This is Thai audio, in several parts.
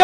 ก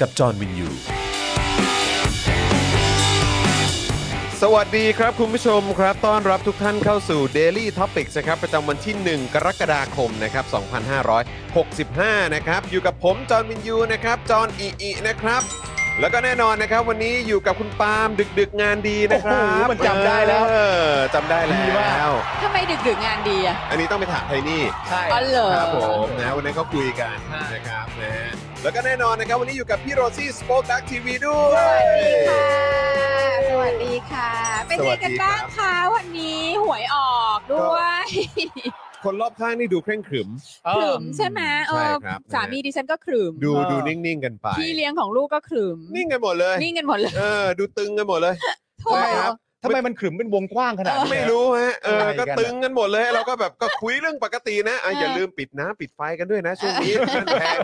กับจอห์นวินยู สวัสดีครับคุณผู้ชมครับต้อนรับทุกท่านเข้าสู่ Daily Topics นะครับประจำวันที่ 1 กรกฎาคมนะครับ2565 นะครับ อยู่กับผม จอห์นวินยูนะครับ จอห์นอิอินะครับ แล้วก็แน่นอนนะครับ วันนี้อยู่กับคุณปาล์มดึกดึกๆงานดีนะครับ โอ้โหมันจำได้แล้ว เออจำได้แล้ ดีมาก ว ทำไมดึกดึกๆงานดีอ่ะ อันนี้ต้องไปถามไทนี่ ใช่ อ๋อเหรอ ครับผมนะวันนั้นเขาคุยกันนะครับนะฮะแล้วก็แน่นอนนะครับ วันนี้อยู่กับพี่โรซี่สป็อคดักทีวีด้วย สวัสดีค่ะ เป็น ส ไง วัสดี กัน ครับ บ้างคะวันนี้หวยออกด้วย คนรอบข้างนี่ดูเคร่งขรึม เอ ขรึ อ มใช่ไหมเอ ใช่ อ ครับ สามีดิฉันก็ขรึม ดู เออ ดูนิ่งๆกันไป พี่เลี้ยงของลูกก็ขรึม นิ่งกันหมดเลย นิ่งกันหมดเลย เออ ดูตึงกันหมดเลย โธ่ ใช่ครับ ทำไมมันขรึมเป็นวงกว้างขนาดนี้ ไม่รู้ฮะ เออ อะไรกัน ก็ตึงกันหมดเลย เราก็แบบก็คุยเรื่องปกตินะอ่ะอย่าลืมปิดน้ำปิดไฟกันด้วยนะช่วงนี้แพง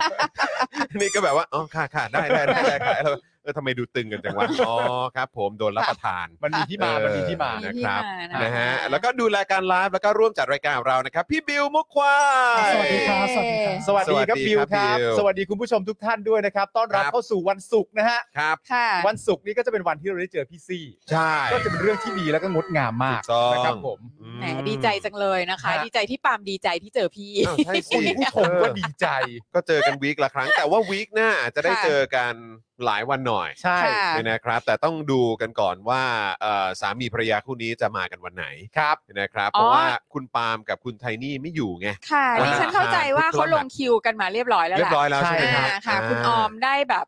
นี่ก็แบบว่า อ๋อ ค่ะค่ะได้ได้ได้ได้ค่ะแล้วเออทำไมดูตึงกันจังวะ อ๋อ ครับผมโดนรับประทาน มันมีที่มา มันมีที่มา เออ มีที่มานะ นะฮะ แล้วก็ดูรายการไลฟ์แล้วก็ร่วมจัดรายการของเรานะครับ พี่บิวมุกควาย สวัสดีครับ สวัสดีครับ สวัสดีครับ สวัสดี บิว ครัครับบ บิว สวัสดีคุณผู้ชมทุกท่านด้วยนะครับ ต้อนรับ ครับ เข้าสู่วันศุกร์นะฮะ ครับ ค่ะ วันศุกร์นี้ก็จะเป็นวันที่เราได้เจอพี่ซี่ ใช่ ก็จะเป็นเรื่องที่ดีแล้วก็งดงามมาก ถูต้อง นะครับผม อื แหมดีใจจังเลยนะคะ ฮะ ดีใจที่ปาล์มดีใจที่เจอพี่ อ้าวใช่สิ คุณผู้ชมก็ดีใจ ก็เจอกันวีคละครั้ง แต่ว่าวีคหน้าอาจจะได้ ค่ะ เจอกันหลายวันหน่อย ใช่ ค่ะ เนี่ยนะครับ แต่ต้องดูกันก่อนว่าเอ่อสามีภรรยาคู่นี้จะมากันวันไหน ครับ นะครับ อ๋ เพ อ ราะว่าคุณปาล์มกับคุณไทนี่ไม่อยู่ไง ค่ะ วัน ดิ อังคาร ฉันเข้าใจว่า พุธพฤหัส เขาลงคิวกันมาเรียบร้อยแล้ว เรีย ล่ะ บร้อยแล้วใช่ไหมค อ่า รับ ค่ะ คุณออมได้แบบ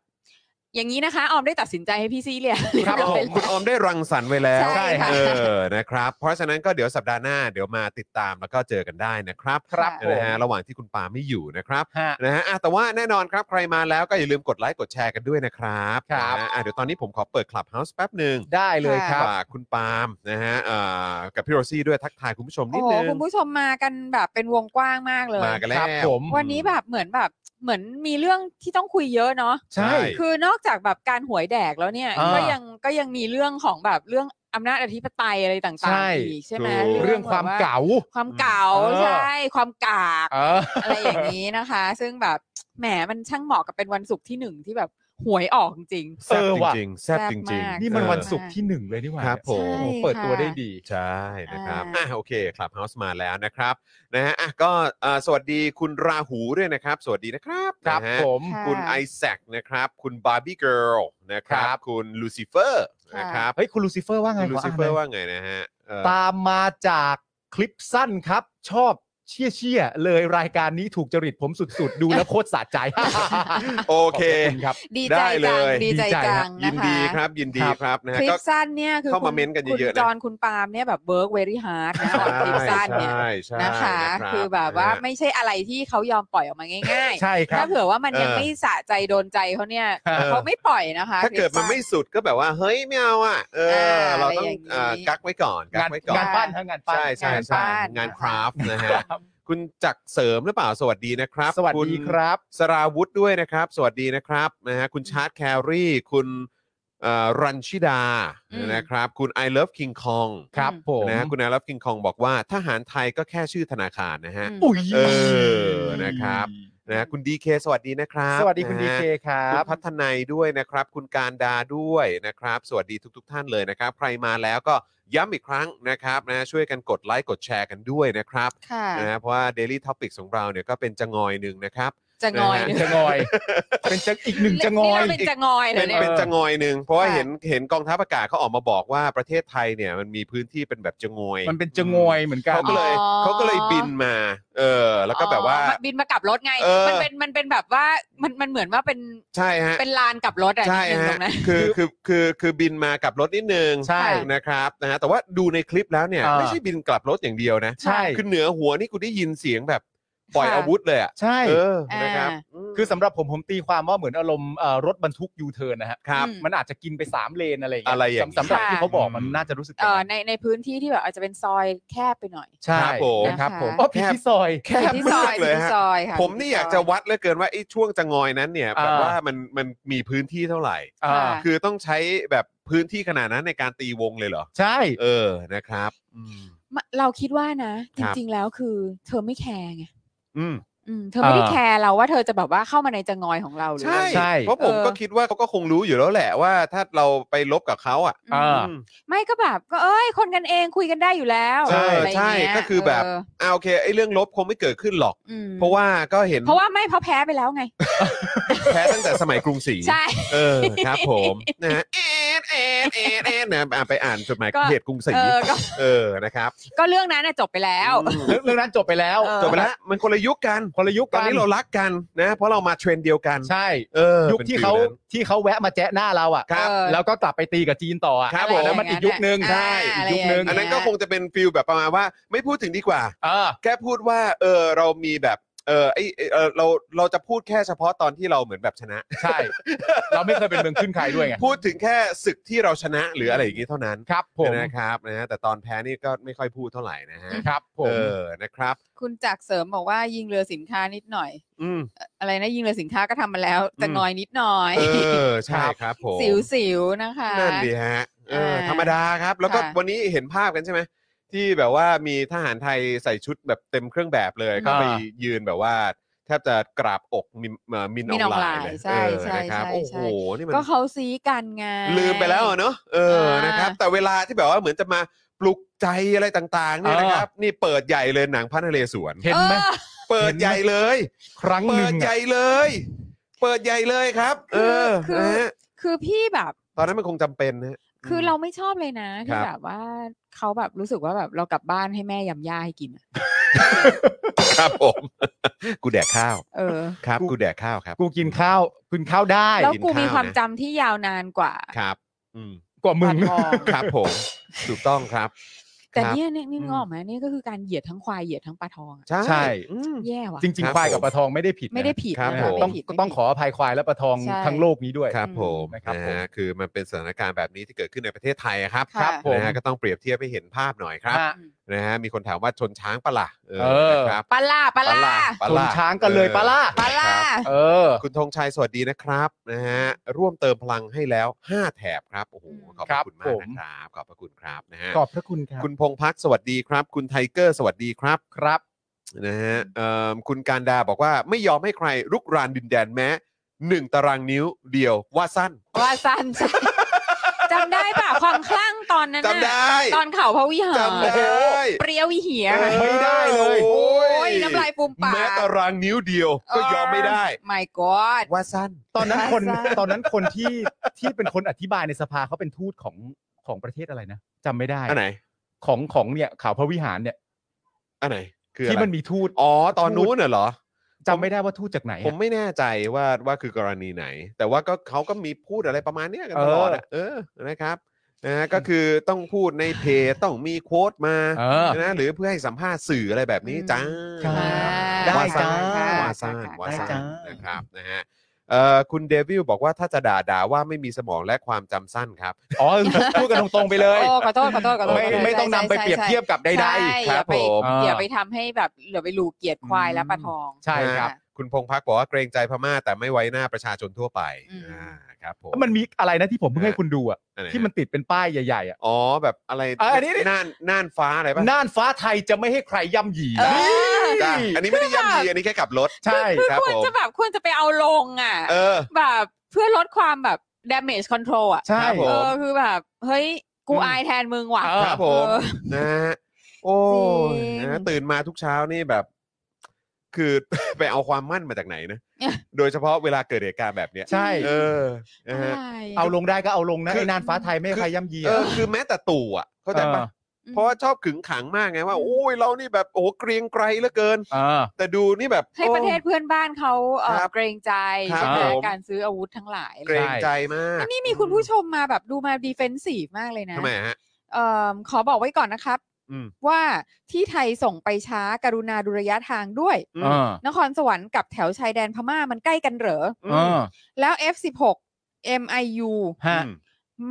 อย่างนี้นะคะ ออมได้ตัดสินใจให้พี่ซี่เรียนเรีย ครับ บร้ ผ อย ม แล้ว คุณออมได้รังสรรค์ไว้แล้ว ใช่ค่ะ เออนะครับ เพราะฉะนั้นก็เดี๋ยวสัปดาห์หน้าเดี๋ยวมาติดตามแล้วก็เจอกันได้นะครับ ครับผม นะฮะระหว่างที่คุณปาล์มไม่อยู่นะครับ ฮะ นะฮะอ่ะแต่ว่าแน่นอนครับใครมาแล้วก็อย่าลืมกดไลค์กดแชร์กันด้วยนะครับ ครับ นะฮะอ่ะเดี๋ยวตอนนี้ผมขอเปิดคลับเฮาส์แป๊บหนึ่ง ได้เลยครับ ฝากคุณปาล์มนะฮะเอ่อกับพี่โรซี่ด้วยทักทายคุณผู้ชมนิดโอ้โห นึง คุณผู้ชมมากันแบบเป็นวงกว้างมากเลย มากันแล้ ครั ว บผม วันนี้แบบเหมือนแบบเหมือนมีเรื่องที่ต้องคุยเยอะเนาะ ใช่ คือนอกจากแบบการหวยแดกแล้วเนี่ย อ่า ก็ยังก็ยังมีเรื่องของแบบเรื่องอำนาจอธิปไตยอะไรต่าง ใช่ ๆอีกใช่ไหม ถูก เรื่องความ แบบ เก๋า ความเก่า เออ ใช่ความกาก เออ อะไรอย่างนี้นะคะ ซึ่งแบบแหมมันช่างเหมาะกับเป็นวันศุกร์ที่หนึ่งที่แบบหวยออกจริง แซ่บ เออ จ ว่ะ ริงๆแซ่บ แซ่บ จริง มาก ๆ นี่มัน เออ วันศุกร์ที่หนึ่งเลยนี่หว่า ครับผม โอ้โหเปิดตัวได้ดี ใช่นะครับ อ่า อ่ะโอเคคลับเฮาส์มาแล้วนะครับนะฮะอ่ะก็เอ่อสวัสดีคุณราหูด้วยนะครับ สวัสดีนะครับ ครับ นะฮะ ผม ค่ะ คุณไอแซคนะครับ คุณบาร์บี้เกิร์ลนะครั ครับ บ คุณลูซิเฟอร์นะครับ เฮ้ยคุณลูซิเฟอร์ว่าไง ลู ข ซิ นห เฟอ น่ย ร์ว่าไงนะฮะเอ่อ ตามมาจากคลิปสั้นครับ ชอบเชี่ยเชี่ยๆเลยรายการนี้ถูกจริตผมสุด ๆ ดูแล้วโคตรสะใจ โอเค ขอบคุณครับ ๆ ดีใจ ได้เล จัง ย ดีใจจัง ยิ นะ น คะ ดีครับยินดีครับนะฮะ คลิ ก็ ปสั้นเนี่ยคือ เข้ามา คุณ เม้นต์กันเยอะๆ คุณ นะ จอนคุณปาล์มเนี่ยแบบเวิร์กเวรี่ฮาร์ดนะออกคลิปสั้นเนี่ย ใช่ใช่ นะคะ รับ คือแบบว่าไม่ใช่อะไรที่เขายอมปล่อยออกมาง่าย ใช่ค ๆ รั ถ้า บ เผื่อว่ามันยัง เออ ไม่สะใจโดนใจเขาเนี่ย เออ เขาไม่ปล่อยนะคะ ถ้าเกิดมันไม่ คลิป สุดก็แบบว่า เฮ้ยไม่เอาอ่ะเออ อ เราต้อง อะไรอย่างนี้ เอ่อกักไว้ก่อนกั งาก น ไว้ก่อง าน นปั้นทั้งงานปั้น ใช่ใช่ งานปั้ ใช่ น งานคราฟต์นะฮะ ครับ คุณจักรเสริมหรือเปล่าสวัสดีนะครับ สวัส คุณ ดีครับ สราวุธด้วยนะครับ สวัสดีนะครับนะฮะคุณชาร์ตแครี่ คุณเอ่อรันชิดา อืม นะครับ คุณ I love King Kong ครับผม นะฮะคุณ I love King Kong บอกว่าทหารไทยก็แค่ชื่อธนาคารนะฮะ อืม อุ้ย เออนะครับ นะฮะคุณดีเคสวัสดีนะครับ สวัสดีคุณดี นะฮะ เคครั คุณ บ พัฒนัยด้วยนะครับ คุณการดาด้วยนะครับ สวัสดีทุก ๆ ท่านเลยนะครับ ใครมาแล้วก็ย้ำอีกครั้งนะครับนะช่วยกันกดไลค์กดแชร์กันด้วยนะครับ ค่ะ นะฮะเพราะว่า Daily Topics ของเราเนี่ยก็เป็นจะงอยหนึ่งนะครับ จะงอย นะฮะ เนี่ย จะงอย เป็นจะอีกหนึ่งจะงอย นี่เราเป็นจะงอยเหร เป็ อน เนี่ย เป็นจะงอยหนึ่งเพราะว่า ค่ะ เห็นเห็นกองทัพอากาศเขาออกมาบอกว่าประเทศไทยเนี่ยมันมีพื้นที่เป็นแบบจะงอย มันเป็นจะงอยเหมือนกัน เขาก็เลย อ๋อ เขาก็เลยบินมา เออ แล้วก็แบบว่า อ๋อมันบินมากลับรถไง เออ มันเป็นมันเป็นแบบว่ามันมันเหมือนว่าเป็น ใช่ฮะ เป็นลานกลับรถอะ ใช่ นิดฮะนึงตรงนั้น คือคือคือคือบินมากับรถนิดนึง ใช่ นะครับนะฮะแต่ว่าดูในคลิปแล้วเนี่ย เออ ไม่ใช่บินกลับรถอย่างเดียวนะ ใช่ คือเหนือหัวนี่กูได้ยินเสียงแบบปล่อย ค่ะ อาวุธเลยอ่ะ ใช่ เออนะครับ อ่า ม คือสำหรับผมผมตีความว่าเหมือนอารมณ์เอ่อรถบรรทุกยูเทิร์นนะฮะ ครับ อืม มันอาจจะกินไปสามเลนอะไรอย่างเงี้ อะไรอย่าง สำสำหรับ ค่ะ ที่เขาบอกมันน่าจะรู้สึก เออในในพื้นที่ที่แบบอาจจะเป็นซอยแคบไปหน่อย ใช่ ครับผม นะครับผม นะคะ อ๋อผิดที่ซอย แคบ ที่ซ มา อก ย เลย ที่ ฮะ ซอยค่ะ ผมนี่อยากจะวัดเหลือเกินว่าไอ้ช่วงจะงอยนั้นเนี่ย เออ แบบว่ามันมันมีพื้นที่เท่าไหร่ อ่า ค่ะ คือต้องใช้แบบพื้นที่ขนาดนั้นในการตีวงเลยเหรอ ใช่ เออนะครับอืม มาเราคิดว่านะ ค จ รับ ริงๆแล้วคือเธอไม่แคร์ไง อืม อืมเธอไม่ได้แคร์เราว่าเธอจะแบบว่าเข้ามาในจะงอยของเราหรือ ใช่ อะไร เพราะผม เออ ก็คิดว่าเขาก็คงรู้อยู่แล้วแหละว่าถ้าเราไปลบกับเขาอ่ะ อืม อ่า ม ไม่ก็แบบก็เอ้ย คนกันเองคุยกันได้อยู่แล้ว ใช่ อะไรอย่างเงี้ย ใช่ก็คือแบบ เ อ่าโอเคไอ้เรื่องลบคงไม่เกิดขึ้นหรอก อืม เพราะว่าก็เห็น เพราะว่าไม่เพราะแพ้ไปแล้วไง แพ้ตั้งแต่สมัยกรุงศรี ใช่ เออครับผมนะฮะแอนแอนแอนแอนนะอ่ะไปอ่านจดหมาย ก็ เหตุกรุงศรี เออก็ เออนะครับ ก็เรื่องนั้นน่ะจบไปแล้ว อืม เรื่องเรื่องนั้นจบไปแล้ว เออ จบไปแล้วมันคนละยุคกัน คนละยุค ตอน กั นี้เรารักกันนะ เพราะเรามาเทรนด์เดียวกัน ใช่ เออ ยุค ป็น ที่เขา ฟิลนั้น ที่เขาแวะมาแจ๊ะหน้าเราอ่ะ ครับ เออ แล้วก็กลับไปตีกับจีนต่ออ่ะ ครับ อัน ผ นั้ ม นมันอีกยุคนึง อ่า อีกอะไรยุคนึง ย่า อันนั้นก็คงจะเป็นฟิลแบบประมาณว่า ไม่พูดถึงดีกว่า เออ แค่พูดว่าเออเรามีแบบเออไอเออเราเราจะพูดแค่เฉพาะตอนที่เราเหมือนแบบชนะ ใช่ เราไม่เคยเป็นเมืองขึ้นใครด้วยไง พูดถึงแค่ศึกที่เราชนะหรืออะไรอย่างนี้เท่านั้น ครับผม นะครับนะฮะแต่ตอนแพ้นี่ก็ไม่ค่อยพูดเท่าไหร่นะฮะ ครับผ เอ ม อนะครับ คุณจักรเสริมบอกว่ายิงเรือสินค้านิดหน่อย อืม อะไรนะยิงเรือสินค้าก็ทำมาแล้ว แต่ อืม งอยนิดหน่อย เออ ใช่ครับผม สิวสิวๆนะคะ นั่นดีฮะเออ อ่า ธรรมดาครับ แล้วก็ ค่ะ วันนี้เห็นภาพกันใช่ไหมที่แบบว่ามีทหารไทยใส่ชุดแบบเต็มเครื่องแบบเลย อืม ก็ไปยืนแบบว่าแทบจะกราบอกมินเอ่อมินอ มิน อ ออน น ไล ไลน์ น์เลย ใช่เอใช่อนะครับ ใช่ โอ้ ใช่ โหนี่มัน ก็เขาซีกันไง ลืมไปแล้วอะเนอะเออ อ่าน นะครับ แต่เวลาที่แบบว่าเหมือนจะมาปลุกใจอะไรต่างๆเนี่ย เออ นะครับ นี่เปิดใหญ่เลยหนังพระนเรศวร เห็นไหม เออ เปิดใหญ่เลย ครั้งห เปิ นึ่งดใหญ่เลย เปิดใหญ่เลยครับ เออ คือ นะ คือ ฮะ คือพี่แบบ ตอนนั้นมันคงจำเป็นนะฮะ คือเราไม่ชอบเลยนะ ครั ที่ บ แบบว่าเขาแบบรู้สึกว่าแบบเรากลับบ้านให้แม่ยำย่าให้กินอะ ครับผม กูแดกข้าว เออ ครับ กูแดกข้าวครับ กูกินข้าวกินข้าวได้ แล้วกู กินข้าว มีความ นะ จำที่ยาวนานกว่า ครับ อืม กว่ามึง ปลาทอง ครับผมถูกต้องครับ แต่ ครับ เนี่ยเนี่ยนี่ อืม งอกไหมนี่ก็คือการเหยียดทั้งควายเหยียดทั้งปลาทองอะ ใช่ ใช่ อืม แย่ว่ะ จริง ครับ ๆควายกับ ผม ปลาทองไม่ได้ผิดนะ ไม่ได้ผิด ครับ นะ ผ คะต้มอง ไม่ผิดไม่ผิด ต้องขออภัยควายและปลาทอง ใช่ ทั้งโลกนี้ด้วย ครับผม นะครับ นะ ผม ฮะคือมันเป็นสถานการณ์แบบนี้ที่เกิดขึ้นในประเทศไทยอะครับ ค่ะ ผม นะฮะก็ต้องเปรียบเทียบให้เห็นภาพหน่อยครับ ฮะ นะฮะมีคนถามว่าชนช้างปะล่ะเออ เออ นะครับ ปลาล่าปลาล่า ปะ ชน ล่ะ ช้างกันเลยปะล่ะ ปลาล่า ครับ เออ คุณธงชัยสวัสดีนะครับนะฮะร่วมเติมพลังให้แล้ว 5 แถบครับโอ้โหขอบพ ครั ระ บ คุณมาก ผม นะครับขอบพระคุณครับนะฮะ ขอบพระคุณครับ คุณพงพักสวัสดีครับ คุณไทเกอร์สวัสดีครับ ครับ นะฮะเอิ่มคุณการดาบอกว่าไม่ยอมให้ใครรุกรานดินแดนแม้หนึ่งตารางนิ้วเดียวว่าสั้น ว่าสั้นใช่ จำได้ป่ะ ความคลั่งตอนนั้น จำ น่ะ ได้ ตอนเข่าพระวิหาร จำได้ เปรี้ยววิเหีย เออ ไม่ได้เลย โอ้ โอ้ย ย น้ำลายฟูมปาก แม้ตารางนิ้วเดียวก็ยอมไม่ได้ ไม่กอด ว่าสั้น ตอนนั้นคน ว่าสั้น ตอนนั้นคนที่ที่เป็นคนอธิบายในสภาเขาเป็นทูตของของประเทศอะไรนะจำไม่ได้ อันไหน ของของเนี่ยข่าวพระวิหารเนี่ย อันไหน คือ ที่ อะไร มันมีทูต อ๋อ ตอนนู้นน่ะเหรอ จำไม่ได้ว่าทูตจากไหนอะ ผมไม่แน่ใจว่าว่าคือกรณีไหน แต่ว่าก็เขาก็มีพูดอะไรประมาณเนี้ยกันตลอดอะเออนะครับนะฮะก็คือต้องพูดในเพจต้องมีโค้ดมา เออ นะหรือเพื่อให้สัมภาษณ์สื่ออะไรแบบนี้ อืม จ้า จ้า ได้ ได้ จ้า จ้า ว่าซ่านว่าซ่า ได้ น จ้า นะครับนะฮะเอ่อคุณเดวิลบอกว่าถ้าจะด่าด่าว่าไม่มีสมองและความจำสั้นครับ อ๋อพูดกันตรงๆไปเลย โอ้ขอโทษขอโทษขอโทษ ไม่ ขโทษ ไม่ต้องนำไป ใช่ เปรียบเทียบกับใด ใช่ ๆ อย่าไป ผม อย่าไปทำให้แบบเหลือไปลูเกียดควายและปลาทอง ใช่ครับ นะ คุณพงพักบอกว่าเกรงใจพม่าแต่ไม่ไว้หน้าประชาชนทั่วไป อืม อ่าครับผม มันมีอะไรนะที่ผมเพิ่งให้คุณดูอ่ะ อัไหฮะ ที่มันติดเป็นป้ายใหญ่ๆอ่ะ อ๋อแบบอะไร อ่ะอันนี้ดิ น่านน่านฟ้าอะไรป่ะ น่านฟ้าไทยจะไม่ให้ใครย่ำหยี เออ จ้ะอันนี้ไม่ได้ย่ำยีอันนี้แค่กลับรถ ใช่ ครับ คว ผ ร ม จะแบบควรจะไปเอาลงอ่ะ เออ แบบเพื่อลดความแบบ damage control อ่ะ ใช่ ครับผม เออคือแบบ เฮ้ย กูอายแทนมึงว่ะ เออ ครับผม เออ นะฮะโอ้ย จริง นะตื่นมาทุกเช้านี่แบบ คือ ไปเอาความมั่นมาจากไหนนะ โดยเฉพาะเวลาเกิดเหตุการณ์แบบเนี้ย ใช่ เออนะฮะ ใช่ เอาลงได้ก็เอาลงนะ คือ ไอ้นานฟ้าไทยไม่มีใครย่ำยี เอ อะ อคือแม้แต่ตู่อ่ะเข้าใจปะเพราะว่าชอบขึงขังมากไงว่าโอ้ยเรานี่แบบโอ้โหเกรียงไกรเหลือเกิน เออ แต่ดูนี่แบบ ให้ประเทศ โอ้ เพื่อนบ้านเขาเอ่อ ครับ เกรงใจ ครับ ใช่ไหม ผม การซื้ออาวุธทั้งหลาย เกรงใจมาก อันนี้มีคุณผู้ชมมาแบบดูมาดีเฟนซีฟมากเลยนะ ทำไมฮะ เอ่อขอบอกไว้ก่อนนะครับ อืม ว่าที่ไทยส่งไปช้ากรุณาดุระยะทางด้วย อืม เออ นครสวรรค์กับแถวชายแดนพม่ามันใกล้กันเหรอ เออ แล้ว F16 MIU ฮะ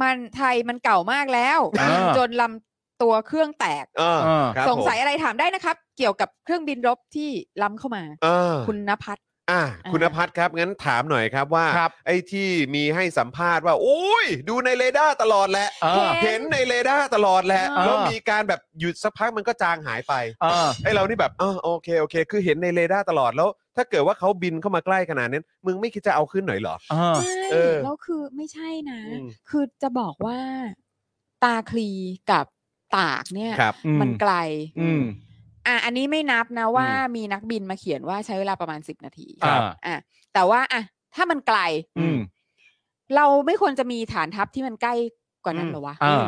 มันไทยมันเก่ามากแล้ว อ่า จนลำตัวเครื่องแตก เออ เออ ครับ สงสัยอะไรถามได้นะครับ เกี่ยวกับเครื่องบินรบที่ล้ำเข้ามา ผมเออ คุณนภัส อ่ะคุณ อ่า พัฒน์ครับงั้นถามหน่อยครับว่า ครับ ไอ้ที่มีให้สัมภาษณ์ว่าโอ้ย ดูในเรดาร์ตลอดแหละ เออ เห็ เห็น น ในเรดาร์ตลอดแหละ เออ แล้วมีการแบบหยุดสักพักมันก็จางหายไป เออ ไอ้เรานี่แบบอ๋อโอเคโอเค คือเห็นในเรดาร์ตลอดแล้ว ถ้าเกิดว่าเขาบินเข้ามาใกล้ขนาดนั้นมึงไม่คิดจะเอาขึ้นหน่อยเหรอ เออ ใช่ เออ แล้วคือไม่ใช่นะ อืม คือจะบอกว่าตาคลีกับตากเนี่ย ครับ อืม มันไกล อืม อ่ะอันนี้ไม่นับนะว่ามีนักบินมาเขียนว่าใช้เวลาประมาณสิบนาที ครับ อ่ะแต่ว่าอ่ะถ้ามันไกล อืม เราไม่ควรจะมีฐานทัพที่มันใกล้กว่านั้นเหรอวะ อ่า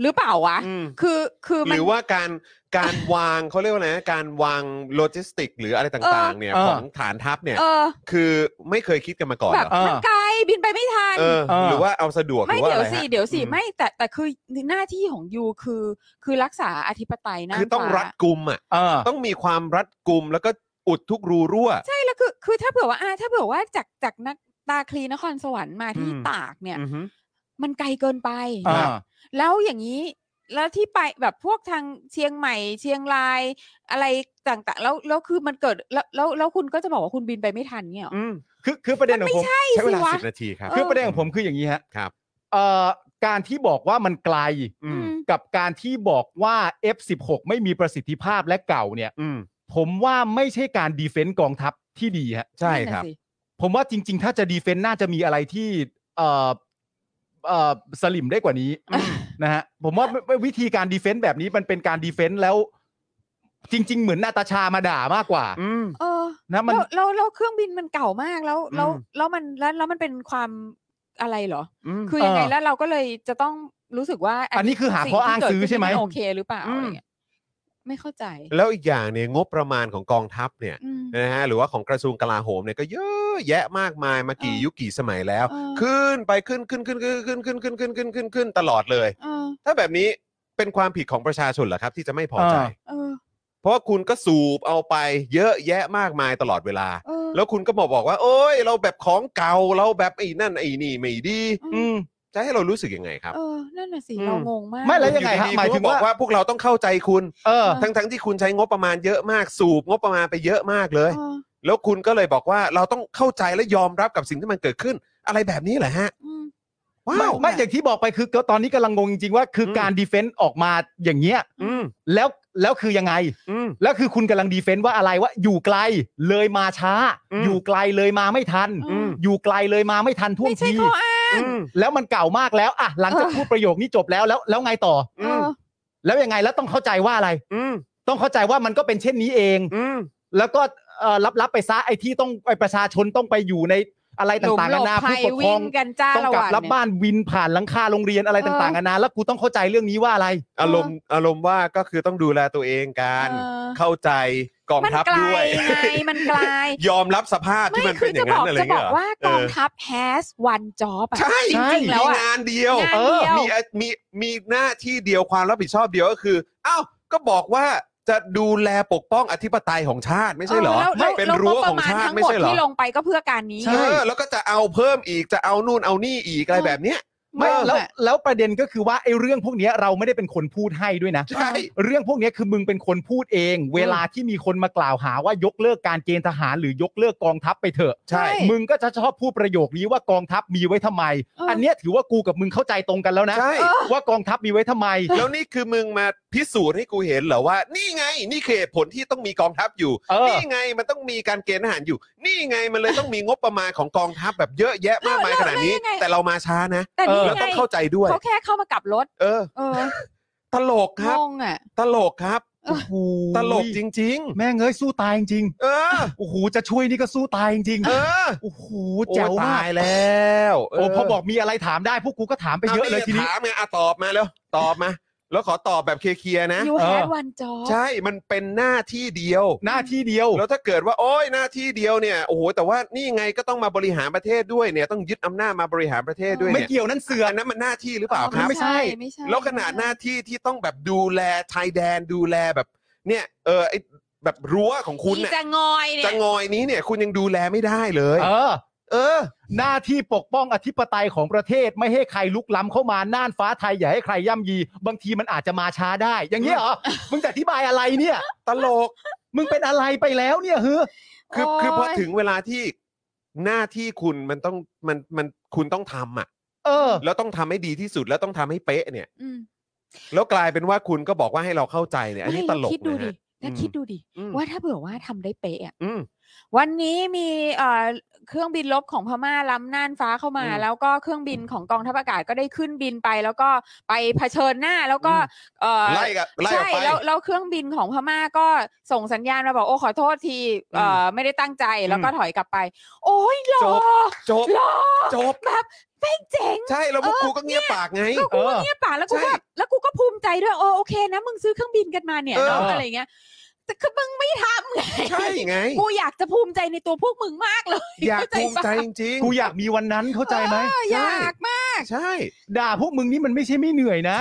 หรือเปล่าวะ อืม คือคือ ห มัน รือว่าการการวางเขาเรียกว่าไงนะการวางโลจิสติก หรืออะไรต่างๆ เนี่ย เออ ของฐานทัพเนี่ย เออ คือไม่เคยคิดกันมาก่อน แบ เห บ รอ เออ มันไกลบินไปไม่ทัน เออ เออ หรือว่าเอาสะดวกห ไม่ รือว่า เดี๋ อะไรยวสิ ฮะ เดี๋ยวสิ อืม ไม่แต่แต่คือหน้าที่ของยูคือ คือรักษาอธิปไตยหน้า คือต้อง ฟ้า รัดกุมอ่ะ เออ ต้องมีความรัดกุมแล้วก็อุดทุกรูรั่ว ใช่แล้วคือคือถ้าเผื่อว่าอ่ะถ้าเผื่อว่าจากจากนักตาคลีนครสวรรค์มาที่ อืม ตากเนี่ย อือฮึ มันไกลเกินไป อ่า แล้วอย่างนี้แล้วที่ไปแบบพวกทางเชียงใหม่เชียงรายอะไรต่างๆ แล้วแล้วคือมันเกิดแล้วแล้วแล้วคุณก็จะบอกว่าคุณบินไปไม่ทันเนี่ยหรอ อืม คือคือประเด็นของผม ใช้เวลา สิวะ สิบนาทีครับ เอ คือประเด็นของผมคืออย่างนี้ฮะ ครับ เอ่อการที่บอกว่ามันไกล อืม อืม กับการที่บอกว่า F16 ไม่มีประสิทธิภาพและเก่าเนี่ย อืม ผมว่าไม่ใช่การดีเฟนต์กองทัพที่ดีฮะ ใช่ นั่น ครัน่ะบ สิ ผมว่าจริง ๆ ถ้าจะดีเฟนต์น่าจะมีอะไรที่เอ่อเอ่อสลิมได้กว่านี้นะฮะผมว่าไม่ไม่วิธีการดีเฟนต์แบบนี้มันเป็นการดีเฟนต์แล้ว จริง ๆ เหมือนนาตาชามาด่ามากกว่า อืม เออ นะมัน แล้วแล้วแล้วเครื่องบินมันเก่ามากแล้วแล้ว อืม แล้วมันแล้วแล้วมันเป็นความอะไรเหรอ อืม คือยังไง เออ แล้วเราก็เลยจะต้องรู้สึกว่า อันนี้คือหาข้ออ้างซื้อใช่ไหม สิ่งที่เกิดขึ้นนโอเคหรือเปล่า อืม อะไรเงี้ยไม่เข้าใจ แล้วอีกอย่างเนี่ยงบประมาณของกองทัพเนี่ย อืม นะฮะหรือว่าของกระทรวงกลาโหมเนี่ยก็เยอะแยะมากมายมากี่ เออ ยุคกี่สมัยแล้ว เออ ขึ้นไปขึ้นขึ้นขึ้นขึ้นขึ้นขึ้นขึ้นขึ้นขึ้นขึ้นขึ้นตลอดเลย เออ ถ้าแบบนี้เป็นความผิดของประชาชนเหรอครับ ที่จะไม่พอใจ เออ เออ เพราะว่าคุณก็สูบเอาไปเยอะแยะมากมายตลอดเวลา เออ แล้วคุณก็มาบอกว่า โอ้ยเราแบบของเก่าเราแบบไอ้นั่นไอ้นี่ไม่ดี อืม จะให้เรารู้สึกยังไงครับ เออนั่นน่ะสิ อืม เรางงมาก ไม่แล้วยังไงฮะ อดีๆ หมายถึง คุณก็บอก ว่า ว่าพวกเราต้องเข้าใจคุณ เออ ทั้งทั้งๆที่คุณใช้งบประมาณเยอะมากสูบงบประมาณไปเยอะมากเลย เออ แล้วคุณก็เลยบอกว่าเราต้องเข้าใจและยอมรับกับสิ่งที่มันเกิดขึ้น อะไรแบบนี้แหละฮะ อืม ว้า ไม่ ว ไม่อย่างที่บอกไปคือตอนนี้กำลังงงจริง ๆ ว่าคืออ ม การดีเฟนต์ออกมาอย่างเงี้ย อืม แล้วแล้วคือยังไง อืม แล้วคือคุณกำลังดีเฟนต์ว่าอะไรว่าอยู่ไกลเลยมาช้า อืม อยู่ไกลเลยมาไม่ทัน อืม อยู่ไกลเลยมาไม่ทันท่วง ไม่ใช่ ที ข้ออ้าง อืม แล้วมันเก่ามากแล้วอ่ะหลังจาก เออ พูดประโยคนี้จบแล้วแล้วแล้วไงต่อ เออ แล้วยังไงแล้วต้องเข้าใจว่าอะไร อืม ต้องเข้าใจว่ามันก็เป็นเช่นนี้เอง อืม แล้วก็เอ่อรับรับไปซะไอ้ที่ต้องไอ้ประชาชนต้องไปอยู่ในอะไร หลุม ต่างๆหล นา บ นา ภั ผู้ ย ปกคร วิ่ อง ง กันจ้า ต้อง ละ กลั วัน บรับ เนี่ย บ้านวินผ่านหลังคาโรงเรียนอะไร เออ ต่างๆนานาแล้วกูต้องเข้าใจเรื่องนี้ว่าอะไร อารมณ์อารมณ์ว่าก็คือต้องดูแลตัวเองกัน เออ เข้าใจกอง มัน ทัพ ไกล ด้วย ไงมันไกล ยอมรับสภาพที่ ไม่ มัน คื เป็น อ อ จะ ย่าง บ นั้นอกอะไร จะบ เงี้ อเหย กรอ ว่ากองทัพ has one job อะ ใช่ จริงๆแล้วอะ มีงานเดียว งาน เออ เดียว มีมีมีหน้าที่เดียวความรับผิดชอบเดียวก็คืออ้าวก็บอกว่าจะดูแลปกป้องอธิปไตยของชาติไม่ใช่เหรอ แล้วแล้ว เป็น แล้ว รั้ว งบป ข ระ อง มาณ ชาติ ทั้ง ไม่ หมด ใช่เหรอ ที่ลงไปก็เพื่อการนี้ ใช่ เออแล้วก็จะเอาเพิ่มอีกจะเอานู่นเอานี่อีกอะไรแบบเนี้ย ไม่ งง แล้ว อะ แล้วประเด็นก็คือว่าไอ้เรื่องพวกเนี้ยเราไม่ได้เป็นคนพูดให้ด้วยนะ ใช่ เรื่องพวกเนี้ยคือมึงเป็นคนพูดเอง เวลาที่มีคนมากล่าวหาว่ายกเลิกการเกณฑ์ทหารหรือยกเลิกกองทัพไปเถอะ ใช่ มึงก็จะชอบพูดประโยคนี้ว่ากองทัพมีไว้ทำไม เอออั อันเนี้ยถือว่ากูกับมึงเข้าใจตรงกันแล้วนะ ใช่ ว่ากองทัพมีไว้ทำไม แล้วนี่คือมึงมาพิสูจน์ให้กูเห็นเหรอว่า นี่ไงนี่คือเหตุผลที่ต้องมีกองทัพอยู่ เออ นี่ไงมันต้องมีการเกณฑ์ทหารอยู่ นี่ไงมันเลยต้องมีงบประมาณของกองทัพแบบเยอะแยะมากมายขนาดนี้ แล้วแล้วยังไง แต่เรามาช้านะ แต่นี่ เรา ไง ต้องเข้าใจด้วย เขาแค่เข้ามากลับรถ เออ เออ ตลกค ง รับ งอ่ะ ตลกครับ โอ้โห ตลกจริง แม่งเอ้ยสู้ตายจริง ๆ เออ ๆโอ้โหจะช่วยนี่ก็สู้ตายจริง เออ ๆโอ้โห โอ้ แจ๋วมาก ตายแล้ว โอ้พอบอกมีอะไรถามได้พวกกูก็ถามไปเยอะเลยทีนี้ ถามไงอ่ะตอบมาแล้วตอบมา แล้วขอตอบแบบเคลียร์ๆนะ you เออ had one job ใช่มันเป็นหน้าที่เดียว หน้าที่เดียว แล้วถ้าเกิดว่าโอ้ยหน้าที่เดียวเนี่ยโอ้โหแต่ว่านี่ไงก็ต้องมาบริหารประเทศด้วยเนี่ยต้องยึดอำนาจมาบริหารประเทศด้วย ไม่ เนี่ย เกี่ยวนั่นเสือ อันนั้นมันหน้าที่หรือเปล่าครับ ไม่ใช่ ไม่ใช่ แล้วขนาดหน้าที่ที่ต้องแบบดูแลชายแดนดูแลแบบ เนี่ยเออไอแบบรั้วของคุณ อี เนี่ย จะงอยเนี่ย จะงอยนี้เนี่ยคุณยังดูแลไม่ได้เลย เออ เออ หน้าที่ปกป้องอธิปไตยของประเทศไม่ให้ใครลุกล้ำเข้ามาน่านฟ้าไทยอย่าให้ใครย่ำยี บางทีมันอาจจะมาช้าได้ อย่างนี้ยเหรอ มึงจะอธิบายอะไรเนี่ย ตลก มึงเป็นอะไรไปแล้วเนี่ยเฮ้อ คือ โย คือพอถึงเวลาที่หน้าที่คุณมันต้องมันมันคุณต้องทำอ่ะ เออ แล้วต้องทำให้ดีที่สุดแล้วต้องทำให้เป๊ะเนี่ย อืม แล้วกลายเป็นว่าคุณก็บอกว่าให้เราเข้าใจเนี่ย อันนี้ ไม่ ตลก คิดดู นะ ดิ ฮะ ถ้า อืม คิดดูดิ อืม ว่าถ้าเผื่อว่าทำได้เป๊ะอะ อืม วันนี้มีเอ่อเครื่องบินลบของพม่าล้ำน่านฟ้าเข้ามา อืม แล้วก็เครื่องบินของกองทัพอากาศก็ได้ขึ้นบินไป แล้วก็ไปเผชิญหน้าแล้วก็ อืม เอ่อ ไล่กับไล่ออ ใช่ กไป แล้วแล้วเครื่องบินของพม่าก็ส่งสัญญาณมาบอกโอ้ขอโทษทีเอ่ออไม่ได้ตั้งใจแล้วก็ถอยกลับไป โอ้ยหลจอบ จบ หลอ จบ แบบแม่งเจ๋ง ใช่แล้วพวกกูก็เงียบปากไง ก็กูเอก็อ เงียบปากแล้วกู ใช่ ก็แล้วกูก็ภูมิใจด้วยโอ้โอเคนะมึงซื้อเครื่องบินกันมาเนี่ย เออ เนาะอะไรเงี้ยแต่คือมึงไม่ทำไง ใช่ไง กูอยากจะภูมิใจในตัวพวกมึงมากเลย อยาก เข้ ภูมิใจ ปะ จริงๆ กูอยากมีวันนั้นเข้าใจไหม เอออยากมาก ใช่ ด่าพวกมึงนี่มันไม่ใช่ไม่เหนื่อยนะ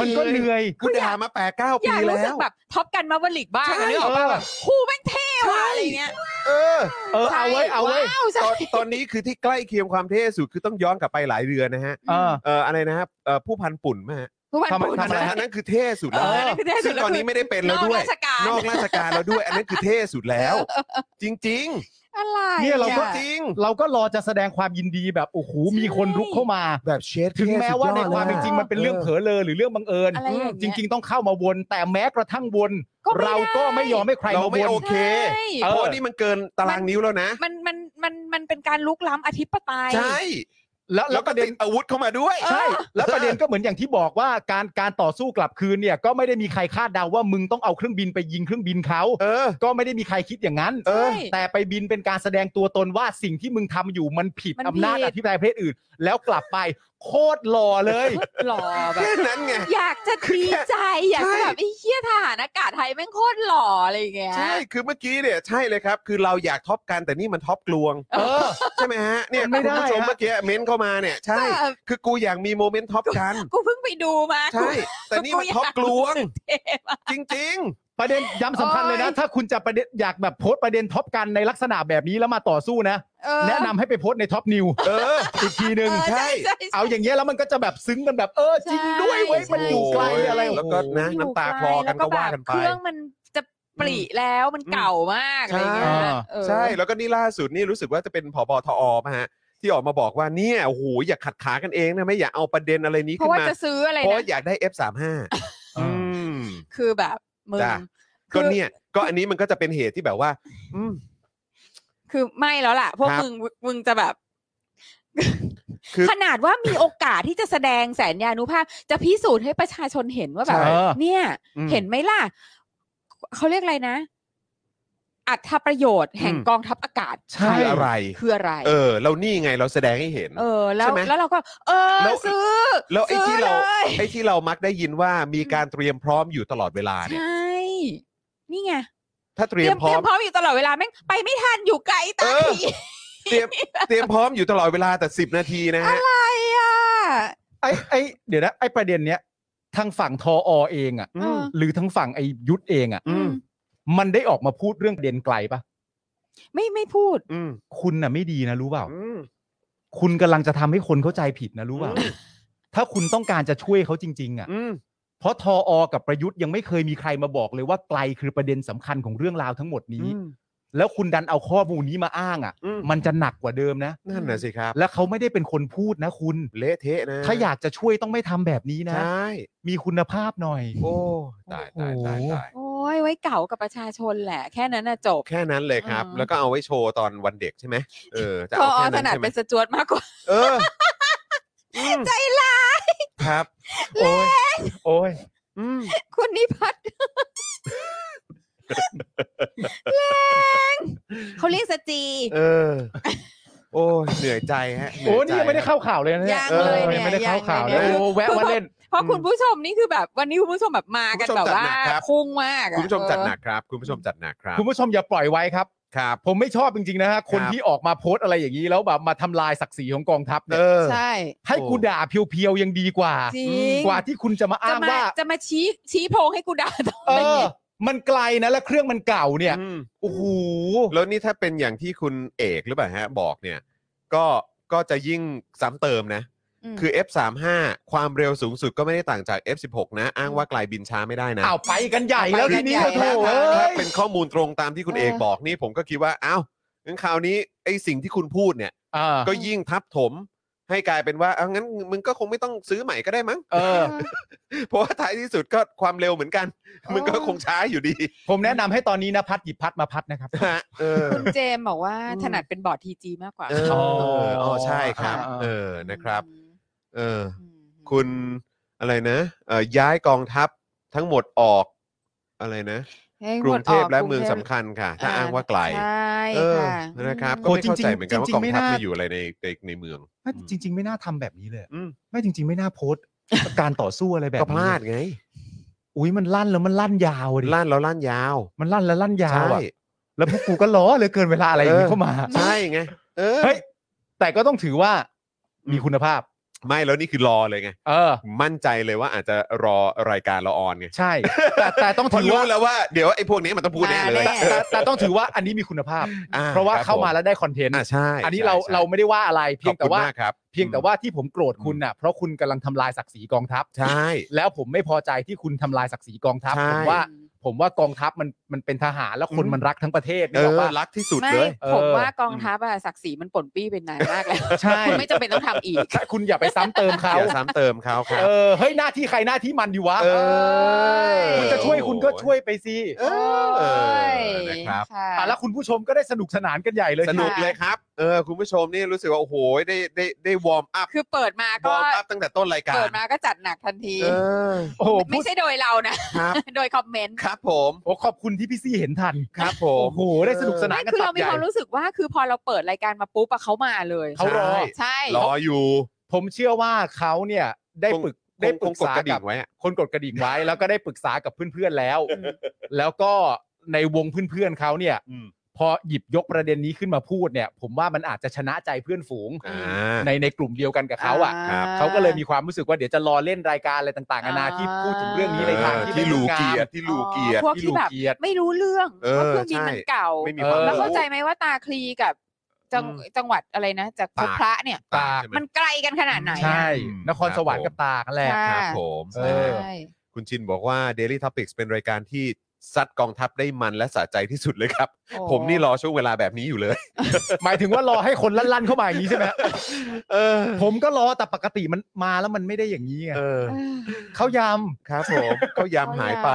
มันก็เหนื่อย กูด่ามาแปดเก้า อ ปี ยากรู้ แล้ สึก ว แบบท็อปกันมาวันหลีกบ้าง ใช่ อะนึกออกปะแบบคู่แม่งเท่ว่ะอะไรเงี้ย เออ เออเอาไว้เอาไว้ ว้าว ต ใช่ อนตอนนี้คือที่ใกล้เคียงความเท่สุดคือต้องย้อนกลับไปหลายเดือนนะฮะ เออ เอออะไรนะครับเออผู้พันปุ่นมาฮะ ทุกวัน ทำไม พุธ ทำ อัน ไม นั้นอันนั้นคือเท่สุด เอ แล้ว อนั่นคือเทศ ซึ่งตอนนี้ไม่ได้เป็นแล้วด้วย นอกราชการ นอกราชการแล้วด้วย อันนั้นคือเท่สุด แล้ว จริง อะไร เนี่ยเราก็ อ่ะ ๆจริง เราก็รอจะแสดงความยินดีแบบโอ้โหมีคนลุกเข้ามา แบบเชด ถึงแม้ว่าในความเป็นจริง มั มันเป็นเรื่องเผลอเลอหรือเรื่องบังเอิญ อะไรอย่าง จ เงี้ย ริง ๆ ต้องเข้ามาวน แต่แม้กระทั่งวน ก็ไม่ได้ เราก็ไม่ยอมให้ใคร เรา มา ไม่ วน โอเค ใช่ เออ เพราะว่านี่มันเกินตารางนิ้วแล้วนะ มันมันมันมันเป็นการลุกล้ำอธิปไตย ใช่ แล้ว แล้ แล้ว ว ก็ ประเด็ ติ น ดอาวุธเข้ามาด้วย ใช่ แล้วประเด็นก็เหมือนอย่างที่บอกว่าการการต่อสู้กลับคืนเนี่ย ก็ไม่ได้มีใครคาดเดาว่ามึงต้องเอาเครื่องบินไปยิงเครื่องบินเขา เออ ก็ไม่ได้มีใครคิดอย่างนั้น เออ ใช่ แต่ไปบินเป็นการแสดงตัวตนว่าสิ่งที่มึงทำอยู่มันผิด มันผิด อำนาจอธิปไตยประเภทอื่น แล้วกลับไปโคตรหล่อเลย หล่อแบบ แค่นั้นไง อยากจะดีใจ อยาก ใช่ จะแบบไอ้เหี้ยทหารอากาศไทยแม่งโคตรหล่ออะไรอย่างเงี้ย ใช่ คือเมื่อกี้เนี่ย ใช่เลยครับ คือเราอยากท็อปกันแต่นี่มันท็อปกลวง เออ ใช่ไหมฮะ เนี่ย ไม่ คุณ ได้ ผู้ชม ฮะ เมื่อกี้เม้นเข้ามาเนี่ย ใช่ แบบ คือกูอยากมีโมเมนต์ท็อปกัน กูเพิ่งไปดูมา ใช่ แต่นี่มันท็อปกลวง จริง ประเด็นย้ำสำคัญเลยนะ ถ้าคุณจะประเด็นอยากแบบโพสต์ประเด็นท็อปกันในลักษณะแบบนี้แล้วมาต่อสู้นะ เออ แนะนำให้ไปโพสต์ในท็อปนิว ๆ เออ อีกทีหนึ่ง เออ ใช่ ใช่ใช่ใช่ เอาอย่างเงี้ยแล้วมันก็จะแบบซึ้งกันแบบเออจริงด้วยเว้ย ใช่ มันอยู่ไกลอะไร โยแล้วก็นะน้ำตาคลอกันก็ว่ากันไป เครื่องมันจะปรีแล้วมันเก่ามากอะไรอย่างเงี้ยเออ ใช่ แล้วก็นี่ล่าสุดนี่รู้สึกว่าจะเป็นผบทอมาฮะ ที่ออกมาบอกว่าเนี่ยโอ้โหอย่าขัดขากันเองนะไม่อยากเอาประเด็นอะไรนี้ เพขึ้ราะน ว่า มา จะซื้ออะไร เพราะว่า นะ อยากได้ F35 อืม คือแบบมึง จ้ะ คื ก็ อ เนี่ย ก็อันนี้มันก็จะเป็นเหตุที่แบบว่า อืม คือไม่แล้วล่ะ พวก ครับ มึงมึงจะแบบ คือ ขนาดว่ามีโอกาสที่จะแสดงแสนยานุภาพ จะพิสูจน์ให้ประชาชนเห็นว่าแบบ เออ เนี่ย อืม เห็นไหมล่ะเขาเรียกอะไรนะ อัตประโยชน์แห่ง อืม กองทัพอากาศ ใช่ คืออะไร คืออะไร เออ เรานี่ไงเราแสดงให้เห็น เออ แล้ว ใช่ไหม แล้วเราก็ เออ แล้ว ซื้อ แล้วไอ้ที่เรา ซื้อลย ไอ้ที่เรามักได้ยินว่ามีการเตรียมพร้อมอยู่ตลอดเวลา ใช เนี่ย ่ นี่ไง ถ้าเตรียมพ เต ร้ รี อย ม มพร้อมอยู่ตลอดเวลาแม่งไปไม่ทันอยู่ไกลตา เออเตผีรียมเตรียมพร้อมอยู่ตลอดเวลาแต่ 10 นาทีนะฮะ ไอ้อะ ไอ้ไอ้เดี๋ยวนะไอ้ประเด็นเนี้ยทางฝั่งทออเองอ่ะ อืม หรือทางฝั่งไอ้ยุทธเองอ่ะ อืม มันได้ออกมาพูดเรื่องประเด็นไกลปะ ไม่ไม่พูด อืม คุณน่ะไม่ดีนะรู้เปล่า อืม คุณกำลังจะทำให้คนเข้าใจผิดนะรู้เปล่ า อืม ถ้าคุณต้องการจะช่วยเขาจริง ๆ อ่ะ อืม เพราะทออกับประยุทธ์ยังไม่เคยมีใครมาบอกเลยว่าไกลคือประเด็นสำคัญของเรื่องราวทั้งหมดนี้ แล้วคุณดันเอาข้อมูลนี้มาอ้างอ่ะ อืม มันจะหนักกว่าเดิมนะ นั่นน่ะสิครับ และเขาไม่ได้เป็นคนพูดนะคุณ เละเทะนะ ถ้าอยากจะช่วยต้องไม่ทำแบบนี้นะ ใช่ มีคุณภาพหน่อย โอ้ตายตายตายตาย โอ้ยไว้เก่ากับประชาชนแหละ แค่นั้นน่ะจบ แค่นั้นเลยครับ อืม แล้วก็เอาไว้โชว์ตอนวันเด็กใช่ไหมเออจะ พอ เอา อ แค่ ถ นั้น นัด ใช่ไหม เป็นสจวดมากกว่า เอออืม ใจร้าย ครับ โอ้ยโอ้ย อืม คุณนิพัฒน์ เขาเรียกสจี เออ โอ้ยเหนื่อยใจฮะเห โอ้ อ นี่ยังไม่ได้เข้าข่าวเลยนะเนี่ย ยัง ออ เลยเนี่ย งไม่ได้เข้าข่าวเลยยังเลยเนี่ย โอ้แวะมาเล่น เพราะคุณผู้ชมนี่คือแบบวันนี้คุณผู้ชมแบบมากัน คุณผู้ชม แบบว่า จัดหนักครับ พุ่งมากอะ คุณผู้ชมจัดหนั เ กครับ คุณผู้ชมจัดหนักครับ คุณผู้ชมอย่าปล่อยไว้ครับ ครับ ผมไม่ชอบจริงๆนะฮะคน ครับ ที่ออกมาโพสต์อะไรอย่างนี้แล้วแบบมาทำลายศักดิ์ศรีของกองทัพ เอ เนี่ย อ อ อใช่ ให้กูด่าเพียวๆยังดีกว่า จริง กว่าที่คุณจะมา จะ อ้าง มา ว่า จะมาชี้ชี้โพงให้กูด่าต่อ เอ ไป อ เนี่ย มันไกลนะและเครื่องมันเก่าเนี่ย อืม โอ้โห แล้วนี่ถ้าเป็นอย่างที่คุณเอกหรือเปล่าฮะบอกเนี่ย ก็ก็จะยิ่งซ้ำเติมนะ ม คือ F35 ความเร็วสูงสุดก็ไม่ได้ต่างจาก F16 นะ อ้างว่าไกลบินช้าไม่ได้นะ อ้าวไปกันใหญ่แล้ว ไปกั ที น นี้ ใหญ่ โถ ถ้า เอ้ ถ้าย เป็นข้อมูลตรงตามที่คุณ เออ เอกบอกนี่ผมก็คิดว่าอ้าวงั้นคราวนี้ไอ้สิ่งที่คุณพูดเนี่ย อ่า ก็ยิ่งทับถม ให้กลายเป็นว่าเอางั้นมึงก็คงไม่ต้องซื้อใหม่ก็ได้มั้ง เออ เพราะว่าท้ายที่สุดก็ความเร็วเหมือนกัน มึงก็คงช้าอยู่ดี ผมแนะนำให้ตอนนี้นะพัดหยิบพัดมาพัดนะครับ ฮะเออ คุณเจมส์บอกว่าถนัดเป็นบอร์ดทีจีมากกว่า เออ อ๋อ อ๋อใช่ครับ อ่า เออนะครับ เออ อืม คุณอะไรนะเอ่อย้ายกองทัพทั้งหมดออก อะไรนะ ให้ กรุ หม ง ด เทพ ออก และเมือง กรุ สำคัญค่ะ ถ้าอ้างว่าไกล ใช่ เออ ค่ะ นะครับ อืม ก็ไม่เข้าจใจริงๆ เหมือนกันว่า จริ ก งๆ อง ไม่ ทัพ น่า มาอยู่อะไรในในในเมือง ไม่ อืม จริง ๆ ไม่น่าทำแบบนี้เลยอะ อืม ไม่จริง ๆ ไม่น่าโพสต์ การต่อสู้อะไรแบบ ก็ นี้ พลาดไง อุ้ยมันลั่นแล้วมันลั่นยาวอะดิ ลั่นแล้วลั่นยาว มันลั่นแล้วลั่นยา ใช่ วอะแล้วพวกกูก็ล้อเหลยเกินเวลาอะไรอย่างนี้ เออ เข้ามา ใช่ไง เออ เฮ้ย แต่ก็ต้องถือว่ามีคุณภาพ ไม่แล้วนี่คือรอเลยไง เออ มั่นใจเลยว่าอาจจะรอรายการเราออนไง ใช่ แต่แต่ต้อง พอ ถือ รู้ ว่า แล้วว่าเดี๋ยวไอ้พวกนี้มันต้องพูดแน่เลย มาแน่ แต่แต่แต่ต้องถือว่าอันนี้มีคุณภาพ อ่ เพราะว่า คบ เข้ามา ผ แล้วได้คอนเทนต์ อ่ะใช่ อันนี้เรา ใช่ เราไม่ได้ว่าอะไรเพียงแต่ว่า ขอบคุณมกครับ เพียงแต่ว่าที่ผมโกรธคุณน่ะเพราะคุณกำลังทำลายศักดิ์ศรีกองทัพ ใช่ แล้วผมไม่พอใจที่คุณทำลายศักดิ์ศรีกองทัพ ใช่ ผมว่า ผมว่ากองทัพมันมันเป็นทหารแล้วคนมันรักทั้งประเทศ เอ นี่หรอ อ ว่า รักที่สุด ไม่ เลย เออ ผมว่ากองทัพอะศักดิ์ศรีมันป่นปี้เป็นนานมากแล้ว ใช่ คุณไม่จำเป็นต้องทำอีก ใช่คุณอย่าไปซ้ำเติมเขา อย่าซ้ำเติมเขาครับ เออเฮ้ยหน้าที่ใครหน้าที่มันดีวะ เออ คุณจะช่วยคุณก็ช่วยไปสิ เออนะครับ อ่ะแล้วคุณผู้ชมก็ได้สนุกสนานกันใหญ่เลย สนุก ค่ะ เลยครับ เออ คุณผู้ชมนี่รู้สึกว่า โอ้โห ได้ได้ได้วอร์มอัพ คือเปิดมาว ก็ อร์มอัพตั้งแต่ต้นรายการ เปิดมาก็จัดหนักทันที เออ โอ้โห ไม่ พูด ใช่โดยเรานะค รับ โดยคอมเมนต์ ครับผม โอ้ขอบคุณที่พี่ซี่เห็นทัน ครับผ โอ้ ม โหได้สนุกสนาน ไม่ กัน คือ ตั เรา บ มี ใหญ่ ความรู้สึกว่าคือพอเราเปิดรายการมาปุ๊บอะเขามาเลย เขารอ ใช่ ใช่ รออยู่ ผมเชื่อว่าเขาเนี่ยได้ปรึกได้ คง ป ค รึ ง ก กด ษาก ระดิ่ กับ งไว้อะ คนกดกระดิ่งไว้ แล้วก็ได้ปรึกษากับเพื่อนๆแล้ว อืม แล้วก็ในวงเพื่อนๆเขาเนี่ย อืม พอหยิบยกประเด็นนี้ขึ้นมาพูดเนี่ย ผมว่ามันอาจจะชนะใจเพื่อนฝูง อ่า ในในกลุ่มเดียวกันกับเขาอ่ะ ครับ เขาก็เลยมีความรู้สึกว่าเดี๋ยวจะรอเล่นรายการอะไรต่างๆนานาที่พูดถึงเรื่องนี้ในทาง เออ ที่ ที่ลู งดงาม เกียรติที่ลูเกียรติ พวก ที่ ที่ ลู แบบ เกียรติ ไม่รู้เรื่อง เออ ว่าเครื่องบิน ใช่ มันเก่า ไม่มีความ ออ แล้ว รู้ เข้าใจไหมว่าตาคลีกับจัง อืม จังหวัดอะไรนะ จากพบ ตาก พระเนี่ย ตากใช่ไหม มันไกลกันขนาดไหนอะ ใช่ อืม นครสวรรค์กับตากนั่นแหละ ค ค่ะ รับผม เออใช่คุณชินบอกว่า Daily Topics เป็นรายการที่ซัดกองทัพได้มันและสะใจที่สุดเลยครับ โอ้ ผมนี่รอช่วงเวลาแบบนี้อยู่เลย หมายถึงว่ารอให้คนลั่นๆเข้ามาอย่างนี้ใช่ไหม เออ ผมก็รอแต่ปกติมันมาแล้วมันไม่ได้อย่างนี้ไง เออ เออ เขาย ครับผม เขายำหายไป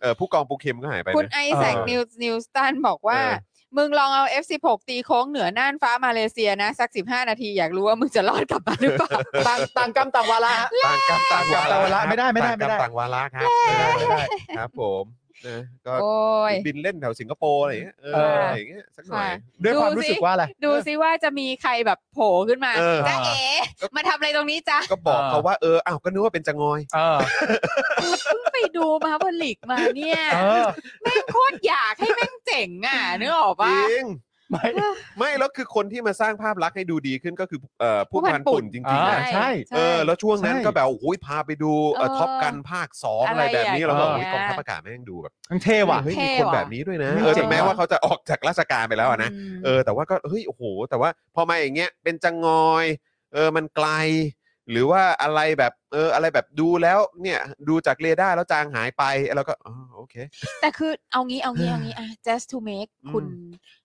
เออผู้กองปูเข็มก็หายไป คุณ นะ ไอแซค เออ นิวนิวสตันบอกว่า เออ มึงลองเอา F16 ตีโค้งเหนือน่านฟ้ามาเลเซียนะ สัก 15 นาทีอยากรู้ว่ามึงจะรอดกลับมาหรือเปล่า ำต่างต่างกรรมต่างวาระฮะ ต่างกรรมต่างวา ต่างกรรมต่างวา ระ ระไม่ได้ไม่ได้ไม่ได้ ต่างกรรต่างวาระครับไม่ได้ไม่ได้ครับผมนะก็ โอ้ย บินเล่นแถวสิงคโปร์อะไรอย่างเงี้ยเออ เอออ อะไรอย่างเงี้ยสักหน่อย ค่ะ ด้วยความ ดู รู้ สิ สึกว่าอะไร ดูซิว่าจะมีใครแบบโผล่ขึ้นมา เออ จ้าเอ๋มาทำอะไรตรงนี้จ้า ก็บอก เออ เขาว่าเอออ้าวก็นึกว่าเป็นจะงอย เออ เพิ่งไปดูมาบนลิกมาเนี่ย เออ แม่งโคตรอยากให้แม่งเจ๋งอ่ะนึกออก จ ปะ ริง ไม่ ไม่แล้วคือคนที่มาสร้างภาพลักษณ์ให้ดูดีขึ้นก็คือเอ่อผู้พันปุ่นจริงๆ อ่า นะ ใช่ เออแล้วช่วงนั้น ใช่ ก็แบบโอ้ยพาไปดูเอ่อ เออ ท็อปกันภาคสองอะไรแบบนี้ อะไรอย่าเรางก็ เงี้ มี ย กองทัพอากาศแม่งดูแบบ ทั้งเท่ว่ะ เฮ้ย เท่ มีคน ว่ะ แบบนี้ด้วยนะ เฮ้ย เออ เจ๋ ถึ ง งแม้ ว่ะ ว่าเขาจะออกจากราชการไปแล้วอะนะ ม เออแต่ว่าก็เฮ้ยโอ้โห แต่ว่าพอมาอย่างเงี้ยเป็นจังงอย เออมันไกล หรือว่าอะไรแบบเอออะไรแบบดูแล้วเนี่ยดูจากเรดาร์แล้วจางหายไปแล้วก็อ๋อโอเค แต่คือเอางี้เอางี้เอางี้อ่ะ just to make อืม คุณ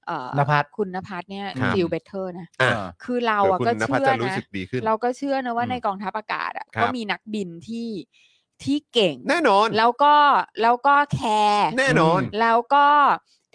เอ่อน ภัส คุณนภัสเนี่ย ครับ feel better นะ อ่ะ คือเรา เดี๋ย อ่ะ วคุณ ก็ นภัส เชื่อ จะรู้ นะ สึกดีขึ้น เราก็เชื่อนะว่า อืม ในกองทัพอากาศอ่ะ ครับ ก็มีนักบินที่ที่เก่ง แน่นอน แล้วก็แล้วก็แคร์ แน่นอน แล้วก็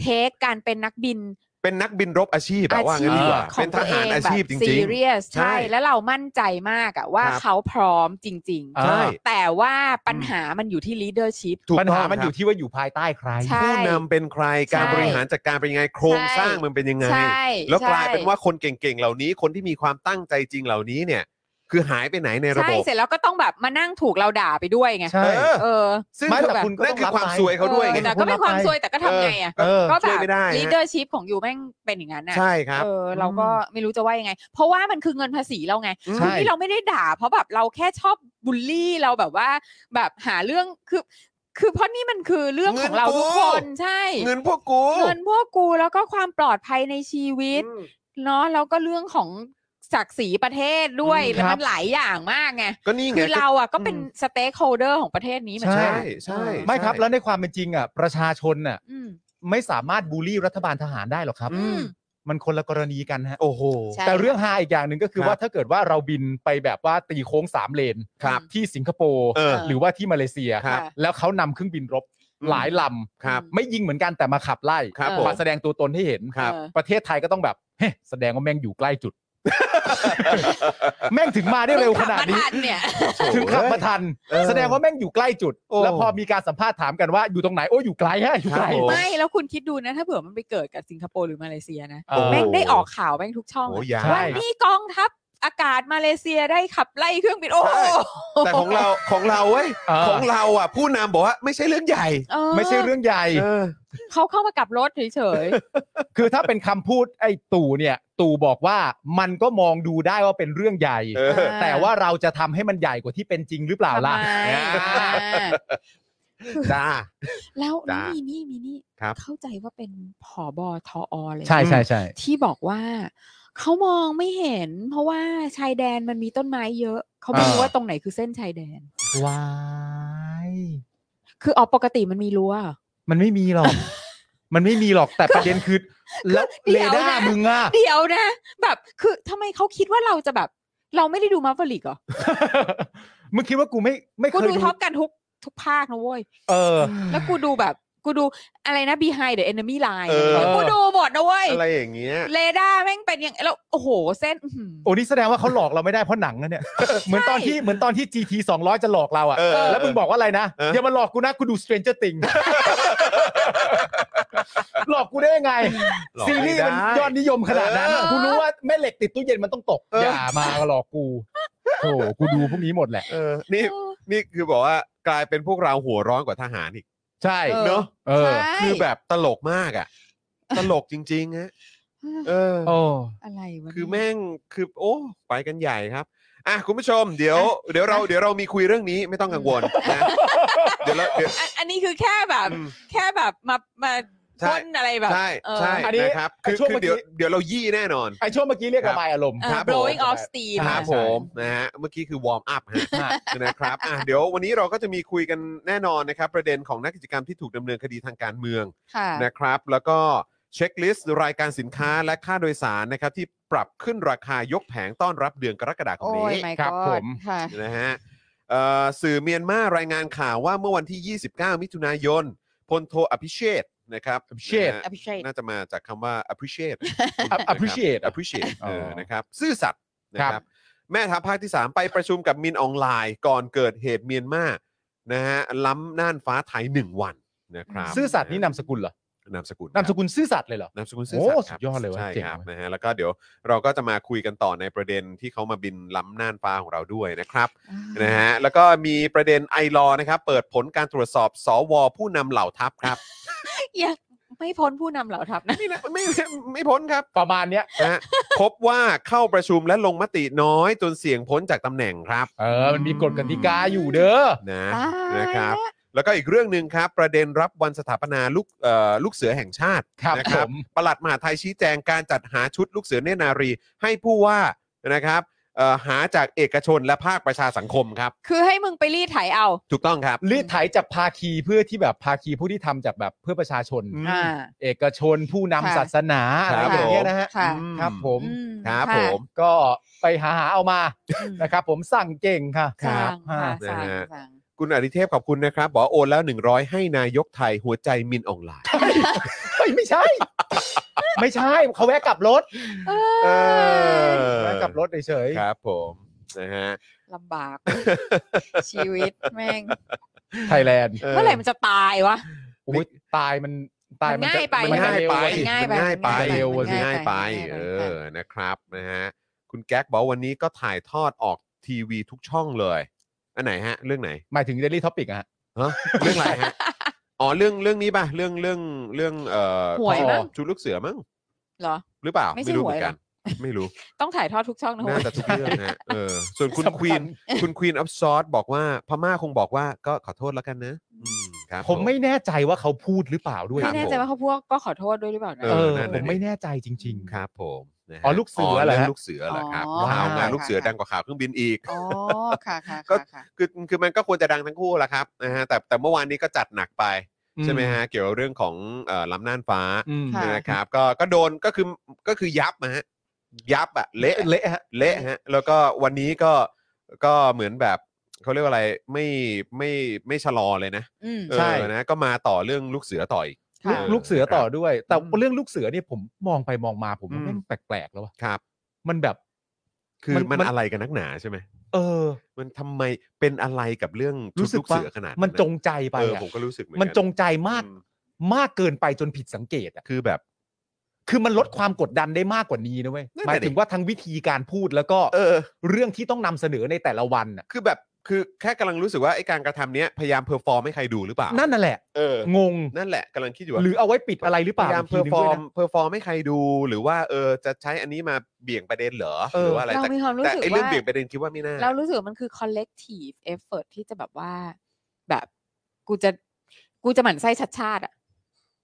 เทคการเป็นนักบิน เป็นนักบินรบอาชีพอะว่างั้น อาดีชีพ กว่า ขอ เป็ ง นท ตัวเอ หารงอา แบบ ชีพจ ซี ริง เรียส ใช่ ใช่แล้วเรามั่นใจมากอะว่า ครับ เขาพร้อมจริง อ่า ใช่ ๆ แต่ว่าปัญหามันอยู่ที่ leadership ถูก ปัญ ต้ง หามันอยู่ ครับ ที่ว่าอยู่ภายใต้ใคร ใช่ ผู้นำเป็นใครการ ใช่ บริหารจัดการเป็นยังไงโครงสใช่ร้างมันเป็นยังไง ใช่ แล้วกลายเป็นว่า ใช คนเก่งๆเหล่านี้คนที่มีความตั้งใจจริงเหล่านี้เนี่ย คือหายไปไหน่ ในระบบ ใช่เสร็จแล้วก็ต้องแบบมานั่งถูกเราด่าไปด้วยไง ใช่ เออ เออ ซึ่ง ไม่แต่ แบบ คุณก็ นั่น ต้อง คือ รับ ความ ไป ซวยเขาด้วยไง แต่ก็เป็นความซวยแต่ก็ทำไงอ่ะ เออ ก็ ช่ แบ วย บ ไม่ได้ฮะ leadership ของอยู่แม่งเป็นอย่างนั้นน่ะ ใช่ครับ เออเราก็ไม่รู้จะว่ายังไง เพราะว่ามันคือเงินภาษีเราไง ใช่ คือที่เราไม่ได้ด่า เพราะแบบเราแค่ชอบบูลลี่เราแบบว่า แบบหาเรื่องคือ คือเพราะนี่มันคือเรื่องของเราทุกคน ใช่ เงินพวกกู เงินพวกกูแล้วก็ความปลอดภัยในชีวิต อืม เนาะแล้วก็เรื่องของศักดิ์ศรีประเทศด้วย อืม แล้ว ครับ มันหลายอย่างมากไง ก็นี่ไง คือเราอ่ะก็เป็นสเต็กโฮเดอร์ของประเทศนี้เหมือน ใช่ กั ใช่ น ใช่ ไม่ครับ ใช่ แล้วในความเป็นจริงอ่ะประชาชนน่ะ อืม ไม่สามารถบูลลี่รัฐบาลทหารได้หรอกครับ อืม มันคนละกรณีกันฮะ โอ้โห ใช่ แต่เรื่องฮาอีกอย่างหนึ่งก็คือ ครับ ว่าถ้าเกิดว่าเราบินไปแบบว่าตีโค้งสามเลน ครับ ที่สิงคโปร์ เออ หรือว่าที่มาเลเซีย ครับ แล้วเขานำเครื่องบินรบ อืม หลายล ครับ ำไม่ยิงเหมือนกันแต่มาขับไล่ ครับ เอ ผ อ ม มาแสดงตัวตนให้เห็น ครับ เออ ประเทศไทยก็ต้องแบบเฮ้แสดงว่าแม่งอยู่ใกล้จุด แม่งถึงมาได้ เพิ่ เร็ว ง ข ขับ นาด มา นี้ ทันเนี่ย ถึงขับมาทัน เออ แสดงว่าแม่งอยู่ใกล้จุด โอ้ แล้วพอมีการสัมภาษณ์ถามกันว่าอยู่ตรงไหนโอ้ยอยู่ไกลฮะอยู่ไกล ครับผม ไม่แล้วคุณคิดดูนะ ถ้าเผื่อมันไปเกิดกับสิงคโปร์หรือมาเลเซียนะ เอ โอ้ อ แม่งได้ออกข่าวแม่งทุกช่อง โอ้ อะ ยาว ใช่ วันนี้กองทัพอากาศมาเลเซียได้ขับไล่เครื่องบินโอ้โห แต่ของเราของเราเว้ย เออ ของเราอ่ะผู้นำบอกว่าไม่ใช่เรื่องใหญ่ เออ ไม่ใช่เรื่องใหญ่ เออ เขาเข้ามากลับรถเฉย คือถ้าเป็นคำพูดไอ้ตู่เนี่ย ตู่บอกว่ามันก็มองดูได้ว่าเป็นเรื่องใหญ่ เอ ๆอ่า แต่ว่าเราจะทำให้มันใหญ่กว่าที่เป็นจริงหรือเปล่าล่ะ ทำไมอ่า จ้า แล้ว จ้า มีนี่มีนี่ ครับ เข้าใจว่าเป็นผอบอทออเลย ใช่ใช่ใช่ ที่บอกว่า เขามองไม่เห็น เพราะว่าชายแดนมันมีต้นไม้เยอะ เขาไม่รู้ว่าตรงไหนคือเส้นชายแดน วาย คือออกปกติมันมีรั้ว มันไม่มีหรอก มันไม่มีหรอกแต่ประเด็น คือ แล้ว เดี๋ เล ยวนะ ด้ามึงอ่ะ เดี๋ยวนะ แบบคือทำไมเขาคิดว่าเราจะแบบ เราไม่ได้ดูมาฟลิกเหรอ มึงคิดว่ากูไม่ไม่เค กู ย ดู ดู ท็อปกันทุกทุกภาคนะเว้ย เออ แล้วกูดูแบบ กูดูอะไรนะ behind the enemy line เออ อะไรเงี้ยกูดูหมดนะเว้ย อะไรอย่างเงี้ย เรดาร์แม่งเป็นอย่างแล้วโอ้โห เส้นอื้อหือ โอ้นี่แสดงว่าเขาหลอกเราไม่ได้เพราะหนังนะเนี่ย เหมือนตอนที่เหมือนตอนที่ GT 200 จะหลอกเราอะ เออเออ แล้วมึงบอกว่าอะไรนะ เอออ อย่ามาหลอกกูนะกูดู Stranger Things หลอกกูได้ยังไง หลอก ซีรีส์มัน ไม่ได้ ยอดนิยมขนาดนั้น เออ กูรู้ว่าแม่เหล็กติดตู้เย็นมันต้องตก เอออ อย่ามาหลอกกูโอ้กูดูพวกนี้หมดแหละ เออนี่ เออ นี่คือบอกว่ากลายเป็นพวกเราหัวร้อนกว่าทหารอีก ใช่ เออ เนาะ เออ ใช่ คือแบบตลกมาก อ่ะ ตลกจริงๆฮะเออ โอ้ อะไรวะ คือ เนี่ย แม่งคือโอ้ไปกันใหญ่ครับอ่ะคุณผู้ชม เดี๋ยวเดี๋ยวเราเดี๋ยวเรามีคุยเรื่องนี้ไม่ต้องกังวลนะเดี๋ยวเราเดี๋ยว อันอันนี้คือแค่แบบ อืม แค่แบบมามา ใช่ พ่นอะไรแบบ ใช่ เออ ใช่ อันนี้ นะครับคือ ช่วง คือ เมื่อกี้ เดี๋ยวเดี๋ยวเรายี่แน่นอน ไอช่วงเมื่อกี้เรียก ครั ระ บ บายอารมณ์ เออ ครับผม blowing off steam ค ครั รับบผมนะฮะเมื่อกี้คือวอร์มอัพฮะนะครับอ่ะเดี๋ยววันนี้เราก็จะมีคุยกันแน่นอนนะครับ ประเด็นของนักกิจกรรมที่ถูกดำเนินคดีทางการเมือง ค่ะ นะครับ แล้วก็เช็คลิสต์รายการสินค้าและค่าโดยสารนะครับที่ปรับขึ้นราคายกแผงต้อนรับเดือนกรกฎาคม โอ้ นี้ ยไม่ ครับผม ค่ะ นะฮะเอ่อสื่อเมียนมารายงานข่าวว่าเมื่อวันที่ 29 มิถุนายนพลโทอภิเชษฐ์นะครับ Appreciate นะฮะ appreciate น่าจะมาจากคำว่า appreciate App- appreciate นะครับ appreciate เออ อ นะครับซื่อสัตย์นะค ครั รับบ แม่ทัพภาคที่ 3 ไปประชุมกับมินออนไลน์ก่อนเกิดเหตุเมียนมานะฮะล้ำน่านฟ้าไทย 1 วันนะครับ ซื่อสัตย์นี่นามสกุลเหรอน ามสกุล นามสกุลซื่อสัตย์เลยเหรอ นามสกุลซื่อสัตย์ครับ โอ้สุดยอดเลยเว้ย ใช่ เจ๋ง ครับ เว้ย นะฮะแล้วก็เดี๋ยวเราก็จะมาคุยกันต่อในประเด็นที่เขามาบินล้ำน่านฟ้าของเราด้วยนะครับ นะฮะแล้วก็มีประเด็นไอรอนะครับ เปิดผลการตรวจสอบสวผู้นำเหล่าทัพครับ อย่าไม่พ้นผู้นำเหล่าทัพนะ นี่นะ ไม่ไม่ไม่พ้นครับ ประมาณเนี้ย นะฮะ พบว่าเข้าประชุมและลงมติน้อยจนเสี่ยงพ้นจากตำแหน่งครับ เออมันมีกฎกติกาอยู่เด้อ นะ ตายแล้ว นะครับ แล้วก็อีกเรื่องหนึ่งครับ ประเด็นรับวันสถาปนาลูกเอ่อลูกเสือแห่งชาติ ครับ นะ ผม ประหลัดมหาดไทยชี้แจงการจัดหาชุดลูกเสือเนตรนารี ให้ผู้ว่านะครับเอ่อหาจากเอกชนและภาคประชาสังคมครับ คือให้มึงไปรีดไถเอา ถูกต้องครับ รีดไถจากภาคีเพื่อที่แบบภาคีผู้ที่ทำจากแบบเพื่อประชาชน อืม อ่า เอกชนผู้นำ ค่ะ ศาสนาอะไร ครับ อย่างเงี้ย ผม นะฮะ ค่ะ อืม ครับผม อืม ครับ ะ ผม ก็ไปหาหาเอามา อืม นะครับ ผมสั่งเก่งค่ะ สั่ง อ่า ค่ะสั่ง นะฮะ สั่ง คุณอดิเทพขอบคุณนะครับ บอกว่าโอนแล้ว 100 ให้นายกไทยหัวใจมินออนไลน์ เฮ้ยไม่ใช่ ไม่ใช่เขาแวะกลับรถ เอ เอ อ อ แวะกลับรถเฉยๆ ครับผมนะฮะ ลำบาก ชีวิตแม่ง ไทยแลนด์ เมื่อไหร่มันจะตายวะ โอ้ยตายมันตายมันจะ มันง่ายไป มัน มัน จะ ง่าย เร็ว ไป อะ มันง่ายไป มันง่ายไป มัน เร็วอะสิ มันง่ายไป มันง่ายไป เอ มันง่าอยไป นะครับนะฮะคุณแก๊กบอกวันนี้ก็ถ่ายทอดออกทีวีทุกช่องเลย อันไหนฮะ เรื่องไหน หมายถึง Daily Topic อะฮะ ฮะเรื่องอะไรฮะอ๋อเรื่องเรื่องนี้ป่ะเรื่องเรื่องเรื่องเอ่อ หวยมั้ง ชูลูกเสือมั้ง เหรอ หรือเปล่า ไม่ใช่ รู้เห หวย มือนกัน หร ไม่รู้ ต้องถ่ายทอดทุกช่องนะ น่า เว้ย จะทุกเรื่องนะฮะเออส่วนคุณ สำคัญ ควีนคุณควีนอัพซอสบอกว่าพม่าคงบอกว่าก็ขอโทษแล้วกันนะอืมครับ ผมไม่แน่ใจว่าเขาพูดหรือเปล่าด้วย ครับไม่แน่ใจว่าเขาพวกก็ขอโทษด้วยหรือเปล่านะ เอ เอ อ อ นั่น ผ น่ะดิ มไม่แน่ใจจริง ครับผมนะฮะ อ๋อลูกเสือเหรอฮะ งลูกเสือเหรอครับ อ๋อ ข่าวงาน ค่ะ ลูกเสือ ค่ะ ดังกว่าข่าวเครื่องบินอีก อ๋อค่ะค่ะ ก็ ค่ะค่ะ คือคือมันก็ควรจะดังทั้งคู่แหละครับนะฮะแต่แต่เมื่อวานนี้ก็จัดหนักไป ๆ ใช่ไหม อื ฮะเกี่ยวกับเรื่องของเอ่อลำน่านฟ้า อืม ค่ะ นะครับก็ก็โดนก็คือก็คือยับนะฮะยับอะเละ เละฮะ เละฮะแล้วก็วันนี้ก็ก็เหมือนแบบเขาเรียกว่าอะไรไม่ไม่ไม่ชะลอเลยนะ อืม ใช่ เออนะก็มาต่อเรื่องลูกเสือต่ออีก ค่ะ ลูกลูกเสือต่อด้วย แต่ อืม เรื่องลูกเสือเนี่ยผมมองไปมองมาผม อืม ว่าแม่งแปลกๆแล้วว่ะ ครับ มันแบบ คือ มัน มัน มัน อะไรกันนักหนาใช่ไหม เออ มันทำไมเป็นอะไรกับเรื่องชุด รู้สึก ลูกเสือขนาด มัน อะ จงใจไป เออ อะ ผมก็รู้สึกเหมือนกั มันจงใจมาก อืม มากเกินไปจนผิดสังเกตอะ คือแบบ คือมันลดความกดดันได้มากกว่านี้นะเว้ย นั่นหน่ะดิมายถึงว่าทั้งวิธีการพูดแล้วก็ เออ เรื่องที่ต้องนำเสนอในแต่ละวันน่ะ คือแบบคือแค่กำลังรู้สึกว่าไอ้การกระทำเนี้ยพยายามเพอร์ฟอร์มให้ใครดูหรือเปล่า นั่นน่ะแหละ เออง ง นั่นแหละกำลังคิดอยู่ว่า หรือเอาไว้ปิดอะไรหรือเปล่ายพายามเพ ที อ นึ ร์ ง ฟอ ด้วย ร์ม นะ เพอร์ฟอร์มให้ใครดูหรือว่าเออจะใช้อันนี้มาเบี่ยงประเด็นเหรอ เออ หรือว่าอะไร เรา แต่ มีความรู้ แต่ สึก ไอ้ ว่า เรื่องเบี่ยงประเด็นคิดว่าไม่น่า เรารู้สึกว่ามันคือ collective effort ที่จะแบบว่า แบบกูจะ กูจะหมั่นไส้ชัดชาติอ่ะ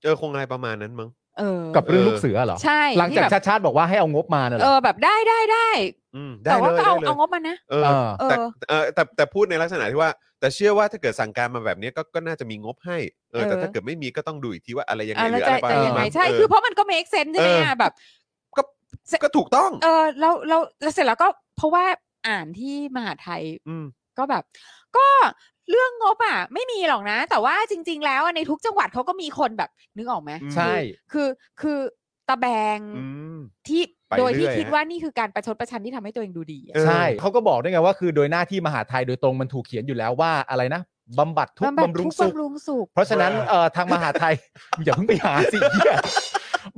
เจอคงอะไรประมาณนั้นมั้ง เออ กับเรื่องลูกเสือเหรอ ใช่ หลังจาก ที่แบบ ชาติชาติบอกว่าให้เอางบมาน่ะเหร เอ อ อแบบได้ได้ได้ อืมได้ แต่ เล ว่าก็ ย เอา ได้เลย เอางบมานะ เอ เอ อ อ เอ แต่ อ เออแต่แต่พูดในลักษณะที่ว่า แต่เชื่อว่าถ้าเกิดสั่งการมาแบบนี้ก็ก็น่าจะมีงบให้เออแต่ เออ ถ้าเกิดไม่มีก็ต้องดูอีกทีว่าอะไรยังไง อ่ะ ห แล้ รืออะไรวจะ ประ จะ มาณ ยังไง นั้น ใช่ เออ คือเพราะมันก็ make sense ใช่ไหม เออ อ่ะแบบ ก็ก็ถูกต้อง เออเราเราแล้วเสร็จแล้วก็เพราะว่าอ่านที่มหาไทย อืม ก็แบบ ก็เรื่องงบอ่ะ ไม่มีหรอกนะ แต่ว่าจริง ๆ แล้วอ่ะในทุกจังหวัดเขาก็มีคนแบบนึกออกไหม ใช่ คือคือตะแบง อืม ที่ ไป โดยที่ เรื่อย คิด ฮะ ว่านี่คือการประชดประชันที่ทำให้ตัวเองดูดีอะ เออ ใช่เขาก็บอกด้วยไงว่าคือโดยหน้าที่มหาไทยโดยตรงมันถูกเขียนอยู่แล้วว่าอะไรนะบำบัดทุกข์ บำบัด บำรุ ทุ ง กข์ สุข บำรุงสุข เพราะฉะนั้นเอ่อทางมหาไทย อย่าเพิ่งไปหาสิเหี้ย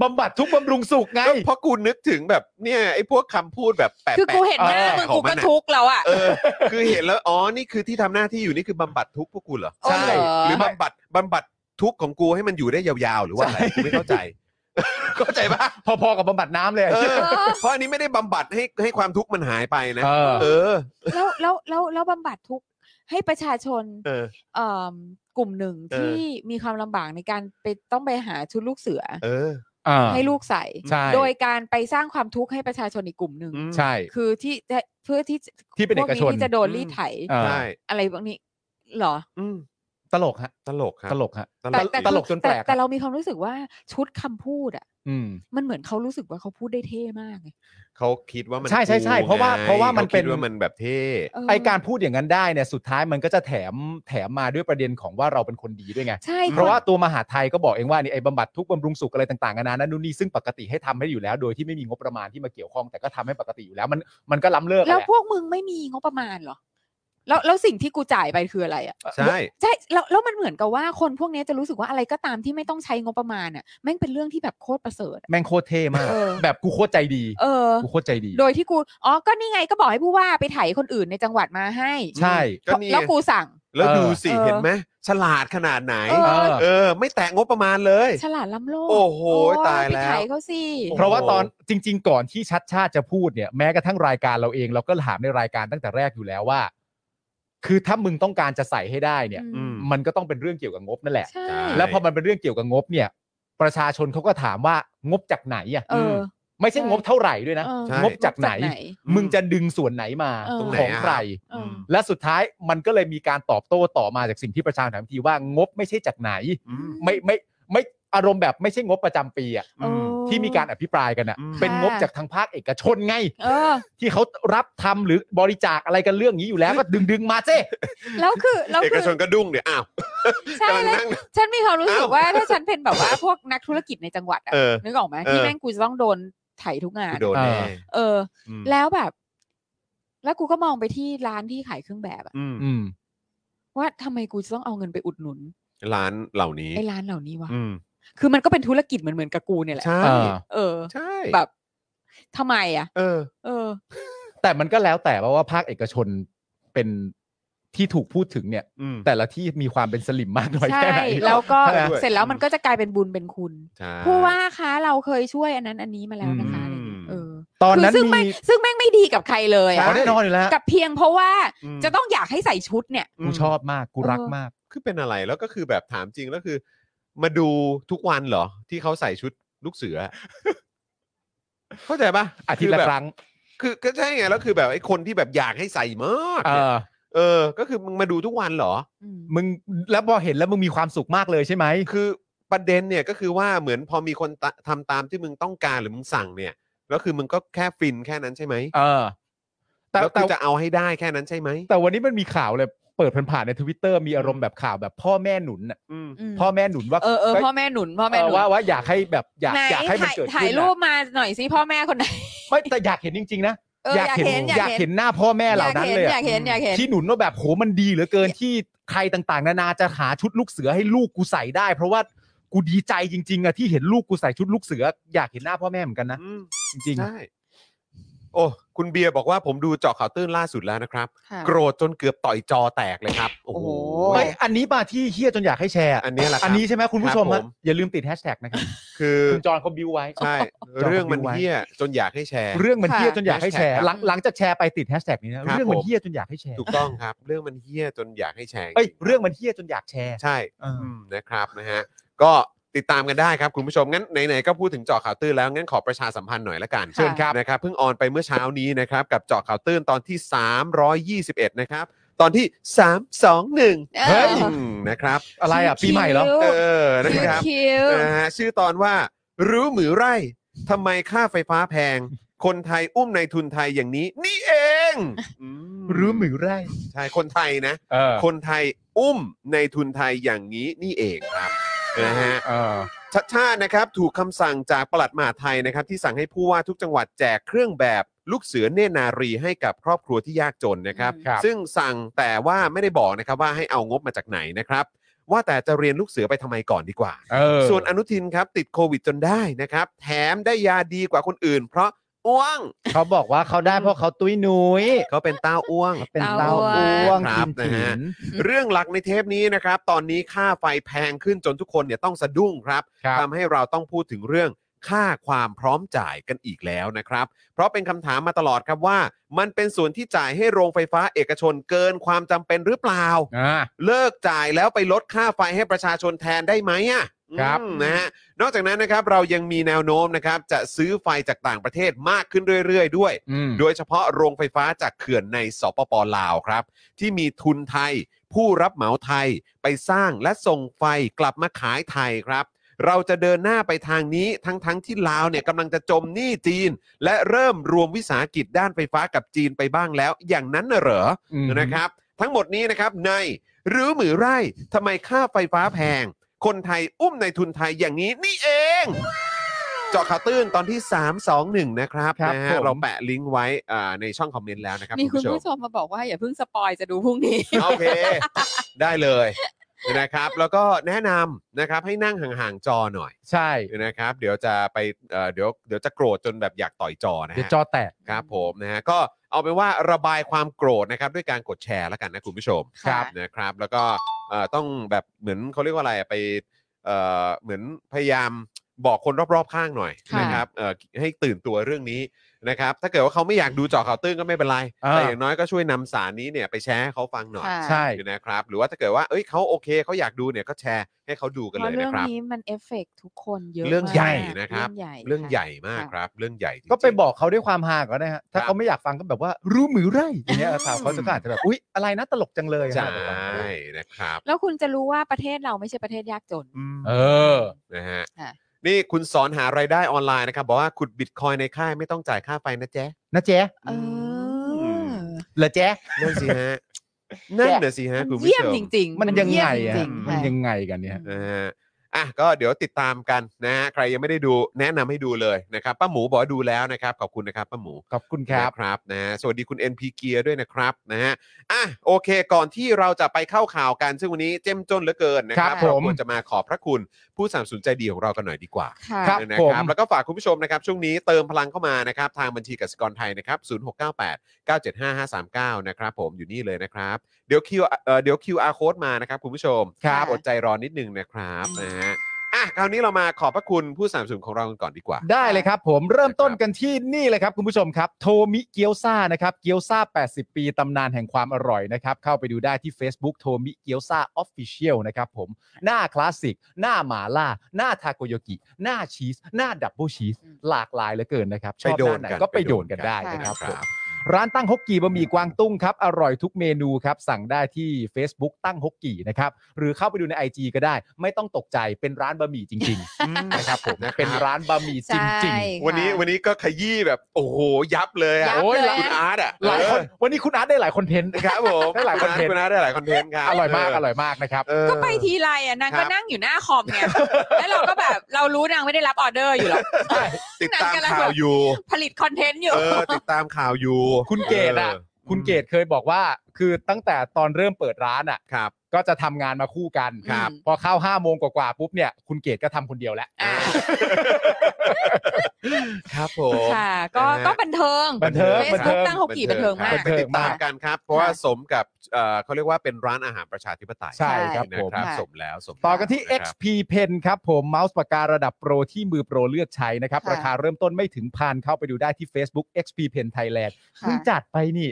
บำบัดทุกข์บำรุงสุขไง ก็เพราะกูนึกถึงแบบเนี่ยไอ้พวกคำพูดแบบแปลกๆ คือกูเห็นหน้า เออ มึง ของ กูก็ นอะ ทุกข์แล้วอ่ะ เออ คือเห็นแล้วอ๋อนี่คือที่ทำหน้าที่อยู่นี่คือบำบัดทุกข์พวกกูเหรอ ใช่เหรอ หรือบำบัดบำบัดทุกข์ของกูให้มันอยู่ได้ยาวๆ หรือว่าอะไรกูไม่เข้า ใจ เข้าใจปะ พอๆกับบำบัดน้ำเลย เออ เออ เพราะอันนี้ไม่ได้บำบัดให้ให้ความทุกข์มันหายไปนะ เออ เออ แล้วแล้วแล้วแล้วบำบัดทุกข์ให้ประชาชน เออ เอิ่มกลุ่มหนึ่ง เออ ที่มีความลำบากในการไปต้องไปหาชุดลูกเสือ เออ ให้ลูกใส่ ใช่ โดยการไปสร้างความทุกข์ให้ประชาชนอีกกลุ่มหนึ่ง อืม ใช่ คือที่จะเพื่อที่จะ ที่เป็นเอกชน พวที่จะโดนรีดไถ เออ ใช่ อะไรพวกนี้เหรอ อืม ตลกฮะ ตลกครับ ตลกฮะ ตล แต่ ก แต่ ตลกจนแปลก ต่แต่ อะ เรามีความรู้สึกว่าชุดคำพูดอ่ะ อืม มันเหมือนเขารู้สึกว่าเขาพูดได้เท่มากไง เขาคิดว่ามัน ใช่ใช่ใช่ กู เพราะว่า ไง เพราะว่ามัน ขคิด เป็น ว่ามันแบบเท่ เ ไอการพูดอย่างนั้นได้เนี่ยสุดท้ายมันก็จะแถมแถมมาด้วยประเด็นของว่าเราเป็นคนดีด้วยไง ใช่ เพราะ คน ว่าตัวมหาไทยก็บอกเองว่านี่ไอ้บำบัดทุกข์บำรุงสุขอะไรต่างๆนานานั่นนู่นนี่ซึ่งปกติให้ทำให้อยู่แล้ว โดยที่ไม่มีงบประมาณที่มาเกี่ยวข้องแต่ก็ทำให้ปกติอยู่แล้วมันมันก็ล้ำเลิก แล้ว หะ พวกมึงไม่มีงบประมาณเหรอแล้วแล้วสิ่งที่กูจ่ายไปคืออะไรอ่ะ ใช่ ใช่แล้วแล้วมันเหมือนกับว่าคนพวกเนี้ยจะรู้สึกว่าอะไรก็ตามที่ไม่ต้องใช้งบประมาณอ่ะแม่งเป็นเรื่องที่แบบโคตรประเสริฐอะ แม่งโคตรเท่มาก เออ แบบกูโคตรใจดี เออ กูโคตรใจดี โดยที่กูอ๋อก็นี่ไงก็บอกให้ผู้ว่าไปไถคนอื่นในจังหวัดมาให้ ใช่ ก็นี่ แล้ว ไง กูสั่ง แล้วดูสิ เออ เห็นไหมฉลาดขนาดไหน เออ เออ เออ ไม่แตะงบประมาณเลย ฉลาดล้ำโลก โอ้โห ย ตาย ไปไถ แล้ว เขาสิ เพราะว่าตอนจริง ๆ ก่อนที่ชัดชาติจะพูดเนี่ยแม้กระทั่งรายการเราเองเราก็ถามในรายการตั้งแต่แรกอยู่แล้วว่า คือถ้ามึงต้องการจะใส่ให้ได้เนี่ย อืม มันก็ต้องเป็นเรื่องเกี่ยวกับงบนั่นแหละ ใช่ แล้วพอมันเป็นเรื่องเกี่ยวกับงบเนี่ย ประชาชนเขาก็ถามว่างบจากไหนอ่ะ เออ ไม่ใช่งบเท่าไหร่ด้วยนะ เออ ใช่ งบจากไหน งบจากไหน มึงจะดึงส่วนไหนมา เออ ตรงไหน ของ อะ ใคร เออ และสุดท้ายมันก็เลยมีการตอบโต้ต่อมาจากสิ่งที่ประชาชนถามทีว่างบไม่ใช่จากไหน อืม ไม่ไม่ไม่ อารมณ์แบบไม่ใช่งบประจำปีอะ โอ้ ที่มีการอภิปรายกันอะ ค่ะ เป็นงบจากทางภาคเอกชนไง เออ ที่เขารับทำหรือบริจาคอะไรกันเรื่องนี้อยู่แล้วก็ดึงดึงๆมาเจ้ แล้วคือแล้ว เอก คื ชนก็ดุ้งเนี่ยอ้าว ใช่ กำลัง แล้ว นั่ง ฉันมีความรู้สึก อ้าว ว่าถ้าฉันเป็นแบบว่าพวกนักธุรกิจในจังหวัดอะ เออ นึกออกไหม เออ ที่แม่งกูจะต้องโดนไถทุกงาน กูโดนแน่ เออ อืม แล้วแบบ แล้วกูก็มองไปที่ร้านที่ขายเครื่องแบบอะ อืม อืม ว่าทำไมกูจะต้องเอาเงินไปอุดหนุน ร้านเหล่านี้ ไอ้ร้านเหล่านี้วะ อืม คือมันก็เป็นธุรกิจเหมือนเหมือนๆกับกูเนี่ยแหละ ใช่ เออ เออ ใช่ แบบทำไมอะ เออ เออ แต่มันก็แล้วแต่ว่าว่าภาคเอกชนเป็นที่ถูกพูดถึงเนี่ย อืม แต่ละที่มีความเป็นสลิมมากน้อย ใช่ แค่ไหน แล้วก็ ใช่ไหม เสร็จแล้วมันก็จะกลายเป็นบุญเป็นคุณ ใช่ ผู้ว่าคะเราเคยช่วยอันนั้นอันนี้มาแล้วนะคะอะไรอย่างเงี้ยเออ ตอนนั้น คือซึ่ง มี แม่งซึ่งแม่งไม่ดีกับใครเลยอะ อ๋อแน่นอนอยู่แล้ว กับเพียงเพราะว่า อืม จะต้องอยากให้ใส่ชุดเนี่ย กูชอบมากกูรักมาก คือเป็นอะไรแล้วก็คือแบบถามจริงแล้วคือ มาดูทุกวันเหรอ ที่เขาใส่ชุดลูกเสือ เข้าใจปะ อาทิตย์ละ แบบ ครั้ง คือก็ใช่ไงแล้วคือแบบไอ้คนที่แบบอยากให้ใส่มาก เอ เนี่ย อ เออ ก็คือมึงมาดูทุกวันเหรอ อืม มึงแล้วพอเห็นแล้วมึงมีความสุขมากเลยใช่ไหม คือประเด็นเนี่ยก็คือว่าเหมือนพอมีคนตะทำตามที่มึงต้องการหรือมึงสั่งเนี่ยแล้วคือมึงก็แค่ฟินแค่นั้นใช่ไหม เออ แต่ แล้ว แต่ กูจะเอาให้ได้แค่นั้นใช่ไหม แต่วันนี้มันมีข่าวเลย เปิดผ่านๆในทวิตเตอร์มีอารมณ์แบบข่าวแบบพ่อแม่หนุนน่ะ อืม ม พ่อแม่หนุนว่า เออเออ เฮ้ย พ่อแม่หนุนพ่อแม่ห เอ นุ อน ว่าว่าอยากให้แบบอยาก ไหน อยากให้มัน ถ่าย เกิดขึ้น ถ่ายรูป น่ะ มาหน่อยสิพ่อแม่คนไหน ไม่แต่อยากเห็นจริงๆนะ เอออยอาก อยาก เห็น เห็น อยากเห็นหน้าพ่อแม่เหล่านั้นเลย อยา อะ กเห็นอยากเห็น ที่หนุนว่าแบบโหมันดีเหลือเกินที่ใครต่างๆ นานาจะหาชุดลูกเสือให้ลูกกูใส่ได้ เพราะว่ากูดีใจจริง ๆอะที่เห็นลูกกูใส่ชุดลูกเสือ อยากเห็นหน้าพ่อแม่เหมือนกันนะ อืม จริง ใช่โอ้คุณเบียร์บอกว่าผมดูเจาะข่าวตื้นล่าสุดแล้วนะครับ ค่ะ โกรธจนเกือบต่อยจอแตกเลยครับ โอ้โห โอ้ย ไม่อันนี้มาที่เฮียจนอยากให้แชร์ะ อันนี้แหละครับ อันนี้ใช่ไหมคุณผู้ชม ครั ฮะ บผม อย่าลืมติดแฮชแท็กนะครับ คือ คุณจอนเขาบิวไว้ ใช่ เรื่องมันเฮี้ยจนอยากให้แชร์ เรื่องมันเฮียจนอยากให้แชร์ ค่ะ หลังหลังจากแชร์ไปติดแฮชแท็กนี้นะครับ เรื่องมั ผ น ม เฮียจนอยากให้แชร์ ถูกต้องครับ เรื่องมันเฮี้ยจนอยากให้แชร์ เอ้ย จๆ เรื่องมันเฮียจนอยากแชร์ ใช่ เออ อืมนะครับนะฮะก็ติดตามกันได้ครับคุณผู้ชมงั้นไหนๆก็พูดถึงเจาะข่าวตื้นแล้วงั้นขอประชาสัมพันธ์หน่อยละกัน เชิญครับ นะครับเพิ่งออนไปเมื่อเช้านี้นะครับกับเจาะข่าวตื้นตอนที่ 321 นะครับ ตอนที่ 321 เฮ้ย อืมนะครับ อะไรอ่ะปีใหม่เหรอ เออนะ คิว ครับ คิว นะฮะชื่อตอนว่า รู้หมือไร่ทำไมค่าไฟฟ้าแพง คนไทยอุ้มในายทุนไทยอย่างนี้ นี่เอง รู้มือไร่ ใช่คนไทยนะ เออ คนไทยอุ้มในายทุนไทยอย่างนี้นี่เองครับนะฮะ เออ ชัดชาตินะครับถูกคำสั่งจากปลัดมหาดไทยนะครับ ที่สั่งให้ผู้ว่าทุกจังหวัดแจกเครื่องแบบลูกเสือเนตรนารีให้กับครอบครัวที่ยากจนนะครับ ครับ ซึ่งสั่งแต่ว่าไม่ได้บอกนะครับว่าให้เอางบมาจากไหนนะครับ ว่าแต่จะเรียนลูกเสือไปทำไมก่อนดีกว่า เออ ส่วนอนุทินครับติดโควิดจนได้นะครับ แถมได้ยาดีกว่าคนอื่น เพราะอ้วง เขาบอกว่าเขาได้เพราะเขาตุ้ยนุ้ย เขาเป็นต้าอ้วง เป็นเต้าอ้วง ครั กิ บ น นะ ถิ่ ฮะ น เรื่องหลักในเทปนี้นะครับ ตอนนี้ค่าไฟแพงขึ้นจนทุกคนเนี่ยต้องสะดุ้งครับ ครับ ทำให้เราต้องพูดถึงเรื่องค่าความพร้อมจ่ายกันอีกแล้วนะครับ เพราะเป็นคำถามมาตลอดครับว่า มันเป็นส่วนที่จ่ายให้โรงไฟฟ้าเอกชนเกินความจำเป็นหรือเปล่า อ่า เลิกจ่ายแล้วไปลดค่าไฟให้ประชาชนแทนได้ไหมอ่ะ ครับ อืมนะฮะนอกจากนั้นนะครับเรายังมีแนวโน้มนะครับ จะซื้อไฟจากต่างประเทศมากขึ้นเรื่อยๆด้วย อืม โดยเฉพาะโรงไฟฟ้าจากเขื่อนในสปปลาวครับ ที่มีทุนไทย ผู้รับเหมาไทยไปสร้างและส่งไฟกลับมาขายไทยครับ เราจะเดินหน้าไปทางนี้ทั้งๆทที่ลาวเนี่ยกำลังจะจมหนี้จีน และเริ่มรวมวิสาหกิจด้านไฟฟ้ากับจีนไปบ้างแล้ว อย่างนั้นน่ะเหรออ ม นะครับ ทั้งหมดนี้นะครับในรื้อหมือไร่ทำไมค่าไฟฟ้าแพง คนไทยอุ้มในทุนไทยอย่างนี้นี่เอง เจาะข่าวตื้นตอนที่ 321 นะครับ ครับ นะ ผ ฮะ ม เราแปะลิงก์ไว้อ่าในช่องคอมเมนต์แล้วนะครับ มี คุณ คุณ ผู้ชม ผู้ชมมาบอกว่าอย่าเพิ่งสปอยจะดูพรุ่งนี้ โอเค ได้เลยนะครับ แล้วก็แนะนำนะครับให้นั่งห่างๆจอหน่อย ใช่ นะครับ เดี๋ยวจะไปเอ่อเดี๋ยวเดี๋ยวจะโกรธจนแบบอยากต่อยจอนะ เดี๋ยว ฮะ จอแตก ครับผมนะฮะก็เอาเป็นว่าระบายความโกรธนะครับ ด้วยการกดแชร์แล้วกันนะคุณผู้ชม ค่ะ นะครับ แล้วก็เอ่อต้องแบบเหมือนเขาเรียกว่าอะไรอะไปเอ่อเหมือนพยายามบอกคนรอบๆข้างหน่อยนะครับเอ่อให้ตื่นตัวเรื่องนี้ นะครับถ้าเกิดว่าเขาไม่อยากดูเจอข่าวตื้นก็ไม่เป็นไร อ่า แต่อย่างน้อยก็ช่วยนำสารนี้เนี่ยไปแชร์ให้เขาฟังหน่อย ค่ะ ใช่ นะครับ หรือว่าถ้าเกิดว่าเอ้ยเขาโอเคเขาอยากดูเนี่ยก็แชร์ให้เขาดูกัน เพ เล ราะ ย เรื่ นะ อง ครับ นี้มันเอฟเฟกต์ทุกคนเยอะ เรื่องใหญ่ มาก นะครับ เรื่ เรื่ อ องง ให ให ญ่ ญ่มาก ค่ะ ครับ เรื่องใหญ่จริงๆ ก็ไปบอกเขาด้วยความฮาก็ได้ฮะถ้า ครับ เขาไม่อยากฟังก็แบบว่ารู้มือไรอย่างเงี้ยถามเขาจะก็อาจจะแบบอุ๊ยอะไรนะตลกจังเลย ใช่ อะไรแบบนั้น นะครับ แล้วคุณจะรู้ว่าประเทศเราไม่ใช่ประเทศยากจน เออ นะฮะ ค่ะ นี่คุณสอนหารายได้ออนไลน์นะครับบอกว่าขุดบิตคอยในค่ายไม่ต้องจ่ายค่าไฟนะแจ๊ะ นะเจ๊ เออ เหรอเจ๊ นั่นสิฮะนั่นน่ะสิฮะคุณ มัน ผู้ เยี่ย ช ม ม จริงๆ มันยังไง เยี่ยอ่ะมจริงๆ มัน ใช่ ยังไงกันเนี่ย นะฮะอ่ะก็เดี๋ยวติดตามกันนะฮะใครยังไม่ได้ดูแนะนำให้ดูเลยนะครับป้าหมูบอกว่าดูแล้วนะครับขอบคุณนะครับป้าหมู ขอบคุณครับ นะครับนะฮะสวัสดีคุณ NP เกียร์ด้วยนะครับนะฮะอ่ะโอเค ก่อนที่เราจะไปเข้าข่าวกัน ซึ่งวันนี้เจ้มจนเหลือเกินนะครั ครับ บผม เราควรจะมาขอบพระคุณผู้สนับสนุนใจดีของเรากันหน่อยดีกว่า ค่ะ ครับ นะ ผม แล้วก็ฝากคุณผู้ชมนะครับช่วงนี้เติมพลังเข้ามานะครับทางบัญชีกสิกรไทยนะครับ0698 975539 นะครับผมอยู่นี่เลยนะครับเดี๋ยวคิวเอ่อเดี๋ยว QR code มานะครับคุณผู้ชม ครับ อดใจรอนิดนึงนะครับนะฮะอ่ะคราวนี้เรามาขอบพระคุณผู้สนับสนุนของเรากันก่อนดีกว่า ได้เลยครับผมเริ่มต้นกันที่นี่เลยครับคุณผู้ชมครับ โทมิเกียวซานะครับเกียวซา80 ปีตำนานแห่งความอร่อยนะครับ เข้าไปดูได้ที่ Facebook โทมิเกียวซาออฟฟิเชียลนะครับผมหน้าคลาสสิก หน้าหมาล่า หน้าทาโกโยกิ หน้าชีส หน้าดับเบิลชีส หลากหลายเหลือเกินนะครับ ชอบหน้าไหนก็ไปโดนกันได้นะครับผม ร้านตั้งฮกกีบะหมี่กวางตุ้งครับ อร่อยทุกเมนูครับ สั่งได้ที่ Facebook ตั้งฮกกีนะครับ หรือเข้าไปดูใน IG ก็ได้ ไม่ต้องตกใจเป็นร้านบะหมี่จริงๆนะครับผม นะครับ เป็นร้านบะหมี่จ ใช่ ริง ค่ะ วันนี้วันนี้ก็ขยี้แบบโอ้โหยับเลยอ่ะ ยับเลยอะ คุณอาร์ตอ่ะ ๆ หลายคน เอ วันนี้คุณอาร์ตได้หลายคอนเทนต์ อครับผม ได้หลายคอนเทนต์ คุณอาร์ตได้หลายคอนเทนต์ครับ อร่อยมาก เ อร่อยมากนะครับ เออ ก็ไปทีไรอ่ะนาง ครั ก็ บ นั่งอยู่หน้าคอ มไงแล้วเราก็แบบเรารู้นางไม่ได้รับออเดอร์อยู่หรอก ติดตามข่าวอยู่ ผลิตคอนเทนต์อยู่ เออติดตามข่าวอยู่ คุณเกดอ่ะ คุณเกดเคยบอกว่า คือตั้งแต่ตอนเริ่มเปิดร้านอ่ะ ครับ ก็จะทำงานมาคู่กัน ครับ พอเข้า5้าโมงกว่าๆปุ๊บเนี่ยคุณเกดก็ทำคนเดียวแล้ว อ่า ครับผม ค่ะ ก็ นะฮะ ก็บันเทิง บันเทิงบันเทิง Facebook ตั้งฮกกี่บันเทิงมาก ไปติดตามกันครับ เพราะว่าสมกับเอ่อเขาเรียกว่าเป็นร้านอาหารประชาธิปไตย ใช่ครับ นะ ผม ครับ ค่ะ สมแล้วสมแล้ว ต่อกันที่ ะครับ XP Pen ครับผมเมาส์ปากการะดับโปรที่มือโปรเลือกใช้นะครับ ค่ะ ราคาเริ่มต้นไม่ถึงพันเข้าไปดูได้ที่ Facebook XP Pen Thailand ค่ะ เพิ่งจัดไปนี่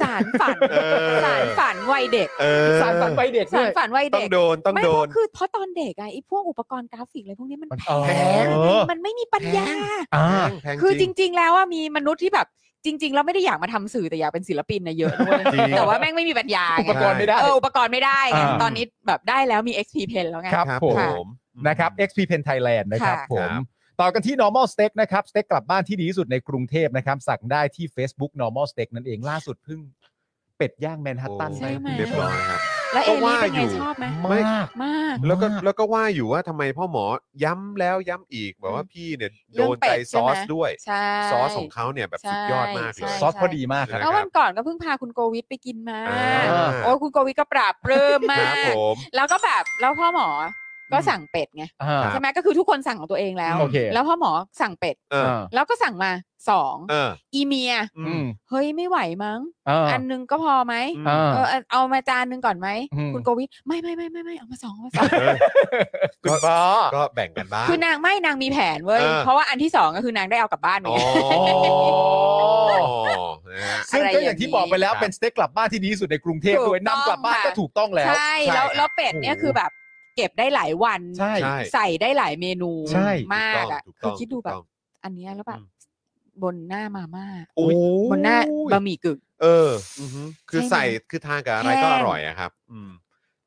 สารฝัน เออ สารฝันวัยเด็ก เออ สารฝันไปเด็ก สา ด้ว ร ย ฝันวัย ต้อ เด็ ง ก โดนต้อง ไม่ โด ก็ น คือเพราะตอนเด็กไงไอ้พวกอุปกรณ์กราฟิกอะไรพวกนี้มัน มัน แพ แพ ง ง เอ มันไม่มีปัญญา อ่า แพง คือจ ง ริง ๆ แล้วว่ามีมนุษย์ที่แบบจริง ๆ แล้วไม่ได้อยากมาทำสื่อแต่อยากเป็นศิลปินนะเยอะด้วย จริง แต่ว่าแม่งไม่มีปัญญา อุ ไง ปกรณ์ไม่ได้ เอออุปกรณ์ไม่ได้ไง อ่า ตอนนี้แบบได้แล้วมี XP Pen แล้วไง ครับ ครับ ผ ผม ม นะครับ XP Pen Thailand นะครับ ค่ะ ผม ครับ ต่อกันที่ normal steak นะครับ สเต็กกลับบ้านที่ดีที่สุดในกรุงเทพนะครับ สั่งได้ที่ Facebook normal steak นั่นเองล่าสุดเพิ่งเป็ดย่างแมนฮัตตัน ใช่ไหม เรียบร้อยครับ แล้วเอ ก็ ลี่ ว่า เป็น อยู่ ไงชอบไหม มาก มาก แล้วก็ มาก แล้วก็ว่าอยู่ว่าทำไมพ่อหมอย้ำแล้วย้ำอีกแบบว่าพี่เนี่ย เรื่ โด อง นใจ เป็ดใช่ ซอ ไหม สด้วย ใช่ ซอสของเขาเนี่ยแบบสุดยอดมากเล ใช่ ย ซอสพอดีมากครับ แล้ววันก่อนก็เพิ่งพาคุณโกวิทไปกินมา อ่า โอ้ยคุณโกวิทก็ปราบปลื้ม ค มา รับ ก ผม แล้วก็แบบแล้วพ่อหมอก็สั่งเป็ดไง อ่า ใช่ไหมก็คือทุกคนสั่งของตัวเองแล้ว โอเค แล้วพ่อหมอสั่งเป็ด เออ อ่า แล้วก็สั่งมาสอง เออ อีเมีย อื อื ม ม เฮ้ยไม่ไหวมั้ง อ่า อันหนึงก็พอไหม อ่า เออเอาเอามาจานหนึงก่อนไหม อืม คุณโกวิทไม่ไม่ไม่ไม่ไม่เอามาสองเอามาสอง เออ คุณพ่อ ก็แบ่งกันบ้าง คือนางไม่นางมีแผนเว้ย เออ เพราะว่าอันที่สองก็คือนางได้เอากลับบ้าน อ๋ ไง อนะฮะ ซึ่ง อะไร ก็อย่างที่บอกไปแล้ว อย่างนี้ เป็นสเต็กกลับบ้านที่ดีที่สุดในกรุงเทพ ถูก ด้วยนำกลับบ้าน ต้องค่ะ ก็ถูกต้องแล้ว ใช่แล้วแล้วเป็ดเนี่ยคือแบบ เก็บได้หลายวัน ใช่ ใช่ ใส่ได้หลายเมนู ใช่ มากอ่ะ ถูก คื ต้ อง คิดดูแบบ ถูกต้อง อันเนี้ยแล้วแบบ อืม บนหน้ามาม่า โอ้ย บนหน้าบะหมี่กึ่ง เอออือฮึคือ ใช่ไหม ใส่คือทานกับอะไรก็ แห้ อง ร่อยอะครับ อืม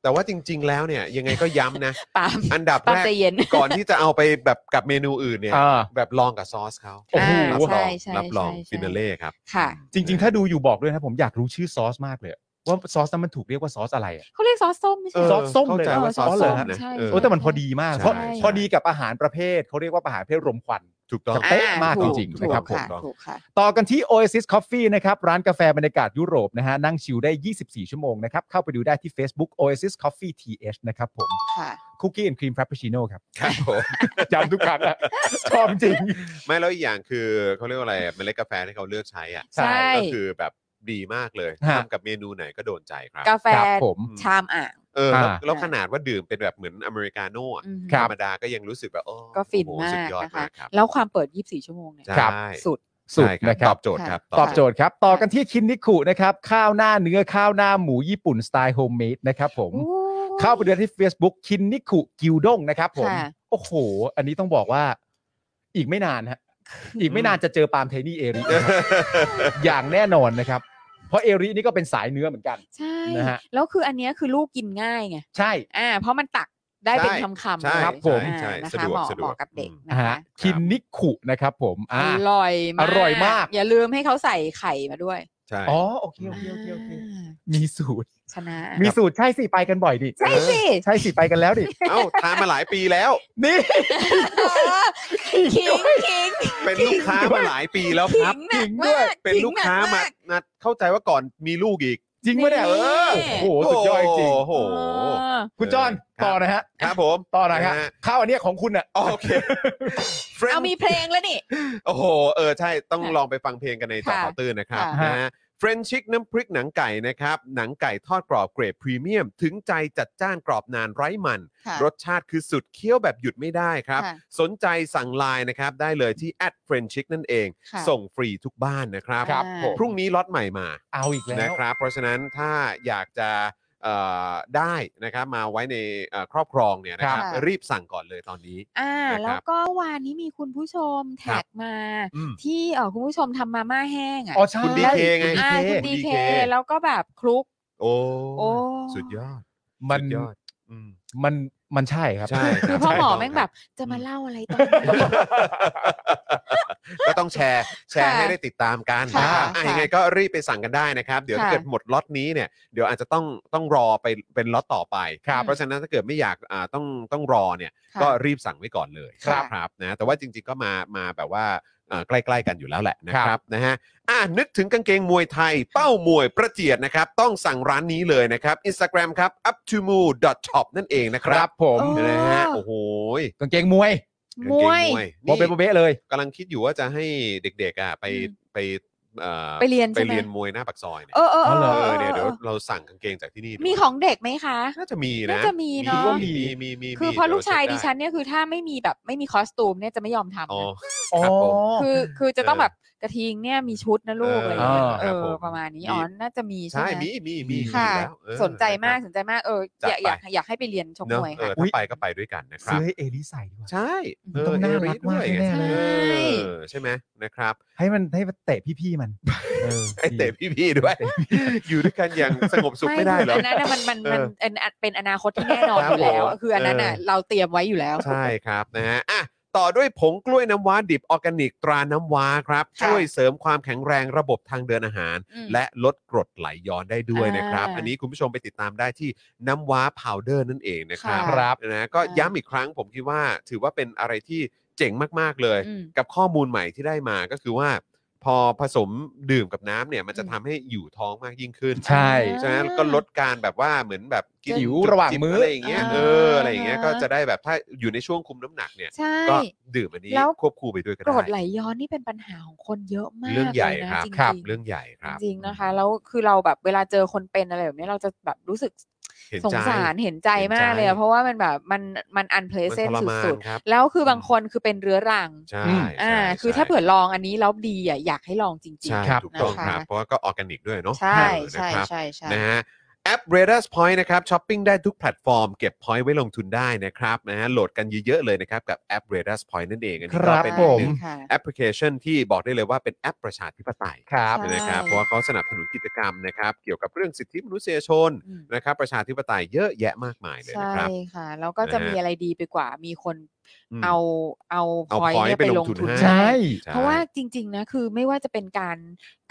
แต่ว่าจริง ๆ แล้วเนี่ย ยังไงก็ย้ำ นะ ปาล์ม อันดับ ปาล์ม แรก ใจเย็น ก่อนที่จะเอาไปแบบกับเมนูอื่นเนี่ย อ่า แบบลองกับซอสเขา โอ้โห รับรอง ใช่ใช่ รับรอง ใช่ใช่ ฟินาเล่ครับ ค่ะ จริง ๆ ถ้าดูอยู่บอกด้วยนะผมอยากรู้ชื่อซอสมากเลย ว่าซอสนั้นมันถูกเรียกว่าซอสอะไรอะ เขาเรียกซอสส้มไม่ เอ ใช่ซออ เหรสส้ม ข้า เลย ใจว่าซอส เหร ส้ อ ม ฮะ นะ ใช่ เออ โอ้แต่มันพอดีมากเพราะ ใช่ พอดีกับอาหารประเภทเขาเรียกว่าอาหารประเภทรมควัน ถูกต้อง เป๊ะมาก อ่ จริงๆ ถู นะครับผม ะถูกค่ะ ต่อกันที่ Oasis Coffee นะครับ ร้านกาแฟบรรยากาศยุโรปนะฮะนั่งชิลได้ 24 ชั่วโมงนะครับ เข้าไปดูได้ที่ Facebook Oasis Coffee TH นะครับผม ค่ะ คุกกี้แอนด์ครีมฟรปปูชิโน่ครับ ครับผม จำทุกครั้งอะชอบจริง ไม่แล้วอีกอย่างคือเขาเรียกว่าอะไรอะเมล็ดกาแฟที่เขาเลือกใช้อ่ะ ใช่ ก็คือแบบดีมากเลย ฮะ ทำกับเมนูไหนก็โดนใจครับ กาแฟ ครับผม ชามอ่าง เออแล้ว อ่า แล้วขนาดว่าดื่มเป็นแบบเหมือนอเมริกาโน่อะ อืม ค ธ รั ร บ รมดาก็ยังรู้สึกแบบโอ้ ก็ฟิน โอ้โห มา สุด ก ยอด นะคะ มากครับ แล้วความเปิด 24 ชั่วโมงเนี่ย ใช่ สุด สุด ใช่ครับ นะค ต รั อบ บโจทย์ครับ ตอบโจทย์ครับ ต่อกันที่คินนิคุนะครับ ข้าวหน้าเนื้อข้าวหน้าหมูญี่ปุ่นสไตล์โฮมเมดนะครับผม โอ้ย เข้าไปดูที่ Facebook คินนิคุกิวด้งนะครับผม ค่ะ โอ้โห อันนี้ต้องบอกว่าอีกไม่นาน ฮะอีกไม่นานจะเจอปาล์มเทนี่เอริอย่างแน่นอนนะครับ เพราะเอรินี่ก็เป็นสายเนื้อเหมือนกัน ใช่ นะฮะ แล้วคืออันเนี้ยคือลูกกินง่ายไง ใช่ อ่า เพราะมันตักได้เป็นคำๆ ใช่ เลย ครับผม อ่า ใช่ นะ สะ คะ ดวก เหมาะ สะด เห วก มาะกับเด็ก อืม นะ ฮะ คะ คินนิคุนะครับผม อ อ่า ร่อยมาก อร่อยมาก อย่าลืมให้เขาใส่ไข่มาด้วย ใช่ อ๋อโอเคโอเคโอเคโอเค อ่า มีสูตร ชนะ มีสูตรใช่สิไปกันบ่อยดิ ใช่สิ ใช่สิไปกันแล้วดิ เอ้าทานมาหลายปีแล้ว นี่ เออขิงขิง เป็นลูกค้ามาหลายปีแล้ว ขิ ครับ งหนักมาก เป็นลูกค้า ขิงหนัมากาก นัดเข้าใจว่าก่อนมีลูกอีก จริงไหมเนี่ย นี่ เออโอ้โหสุดยอดจริง โอ้โห เออ คุณจอน ครับ ต่อนะฮะ ครับผม ต่อนะฮะ ฮ ข้าวอันเนี้ยของคุณอ่ะ โอเค Friend เอามีเพลงแล้วนี่ โอ้โห เออ ใช่ ต้อง ค่ะ ลองไปฟังเพลงกันในต่อ ค่ะ ข่าวตื่นนะครับ ค่ะ นะฮะเฟรนชิกน้ำพริกหนังไก่นะครับ หนังไก่ทอดกรอบเกรดพรีเมียม ถึงใจจัดจ้านกรอบนานไร้มัน รสชาติคือสุดเคี้ยวแบบหยุดไม่ได้ครับ ค่ะ สนใจสั่งไลน์นะครับ ได้เลยที่แอดเฟรนชิกนั่นเอง ค่ะ ส่งฟรีทุกบ้านนะครับ ครับผม พรุ่งนี้ล็อตใหม่มา เอาอีกแล้ว นะครับเพราะฉะนั้นถ้าอยากจะเอ่อได้นะครับมาไว้ในเอ่อครอบครองเนี่ยนะครับ ครับ รีบสั่งก่อนเลยตอนนี้ อ่า นะครับ แล้วก็เมื่อวานนี้มีคุณผู้ชมแท็กมา อืม ที่เออคุณผู้ชมทำมาม่าแห้งอ่ะ อ๋อใช่ คุณดีเคไง คุณ อ่าคุณดี DK เคแล้วก็แบบคลุก โอ้ โอ้ สุดยอด มัน สุดยอดอืม มันมันใช่ครับ ใช่ คือพ่อ ใช่ หมอ ครับ แม่งแบบจะมาเล่าอะไรตอนนี้ ก็ต้องแชร์แชร์ ค่ะ ให้ได้ติดตามกัน ค่ะ นะครับอ่ะ ค่ะ ยังไงก็รีบไปสั่งกันได้นะครับ เดี๋ยว ค่ะ ถ้าเกิดหมดล็อตนี้เนี่ยเดี๋ยวอาจจะต้องต้องรอไปเป็นล็อตต่อไป ครับ เพราะฉะนั้นถ้าเกิดไม่อยากอ่าต้องต้องรอเนี่ย ค่ะ ก็รีบสั่งไว้ก่อนเลย ครับ ครับนะแต่ว่าจริงๆก็มามาแบบว่าเอ่อใกล้ๆกันอยู่แล้วแหละนะคครั รับบ นะฮะอ่ะนึกถึงกางเกงมวยไทย เป้ามวยประเจียดนะครับ ต้องสั่งร้านนี้เลยนะครับ Instagram ครับ up to m o t o p นั่นเองนะค ค รั รั บบ ผม โอ้ นะฮะโอ้โหย กางเกงมวย กาง ม เกง วย โบเบโบ นี่ เบะเลย กำลังคิดอยู่ว่าจะให้เด็กๆอ่ะไป อืม ไปเอ่อ ไปเรียน ไป ใช่ไหม เรียนมวยหน้าปากซอยเนี่ย เออเออ อ๋อหเอร อ เอ เอ อ อ เนี่ยเดี๋ยว เออ เราสั่งกางเกงจากที่นี่ดีกว่า มีของเด็กไหมคะ น่าจะมีนะ น่าจะมีเนอะ มีมีมีมี คือเพราะ ดี๋ยว ลูกชาย เช็คไ ดิฉันเนี่ยคือถ้าไม่มีแบบไม่มีคอสตูมเนี่ยจะไม่ยอมทำ อ๋อ นะ อ๋อ ครับผม คือคือจะต้อง เออ แบบกระทิงเนี่ยมีชุดนะลูกอะไรอย่างเงี้ย เออ เอ ครับ อ ผม ประมาณนี้ มี อ๋อน่าจะมีใช่ ใช่ ไหม มีมีมี ค่ะ มีแล้วเออ สนใจมาก ะค ส รับ นใจมากเอออยาก จั อ ดไป ยากอยากให้ไปเรียนชก เนอะ มวย เอ ค่ะ อถ้าไปก็ไปด้วยกันนะค ซื้อรับ ให้เอลิใส่ดีกว่า ใช่เ ต้องน่ารัก เอเอ มากแน่ๆเลย เออ ใช่ ใช่ไหมนะครับ ให้มันให้มันเตะพี่ๆมันเออ ไอเตะพี่ๆด้วย อยู่ด้วยกันอย่างสงบสุขไม่ได้เหรอ อันนั้นน่ะมันมันมัน เออ เป็นเป็นอนาคตที่แน่นอน ครั อบ ยู่แล้ว ผม คืออันนั้นน่ะ เออ เราเตรียมไว้อยู่แล้ว ใช่ครับนะฮะอ่ะต่อด้วยผงกล้วยน้ำว้าดิบออร์แกนิกตราน้ำว้าครับ ค่ะ ช่วยเสริมความแข็งแรงระบบทางเดินอาหาร อืม และลดกรดไหลย้อนได้ด้วยนะครับ อ่า อันนี้คุณผู้ชมไปติดตามได้ที่น้ำว้าพาวเดอร์นั่นเองนะครับ ค่ะ ครับนะก็ อ่า ย้ำอีกครั้งผมคิดว่าถือว่าเป็นอะไรที่เจ๋งมาก ๆ เลย อืม กับข้อมูลใหม่ที่ได้มาก็คือว่า พอผสมดื่มกับน้ำเนี่ยมันจะ อืม ทำให้อยู่ท้องมากยิ่งขึ้น ใช่ ฉะนั้นก็ลดการแบบว่าเหมือนแบบกิน หิว จุบ ระหว่างมื้อ จิบอะไรอย่างเงี้ย อ่า เอออะไรอย่างเงี้ยก็จะได้แบบถ้าอยู่ในช่วงคุมน้ำหนักเนี่ย ใช่ ก็ดื่มอันนี้ แล้ว ควบคู่ไปด้วยก็ กร ได้ ดไหลย้อนนี่เป็นปัญหาของคนเยอะมาก เรื่องใหญ่ ลยนะครับ จงๆ ครับ เรื่องใหญ่ครับ จริงๆนะคะแล้วคือเราแบบเวลาเจอคนเป็นอะไรแบบเนี้ยเราจะแบบรู้สึก เห็น ส ใจ งสารเห็นใจมากเลย เห็น อะ ใจ เพราะว่ามันแบบมันมันอันเพล มัน เซน ทรมา สุ น ด ครับ ๆ แล้วคือบางคนคือเป็นเรื้อรัง ใช่ อืม ใช่ อ่า คือ ใช่ ถ้าเผื่อลองอันนี้แล้วดีอ่ะอยากให้ลองจริง ใช่ ๆ ถูกต้อง นะคะ ครับ เพราะว่าก็ออร์แกนิกด้วยเนาะ ใช่ เออ ใช่ นะครับ ใช่ใช่ นะฮะแอป r a d a r s Point นะครับช้อปปิ้งได้ทุกแพลตฟอร์มเก็บ point ไว้ลงทุนได้นะครับนะฮะโหลดกันเยอะๆเลยนะครับกับแอป r a d a r s Point นั่นเองอันนี้ก็ ครับ เป็น ผ อีก ม หนึ่งแอปพลิเคชันที่บอกได้เลยว่าเป็นแอปประชาธิปไตย ครับ ใช่ นะครับเพราะว่าเขาสนับสนุนกิจกรรมนะครับเกี่ยวกับเรื่องสิทธิมนุษยชน อืม นะครับประชาธิปไตยเยอะแยะมากมายเลย ใช่ นะครับ ค่ะ แล้วก็จะ นะฮะ มีอะไรดีไปกว่า มีคน อืม เอาเอา เอา พอย point เนี่ย ไป ไป ล ล ง ง ทุน ทุน ให้ ใช่ ใช่ เพราะว่าจริง ๆ นะ คือไม่ว่าจะเป็นการ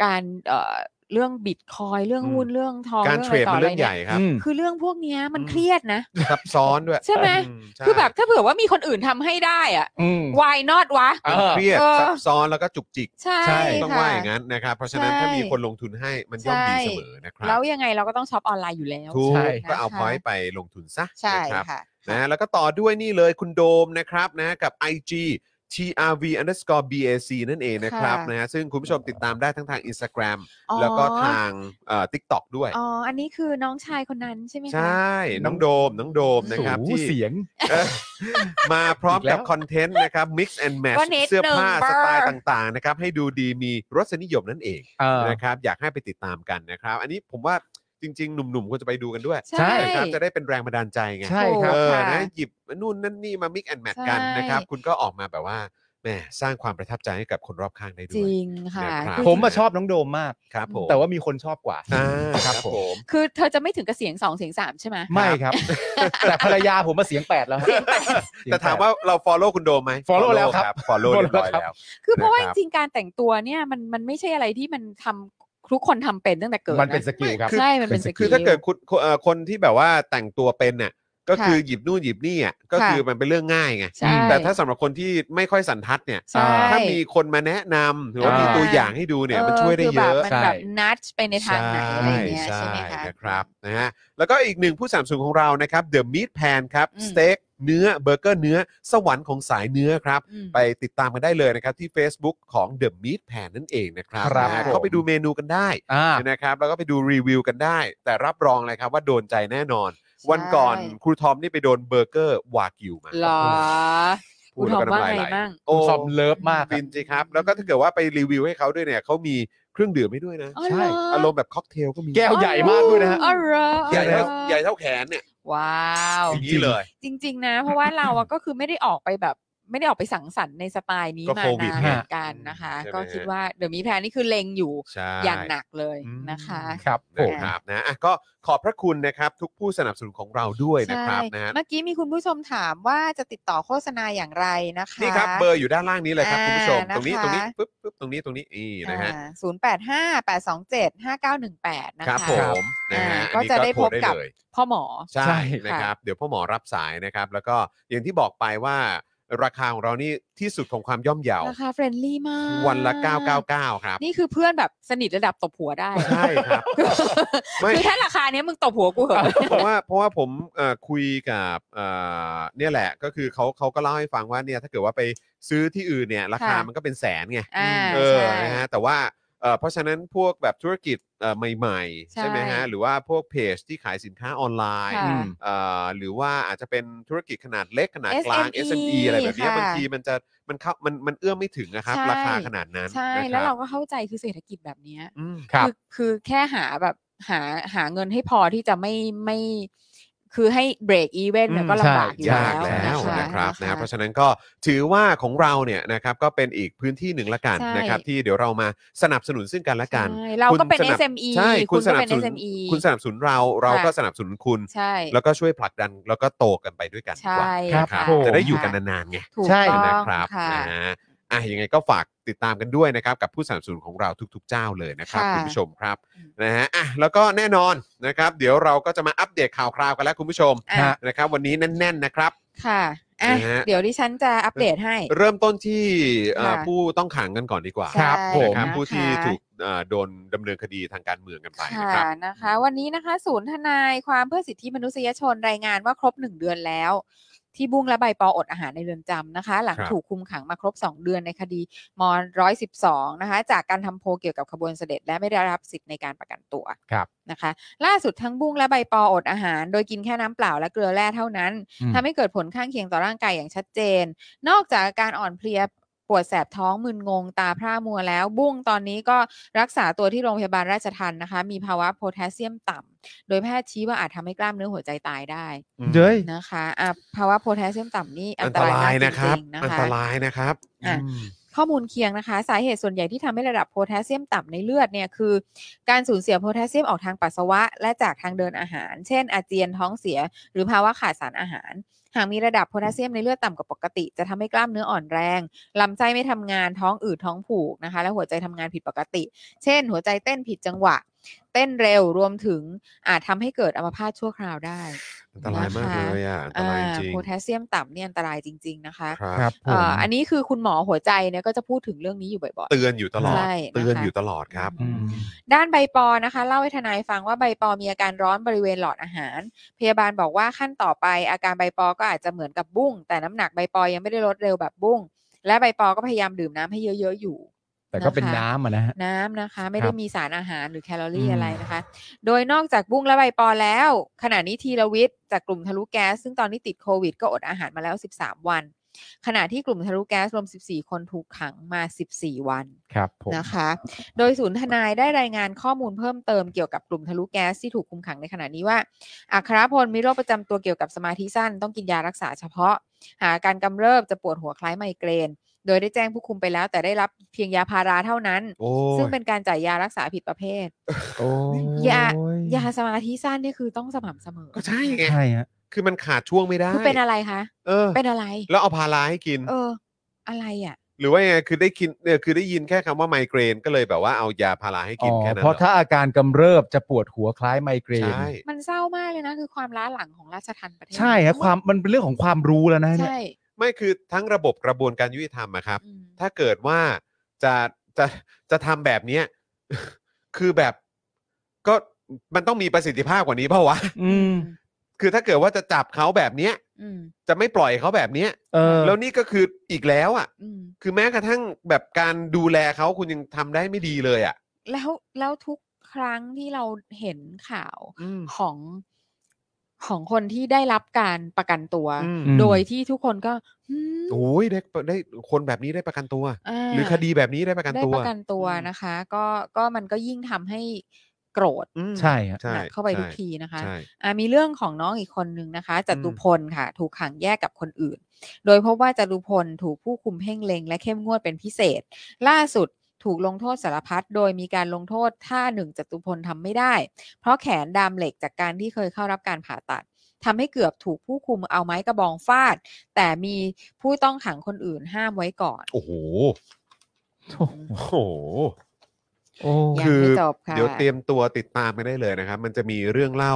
การเอ่อเรื่องบิตคอยเรื่อง อืม หุ้นเรื่องทอง การเทรดมันเรื่องใหญ่ครับ อืม คือเรื่องพวกเนี้ยมัน อืม เครียดนะ ซับซ้อนด้วย ใช่ไหม อืใช่ คือแบบถ้าเผื่อว่ามีคนอื่นทำให้ได้อ่ะ อืม why not วะ เออ เครียด เออ ซับซ้อนแล้วก็จุกจิก ใช่ ใช่ ต้อง ค่ะ ว่าอย่างนั้นนะครับเพราะฉะนั้น ใช่ ถ้ามีคนลงทุนให้มันย่อมดี ใช่ เสมอนะครับ แล้วยังไงเราก็ต้องช็อปออนไลน์อยู่แล้ว ถูก ใช่ ก็เอา นะคะ พอยต์ไปลงทุนซะ ใช่ นะครับ ค่ะ นะแล้วก็ต่อด้วยนี่เลยคุณโดมนะครับนะกับ IG trv underscore bac นั่นเองนะครับ ค่ะ นะฮะซึ่งคุณผู้ชมติดตามได้ทั้งทาง Instagram อ๋อ แล้วก็ทางเอ่อ TikTok ด้วย อ๋อ อันนี้คือน้องชายคนนั้นใช่ไหม ใช คะ ่ น้องโดม น้องโดมนะครับ สู ที่ เสียง เอ่อ มาพร้อมกับ อีกแล้ว คอนเทนต์นะครับ mix and match ก็นิด เสื้อผ้า หนึ่ง สไตล์ เบอร์ ต่างๆนะครับให้ดูดีมีรสนิยมนั่นเอง เออ นะครับอยากให้ไปติดตามกันนะครับ อันนี้ผมว่าจริง ๆ หนุ่มๆควรจะไปดูกันด้วย ใช่ นะครับจะได้เป็นแรงบันดาลใจไง ใช่ครับ เออ ค่ะ นะหยิบนู่นนั่นนี่มา mix and match กัน ใช่ นะครับ คุณก็ออกมาแบบว่าแหมสร้างความประทับใจให้กับคนรอบข้างได้ด้ จ วย ริงค่ะ นะครับ ผมมาชอบน้องโดมมาก ครับผม แต่ว่ามีคนชอบกว่า อ่าค ครั รับบ ผ ผม ม คือเธอจะไม่ถึงกับเสียงสองเสียงสามใช่ไหม ไม่ครับ แต่ภรรยาผมมาเสียงแปดแล้วฮะ แต่ถามว่าเรา follow คุณโดมไหม follow แล้วครับ follow เรียบร้อยแล้ว คือเพราะว่า นะ จ ครับ ริงๆการแต่งตัวเนี่ยมันมันไม่ใช่อะไรที่มันทำทุกคนทำเป็นตั้งแต่เกิด มันเป็นสกิลครับ ใช่ มันเป็นสกิล คือถ้าเกิดคุณเอ่อคนที่แบบว่าแต่งตัวเป็นเนี่ยก็ ค่ะ คือหยิบนู่นหยิบนี่อ่ะก็ ค่ะ คือมันเป็นเรื่องง่ายไง ใช่ แต่ถ้าสำหรับคนที่ไม่ค่อยสันทัดเนี่ย ใช่ ถ้ามีคนมาแนะนำหรือว่า อ่ามี มีตัวอย่างให้ดูเนี่ยมันช่วยได้เยอะ คืแบบมันแบบนัดไปในทางไหนอะไรเงี้ย ใช่ ใช่ไหมคะ นะครับนะฮะแล้วก็อีกหนึ่งผู้สามสูงของเรานะครับเดอะม a ทแพนครับ อืม สเต็กเนื้อเบอร์เกอร์เนื้อสวรรค์ของสายเนื้อครับ อืม ไปติดตามกันได้เลยนะครับ ที่ Facebook ของ The Meat Pan นั่นเองนะครับ ครับ นะฮะ ผม เข้าไปดูเมนูกันได้ อ่า นะครับ แล้วก็ไปดูรีวิวกันได้ แต่รับรองเลยครับว่าโดนใจแน่นอน ใช่ วันก่อนครูทอมนี่ไปโดนเบอร์เกอร์วากิวมา เหรอ พูดแล้วก็น้ำลายไหล ครูทอมว่าไงบ้าง โอ้ ครูทอมเลิฟมากครับ ฟินสิครับแล้วก็ถ้าเกิดว่าไปรีวิวให้เขาด้วยเนี่ยเขามีเครื่องดื่มให้ด้วยนะ อ๋อเหรอ อารมณ์แบบค็อกเทลก็มี แก้วใหญ่มากด้วยนะฮะ อ๋อเหรอ ใหญ่เท่า อ๋อ ใหญ่เท่าแขนเนี่ย ว้าว อย่างนี้เลย จริง ๆ นะ เพราะว่าเราอะก็คือไม่ได้ออกไปแบบ ไม่ได้ออกไปสังสรรค์ในสไตล์นี้ ก็ มา โควิด นาน ไง เหมือนกันนะคะ ใช่ไหม ก็คิดว่าเดี๋ยวมีแพลนนี่คือเลงอยู่ ใช่ อย่างหนักเลยนะคะ ครับผ นะ ม ครับนะอ่ะก็ขอบพระคุณนะครับทุกผู้สนับสนุนของเราด้วยนะครับ ใช่ นะฮะ เมื่อกี้มีคุณผู้ชมถามว่าจะติดต่อโฆษณาอย่างไรนะคะ นี่ครับเบอร์อยู่ด้านล่างนี้เลยครับคุณผู้ชม อ่า ตรงนี้ นะคะ ตรงนี้ปึ๊บปึ๊บตรงนี้ตรงนี้นี่นะฮะ ศูนย์แปดห้าแปดสองเจ็ดห้าเก้าหนึ่งแปดนะคคะรับผมนะฮะ อ่า อันนี้ ก็จะได้ โทร พบกับ เลย พ่อหมอ ใช่ ใช่ นะครับเดี๋ยวพ่อหมอรับสายนะครับ แล้วก็อย่างที่บอกไปว่าราคาของเรานี่ที่สุดของความย่อมเยาว์ ราคาเฟรนลี่มาก วันละ 999 ครับ นี่คือเพื่อนแบบสนิทระดับตบหัวได้ ใช่ครับ ไม่ คือถ้าราคาเนี้ยมึงตบหัวกูเหอะ เพราะว่าเพราะว่าผมเอ่อคุยกับเอ่อเนี่ยแหละก็คือเขาเขาก็เล่าให้ฟังว่าเนี่ยถ้าเกิดว่าไปซื้อที่อื่นเนี่ยราคา ค่ะ มันก็เป็นแสนไง อ่า เออ ใช่ นะฮะแต่ว่าเอ่อเพราะฉะนั้นพวกแบบธุรกิจเอ่อใหม่ๆ ใช่ ใช่ไหมฮะหรือว่าพวกเพจที่ขายสินค้าออนไลน์ ค่ะ อืม เอ่อหรือว่าอาจจะเป็นธุรกิจขนาดเล็กขนาดกลาง SME SME อะไรแบบเนี้ย ค่ะ บางทีมันจะมันเข้ามันมันเอื้อมไม่ถึงนะครับ ใช่ ราคาขนาดนั้น ใช่ นะคบ แล้วเราก็เข้าใจคือเศรษฐกิจแบบเนี้ย อืม ครับ อคือแค่หาแบบหาหาเงินให้พอที่จะไม่ไม่ คือให้เบรกอีเวนต์เนี่ยก็ลำบากอยู่ ยาก แล้ แล้ว ว นะ นะ ค คะ รับนะ นะ เพ คะ ราะฉะนั้นก็ถือว่าของเราเนี่ยนะครับก็เป็นอีกพื้นที่หนึ่งละกัน ใช่ นะครับที่เดี๋ยวเรามาสนับสนุนซึ่งกันและกัน ใช่เราก็เป็น คุณสนับ SME ใช่คุ คุณ ณ ส ก็ นับ เป็น สนุน SME คุณสนับสนุนเราเราก็สนับสนุนคุณ ใช่ แล้วก็ช่วยผลักดันแล้วก็โตกันไปด้วยกันดี ใช่ กว่า ครับ นะครับ ผม จะได้อยู่กันนานๆไง ถูก ใช่ ต้อง นะครับ ค่ะ นะฮะอ่ะยังไงก็ฝากติดตามกันด้วยนะครับกับผู้สนับสนุนของเราทุก ๆ เจ้าเลยนะครับ ค่ะ คุณผู้ชมครับ อืม นะฮะอ่ะแล้วก็แน่นอนนะครับเดี๋ยวเราก็จะมาอัปเดตข่าวคราวกันแล้วคุณผู้ชม อ่ะ ฮะ นะครับวันนี้แน่นๆนะครับ ค่ะอ่ะ นะฮะ เดี๋ยวดิฉันจะอัปเดตให้ เริ่มต้นที่เอ่อ ค่ะ ผู้ต้องขังกันก่อนดีกว่า ครับ นะ ผม ครับ นะคะ ผู้ที่ถูกเอ่อโดนดำเนินคดีทางการเมืองกันไปนะ ค่ะ ครับ นะคะ วันนี้นะคะศูนย์ทนายความเพื่อสิทธิมนุษยชนรายงานว่าครบหนึ่งเดือนแล้ว ที่บุ้งและใบปออดอาหารในเรือนจำนะคะ หลัง ครับ ถูกคุมขังมาครบ 2 เดือนในคดีม112นะคะ จากการทำโพลเกี่ยวกับขบวนเสด็จ และไม่ได้รับสิทธิ์ในการประกันตัว ครับ นะคะ ล่าสุดทั้งบุ้งและใบปออดอาหาร โดยกินแค่น้ำเปล่าและเกลือแร่เท่านั้น ทำให้เกิดผลข้างเคียงต่อร่างกายอย่างชัดเจน นอกจากอาการอ่อนเพลียปวดแสบท้องมึนงงตาพร่ามัวแล้ว บุ้งตอนนี้ก็รักษาตัวที่โรงพยาบาลราชทันนะคะ มีภาวะโพแทสเซียมต่ำโดยแพทย์ชี้ว่าอาจทำให้กล้ามเนื้อหัวใจตายได้ เย้ย นะคะอ่ะภาวะโพแทสเซียมต่ำนี่อั อั น น ต ต ราย ราย มาก นะครั จ บ ริงๆนะ อัน คะ ตรายนะครับ อ่ะ อืม ข้อมูลเคียงนะคะ สาเหตุส่วนใหญ่ที่ทำให้ระดับโพแทสเซียมต่ำในเลือดเนี่ยคือการสูญเสียโพแทสเซียมออกทางปัสสาวะ และจากทางเดินอาหาร เช่น อาเจียนท้องเสีย หรือภาวะขาดสารอาหาร หากมีระดับโพแทสเซียมในเลือดต่ำกว่าปกติ จะทำให้กล้ามเนื้ออ่อนแรงลำไส้ไม่ทำงานท้องอืดท้องผูกนะคะ และหัวใจทำงานผิดปกติ เช่น หัวใจเต้นผิดจังหวะ เต้นเร็วรวมถึงอาจทำให้เกิดอัมพาตชั่วคราวได้ อันตรายมากเลยอ่ะ อันตรายจริง โพแทสเซียมต่ำเนี่ยอันตรายจริง ๆนะคะ ครับ ครับผม เอ่ออันนี้คือคุณหมอหัวใจเนี่ยก็จะพูดถึงเรื่องนี้อยู่บ่อย เตือนอยู่ตลอด ใช่นะคะ เตือนอยู่ตลอดครับ อืม ๆ ด้านใบปอนะคะ เล่าให้ทนายฟังว่าใบปอมีอาการร้อนบริเวณหลอดอาหาร พยาบาลบอกว่าขั้นต่อไป อาการใบปอก็อาจจะเหมือนกับบุ้ง แต่น้ำหนักใบปอยังไม่ได้ลดเร็วแบบบุ้ง และใบปอก็พยายามดื่มน้ำให้เยอะๆอยู่ แต่ก็เป็น นะคะ น้ำอะนะฮะ น้ำนะคะ ไม่ได้มีสารอาหารหรือแคลอรี่ อืม อะไรนะคะ โดยนอกจากบุ้งและใบปอแล้ว ขณะนี้ธีรวิทย์จากกลุ่มทะลุแก๊ส ซึ่งตอนนี้ติดโควิดก็อดอาหารมาแล้ว 13 วัน ขณะที่กลุ่มทะลุแก๊สรวม 14 คนถูกขังมา 14 วัน ครับผม นะคะ โดยศูนย์ทนายได้รายงานข้อมูลเพิ่มเติมเกี่ยวกับกลุ่มทะลุแก๊สที่ถูกคุมขังในขณะนี้ว่า อัครพลมีโรคประจำตัวเกี่ยวกับสมาธิสั้น ต้องกินยารักษาเฉพาะ หากอาการกำเริบจะปวดหัวคล้ายไมเกรน โดยได้แจ้งผู้คุมไปแล้ว แต่ได้รับเพียงยาพาราเท่านั้น โอ้ ซึ่งเป็นการจ่ายยารักษาผิดประเภท โอ้ ยา ยาสมาธิสั้นนี่คือต้องสม่ำเสมอ ก็ใช่ไง ใช่ฮะ คือมันขาดช่วงไม่ได้ คือเป็นอะไรคะ เออ เป็นอะไร แล้วเอาพาราให้กิน เออ อะไรอ่ะ หรือว่ายังไงคือได้กินเนี่ยคือได้ยินแค่คำว่าไมเกรนก็เลยแบบว่าเอายาพาราให้กินแค่นั้น เพราะถ้าอาการกำเริบจะปวดหัวคล้ายไมเกรน ใช่ มันเศร้ามากเลยนะคือความล้าหลังของราชทัณฑ์ประเทศ ใช่ฮะความมันเป็นเรื่องของความรู้แล้วนะเนี่ย ใช่ ไม่คือทั้งระบบกระบวนการยุติธรรมอะครับ อืม ถ้าเกิดว่าจะจะจะทำแบบเนี้ย คือแบบก็มันต้องมีประสิทธิภาพกว่านี้เปล่าวะ อืม คือถ้าเกิดว่าจะจับเขาแบบเนี้ย อืม จะไม่ปล่อยเขาแบบเนี้ย เออ แล้วนี่ก็คืออีกแล้วอ่ะ อืม คือแม้กระทั่งแบบการดูแลเขาคุณยังทำได้ไม่ดีเลยอ่ะ แล้วแล้วทุกครั้งที่เราเห็นข่าว อืม ของของคนที่ได้รับการประกันตัว อืม อืม โดยที่ทุกคนก็หืม โอ้ยได้ได้คนแบบนี้ได้ประกันตัว า หรือคดีแบบนี้ได้ประกัน ได้ ตัว ประกันตัว อืม นะคะ ก็ก็มันก็ยิ่งทำให้โกรธ อืม ใช่ฮะ ใช่ หนักเข้าไปทุก ใช่ ทีนะคะ ใช่ อ่ะมีเรื่องของน้องอีกคนนึงนะคะจตุพลค่ะ ถูกขังแยกกับคนอื่น โดยพบว่าจตุพลถูกผู้คุมเพ่งเล็งและเข้มงวดเป็นพิเศษ ล่าสุดถูกลงโทษสารพัดโดยมีการลงโทษท่าหนึ่งจตุพลทำไม่ได้ เพราะแขนดามเหล็กจากการที่เคยเข้ารับการผ่าตัดทำให้เกือบถูกผู้คุมเอาไม้กระบองฟาด แต่มีผู้ต้องขังคนอื่นห้ามไว้ก่อน โอ้โห โอ้โห โอ้ ยัง คือ ไม่จบค่ะ เดี๋ยวเตรียมตัวติดตามไปได้เลยนะครับ มันจะมีเรื่องเล่า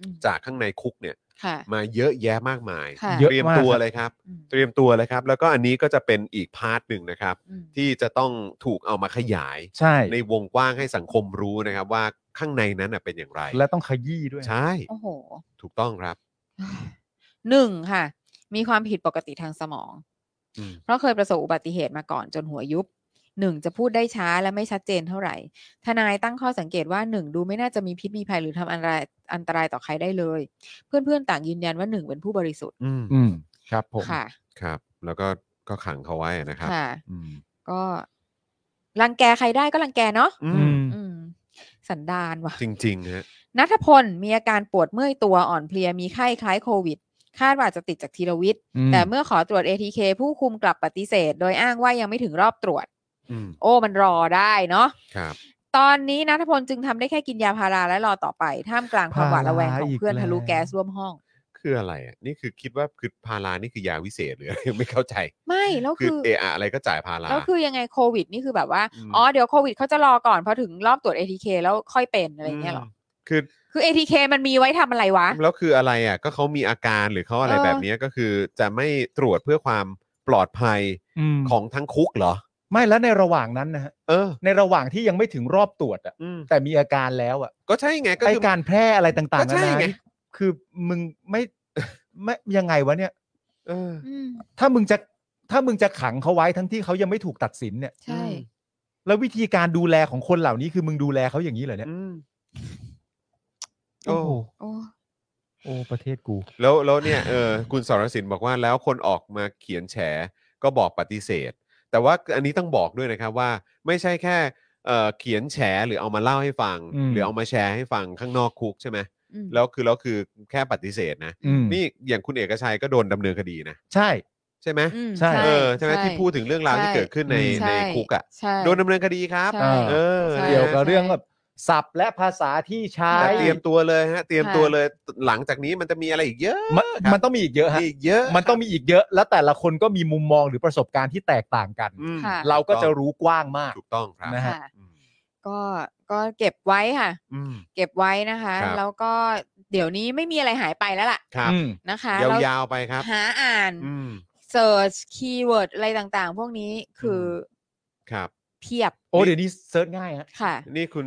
อืม จากข้างในคุกเนี่ย ค่ะ มาเยอะแยะมากมาย ค่ะ เยอะ เตรียม มาก ตัว ครับ เลยครับ อืม เตรียมตัวเลยครับ แล้วก็อันนี้ก็จะเป็นอีกพาร์ทหนึ่งนะครับ อืม ที่จะต้องถูกเอามาขยาย ใช่ ในวงกว้างให้สังคมรู้นะครับ ว่าข้างในนั้นน่ะเป็นอย่างไร และต้องขยี้ด้วย ใช่ โอ้โห ถูกต้องครับ หนึ่งค่ะ มีความผิดปกติทางสมอง อืม เพราะเคยประสบอุบัติเหตุมาก่อนจนหัวยุบหนึ่งจะพูดได้ช้าและไม่ชัดเจนเท่าไหร่ ทนายตั้งข้อสังเกตว่าหนึ่งดูไม่น่าจะมีพิษมีภัยหรือทำอันตรายอันตรายต่อใครได้เลย เพื่อนๆต่างยืนยันว่าหนึ่งเป็นผู้บริสุทธิ์ อืม อืมครับผม ค่ะ ครับ แล้วก็ก็ขังเขาไว้นะครับ ค่ะ อืม ก็รังแกใครได้ก็รังแกเนาะ อื อื ม ม อืม สันดานว่ะ จริงๆฮะ นัทพลมีอาการปวดเมื่อยตัวอ่อนเพลียมีไข้คล้ายโควิด คาดว่าจะติดจากธีรวิทย์ อืม แต่เมื่อขอตรวจ ATK ผู้คุมกลับปฏิเสธ โดยอ้างว่ายังไม่ถึงรอบตรวจ อืม โอ้มันรอได้เนาะ ครับ ตอนนี้นัทพลจึงทำได้แค่กินยาพาราและรอต่อไป ท่ามกลางความหวาดระแวงของเพื่อน พาราอีก ทะลุ แล้ว แก๊สร่วมห้อง คืออะไรอ่ะนี่คือคิดว่าคือพารานี่คือยาวิเศษหรือ อะไรไม่เข้าใจ ไม่แล้ว คือ คือ เออะอะไรก็จ่ายพารา แล้วคือยังไงโควิดนี่คือแบบว่า อืม อ๋อเดี๋ยวโควิดเขาจะรอก่อนพอถึงรอบตรวจ ATK แล้วค่อยเป็นอะไรอย่างเงี้ยหรอ มคือ คือ ATK มันมีไว้ทำอะไรวะ แล้วคืออะไรอ่ะ ก็เขามีอาการหรือเขาอะไร เออ แบบเนี้ยก็คือจะไม่ตรวจเพื่อความปลอดภัย อืม ของทั้งคุกเหรอ ไม่แล้วในระหว่างนั้นนะฮะ เออ ในระหว่างที่ยังไม่ถึงรอบตรวจอ่ะ อืม แต่มีอาการแล้วอ่ะ ก็ใช่ไงก็ ไอ คือ การแพร่อะไรต่างๆก็ใช่ นานา ไง นี่คือมึงไม่ ไม่ยังไงวะเนี่ย เออ อืม ถ้ามึงจะถ้ามึงจะขังเขาไว้ทั้งที่เขายังไม่ถูกตัดสินเนี่ย ใช่ อืม แล้ววิธีการดูแลของคนเหล่านี้คือมึงดูแลเขาอย่างนี้เหรอเนี่ย อืม โอ้ โอ้ โห โอ้ โอ้ประเทศกู แล้วแล้วเนี่ยเออคุณสรสินบอกว่าแล้วคนออกมาเขียนแฉก็บอกปฏิเสธ แต่ว่าอันนี้ต้องบอกด้วยนะครับว่า ไม่ใช่แค่เอ่อเขียนแฉหรือเอามาเล่าให้ฟัง อืม หรือเอามาแชร์ให้ฟังข้างนอกคุกใช่ไหม อืม แล้วคือแล้วคือแค่ปฏิเสธนะ อืม นี่อย่างคุณเอกชัยก็โดนดำเนินคดีนะ ใช่ ใช่ไหม อืม ใช่ เออใช่ไหมที่พูดถึงเรื่องราวที่ ใช่ เกิดขึ้นใน อืม ใช่ ในคุกอ่ะ ใช่ โดนดำเนินคดีครับ ใช่ เออ เออ ใช่ เกี่ยวกับ ใช่ เรื่องแบบศัพท์และภาษาที่ใช้ แต่ ใช่ เตรียมตัวเลยฮะเตรียม ใช่ ตัวเลยหลังจากนี้มันจะมีอะไรอีกเยอะ มันมันต้องมีอีกเยอะฮะ มีอีกเยอะ มันต้องมีอีกเยอะ แล้วแต่ละคนก็มีมุมมองหรือประสบการณ์ที่แตกต่างกัน อืม ค่ะ เราก็จะรู้กว้างมาก ถูกต้องครับ นะฮะ ค่ะ อืม ก็ก็เก็บไว้ค่ะ อืม เก็บไว้นะคะ ครับ แล้วก็เดี๋ยวนี้ไม่มีอะไรหายไปแล้วล่ะ ครับ อืม นะคะ ย แล้ว าวๆไปครับ หาอ่าน อืม เ e ิร์ชคีย์เวิร์ดอะไรต่างๆ พวกนี้คืออ ครับ เพียบ โอ้ อ้เดี๋ยวนี้เซิร์ชง่ายฮะ ค่ะ นี่คุณ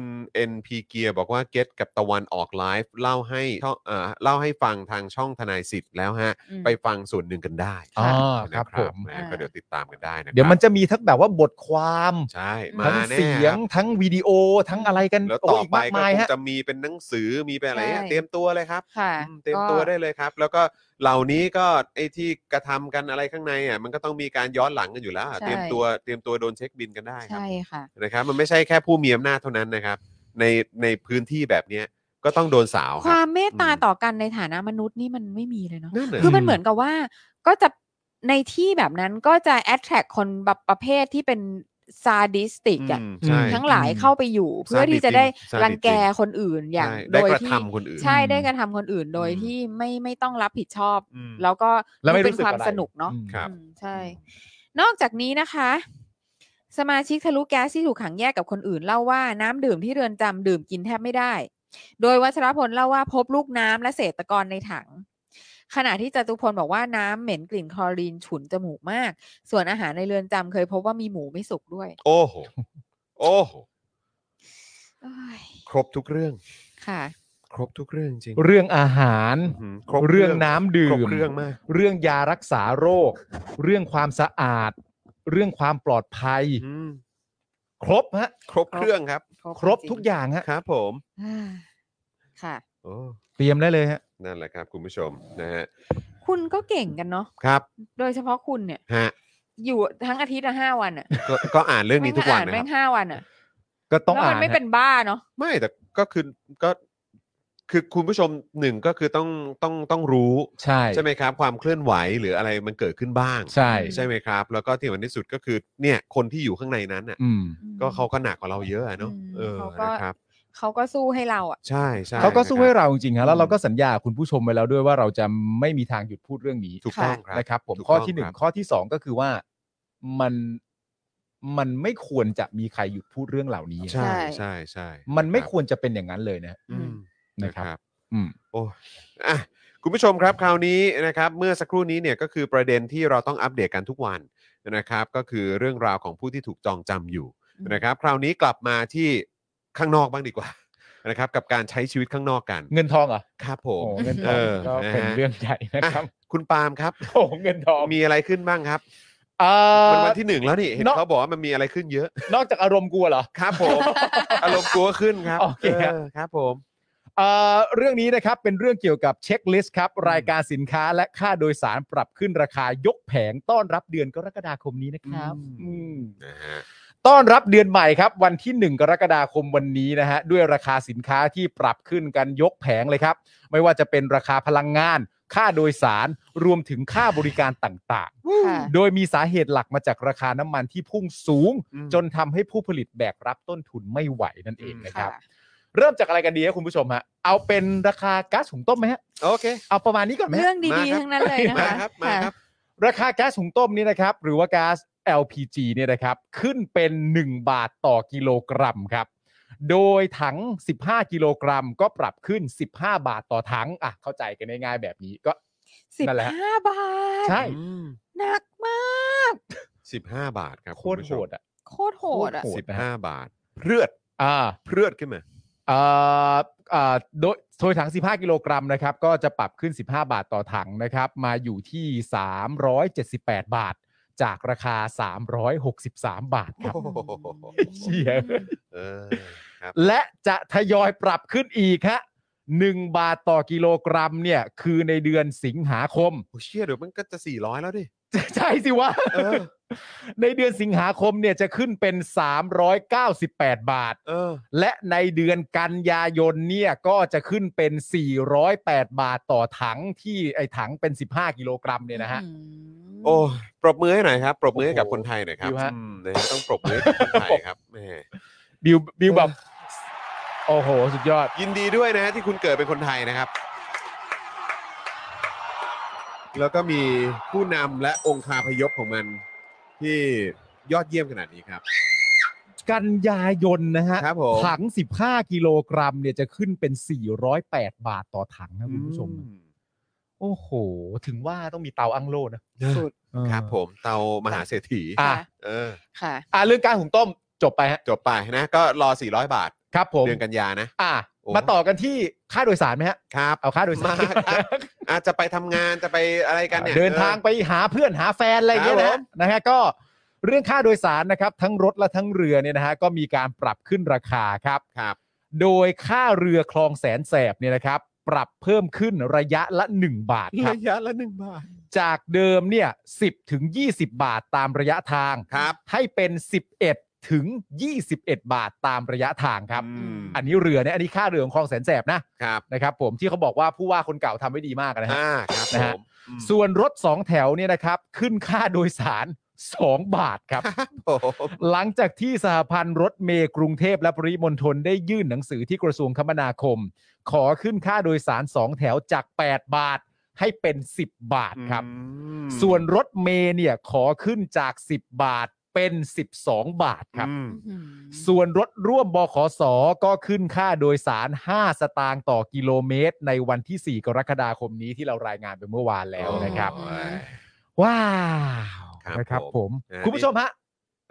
NP เกียร์บอกว่าเก็ตกับตะวันออกไลฟ์เล่าให้ช่องเอ่อเล่าให้ฟังทางช่องทนายสิทธิ์แล้วฮะ อืม ไปฟังส่วนหนึ่งกันได้ อ๋อ นะครับ ผม นะก็เดี๋ยวติดตามกันได้นะครับ เดี๋ยวมันจะมีทั้งแบบว่าบทความ ใช่มา ทั้ง แน่ เสียง ครับ ทั้งวิดีโอทั้งอะไรกัน แล้ว โอ้ ต่อย อีก ไป มาก ก็ มาย คง ฮะ จะมีเป็นหนังสือมีเป็นอะไรฮะ ใช่ เตรียมตัวเลยครับ ค่ะ อืมเตรียมตัวได้เลยครับ แล้วก็เหล่านี้ก็ไอ้ที่กระทำกันอะไรข้างในอ่ะมันก็ต้องมีการย้อนหลังกันอยู่แล้วอ่ะเตรียมตัวเตรียมตัวโดนเช็คบินกันได้ครับ ใช่ค่ะ นะครับมันไม่ใช่แค่ผู้มีอำนาจเท่านั้นนะครับ ในในพื้นที่แบบเนี้ยก็ต้องโดนสาว ค ครั วา บ มเมตตา อืม ต่อกันในฐานะมนุษย์นี่มันไม่มีเลยเนาะ นั่นแหละ คือมัน อืม เหมือนกับว่าก็จะในที่แบบนั้นก็จะ attract คนแบบประเภทที่เป็นซาดิสติกอะ อืมใช่ ทั้งหลายเข้าไปอยู่ เพื่อที่จะได้ ซาดิสจริง รังแกคนอื่นอย่าง ใช่ได้ โดย กระ ที่ ทำคนอื่น ใช่ได้กระทำคนอื่นโดย อืม ที่ไม่ไม่ต้องรับผิดชอบ อืม แล้วก็ แล้วไม่ เป็ รู้ น สึก ความ อะไร สนุกเนาะ อืม ครับ อืมใช่ นอกจากนี้นะคะ สมาชิกทะลุแก๊สที่ถูกขังแยกกับคนอื่นเล่าว่าน้ำดื่มที่เรือนจำดื่มกินแทบไม่ได้ โดยวัชรพลเล่าว่าพบลูกน้ำและเศษตะกอนในถัง ขณะที่จตุพลบอกว่าน้ำเหม็นกลิ่นคลอรีนฉุนจมูกมาก ส่วนอาหารในเรือนจำเคยพบว่ามีหมูไม่สุกด้วย โอ้โหโอ้โห เอ้ย ครบทุกเรื่อง ค่ะ ครบทุกเรื่องจริง เรื่องอาหาร อื้อหือครบ เรื่องน้ำดื่ คร ม บเรื่องมาก เรื่องยารักษาโรค เรื่องความสะอาด เรื่องความปลอดภัย อืม ครบฮะ ครบเครื่องครับ ครบทุกอย่างฮะ ครับผม อ่าค่ะ โอ้ เตรียมได้เลยฮะ นั่นแหละครับ คุณผู้ชมนะฮะ คุณก็เก่งกันเนาะ ครับ โดยเฉพาะคุณเนี่ย ฮะ อยู่ทั้งอาทิตย์ละห้าวันอะ ก็ก็อ่านเรื่องนี้ทุกวันนะ แม่ครับงอ่าแม่งห้าวันอ่ะ ก็ต้อง แล้ว อ่า มัน ไม่ ฮะ เป็นบ้าเนาะ ไม่แต่ก็คือก็คือคุณผู้ชมหนึ่งก็คือต้องต้องต้องรู้ ใช่ ใช่ไหมครับความเคลื่อนไหวหรืออะไรมันเกิดขึ้นบ้าง ใช่ ใช่ ไหมครับ แล้วก็ที่สำคัญที่สุดก็คือเนี่ยคนที่อยู่ข้างในนั้นน่ะ อืม ก็เขาก็หนักกว่าเราเยอะอะเนาะ อืม เออ เขาก็ นะครับ เขาก็สู้ให้เราอ่ะ ใช่ใช่ เขาก็สู้ให้เราจริงๆฮะแล้วอืม เราก็สัญญาคุณผู้ชมไว้แล้วด้วยว่าเราจะไม่มีทางหยุดพูดเรื่องนี้ ถูกต้องครับ นะครับ ผม ถูก ข้อ ต้อง ที่หนึ่ ค ง รับ ข้อที่สองก็คือว่ามันมันไม่ควรจะมีใครหยุดพูดเรื่องเหล่านี้ ใช่ ใช่ ใช่ใช่ มันไม่ควรจะเป็นอย่างนั้นเลยนะ อืม นะ นะครับ ครับ อืม โอ้ยอ่ะคุณผู้ชมครับคราวนี้นะครับเมื่อสักครู่นี้เนี่ยก็คือประเด็นที่เราต้องอัปเดตกันทุกวันนะครับ ก็คือเรื่องราวของผู้ที่ถูกจองจำอยู่ อืม นะครับ คราวนี้กลับมาที่ข้างนอกบ้างดีกว่า นะครับ กับการใช้ชีวิตข้างนอกกัน เงินทองเหรอ ครับผ โอ้ ม เงินท เอ อง อ ก็ นะ เป็น ฮะ เรื่องใหญ่นะครับ อ่ะคุณปาล์ม ครับ โอ้เงินทอง มีอะไรขึ้นบ้างครับ เอ่อ มันวันที่หนึ่งแล้วนี่เห็น เนอะ เขาบอกว่ามันมีอะไรขึ้นเยอะ นอกจากอารมณ์กลัวเหรอ ครับผม อารมณ์กลัวขึ้นครับ โอเคครับ ออครับผม เอ่อเรื่องนี้นะครับเป็นเรื่องเกี่ยวกับเช็คลิสต์ครับ รายการสินค้าและค่าโดยสารปรับขึ้นราคายกแผงต้อนรับเดือนกรกฎาคมนี้นะครับ อืม อืม นะฮะ ต้อนรับเดือนใหม่ครับ วันที่ 1 กรกฎาคมวันนี้นะฮะด้วยราคาสินค้าที่ปรับขึ้นกันยกแผงเลยครับ ไม่ว่าจะเป็นราคาพลังงาน ค่าโดยสารรวมถึงค่าบริการต่าง ค่ะ ๆ โดยมีสาเหตุหลักมาจากราคาน้ำมันที่พุ่งสูง อืม จนทำให้ผู้ผลิตแบกรับต้นทุนไม่ไหวนั่นเองนะครับ ค่ะ เริ่มจากอะไรกันดีครับคุณผู้ชมฮะเอาเป็นราคาก๊าซหุงต้มไหมฮะ โอเค เอาประมาณนี้ก่อนไหม เรื่ ฮะ องดีๆ ทั้งนั้นเลยนะ มา คะ ครับมาครับ ราคาก๊าซหุงต้มนี่นะครับ หรือว่าก๊าซ LPG เนี่ยนะครับ ขึ้นเป็น 1 บาทต่อกิโลกรัมครับ โดยถัง 15 กิโลกรัมก็ปรับขึ้น 15 บาทต่อถังอ่ะเข้าใจกันง่ายๆแบบนี้ก็ สิบ นั่นแหละฮะ ห้าบาท ใช่ อืม หนักมาก สิบห้าบาทครับ โค ณ ตร ผู้ โห ชม ดอ่ะ โคตรโหดอ่ะ โคตรโหด สิบห้าบาทเลือด อ่า เลือดขึ้นมา เอ่อเอ่อโดยโดยถัง 15 กิโลกรัมนะครับ ก็จะปรับขึ้น 15 บาทต่อถังนะครับ มาอยู่ที่ 378 บาท จากราคา 363 บาทครับ โอ้โห เชี่ย เออครับ และจะทยอยปรับขึ้นอีกฮะหนึ่งบาทต่อกิโลกรัมเนี่ย คือในเดือนสิงหาคม โอ้เชี่ยเดี๋ยวมันก็จะสี่ร้อยแล้วดิ ใช่สิวะ เออ ในเดือนสิงหาคมเนี่ยจะขึ้นเป็น 398 บาท เออ และในเดือนกันยายนเนี่ยก็จะขึ้นเป็น 408 บาทต่อถังที่ไอถังเป็น 15 กิโลกรัมเนี่ยนะฮะ อืม โอ้ยปรบมือให้หน่อยครับ ปรบมือให้กับคนไทยหน่อยครับ ดิวฮะ อืมนะฮะต้องปรบมือให้กับคนไทยครับแหม บิวบิวแบบโอ้โห สุดยอด ยินดีด้วยนะฮะที่คุณเกิดเป็นคนไทยนะครับ แล้วก็มีผู้นำและองค์คาพยพของมันที่ยอดเยี่ยมขนาดนี้ครับ กันยายนนะฮะ ครับผม ถัง 15 กิโลกรัมเนี่ยจะขึ้นเป็น 408 บาทต่อถังนะคุณผู้ชม อื โอ้โห ถึงว่าต้องมีเตาอั้งโลนะ ม สุด เออ ครับผมเตามหาเศรษฐี อ่ะ ค่ะ เออ ค่ะ อ่ะเรื่องการหุงต้ม จบไปฮะ จบไปนะ ก็รอ 400 บาท ครับผม เดือนกันยานะ อ่ะ โอ้ มาต่อกันที่ค่าโดยสารไหมฮะ ครับ เอาค่าโดยสาร มาครับ อาจจะไปทำงานจะไปอะไรกันเนี่ย เดินทางไปหาเพื่อนหาแฟนอะไรอย่างเงี้ยนะ ครั ฮะ บผม นะฮะก็เรื่องค่าโดยสารนะครับทั้งรถและทั้งเรือเนี่ยนะฮะก็มีการปรับขึ้นราคาครับ ครับ โดยค่าเรือคลองแสนแสบเนี่ยนะครับ ปรับเพิ่มขึ้นระยะละ 1 บาทครับ ระยะละหนึ่งบาท จากเดิมเนี่ย10 ถึง 20 บาทตามระยะทาง ครับ ให้เป็น 11 ถึง 21 บาทตามระยะทางครับ อืม อันนี้เรือเนี่ยอันนี้ค่าเรือของคลองแสนแสบนะครับ นะครับ ผมที่เขาบอกว่าผู้ว่าคนเก่าทำไว้ดีมากนะฮะ อ่าครับ นะ ผ ฮะ มอืม ส่วนรถ 2 แถวเนี่ยนะครับ ขึ้นค่าโดยสาร 2 บาท ครับ ครับผม หลังจากที่สหพันธ์รถเมย์กรุงเทพและปริมณฑลได้ยื่นหนังสือที่กระทรวงคมนาคม ขอขึ้นค่าโดยสาร 2 แถวจาก 8 บาทให้เป็น 10 บาทครับ อืม ส่วนรถเมย์เนี่ยขอขึ้นจาก 10 บาทเป็น 12 บาทครับ อืม อืม ส่วนรถร่วมบขสก็ขึ้นค่าโดยสาร 5 สตางค์ต่อกิโลเมตร ในวันที่ 4 กรกฎาคมนี้ที่เรารายงานไปเมื่อวานแล้วนะครับ โอ้ย ว้าว ครับ นะครับ ผ ผม ม นะฮะ คุณผู้ชมฮะ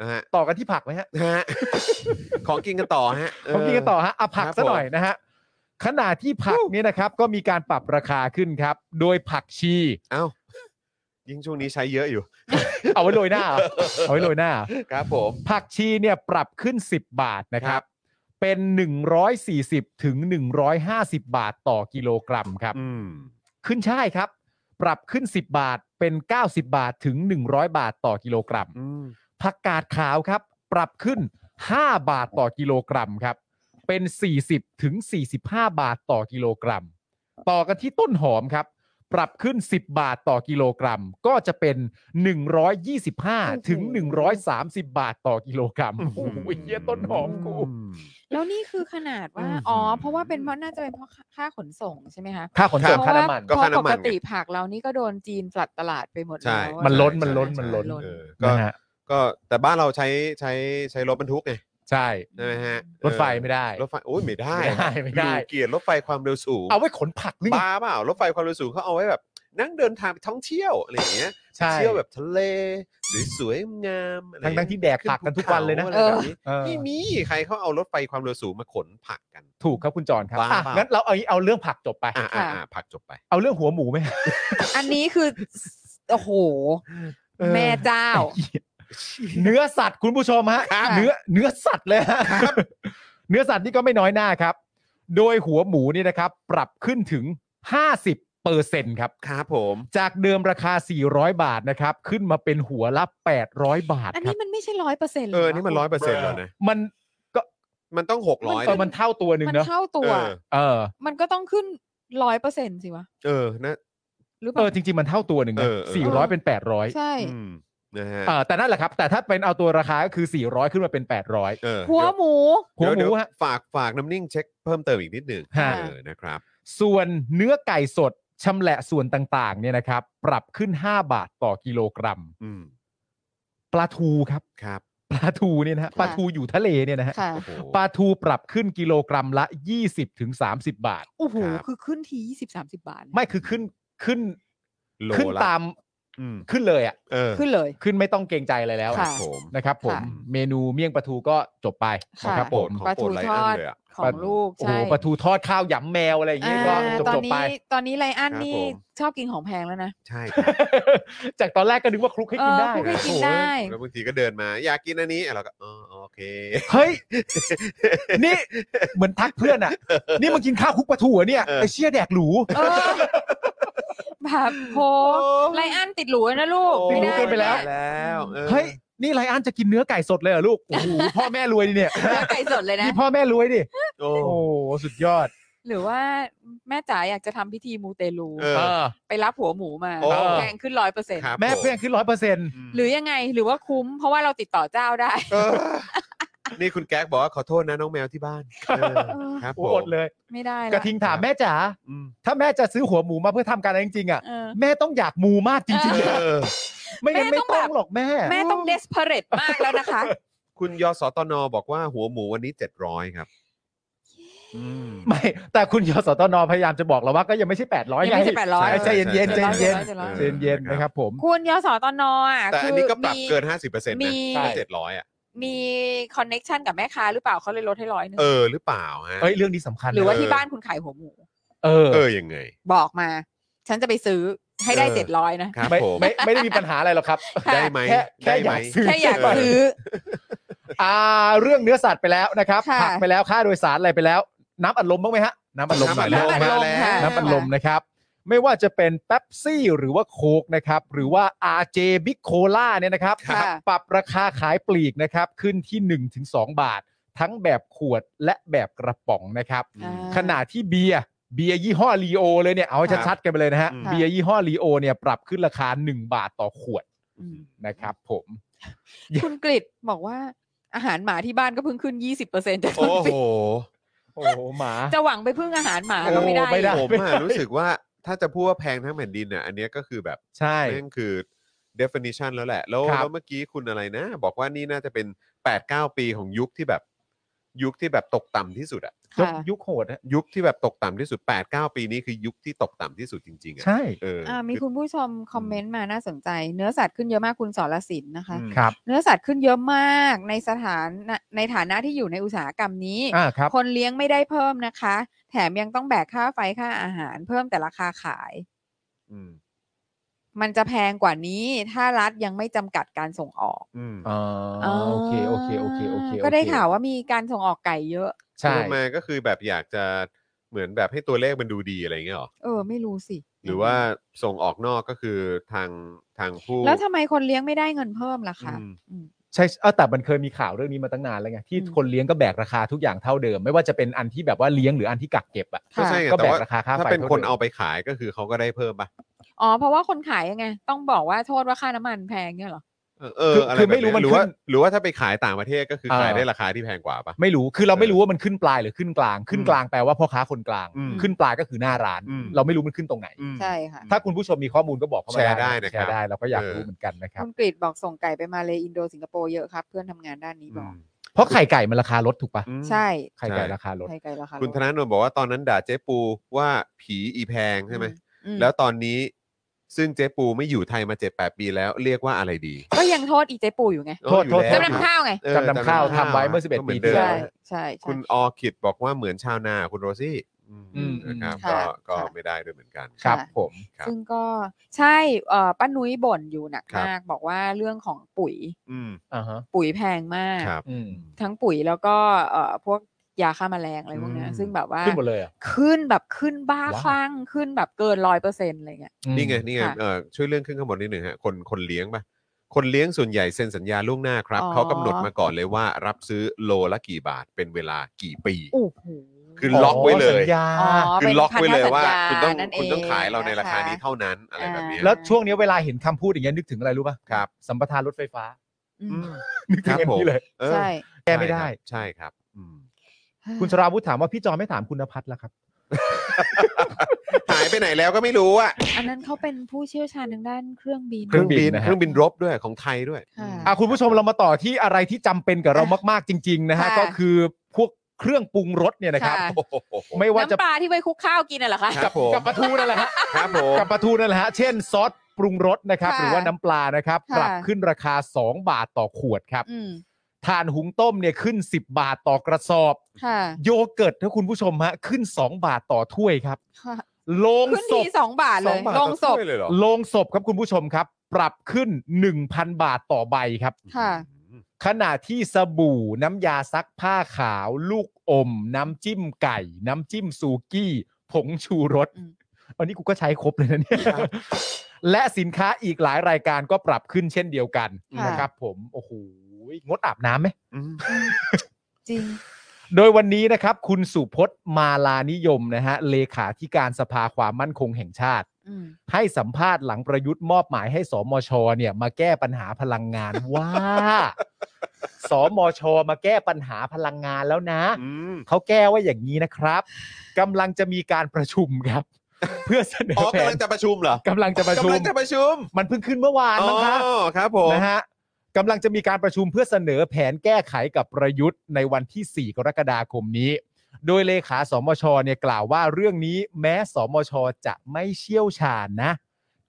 นะฮะ ต่อกันที่ผักไหมฮะ นะฮ ะ ของกินกันต่อฮะเ ผมกินกันต่อฮะอะผัก ครับ ซะหน่อยนะฮะขณะที่ผักเนี่ยนะครับก็มีการปรับราคาขึ้นครับ โดยผักชี เอ้า ยิ่งช่วงนี้ใช้เยอะอยู่ เอาไว้โรยหน้า เหรอเอาไว้โรยหน้า ครับผม ผักชีเนี่ยปรับขึ้น 10 บาทนะค ครั รับ บ เป็น 140ถึง150 บาทต่อกิโลกรัมครับ อืม ขึ้นช่ายครับ ปรับขึ้น 10 บาทเป็น 90 บาทถึง 100 บาทต่อกิโลกรัม อืม ผักกาดขาวครับ ปรับขึ้น 5 บาทต่อกิโลกรัมครับ เป็น 40ถึง45 บาทต่อกิโลกรัม ต่อกันที่ต้นหอมครับ ปรับขึ้น 10 บาทต่อกิโลกรัม ก็จะเป็น 125ถึง130 บาทต่อกิโลกรัมโอ้โหเหี้ยต้นหอมกู แล้วนี่คือขนาดว่า อ๋อ เพราะว่าเป็นเพราะน่าจะเป็นเพราะค่าขนส่งใช่ไหมคะ ค่าขนส่ง เพ ค่า ระว่ น้ำมัน ก็ค่า เพระ น้ำมัน ปก ไง ติผักเรานี่ก็โดนจีนปลัดตลาดไปหมด ใช่ แล้วอะ มันล้น ใช่ มันล้น ใช่ มันล้น เออก็ นะฮะ ก็แต่บ้านเราใช้ใช้ใช้รถบรรทุกไง ใช่ ใช่ไหมฮะ รถไฟไม่ได้ รถไฟโอ้ยไม่ได้ ไม่ได้ไม่ได้ เกลียดรถไฟความเร็วสูง เอาไว้ขนผักนี่ บ้าเปล่ารถไฟความเร็วสูงเขาเอาไว้แบบ นั่งเดินทางไปท่องเที่ยวอะไรอย่างเงี้ย ใช่ เที่ยวแบบทะเลสวยๆงามอะไร ทั้งทั้งๆที่แดกผักกันทุกวันเลยนะ ขึ้ภูขาอไรแบบนี้ เออ ไม่มีใครเขาเอารถไฟความเร็วสูงมาขนผักกัน ถูกครับคุณจรครับ ว้าว อ่ะงั้นเราเอาเอาเรื่องผักจบไป อ่าอ่าผักจบไป เอาเรื่องหัวหมูไหม อันนี้คือ โอ้โห แม่เจ้า เนื้อสัตว์คุณผู้ชมฮะ ครับ เนื้อเนื้อสัตว์เลยฮะเนื้อสัตว์นี่ก็ไม่น้อยหน้าครับ โดยหัวหมูนี่นะครับ ปรับขึ้นถึง 50เปอร์เซ็นครับ ครับผม จากเดิมราคา 400 บาทนะครับ ขึ้นมาเป็นหัวละ 800 บาท อัน ครั นี้ บ มันไม่ใช่ร้อยเปอร์เซ็นต์ เออ นี่มันร้อยเปอร์เซ็นต์แล้วนะ มัน มันต้องหกร้อย เออมันเท่าตัวหนึ่ง มัน เนอะ เท่าตัว เออ เออ มันก็ต้องขึ้นร้อยเปอร์เซ็นต์สิวะ เออ นะ หรือเป เออล่าจริง ๆ มันเท่าตัวหนึ่ง เอ นะ อเออ 400 เป็น 800 ใช่ อืมนะฮะ เออแต่นั่นแหละครับ แต่ถ้าเป็นเอาตัวราคาก็คือ 400 ขึ้นมาเป็น 800 เออ หัวหมู หัวห เดี๋ มู ยเดี๋ย ฮะ ฝากฝากน้ำนิ่งเช็คเพิ่มเติมอีกนิดหนึ่ง ฮะ เออ นะครับ ส่วนเนื้อไก่สดชำแหละส่วนต่างๆเนี่ยนะครับ ปรับขึ้น 5 บาทต่อกิโลกรัม อืม ปลาทูครับ ครับ ปลาทูเนี่ยนะฮะ ค่ะ ปลาทูอยู่ทะเลเนี่ยนะฮะ ค่ะ โอ้โห ปลาทูปรับขึ้นกิโลกรัมละ 20ถึง30 บาท โอ้โห ครับ คือขึ้นทียี่สิบสามสิบบาท ไม่คือขึ้นขึ้น โล ขึ้น ละ ตาม อืม ขึ้นเลยอะ่ะ เออ ขึ้นเลย ขึ้นไม่ต้องเกรงใจอะไรแล้ว ค่ะ ผม นะครับผม ค่ะ เมนูเมี่ยงปลาทูก็จบไป ค่ะ นะครับ โปร ผ ด ม ของ ปลา โปร ทู ดไล ท อ้ อ อน ด เลยอ่ะ ของลูก โอ้โห ใช่ ปลาทูทอดข้าวหยำแมวอะไรอย่างงี้ก็ อ่า จบ ตอน จบๆ นี้ ไป ตอนนี้ไลอ้อน ครับ นี่ ผม ชอบกินของแพงแล้วนะ ใช่ครับ จากตอนแรกก็นึกว่าคลุกให้กินได้ เออคลุกให้ น โอ้ย ได้ แล้วบางทีก็เดินมา อยากกินอันนี้อ่ะเราก็อ๋อโอเค เฮ้ย นี่เหมือนทักเพื่อนอ่ะ นี่มันกินข้าวคลุกปลาทูเหรอเนี่ย เออ ไอเชี่ยแดกหรู เออแบบโหไลอ้อนติดหรูนะลูก ไม่ได้ รู้เกินไปแล้ว ม่ด้ แล้วออ เฮ้ย นี่ไรอันจะกินเนื้อไก่สดเลยเหรอลูก โอ้โห พ่อแม่รวยดิ เนี่ย เนื้อไก่สดเลยนะ นี่พ่อแม่รวยดิ โอ้ โอ้โห สุดยอด หรือว่าแม่จ๋าอยากจะทำพิธีมูเตลู เออ ไปรับหัวหมูมา โอ้ แพงขึ้นร้อยเปอร์เซ็นต์ ครับ แม่ ผ เพื่อนขึ้นร้อยเปอร์เซ็นต์ ม หรือยังไงหรือว่าคุ้ม เพราะว่าเราติดต่อเจ้าได้ เออนี่คุณแก๊กบอกว่าขอโทษนะน้องแมวที่บ้านเออครับผม อดเลย ไม่ได้ ก แล้ ระ ว ทิงถามแม่จ๋า อืม ถ้าแม่จะซื้อหัวหมูมาเพื่อทำการอะไรจริงๆอ่ะ เออ แม่ต้องอยากมูมากจริงๆอะ เออ ไม่งั้น แม่ ไม่ ต้อง ต้อง แบบ หรอกแม่ แม่ต้องเดสเพเรตมากแล้วนะคะ คุณยศตนบอกว่าหัวหมูวันนี้ 700 ครับ อืม ไม่ แต่คุณยศตนพยายามจะบอกเราว่าก็ยังไม่ใช่แปดร้อย ยังไม่ใช่แปดร้อย ใจเย็นๆใจเย็นๆใจเย็น เจ็ดร้อย ๆใจเย็นๆนะครับผม คุณยศตนอ่ะ แต่อัน คื นี้ อ ก็ปรับ มี เกิน 50%นะ มี ไม่700 อ่ะ มีคอนเน็ชันกับแม่ค้าหรือเปล่าเขาเลยลดให้ร้อยหนึง เออหรือเปล่าฮะ เอ้ยเรื่องนี้สำคัญนะ หรือว่า เออ ที่บ้านคุณขายหัวหมู เออ เออยังไง บอกมา ฉันจะไปซื้อให้ได้ เออ เจ็ดร้อย นะ ครับ ไม่ ผม ไม่ไม่ได้มีปัญหาอะไรหรอกครับ ค่ะ ได้ไหม แค่แค่ ได้ อ ไหม ยากซื้ แค่อยากซื้อ อ่าเรื่องเนื้อสัตว์ไปแล้วนะครับ ค่ะ ผักไปแล้วค่าโดยสารอะไรไปแล้ว น้ำอัดลมบ้างไหมฮะน้ำอัดลม น้ำอัด หน่อยนะลงมา ฮะ แล้ว ค่ะ น้ำอัดลมนะครับ ไม่ว่าจะเป็นแป๊บซี่หรือว่าโค้กนะครับหรือว่า RJ Big Cola เนี่ยนะครับ ค่ะ ปรับราคาขายปลีกนะครับขึ้นที่ 1-2 บาท ทั้งแบบขวดและแบบกระป๋องนะครับ อ่า ขณะที่เบียร์เบียร์ยี่ห้อลีโอเลยเนี่ยเอาให้ชัดๆกันไปเลยนะฮะ อืม เบียร์ยี่ห้อลีโอเนี่ยปรับขึ้นราคา 1 บาทต่อขวด อืม นะครับ ผม คุณกริดบอกว่า อาหารหมาที่บ้านก็เพิ่งขึ้นยี่สิบเปอร์เซ็นต์จาก โอ้ ต้นปี โห โอ้โหหมา จะหวังไปพึ่งอาหารหมาก็ไม่ได้ โอ้ไม่ได้ ผมอะรู้สึกว่าถ้าจะพูดว่าแพงทั้งแผ่นดินเนี่ยอันเนี้ยก็คือแบบ ใช่ นั่นคือ definition แล้วแหละ แล้ว ครับ แล้วเมื่อกี้คุณอะไรนะ บอกว่านี่น่าจะเป็น 8 9 ปีของยุคที่แบบ ยุคที่แบบตกต่ำที่สุดอะ ย ค่ะ กยุคโหดฮะ ยุคที่แบบตกต่ำที่สุด 8 9 ปีนี้คือยุคที่ตกต่ำที่สุดจริง ๆอะ ใช่ เอออ อ่ามีคุณผู้ชมคอมเมนต์มาน่าสนใจ เนื้อสัตว์ขึ้นเยอะมากคุณสรศิลป์นะคะ อืม ครับ เนื้อสัตว์ขึ้นเยอะมากในสถานในฐานะที่อยู่ในอุตสาหกรรมนี้ อ่าครับ คนเลี้ยงไม่ได้เพิ่มนะคะ แถมยังต้องแบกค่าไฟค่าอาหาร เพิ่มแต่ราคาขาย อืม มันจะแพงกว่านี้ ถ้ารัฐยังไม่จำกัดการส่งออก อืม อ๋ออ่าโอเคโอเคโอเคโอเค ก็ได้ โอเค ข่าวว่ามีการส่งออกไก่เยอะ ใช่ คือมาก็คือแบบอยากจะเหมือนแบบให้ตัวเลขมันดูดีอะไรอย่างเงี้ยหรอ เออ ไม่รู้สิ หรือว่าส่งออกนอกก็คือทางทางผู้ แล้วทำไมคนเลี้ยงไม่ได้เงินเพิ่มล่ะคะ อืม อืม ใช่เออแต่มันเคยมีข่าวเรื่องนี้มาตั้งนานแล้วไงที่ อืม คนเลี้ยงก็แบกราคาทุกอย่างเท่าเดิม ไม่ว่าจะเป็นอันที่แบบว่าเลี้ยงหรืออันที่กักเก็บอ่ะ ก็ใช่ไง ก็ แต่ว่า แบกราคาค่า ถ้า ไฟ เป็นคน เท่าเดิม เอาไปขายก็คือเขาก็ได้เพิ่มปะ อ๋อเพราะว่าคนขายยังไง ต้องบอกว่าโทษว่าค่าน้ำมันแพงเนี่ยเหรอ เออเออ คือ อะไร คือ แบบ ไม่รู้ เนี้ย มัน หรือว่า ขึ้น หรือว่าถ้าไปขายต่างประเทศก็คือ เออ ขายได้ราคาที่แพงกว่าปะ ไม่รู้คือเราไม่รู้ว่ามันขึ้นปลายหรือขึ้นกลาง ขึ้นกลางแปลว่าพ่อค้าคนกลาง อืม ขึ้นปลายก็คือหน้าร้าน อืม เราไม่รู้มันขึ้นตรงไหน อืม ใช่ค่ะ ถ้าคุณผู้ชมมีข้อมูลก็บอกเข้ามา แชร์ได้นะครับ แชร์ได้เราก็อยาก เออ รู้เหมือนกันนะครับ คุณกรีดบอกส่งไก่ไปมาเลยอินโดสิงคโปร์เยอะครับ เพื่อนทำงานด้านนี้ อื บอก ม เพราะไข่ไก่มันราคาลดถูกปะ อืม ใช่ ไข่ไก่ราคาลด ไทยไก่ราคา คุณ ลด ธนาโนนบอกว่าตอนนั้นด่าเจ๊ปูว่าผีอีแพงใช่ไหม อืม แล้วตอนนี้ซึ่งเจ๊ปูไม่อยู่ไทยมาเจ็ดแปดปีแล้ว เรียกว่าอะไรดี ก็ยังโทษอีเจปูอยู่ไง โทษ อยู่แล้ว โทษ จำนำข้าวไง เออ จำนำข้าวทำไว้เมื่อ11 ก็หน ปีที่ เดิม แล้ ใช่ ว ใช่ใช่ คุณออคิดบอกว่าเหมือนชาวนาคุณโรซี่อืม อืม นะครับ ค่ะ ก็ก็ ค่ะ ไม่ได้ด้วยเหมือนกัน ครับ ค่ะ ผม ครับ ซึ่งก็ใช่เอ่อป้านุ้ยบ่นอยู่หนัก ครับ มาก บอกว่าเรื่องของปุ๋ย อืม อ่าฮะ ปุ๋ยแพงมาก ครับ อืม ทั้งปุ๋ยแล้วก็เอ่อพวกยาฆ่าแมลงอะไรพวกเนี้ย อืม ซึ่งแบบว่า ขึ้นหมดเลยเหรอ ขึ้นแบบขึ้นบ้า ว้าว คลั่งขึ้นแบบเกินร้อยเปอร์เซ็นต์อะไรเงี้ย นี่ไงนี่ไง ค่ะ เออช่วยเรื่องขึ้นข้างบนนิดหนึ่งฮะคนคนเลี้ยงปะคนเลี้ยงส่วนใหญ่เซ็นสัญญาล่วงหน้าครับ อ๋อ เขากำหนดมาก่อนเลยว่ารับซื้อโลละกี่บาทเป็นเวลากี่ปี โอ้โห คือล็อกไว้เลย สัญญา อ๋อ คื ป็ อนล็อกไว้เลยว่า พันธสัคุณต้อญญง นั่นเ คุณต้องขายเราในราคานี้ ะะ เท่านั้นอะไรแบบเนี้ย แล้วช่วงนี้เวลาเห็นคำพูดอย่างเงี้ยนึกถึงอะไรรู้ป่ะ ครับ สัมปทานรถไฟฟ้า อืม อืม นึกถึง ครั อั บ น ผม นี้เลย เออ ใช่ แก้ไม่ได้ ใช่ครับอืม คุณชราวุฒิถามว่าพี่จอไม่ถามคุณนภัทรละครับ หายไปไหนแล้วก็ไม่รู้อ่ะ อันนั้นเขาเป็นผู้เชี่ยวชาญทางด้านเครื่องบิน เครื่องบิน นะฮะ เครื่องบินรบด้วยของไทยด้วย ค่ะ อ่ะคุณผู้ชมเรามาต่อที่อะไรที่จำเป็นกับเรามากๆจริง ๆ นะฮะ ค่ะ ก็คือพวกเครื่องปรุงรสเนี่ยนะครับ ค่ะ โอ้โห ไม่ว่าจะ น้ำปลาที่ไว้คลุกข้าวกินน่ะเหรอคะ ครับผม กับปลาทูนั่นแหละฮะ ครับผม กับปลาทูนั่นแหละฮะเช่นซอสปรุงรสนะครับ ค่ะ หรือว่าน้ำปลานะครับ ค่ะ ปรับขึ้นราคา 2 บาทต่อขวดครับ อืม ถ่านหุงต้มเนี่ยขึ้น 10 บาทต่อกระสอบ ค่ะ โยเกิร์ตถ้าคุณผู้ชมฮะขึ้น 2 บาทต่อถ้วยครับ ค่ะ โลง ขึ้น ศ ที พ สองบาทเลยลงศพ ด้วยเลยเหรอ โลงศพครับคุณผู้ชมครับ ปรับขึ้น 1,000 บาทต่อใบครับ ค่ะ ขณะที่สบู่น้ำยาซักผ้าขาว ลูกอม น้ำจิ้มไก่ น้ำจิ้มซูกี้ ผงชูรสอันนี้กูก็ใช้ครบเลยนะเนี่ยและสินค้าอีกหลายรายการก็ปรับขึ้นเช่นเดียวกันะ นะครับผมโอ้โหงดอาบน้ำไหม อืม จริง โดยวันนี้นะครับ คุณสุพจน์มาลานิยมนะฮะเลขาธิการสภาความมั่นคงแห่งชาติ อืม ให้สัมภาษณ์หลังประยุทธ์มอบหมายให้สมชเนี่ยมาแก้ปัญหาพลัง งาน ว่า สมชมาแก้ปัญหาพลังงานแล้วนะ อืม เขาแก้ว่าอย่างนี้นะครับกำลังจะมีการประชุมครับ เพื่อเสนอ อ๋อ แผ กำ น ลังจะประชุมเหรอก ำลังจะประชุ กำ ม ลังจะประชุม มันเพิ่งขึ้นเมื่อวาน อ๋อ มั้งครับ ครับผม นะฮะกำลังจะมีการประชุมเพื่อเสนอแผนแก้ไขกับประยุทธ์ในวันที่ 4 กรกฎาคมนี้ โดยเลขาสมชเนี่ยกล่าวว่าเรื่องนี้แม้สมชจะไม่เชี่ยวชาญนะ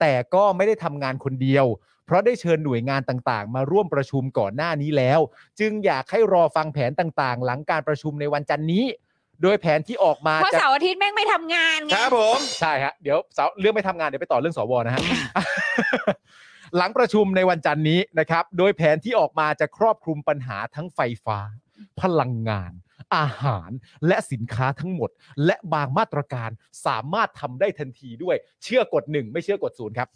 แต่ก็ไม่ได้ทำงานคนเดียว เพ เพราะได้เชิญหน่วยงานต่างๆ มาร่วมประชุมก่อนหน้านี้แล้ว จึงอยากให้รอฟังแผนต่างๆ หลังการประชุมในวันจันทร์นี้ โดยแผนที่ออกมา เพราะ จะ เสาร์อาทิตย์แม่งไม่ทำงานไง ครับผม ใช่ฮะเดี๋ยวเสาร์เรื่องไม่ทำงานเดี๋ยวไปต่อเรื่องสวนะฮะ หลังประชุมในวันจันทร์นี้นะครับ โดยแผนที่ออกมาจะครอบคลุมปัญหาทั้งไฟฟ้า พลังงาน อาหารและสินค้าทั้งหมด และบางมาตรการสามารถทำได้ทันทีด้วย เชื่อกดหนึ่งไม่เชื่อกดศูนย์ครับ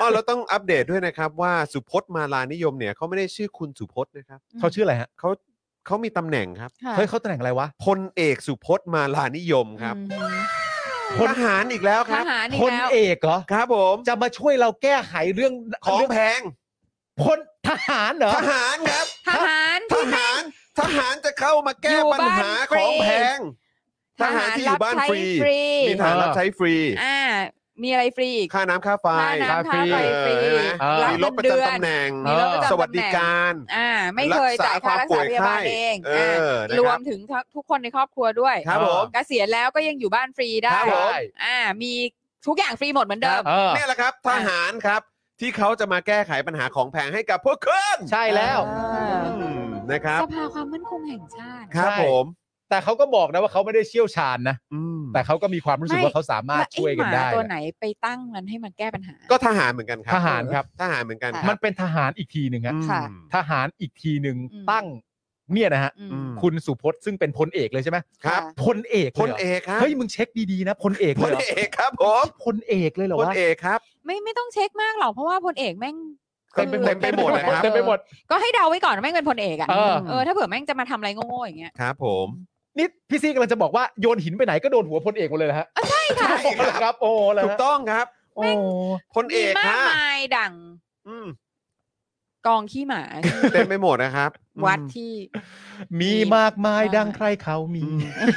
อ๋อเราต้องอัปเดตด้วยนะครับว่าสุพจน์มาลานิยมเนี่ยเขาไม่ได้ชื่อคุณสุพจน์นะครับ อืม เขาชื่ออะไรฮะ เขาเขามีตำแหน่งครับ ค่ะ เฮ้ยเขาตำแหน่งอะไรวะ พลเอกสุพจน์มาลานิยมครับ อืม ทหารอีกแล้วค ท รับ หารอีก พล แล้ว เอกเหรอ ครับผม จะมาช่วยเราแก้ไขเรื่อง ของ เรื่ แพง พลทหารเหรอ ทหารครับ ทหาร ท ที่ หารทหารจะเข้ามาแก้ปัญหา อยู่ ข บ้านฟรี องแพง ทหารที่อยู่บ้านฟรี บใช้ฟรี มีฐานรับใช้ฟรี อ่า มีอะไรฟรีอีก ค่าน้ำค่าไฟ ค่าน้ำค่าไฟฟรี เออนะ เออ มีรถประจำตำแหน่ง มีรถประจำตำแหน่ง สวัสดิการ อ่า ไม่เคยจ่ายค่ารักษาพยาบาลเอง เออนะครับ รวมถึงทุกคนในครอบครัวด้วย ครับผม เกษียณแล้วก็ยังอยู่บ้านฟรีได้ ครับผม อ่า มีทุกอย่างฟรีหมดเหมือนเดิม เออ เนี่ยแหละครับทหารครับ ที่เขาจะมาแก้ไขปัญหาของแพงให้กับพวกคุณ ใช่แล้ว อืมนะครับ สภาความมั่นคงแห่งชาติ ครับผม แต่เขาก็บอกนะว่าเขาไม่ได้เชี่ยวชาญนะ อืม แต่เขาก็มีความรู้สึก ไม่ ว่าเขาสามารถช่วยกันได้ แล้ไอ้หมาตัว นะ ไหนไปตั้งมันให้มันแก้ปัญหา ก็ทหารเหมือนกันครับ ทหารครับ ทหารเหมือนกัน ค่ะ มันเป็นทหารอีกทีหนึ่งฮะ อืม ค่ะ ทหารอีกทีหนึ่ง อืม ตั้งเนี่ยนะฮะ อืม อืม คุณสุพจน์ซึ่งเป็นพลเอกเลยใช่ไหม ครับ ค่ะ พลเอก พลเอกครับ เฮ้ยมึงเช็คดีๆนะพลเอก พ เลย ล เหรอ เอกครับผม พลเอกเลยเหรอ พล วะ เอกครับ ไม่ไม่ต้องเช็คมากหรอกเพราะว่าพลเอกแม่ง เต็มไปหมด คือ เต็มไปหมดเลยครับ เต็มไปหมด ก็ให้เดาไว้ก่อนว่าแม่งเป็นพลเอกอ่ะ เออ เออถ้าเผื่อแม่งจะมาทำอะไรโง่ๆอย่างเงี้ย ครับผม นี่พี่ซี่กำลังจะบอกว่าโยนหินไปไหนก็โดนหัวพลเอกหมดเลยนะฮะ ใช่ค่ะ ใช่ค โอ้ รับ ครับ โอ้แล้ ถูกต้องครับ โอ้ พลเอ มี กคมาก รับ มายดั่ง อืม กองขี้หมา เต็มไปหมดนะครับ วัด อืม ที่ มีมากมายดังใครเขามี อืม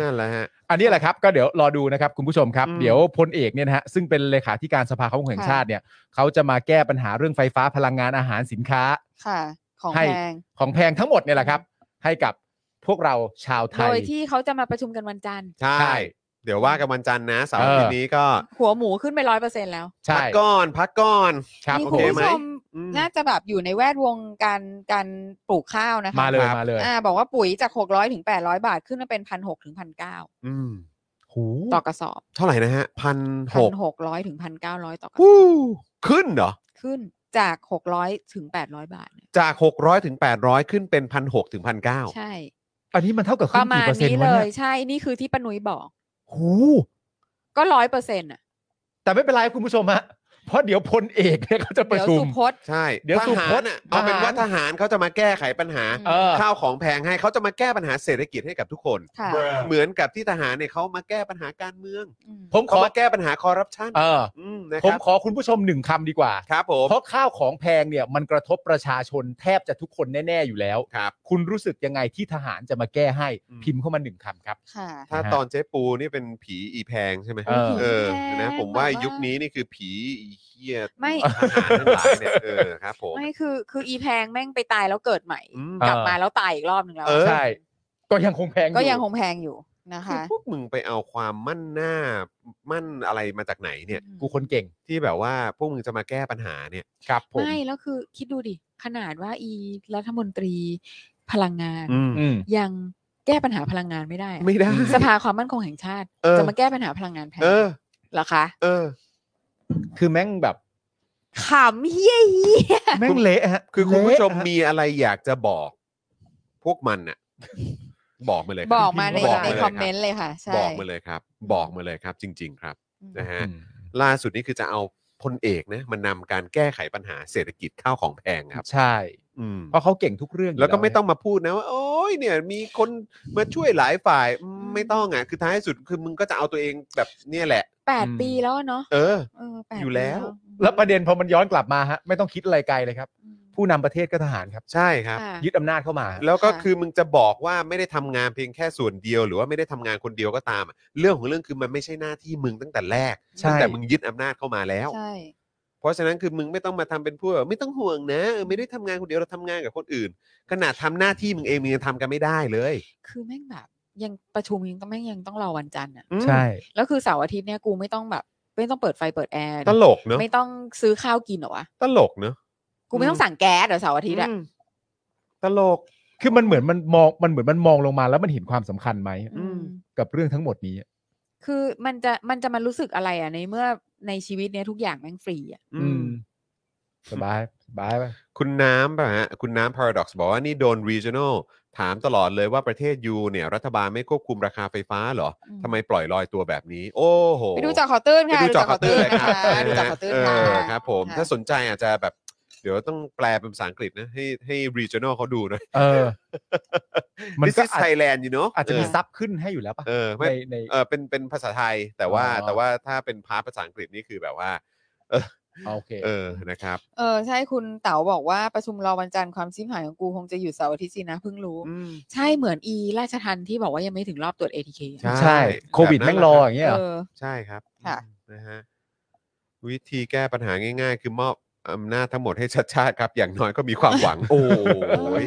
นั่นแหละฮะ อันนี้แหละครับก็เดี๋ยวรอดูนะครับคุณผู้ชมครับ อืม เดี๋ยวพลเอกเนี่ยนะฮะซึ่งเป็นเลขาธิการสภาควาแห่งชาติเนี่ยเขาจะมาแก้ปัญหาเรื่องไฟฟ้าพลังงานอาหารสินค้า ค่ะ ของ ให้ แพง ของแพงทั้งหมดเนี่ยแหละครับ ให้กับพวกเราชาวไท โด ย ยที่เขาจะมาประชุมกันวันจันทร์ ใช่ ใช่ เดี๋ยวว่ากันวันจันทร์นะเสาร์ เออ อาทิตย์นี้ก็ หัวหมูขึ้นไปร้อยเปอร์เซ็นต์แล้ว ใช่ พักก่อนพักก่อน ครับ นี่ โอ คุณ เค ผู้ ไหม ชม อืม น่าจะแบบอยู่ในแวดวงการการปลูกข้าวนะคะ มาเลย ครับ มาเลย อ่าบอกว่าปุ๋ยจาก 600 ถึง 800 บาทขึ้นมาเป็น 1,600 ถึง 1,900 อืม หู ต่อกระสอบ เท่าไหร่นะฮะพันหก 1,600 ถึง 1,900 ต่อกระส วู้ อบ ขึ้นเหรอ ขึ้นจาก 600 ถึง 800 บาทเนี่ย จาก 600 ถึง 800 ขึ้นเป็น 1,600 ถึง ใช่ อันนี้มันเท่ากับ ป ขึ้ ระ น มา กี่ ณ เปอร์เซ็น นี้ ต์วะ เลย เนี่ย ใช่ นี่คือที่ปานุยบอก หู ก็ร้อยเปอร์เซ็นต์อ่ะ แต่ไม่เป็นไรคุณผู้ชมฮะเพราะเดี๋ยวพลเอกเนี่ยเขาจะประ เดี๋ยว ชุม สุพจน์ 9 ใช่ เดี๋ยว ทหารน่ะ สุพจน์ เอาเป็น ทหาร ว่าทหารเขาจะมาแก้ไขปัญหา เออ ข้าวของแพงให้เขาจะมาแก้ปัญหาเศรษฐกิจให้กับทุกคน ค่ะ เหมือนกับที่ทหารเนี่ยเขามาแก้ปัญหาการเมือง อืม ผมข เขา อ มาแก้ปัญหาคอร์รัปชัน เออ อืมนะ ผ ค ม รับ ขอคุณผู้ชมหนึ่งคำดีกว่า ครับผม เพราะข้าวของแพงเนี่ยมันกระทบประชาชนแทบจะทุกคนแน่ๆอยู่แล้ว ครับ คุณรู้สึกยังไงที่ทหารจะมาแก้ให้ อืม พิมพ์เข้ามาหนึ่งคำครับ ค่ะ ถ้า นะฮะ ตอนเจ๊ปูนี่เป็นผีอีแพงใช่ไหม เออ เออนะผมว่า แพงมาก ยุคนี้นี่คือผีอีเฮีย ไม่ ทหารทั้งหลายเนี่ยเออครับผม ไม่คือคืออีแพงแม่งไปตายแล้วเกิดใหม่ อืม กลับ เออ มาแล้วตายอีกรอบหนึ่งแล้ว เออ ใช่ ก็ยังคงแพงอ ก็ยังคงแพงอยู่นะ คือ คะ พวกมึงไปเอาความมั่นหน้ามั่นอะไรมาจากไหนเนี่ย กูคนเก่ง ที่แบบว่าพวกมึงจะมาแก้ปัญหาเนี่ย ครับผม ไม่แล้วคือคิดดูดิขนาดว่าอีรัฐมนตรีพลังงาน อืม อืม ยังแก้ปัญหาพลังงานไม่ได้อะ ไม่ได้ สภาความมั่นคงแห่งชาติ เออ จะมาแก้ปัญหาพลังงานแพง เออ เหรอคะ เออ คือแม่งแบบ ขำเฮี้ยเหี้ย แม่งเละฮะ คือคุณผู้ชม เละฮะ มีอะไรอยากจะบอก พวกมันน่ะ บอกมาเลยครับ บอกมาใน พิมพ์ บ เข้ามาอกมาเลยครัในคอม บ เมนต์เลยค่ะใช่ บอกมาเลยครับ บอกมาเลยครับ จริง ๆ ครับ อืม นะฮะ อืม ล่าสุดนี่คือจะเอาพลเอกนะมันนำการแก้ไขปัญหาเศรษฐกิจข้าวของแพงครับ ใช่ อืม เพราะเขาเก่งทุกเรื่องยู่ แล้วก็ไม่ต้องมาพูดนะว่าโอ้ยเนี่ย มีคนมาช่วยหลายฝ่ายอืมไม่ต้องอ่ะคือท้ายสุดคือมึงก็จะเอาตัวเองแบบเนี่ยแหละ แปดปีแล้วเนาะ เออ เออแปด อยู่แล้ว ปี แล้วประเด็นพอมันย้อนกลับมาฮะไม่ต้องคิดอะไรไกลเลยครับ อืม ผู้นำประเทศก็ทหารครับ ใช่ครับ ค่ะ ยึดอำนาจเข้ามา แล้วก็ ค่ะ คือมึงจะบอกว่าไม่ได้ทำงานเพียงแค่ส่วนเดียว หรือว่าไม่ได้ทำงานคนเดียวก็ตามอะเรื่องของเรื่องคือมันไม่ใช่หน้าที่มึงตั้งแต่แรก ใช่ ตั้งแต่มึงยึดอำนาจเข้ามาแล้ว ใช่ เพราะฉะนั้นคือมึงไม่ต้องมาทำเป็นผู้แบบไม่ต้องห่วงนะเออไม่ได้ทำงานคนเดียวเราทำงานกับคนอื่น ขนาดทำหน้าที่มึงเองมึงยังทำกันไม่ได้เลย คือแม่งแบบยังประชุมยังต้องแม่งยังต้องรอวันจันทร์อ่ะ อืม ใช่ แล้วคือเสาร์อาทิตย์เนี่ยกูไม่ต้องแบบไป ไม่ต้องเปิดไฟเปิดแอร์ ตลกเนอะ ไม่ต้องซื้อข้าวกินเหรอวะ ตลกเนอะ กูไม่ต้องสั่งแก๊สเดี๋ยวเสาร์อาทิตย์อะ อืม ตลก คือมันเหมือนมันมองมันเหมือนมันมองลงมาแล้วมันเห็นความสำคัญไหม อืม กับเรื่องทั้งหมดนี้ คือมันจะมันจะมารู้สึกอะไรอะในเมื่อในชีวิตเนี้ยทุกอย่างแม่งฟรีอะ อืมสบายสบายไป คุณน้ำป่ะฮะ คุณน้ำ Paradox บอกว่านี่โดน regional ถามตลอดเลยว่าประเทศยูเนี่ย รัฐบาลไม่ควบคุมราคาไฟฟ้าเหรอ อืม ทำไมปล่อยลอยตัวแบบนี้ โอ้โห ไปดูจอขอตื้นค่ะ ไปดูเจอข่าวตื้นเลย นะ ค คะ รับ ดูจอขอตื้น เอ ค่ะ อครับผม ะ ถ้าสนใจอาจจะแบบ เดี๋ยวต้องแปลเป็นภาษาอังกฤษนะ ให้ให้ regional เขาดูหนะ เออ มั มัน น ก็ ก็ อาจ ไทยแลนด์อยู่เนาะ อาจจะมี เ ซับขึ้นให้อยู่แล้วป่ะ เออไม่ ในใน เออเป็นเป็นภาษาไทยแต่ว่า อ๋อ แต่ว่าถ้าเป็นพาร์ทภาษาอังกฤษนี่คือแบบว่า เออ โอเค เออนะครับ เออใช่คุณเต๋าบอกว่าประชุมรอวันจันทร์ความชิบหายของกูคงจะอยู่เสาร์อาทิตย์สินะเพิ่งรู้ ใช่เหมือนอีราชทันที่บอกว่ายังไม่ถึงรอบตรวจ ATK ใช่ ใช่ โควิด แบบนั้น แม่งรอ แหละครัอบย่างเงี้ยเหรอ เออ ใช่ครับ ค่ะ นะฮะวิธีแก้ปัญหาง่าย ๆ คือมอบอำนาจทั้งหมดให้ชัดชาติครับ อย่างน้อยก็มีความหวัง โอ้ย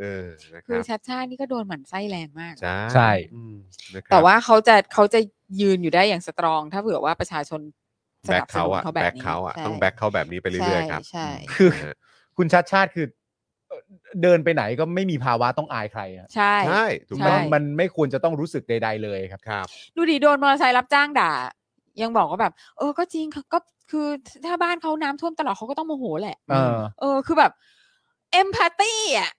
เออนะค คื รั อบ ชัดชาตินี่ก็โดนหมั่นไส้แรงมาก ใช่ ใช่ อืมนะครับ แต่ว่าเขาจะเขาจะยืนอยู่ได้อย่างสตรอง ถ้าเผื่อว่าประชาชนส แบ็ นั ค บส เขา นุน อะ เขาแบ แบ็ บ ค นี้ เขาอะ ใช่ ต้องแบ็คเขาแบบนี้ไปเรื่อยๆครับ ใช่มใช่คือ นะฮะ คุณชัดชาติคือเอ่อเดินไปไหนก็ไม่มีภาวะต้องอายใครอะ ใช่ ใช่ถูก ใช่ ต้อง มันมันไม่ควรจะต้องรู้สึกใด ๆ เลยครับ ครับ ดูดิโดนมอเตอร์ไซค์รับจ้างด่า ยังบอกว่าแบบ เออก็จริงค่ะก็คือถ้าบ้านเขาน้ำท่วมตลอดเขาก็ต้องโมโหแหละ เออ เออคือแบบเอมพัตตี้อ่ะ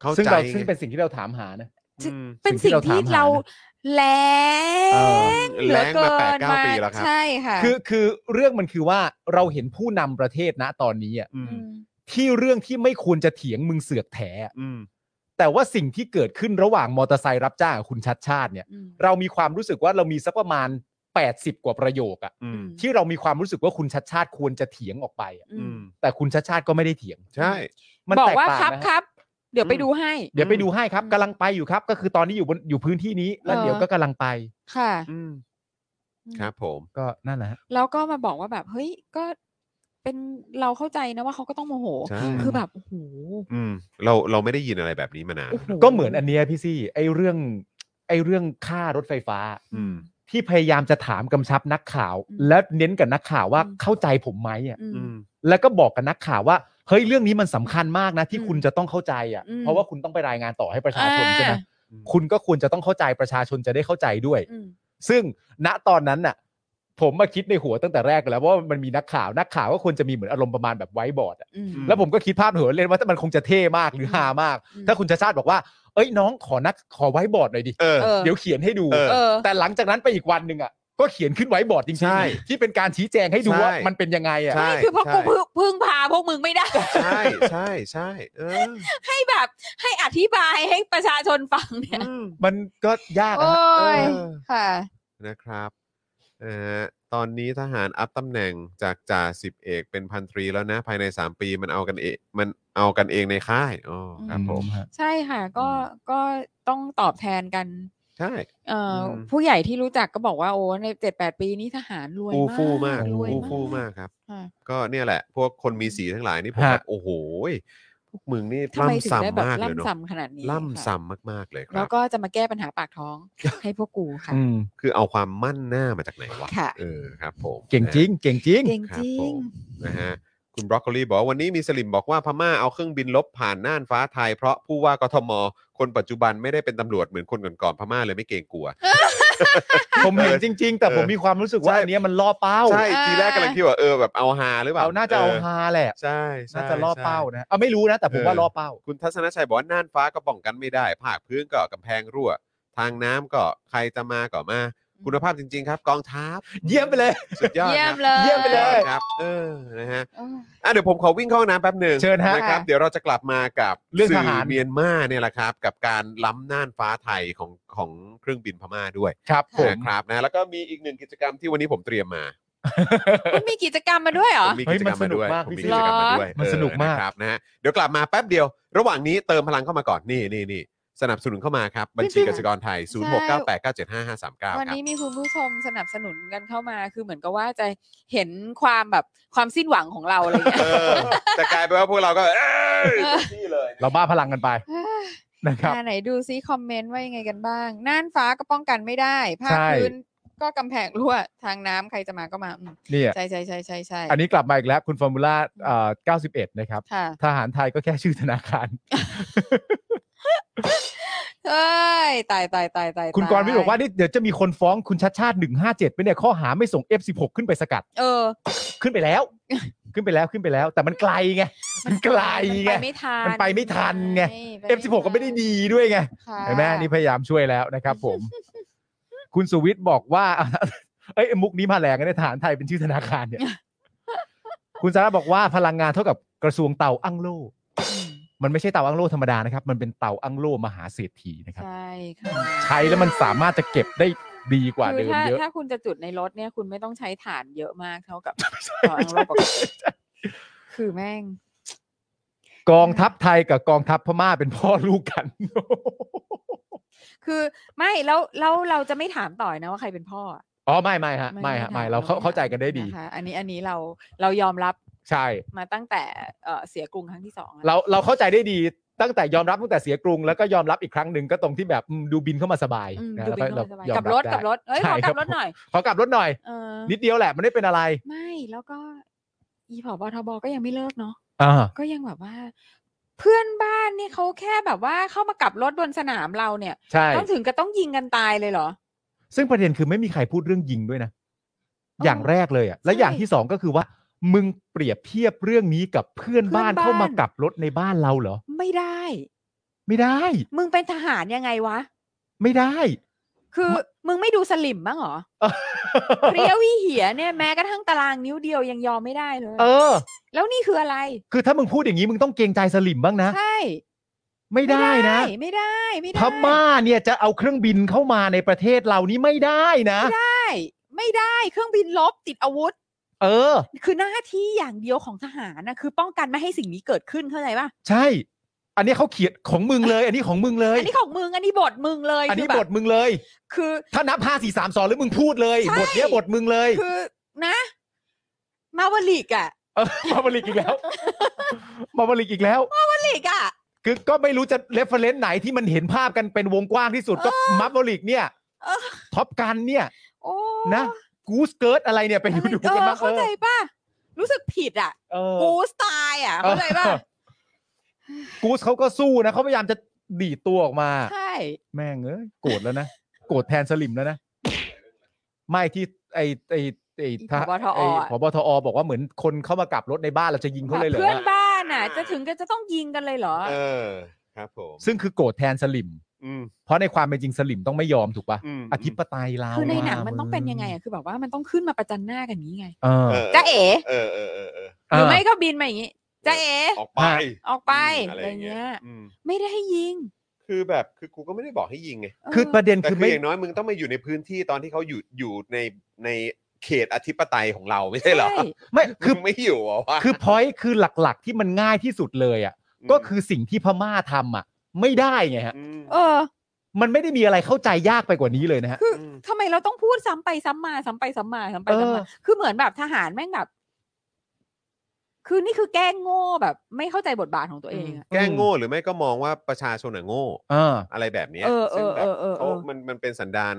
เข้า ซึ่ง ใจ เราซึ่งเป็นสิ่งที่เราถามหานะ ซึ่ง อืม เป็นสิ่งที่เราแรง เออ เหลือเกิ แรงมาแปด น เก้าปีแล้วครับ ใช่ค่ะ คือคือเรื่องมันคือว่าเราเห็นผู้นำประเทศนะตอนนี้อะ ม ที่เรื่องที่ไม่ควรจะเถียงมึงเสือกแถอะ อืม แต่ว่าสิ่งที่เกิดขึ้นระหว่างมอเตอร์ไซค์รับจ้างกับคุณชัดชาติเนี่ย อืม เรามีความรู้สึกว่าเรามีสักประมาณ 80 กว่าประโยคอะ อืม ที่เรามีความรู้สึกว่าคุณชัดชาติควรจะเถียงออกไปอะ อื อื ม ม แต่คุณชัดชาติก็ไม่ได้เถียง ใช่ มัน บอก แตก ว่า ต่าง ครับ นะ ค ฮะ รับ เดี๋ยวไป อืม ดูให้ เดี๋ยวไปดูให้ครับกำลังไปอยู่ครับ ก็คือตอนนี้อยู่บนอยู่พื้นที่นี้แล้ว เออ เดี๋ยวก็กำลังไป ค่ะ อืมครับผม ก็นั่นแหละฮะ แล้วก็มาบอกว่าแบบเฮ้ยก็เป็นเราเข้าใจนะว่าเขาก็ต้องโมโห ใช่ คือแบบโอ้โห อืมเราเราไม่ได้ยินอะไรแบบนี้มานาน โอ้โ ก็เหมือนอันเนี้ยพี่ซี่ไอ้เรื่องไอ้เรื่องค่ารถไฟฟ้า อืม ที่พยายามจะถามกำชับนักข่าว อืม และเน้นกับนักข่าวว่า อืม เข้าใจผมไหมอ่ะ อืม อืม แล้วก็บอกกับนักข่าวว่าเฮ้ยเรื่องนี้มันสำคัญมากนะ ที่ อืม คุณจะต้องเข้าใจอ่ะ อืม เพราะว่าคุณต้องไปรายงานต่อให้ประชาชนใช่ไหม อ่า อืม คุณก็ควรจะต้องเข้าใจประชาชนจะได้เข้าใจด้วย อืม ซึ่งณตอนนั้นน่ะ ผมมาคิดในหัวตั้งแต่แรกแล้วว่ามันมีนักข่าวนักข่าวก็ควรจะมีเหมือนอารมณ์ประมาณแบบไว้บอร์ดอะ อืม อื แล้วผมก็คิดภาพหัวเล่นว่ามันคงจะเท่มากหรือฮามาก อืม ถ้าคุณชาชาติบอกว่า เอ้ยน้องขอนักขอไว้บอร์ดหน่อยดิ เออ เออ เดี๋ยวเขียนให้ดู เออ เออ แต่หลังจากนั้นไปอีกวันหนึ่งอ่ะ ก็เขียนขึ้นไว้บอร์ดจริ ใช่ งๆ ที่เป็นการชี้แจงให้ดูว่า ใช่ มันเป็นยังไงอ่ะ ใช่ ไม่คือเพราะกู ใช่ พึ่งพึ่งพาพวกมึงไม่ได้ ใช่ใช่ใช่เออ ให้แบบ ให้อธิบายให้ประชาชนฟังเนี่ย อืม มันก็ยาก โอ้ นะ ย เออ ค่ะ นะครับเออตอนนี้ทหารอัพตำแหน่งจากจ่าสิบเอกเป็นพันตรีแล้วนะ ภายใน 3 ปีมันเอากันเองมันเอากันเองในค่ายอ๋อครับผม ฮะ ใช่ค่ะ ก็ อืม ก็ต้องตอบแทนกัน ใช่ เอ่ออ ม ผู้ใหญ่ที่รู้จักก็บอกว่าโอ้ในเจ็ดแปดปีนี้ทหารรวย ฟู มาก ฟูมาก รวย ฟู มาก ฟูมากครับ ค่ะ ก็เนี่ยแหละ พวกคนมีสีทั้งหลายนี่ผม ฮะ แบบโอ้โหยพวกมึงนี่ ทำไมถึง ล่ำ ได้ซ้ำแบบมากเลยเนาะ ล่ำซ้ำขนาดนี้ ล่ ค่ะ ซ้ำมากๆเลยค แล้ รั ว บ ก็จะมาแก้ปัญหาปากท้อง ให้พวกกูค่ะ อืม คือเอาความมั่นหน้ามาจากไหนวะ ค่ะ เออครับ ผม เก่งจริง เก่งจริง เก่ง ค จ รับ ริ ผ ง มนะฮะคุณบรอกโคลีบอกว่าวันนี้มีสลิมบอกว่าพม่าเอาเครื่องบินลบผ่านน่านฟ้าไทย เพราะผู้ว่ากทม คนปัจจุบันไม่ได้เป็นตำรวจเหมือนคนก่อนๆพม่าเลยไม่เกรงกลัว ผมเห็นจริง ๆ แต่ เออ ผมมีความรู้สึกว่า ใช่ อันเนี้ยมันล่อเป้า ใช่ทีแรกกำลังคิดว่าเออแบบเอาฮาหรือเปล่า เอาน่าจะเอาฮาแหละ ใช่ใช่ น่าจะล่อเป้า ใช่ นะเอาไม่รู้นะแต่ผมว่า เออ ล่อเป้า คุณทัศนชัยบอกว่าน่านฟ้าก็ป้องกันไม่ได้ภาคพื้นก็กำแพงรั่ว ทางน้ำก็ใครจะมาก็มา คุณภาพจริง ๆ ครับ กองทัพ เยี่ยมไปเลย สุดยอด เยี่ย ค ม รับ เลย เยี่ยมไปเลย ครับ เออนะฮะ เออ อ่ะเดี๋ยวผมขอวิ่งเข้าห้องน้ำแป๊บหนึ่ง เชิญฮะ นะครับ เดี๋ยวเราจะกลับมากับ เรื่องทหาร สื่เมียนมาเนี่ยแหละครับ กับการล้ำน่านฟ้าไทยของของเครื่องบินพม่าด้วย ครับผม นะครับนะแล้วก็มีอีกหนึ่งกิจกรรมที่วันนี้ผมเตรียมมา คุณมีกิจกรรมมาด้วยเหรอ ผมมีกิจกรรมมาด้วย เฮ้ยมันสนุกมาก ผมมี พี่ กิจกรรมมาด้วย เหรอมันสนุกมาก เออะครับนะฮะเดี๋ยวกลับมาแป๊บเดียว ระหว่างนี้เติมพลังเข้ามาก่อน นี่นี่นี่สนับสนุนเข้ามาครับ บัญชีกสิกรไทย ใช่ 0698975539 วัน ครับ นี้มีคุณผู้ชมสนับสนุนกันเข้ามา คือเหมือนกับว่าจะเห็นความแบบความสิ้นหวังของเราอะไรเงี้ย เออ แต่กลายเป็นว่าพวกเราก็เอ้ย เออ นี่เลย เราบ้าพลังกันไปนะครับ อ่าไหนดูซิคอมเมนต์ว่ายังไงกันบ้าง น่านฟ้าก็ป้องกันไม่ได้ ภาค ใช่ พื้น ก็กำแพงรั่วทางน้ำใครจะมาก็มาอืม เนี่ย ใช่ใช่ใช่ใช่ใช่ อันนี้กลับมาอีกแล้วคุณฟอร์มูล่าเอ่อ91 นะครับ ค่ะ ทหารไทยก็แค่ชื่อธนาคาร เอ้ยตายตายตายตาย คุณ ตย กรณ์วิทย์บอกว่านี่เดี๋ยวจะมีคนฟ้องคุณชัดชาติ157ไปเนี่ยข้อหาไม่ส่ง F16 ขึ้นไปสกัด เออ ขึ้นไปแล้ว ขึ้นไปแล้วขึ้นไปแล้ว แต่มันไกลไง มันไกลไง มันไปไม่ทัน มันไปไม่ทันไง ปทัน F16 ก็ไม่ได้ดีด้วยไง ค่ะ เห็นไหมนี่พยายามช่วยแล้วนะครับ ผม คุณสุวิทย์บอกว่า เอ้ยมุกนี้มาแรงนะในยฐานไทยเป็นชื่อธนา คารเนี่ย คุณสาระบอกว่าพลังงานเท่ากับกระทรวงเตาอั้งโล อืม มันไม่ใช่เตาอั้งโลธรรมดานะครับ มันเป็นเตาอั้งโลมหาเศรษฐีนะครับ ใช่ค่ะ ใช้แล้วมันสามารถจะเก็บได้ดีกว่า คือ เดิม ถ้า เยอะ ถ้าคุณจะจุดในรถเนี่ย คุณไม่ต้องใช้ฐานเยอะมากเท่ากับตอนเราปกติคือแม่ง กองทัพไทยกับกองทัพพม่าเป็นพ่อลูกกัน คือไม่แล้วแล้วเราจะไม่ถามต่อยนะว่าใครเป็นพ่ออะ อ๋อไม่ไม่ฮะไม่ฮะไม่เราเข้าเข้าใจกันได้ดี นะคะอันนี้อันนี้เราเรายอมรับ ใช่ มาตั้งแต่เอ่อเสียกรุงครั้งที่สองแล้ว เราเราเข้าใจได้ดีตั้งแต่ยอมรับตั้งแต่เสียกรุงแล้วก็ยอมรับอีกครั้งหนึ่งก็ตรงที่แบบอืมดูบินเข้ามาสบาย อืม นะ ดู แล้ว เป็นคนสบาย ยอม กลับรถ ได้ กลับรถเอ้ย ใช่ ขอก ครั ลั บบ รถ ผม หน่อย ขอกลับรถหน่อย เออ นิดเดียวแหละมันไม่เป็นอะไร ไม่แล้วก็อีผอบทบก็ยังไม่เลิกเนาะ อ่า ก็ยังแบบว่า เพื่อนบ้านเนี่ยเขาแค่แบบว่าเข้ามากลับรถบนสนามเราเนี่ย ใช่ ต้องถึงกับต้องยิงกันตายเลยเหรอ ซึ่งประเด็นคือไม่มีใครพูดเรื่องยิงด้วยนะ ออ อย่างแรกเลยอ่ะและ ใช่ อย่างที่สองก็คือว่า มึงเปรียบเทียบเรื่องนี้กับเพื่อนบ้าน เพื่อนเข้าบ้านมากลับรถในบ้านเราเหรอ ไม่ได้ ไม่ได้ มึงเป็นทหารยังไงวะ ไม่ได้ คือมึงไม่ดูสลิมบ้างเหรอ เพรียววิเหียเนี่ยแม้กระทั่งตารางนิ้วเดียวยังยอมไม่ได้เลย เออ แล้วนี่คืออะไร คือถ้ามึงพูดอย่างนี้มึงต้องเกรงใจสลิมบ้างนะ ใช่ ไม่ได้นะ ไม่ได้ ไม่ พ ได้ ไม่ ม่าเนี่ยจะเอาเครื่องบินเข้ามาในประเทศเรานี่ไม่ได้นะ ได้ ไม่ได้เครื่องบินลบติดอาวุธ เออ คือหน้าที่อย่างเดียวของทหารนะคือป้องกันไม่ให้สิ่งนี้เกิดขึ้นเข้าใจป่ะ ใช่ อันนี้เขาเขียนของมึงเลย อันนี้ของมึงเลย อันนี้ของมึงอันนี้บทมึงเลย อันนี้ คืแบบ ทมึงเลย คือ ถ้านับห้าสี่สามสองหรือมึงพูดเลย ใช่ บทเนี้ยบทมึงเลย คือนะ มาวลิกอะ เออมาบริกอีกแล้ว มาบริกอีกแล้ว มาลิกอะ คือก็ไม่รู้จะเรฟเฟรนซ์ไหนที่มันเห็นภาพกันเป็นวงกว้างที่สุดก็มาบริกเนี่ย เออ ท็อปกันเนี่ย โอ้ นะกูสเกิร์ตอะไรเนี่ยไป อะไร ดูดู เอ กัน อ บ้าง เข้าใจป่ะ รู้สึกผิดอะ เออ กูสไตล์อะเข้าใจป่ะ เออ กูสเขาก็สู้นะเขาพยายามจะดีดตัวออกมา ใช่ แม่งเอ้ยโกรธแล้วนะ โกรธแทนสลิมแล้วนะ ไม่ที่ไอไอไอทหาร ผบทอ ไอ้ผบทอบอกว่าเหมือนคนเข้ามากลับรถในบ้านเราจะยิงเขาเลยเหร เพื่อน อ บ้านน่ะ จะถึงกันจะต้องยิงกันเลยเหรอ เออครับผม ซึ่งคือโกรธแทนสลิม อืม เพราะในความเป็นจริงสลิมต้องไม่ยอมถูกป่ะ อืม อธิปไตยเรา คือในหนัง ะ มันต้องเป็นยังไงอ่ะ คือแบบว่ามันต้องขึ้นมาประจันหน้ากันอย่างนี้ไง เออ เออ จะเอ๋ เออเออเออเออ หรือ เ ไม่ก็บินมาอย่างนี้จะเอ๋ ออกไป ออกไป ม อะไรอย่างเงี้ย อืม ไม่ได้ให้ยิง คือแบบคือกูก็ไม่ได้บอกให้ยิงไง เออ คือ ประเด็น แต่ คือ คือ ไม่ อย่างน้อยมึงต้องมาอยู่ในพื้นที่ตอนที่เขาอยู่อยู่ในในเขตอธิปไตยของเราไม่ใช่เหรอ ใช่ ไม่คื คือ อไม่อยู่เหรอวะ คือพอยคือหลักๆ ที่มันง่ายที่สุดเลยอ่ะ ก็คือสิ่งที่พม่าทำอ่ะ ไม่ได้ไงฮะ ม เออ มันไม่ได้มีอะไรเข้าใจยากไปกว่านี้เลยนะฮะ คือ ม ทำไมเราต้องพูดซ้ำไปซ้ำมาซ้ำไปซ้ำมาซ้ำไปซ้ำเอมาอ คือเหมือนแบบทหารแม่งแบบ คือนี่คือแกล้งโง่แบบ ไม่เข้าใจบทบาทของตัวเองอะ แกล้งโง่หรือไม่ก็มองว่าประชาชนน่ะโง่ เออ อะไรแบบเนี้ย เออ ซึ่งแบบ เออเออเออ เขามันมันเป็นสันดาน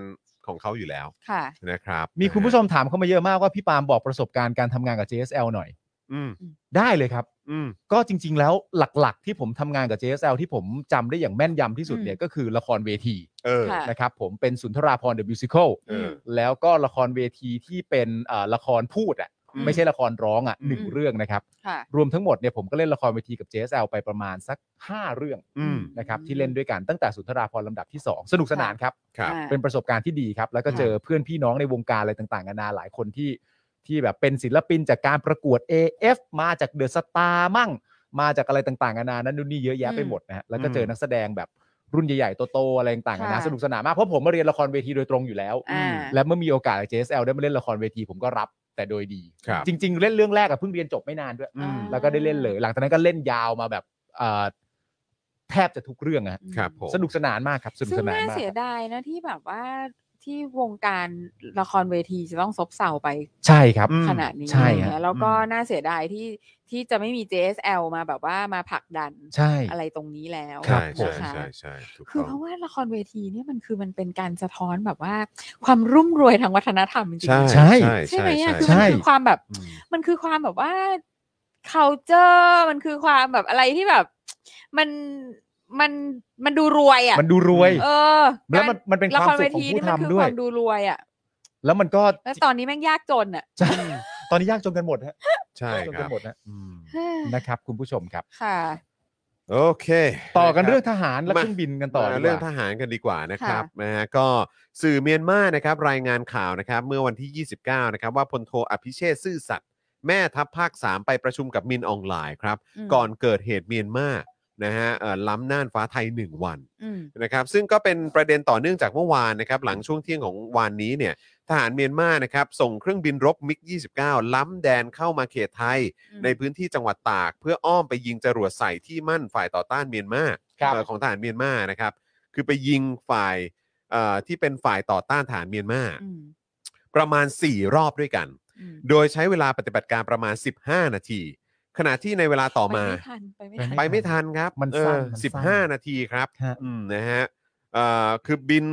ของเขาอยู่แล้ว ค่ะ นะครับ มีคุณผู้ชมถามเข้ามาเยอะมากว่าพี่ปาล์มบอกประสบการณ์การทำงานกับ JSL หน่อย อืม ได้เลยครับ อืม ก็จริง ๆ แล้วหลักๆ ที่ผมทำงานกับ JSL ที่ผมจำได้อย่างแม่นยำที่สุดเนี่ยก็คือละครเวที เออ ค่ะ นะครับผมเป็นสุนทราพรณ์ The Musical เออ แล้วก็ละครเวทีที่เป็นเอ่อละครพูดอ่ะ อืม ไม่ใช่ละครร้องอ่ะหนึ่ง อืม เรื่องนะครับ ค่ะ รวมทั้งหมดเนี่ยผมก็เล่นละครเวทีกับ JSL ไปประมาณสัก 5 เรื่อง อืม นะครับ อืม ที่เล่นด้วยกันตั้งแต่สุนทราพรณ์ลำดับที่ 2 สนุกสนานครับ ครับ อ่า เป็นประสบการณ์ที่ดีครับ แล้วก็เจอเพื่อนพี่น้องในวงการอะไรต่างๆนานาหลายคนที่ที่แบบเป็นศิลปินจากการประกวด AF มาจากเดอะสตาร์มั่ง มาจากอะไรต่างๆนานานั้นนู่นนี่เยอะแยะไปหมดนะฮะแล้วก็เจอนักแสดงแบบรุ่นใหญ่ๆโตๆอะไรต่างๆนานา ค่ะ สนุกสนานมากเพราะผมมาเรียนละครเวทีโดยตรงอยู่แล้ว อ่า และเมื่อมีโอกาส JSL ได้มาเล่นละครเวทีผมก็รับแต่โดยดี ครับ จริง ๆ เล่นเรื่องแรกอะเพิ่งเรียนจบไม่นานด้วย อืม แล้วก็ได้เล่นเลย หลังจากนั้นก็เล่นยาวมาแบบเอ่อแทบจะทุกเรื่องอะฮะ ครับผม สนุกสนานมากครับสนุก ซึ่ง สนาน่ามนาก เสีย ครับ ดายนะที่แบบว่า ที่วงการละครเวทีจะต้องซบเซาไป ใช่ครับ อืม ขนาดนี้ ใช่ อะไร ฮะ เงี้ยแล้วก็น่าเสียดายที่ที่จะไม่มี JSL มาแบบว่ามาผลักดัน ใช่ อะไรตรงนี้แล้ว ครั ใช่ บ ใช่ นะะ ใช่ใช่ถูก คือ ต้ เพ อง ราะว่าละครเวทีเนี่ยมันคือมันเป็นการสะท้อนแบบว่า ความรุ่มรวยทางวัฒนธรรมจริง ใช่ ๆ ใช่ ใช่ไหมอ่ะคือ ใช่ มันคือความแบบ อืม มันคือความแบบว่า culture มันคือความแบบอะไรที่แบบ มันมันมันดูรวยอ่ะ มันดูรวย เออ แล้วมันมันเป็น ละ ความสุครเว ขของ ที ผู้ นี่มันคือ ทำด้ว ค ย วามดูรวยอ่ะ แล้วมันก็ แล้วตอนนี้แม่งยากจนอ่ะ ใช่ ตอนนี้ยากจนกันหมดฮะ ใช่ ยากจน ค กั รับ นหมดนะอืม เฮ้ย นะครับ คุณผู้ชมครับ ค่ะ โอเค ต่อกันะ คบ เรื่องทหารและ มา เครื่องบินกันต่อ มา ดีกว่า เรื่องทหารกันดีกว่านะครับ ค่ะ นะฮะก็สื่อเมียนมานะครับรายงานข่าวนะครับเมื่อวันที่ 29 นะครับว่าพลโทอภิเชษฐ์ซื่อสัตย์แม่ทัพภาค 3 ไปประชุมกับมินออนไลน์ครับ ม ก่อนเกิดเหตุเมียนมานะฮะเอ่อล้ำน่านฟ้าไทย 1 วัน อืม นะครับซึ่งก็เป็นประเด็นต่อเนื่องจากเมื่อวานนะครับหลังช่วงเที่ยงของวานนี้เนี่ยทหารเมียนมานะครับส่งเครื่องบินรบมิก 29 ล้ำแดนเข้ามาเขตไทย อืม ในพื้นที่จังหวัดตากเพื่ออ้อมไปยิงจรวดใส่ที่มั่นฝ่ายต่อต้านเมียนมา ครับ เอ่อของทหารเมียนมานะครับ คือไปยิงฝ่ายเอ่อที่เป็นฝ่ายต่อต้านทหารเมียนมา อืม ประมาณ 4 รอบด้วยกัน อืม โดยใช้เวลาปฏิบัติการประมาณ 15 นาที ขณะที่ในเวลาต่อมา ไปไม่ทันไปไม่ทัน ไปไม่ทันครับ มัน เอ สั้น อ มันสั้น 15 นาทีครับ ฮะ อืมนะฮะเอ่อคือบิน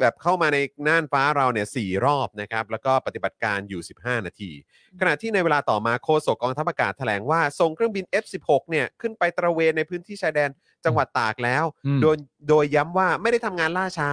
แบบเข้ามาในน่านฟ้าเราเนี่ยสี่รอบนะครับ แล้วก็ปฏิบัติการอยู่ 15 นาที อืม ขณะที่ในเวลาต่อมาโฆษกกองทัพอากาศแถลงว่าส่งเครื่องบิน F16 เนี่ยขึ้นไปตระเวนในพื้นที่ชายแดนจังหวัดตากแล้ว อืม โดยโดยย้ำว่าไม่ได้ทำงานล่าช้า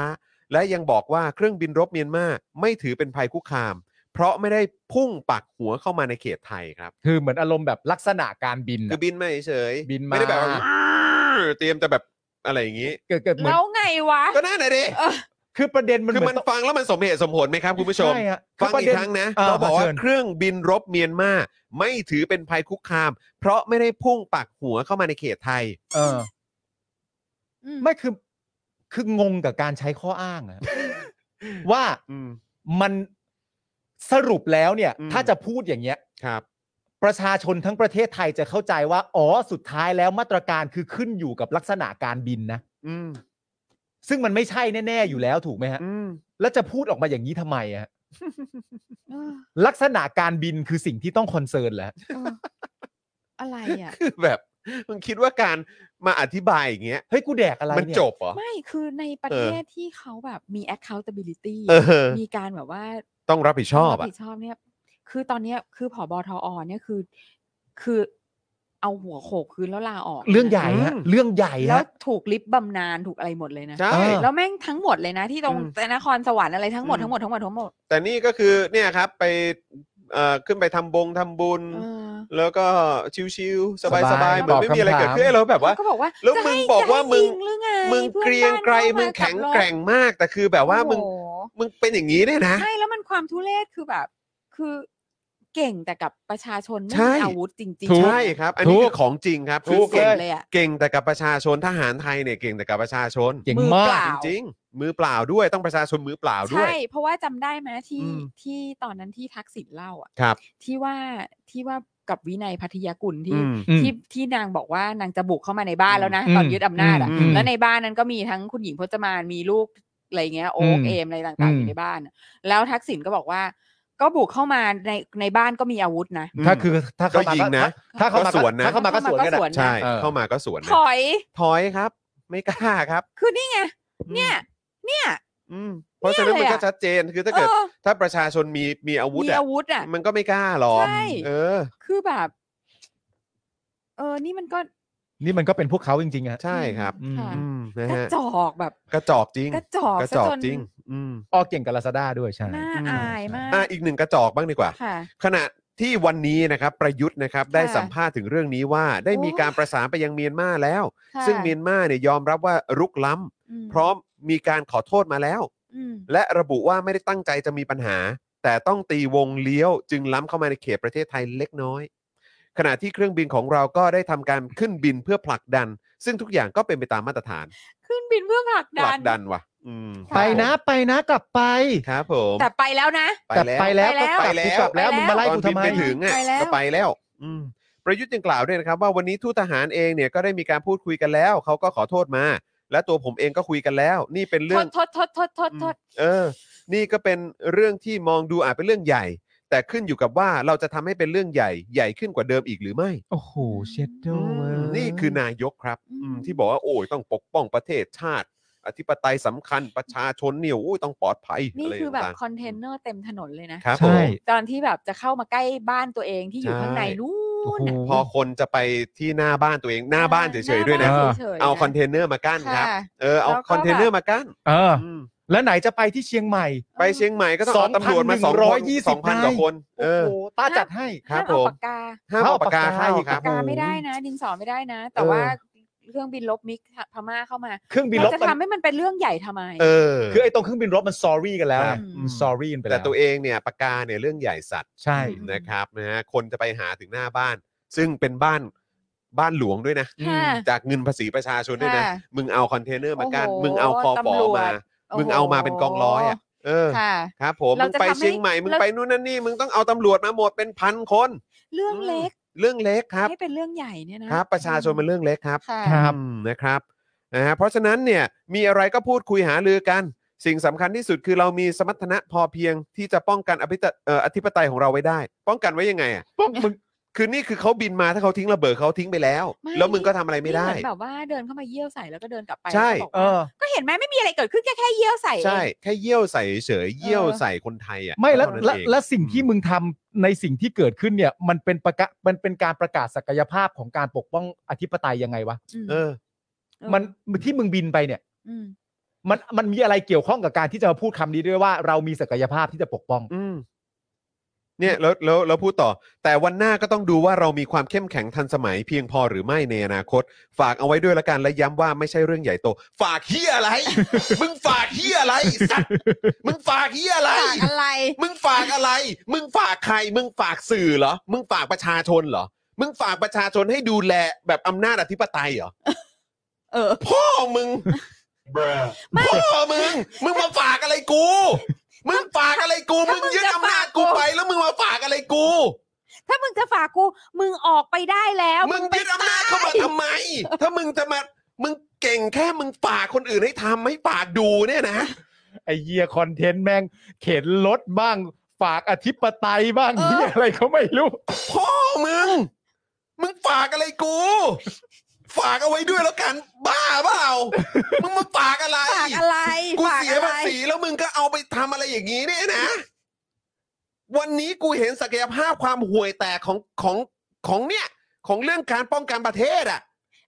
และยังบอกว่าเครื่องบินรบเมียนมาไม่ถือเป็นภัยคุกคาม เพราะไม่ได้พุ่งปักหัวเข้ามาในเขตไทยครับ คือเหมือนอารมณ์แบบลักษณะการบิน คื น่ะ อบินมาเฉย บินมา ไม่ได้แบบว่า เตรียมจะแบบอะไรอย่างนี้ เกิดเกิดเหมือน แล้วไงวะ ก็นั่นน่ะดิ เออ คือประเด็นมัน คือ เห มัน ต้อง ฟังแล้วมันสมเหตุสมผลไหมครับคุณผู้ชม ใช่ฮะ ฟัง ประ อี เด็ ก น ครั้งนะ เออ เขาบอกว่า เชิญ เครื่องบินรบเมียนมาไม่ถือเป็นภัยคุกคาม เพราะไม่ได้พุ่งปักหัวเข้ามาในเขตไทย เออ อื ไม่คือ คืองงกับการใช้ข้ออ้างอะ ว่า อืม มันสรุปแล้วเนี่ย อืม ถ้าจะพูดอย่างเงี้ย ครับ ประชาชนทั้งประเทศไทยจะเข้าใจว่า อ๋อสุดท้ายแล้วมาตรการคือขึ้นอยู่กับลักษณะการบินนะ อืม ซึ่งมันไม่ใช่แน่ ๆ อยู่แล้วถูกไหมฮะ อืม แล้วจะพูดออกมาอย่างนี้ทำไมอะฮะ เออ ลักษณะการบินคือสิ่งที่ต้องคอนเซิร์นแหละ เอออะไรอ่ะ คือแบบมึงคิดว่าการมาอธิบายอย่างเงี้ย เฮ้ยกูแดกอะไร มัน เนี่ย จบเหรอ ไม่คือในประเทศที่เขาแบบมี accountability เออ มีการแบบว่า ต้องรับผิดชอบ รั อ่ะ ผิดชอบเนี่ย คือตอนเนี้ยคือผอบทอเนี่ยคือ คือเอาหัวโขกคืนแล้วลาออก เรื่องใหญ่ฮะ อืม เรื่องใหญ่ แล้ว ฮะ ถูกลิฟต์บำนาญถูกอะไรหมดเลยนะ ใช่ เออ แล้วแม่งทั้งหมดเลยนะ ที่ตรง อืม แต่นครสวรรค์อะไรทั้งหมด อืม ทั้งหมดทั้งหมดทั้งหมด แต่นี่ก็คือเนี่ยครับไปเอ่อขึ้นไปทำบงทำบุญ เออ แล้วก็ชิวๆส ส บา บาย ย ๆเหมือนไม่มีอะไรเกิดขึ้น ตอบคำถาม เอ้ยเราแบบว่า เขาก็บอกว่า แล้ว จะ มึง ให้ บอก จะให้ ว่ามึง ยิหรือไง มึง พื่อน เกรียง บ้าน ไกร เข้าา มึงแข็ง ขับรถ แกร่งมากแต่คือแบบว่ามึง โอ้โห มึงเป็นอย่างนี้เนี่ยนะ ใช่แล้วมันความทุเรศคือแบบ คือเก่งแต่กับประชาชนไม่ ใช่ มีอาวุธจริง ใช่ครับ อันนี้คือของจริงครับ ถู คือก เก่ เก่ ง ง เลยอ่ะ เก่งแต่กับประชาชนทหารไทยเนี่ยเก่งแต่กับประชาชน เจ๋ง มือ มา เป ก ล่า จริงๆมือเปล่าด้วยต้องประชาชนมือเปล่าด้ว ใช่ ย เพราะว่าจำได้ไหมที่ อืม ที่ตอนนั้นที่ทักษิณเล่าอ่ะ ครับ ที่ว่าที่ว่ากับวินัยพัทยากุล อื ที่ ม อืม ที่ที่นางบอกว่านางจะบุกเข้ามาในบ้านแล้วนะ อืม ตอนยึดอำนาจอ่ะ อืม แล้วในบ้านนั้นก็มีทั้งคุณหญิงพจมานมีลูกอะไรเงี้ยโอ๊ก อืม เอมอะไรต่างๆอ อื ยู่ ม ในบ้านอะแล้วทักษิณก็บอกว่า ก็บุกเข้ามาในในบ้านก็มีอาวุธนะ ถ้าคือถ้าเข้า ก็ มา ยิงนะ ถ้าเข้ามา ก็สวนนะ ถ้าเข้ามาก็สวนกันอะ เข้ามาก็สวน ใช่ เออ เข้ามาก็สวนนะ ถอย ถอยครับ ไม่กล้าครับ คือนี่ไงเนี่ย เนี่ย อืมเพราะฉะนั้น เนี่ มัน ยเลยอะ ก็ชัดเจนคือถ้าเกิด ออ ถ้าประชาชนมีมีอาวุธ มี อะ อาวุธอ่ะ มันก็ไม่กล้าหรอก ใช่ เออ คือแบบ เออ นี่มันก็ นี่มันก็เป็นพวกเขาจริงๆฮะ ใช่ครับ อืม ค่ะ อืมนะ กระ ฮะ จอกแบบ กระจอกจริง กระจอก กระ ซ จอก น จริง อืม ออกเก่งกับลาซาด้าด้วยใช่ น่า อืม อายมาก อ่ะอีกหนึ่งกระจอกบ้างดีกว่า ค่ะ ขณะที่วันนี้นะครับประยุทธ์นะครับได้สัมภาษณ์ถึงเรื่องนี้ว่าได้มีการประสานไปยังเมียนมาแล้ว ค่ะ ซึ่งเมียนมาเนี่ยยอมรับว่ารุกล้ อืม ำพร้อมมีการขอโทษมาแล้ว อืม และระบุว่าไม่ได้ตั้งใจจะมีปัญหา แต่ต้องตีวงเลี้ยวจึงล้ำเข้ามาในเขตประเทศไทยเล็กน้อย ขณะที่เครื่องบินของเราก็ได้ทำการขึ้นบินเพื่อผลักดัน ซึ่งทุกอย่างก็เป็นไปตามมาตรฐาน ขึ้นบินเพื่อผลัก ผ ดั ลั น กดันว่ะ อืม ไปนะไปนะกลับไป ครับผม แต่ไปแล้วนะ แต่ไปแล้ว ไปแล้ว ก็ ไปแล้ว กลับแล้วมึงมาไล่กูทำไม ตอนบินไปถึงอ่ะ ไปแล้ว ก็ไปแล้ว อืมประยุทธ์ยังกล่าวด้วยนะครับว่าวันนี้ทูตทหารเองเนี่ยก็ได้มีการพูดคุยกันแล้ว เขาก็ขอโทษมา และตัวผมเองก็คุยกันแล้ว นี่เป็น ท เรื่อง ดทดทดทดทดทด เออ นี่ก็เป็นเรื่องที่มองดูอาจเป็นเรื่องใหญ่ แต่ขึ้นอยู่กับว่าเราจะทำให้เป็นเรื่องใหญ่ใหญ่ขึ้นกว่าเดิมอีกหรือไม่ โอ้โหเช็ดโด อืมนี่คือนายกครับ อืม อืมที่บอกว่าโอ้ยต้องปกป้องประเทศชาติ อธิปไตยสำคัญประชาชนเนี่ยโอ้ยต้องปลอดภัย นี่ ะไร คือแบบ ต่างๆ คอนเทนเนอร์เต็มถนนเลยนะ ครับผม ใช่ ตอนที่แบบจะเข้ามาใกล้บ้านตัวเองที่อยู่ ใช่ ข้างในนู้นน่ะ พอคนจะไปที่หน้าบ้านตัวเองหน้าบ้านเฉยๆด้วยนะ หา อ บ้าฉยเอาๆะ คอนเทนเนอร์มากั้นครับ ค่ะ เออเอา แล้วก็ คอนเทนเนอร์มากั้น เออ อืม แล้วไหนจะไปที่เชียงใหม่ ไปเชียงใหม่ก็ต้องเอาตำรวจมาสองคน 2,120 สองพันกว่าคน เอ โอ้ อ โหต้าจัดให้ ครับ ห้ามเอา ผม ปากกา ห้ามเอาปากกาเข้า เอาปาครับ ก ปาก ก กาไม่ได้นะ ดินสอไม่ได้นะ แต่ เออ ว่าเครื่องบินลบมิกพม่าเข้ามา เครื่องบินร เรา บ จะ ตอน ทำให้มันเป็นเรื่องใหญ่ทำไม เออ คือไอ้ตรงเครื่องบินรบมัน sorry กันแล้ว ครับ ซอรี่กันไปแล้ว แต่ตัวเองเนี่ยปากกาเนี่ยเรื่องใหญ่สัตว์ ใช่ อืม นะครับนะฮะคนจะไปหาถึงหน้าบ้าน ซึ่งเป็นบ้านบ้านหลวงด้วยนะ ค่ะ จากเงินภาษีประชาชนด้วยนะ ค่ะ มึงเอาคอนเทนเนอร์มากั้น โอ้โห มึงเอาคอปอ ตำรวจ มา มึงเอามาเป็นกองร้อยอ่ะ เออ ค่ะ ครับผม เรา มึง จะ ไป ทำให้ เชียงใหม่ มึง เรา ไปนู่นนั่นนี่ มึงต้องเอาตำรวจมาหมดเป็นพันคน เรื่องเล็ก เรื่องเล็กครับ ให้เป็นเรื่องใหญ่เนี่ยนะครับ ประชาชนมันเรื่องเล็กครับ ค่ะ ครับ อืมนะครับนะฮะเพราะฉะนั้นเนี่ยมีอะไรก็พูดคุยหารือกัน สิ่งสำคัญที่สุดคือเรามีสมรรถนะพอเพียงที่จะป้องกันอภิตะเอ่ออธิปไตยของเราไว้ได้ ป้องกันไว้ยังไงอ่ะ ป้องมึง คือนี่คือเขาบินมาถ้าเขาทิ้งระเบิดเขาทิ้งไปแล้ว ไม่ แล้วมึงก็ทำอะไรไม่ได้ นี่เหอนแบบว่าเดินเข้ามาเยี่ยวใส่แล้วก็เดินกลับไป ใช่ แล้วก็บอก เออว่าก็เห็นไหมไม่มีอะไรเกิดขึ้นแค่แค่เยี่ยวใส่ ใช่ เอง แค่เยี่ยวใส่เฉยเยี่ยว เออ ใส่คนไทยอ่ะ ไม่แล้ว เท่า และ นั้นเอง และสิ่งที่ อืม มึงทำในสิ่งที่เกิดขึ้นเนี่ย มันเป็นประกาศมันเป็นการประกาศศักยภาพของการปกป้องอธิปไตยยังไงวะ อืม เออ มันที่มึงบินไปเนี่ย อืม มันมันมีอะไรเกี่ยวข้องกับการที่จะมาพูดคำนี้ด้วยว่าเรามีศักยภาพที่จะปกป้อง อืมเนี่ยแล้วแล้วแล้วพูดต่อ แต่วันหน้าก็ต้องดูว่าเรามีความเข้มแข็งทันสมัยเพียงพอหรือไม่ในอนาคต ฝากเอาไว้ด้วยละกันและย้ำว่าไม่ใช่เรื่องใหญ่โต ฝากเฮีย อะไร มึงฝากเฮียอะไรสัตว์มึงฝากเฮียอะไร ฝากอะไร มึงฝากอะไร มึงฝากใคร มึงฝากสื่อเหรอ มึงฝากประชาชนเหรอ มึงฝากประชาชนให้ดูแลแบบอำนาจอธิปไตยเหรอ เออ พ่อมึง ไม่ พ่อมึง มึงมาฝากอะไรกู มึงฝากอะไรกู ถ้ามึ มึ ง งยึด จะ อำนาจ ฝากกู กูไป แล้วมึงมาฝากอะไรกู ถ้ามึงจะฝากกู มึงออกไปได้แล้ว มึง ไป ยึดอำนาจเข้ามาทำไม ถ้ามึงจะมา มึงเก่งแค่มึงฝากคนอื่นให้ทำให้ฝากดูเนี่ยนะ ไอเยียคอนเทนต์แม่ง เข็นรถบ้าง ฝากอธิปไตยบ้างเหียอะไรเขาไม่รู้ พ่อมึง มึงฝากอะไรกู ฝากเอาไว้ด้วยแล้วกัน บ้าเปล่า มึงมาฝากอะไร ฝากอะไร กู ฝาก เสีย อะไร ภาษีแล้วมึงก็เอาไปทำอะไรอย่างนี้เนี่ยนะ วันนี้กูเห็นศักยภาพความห่วยแตกของของของเนี่ย ของเรื่องการป้องกันประเทศอะ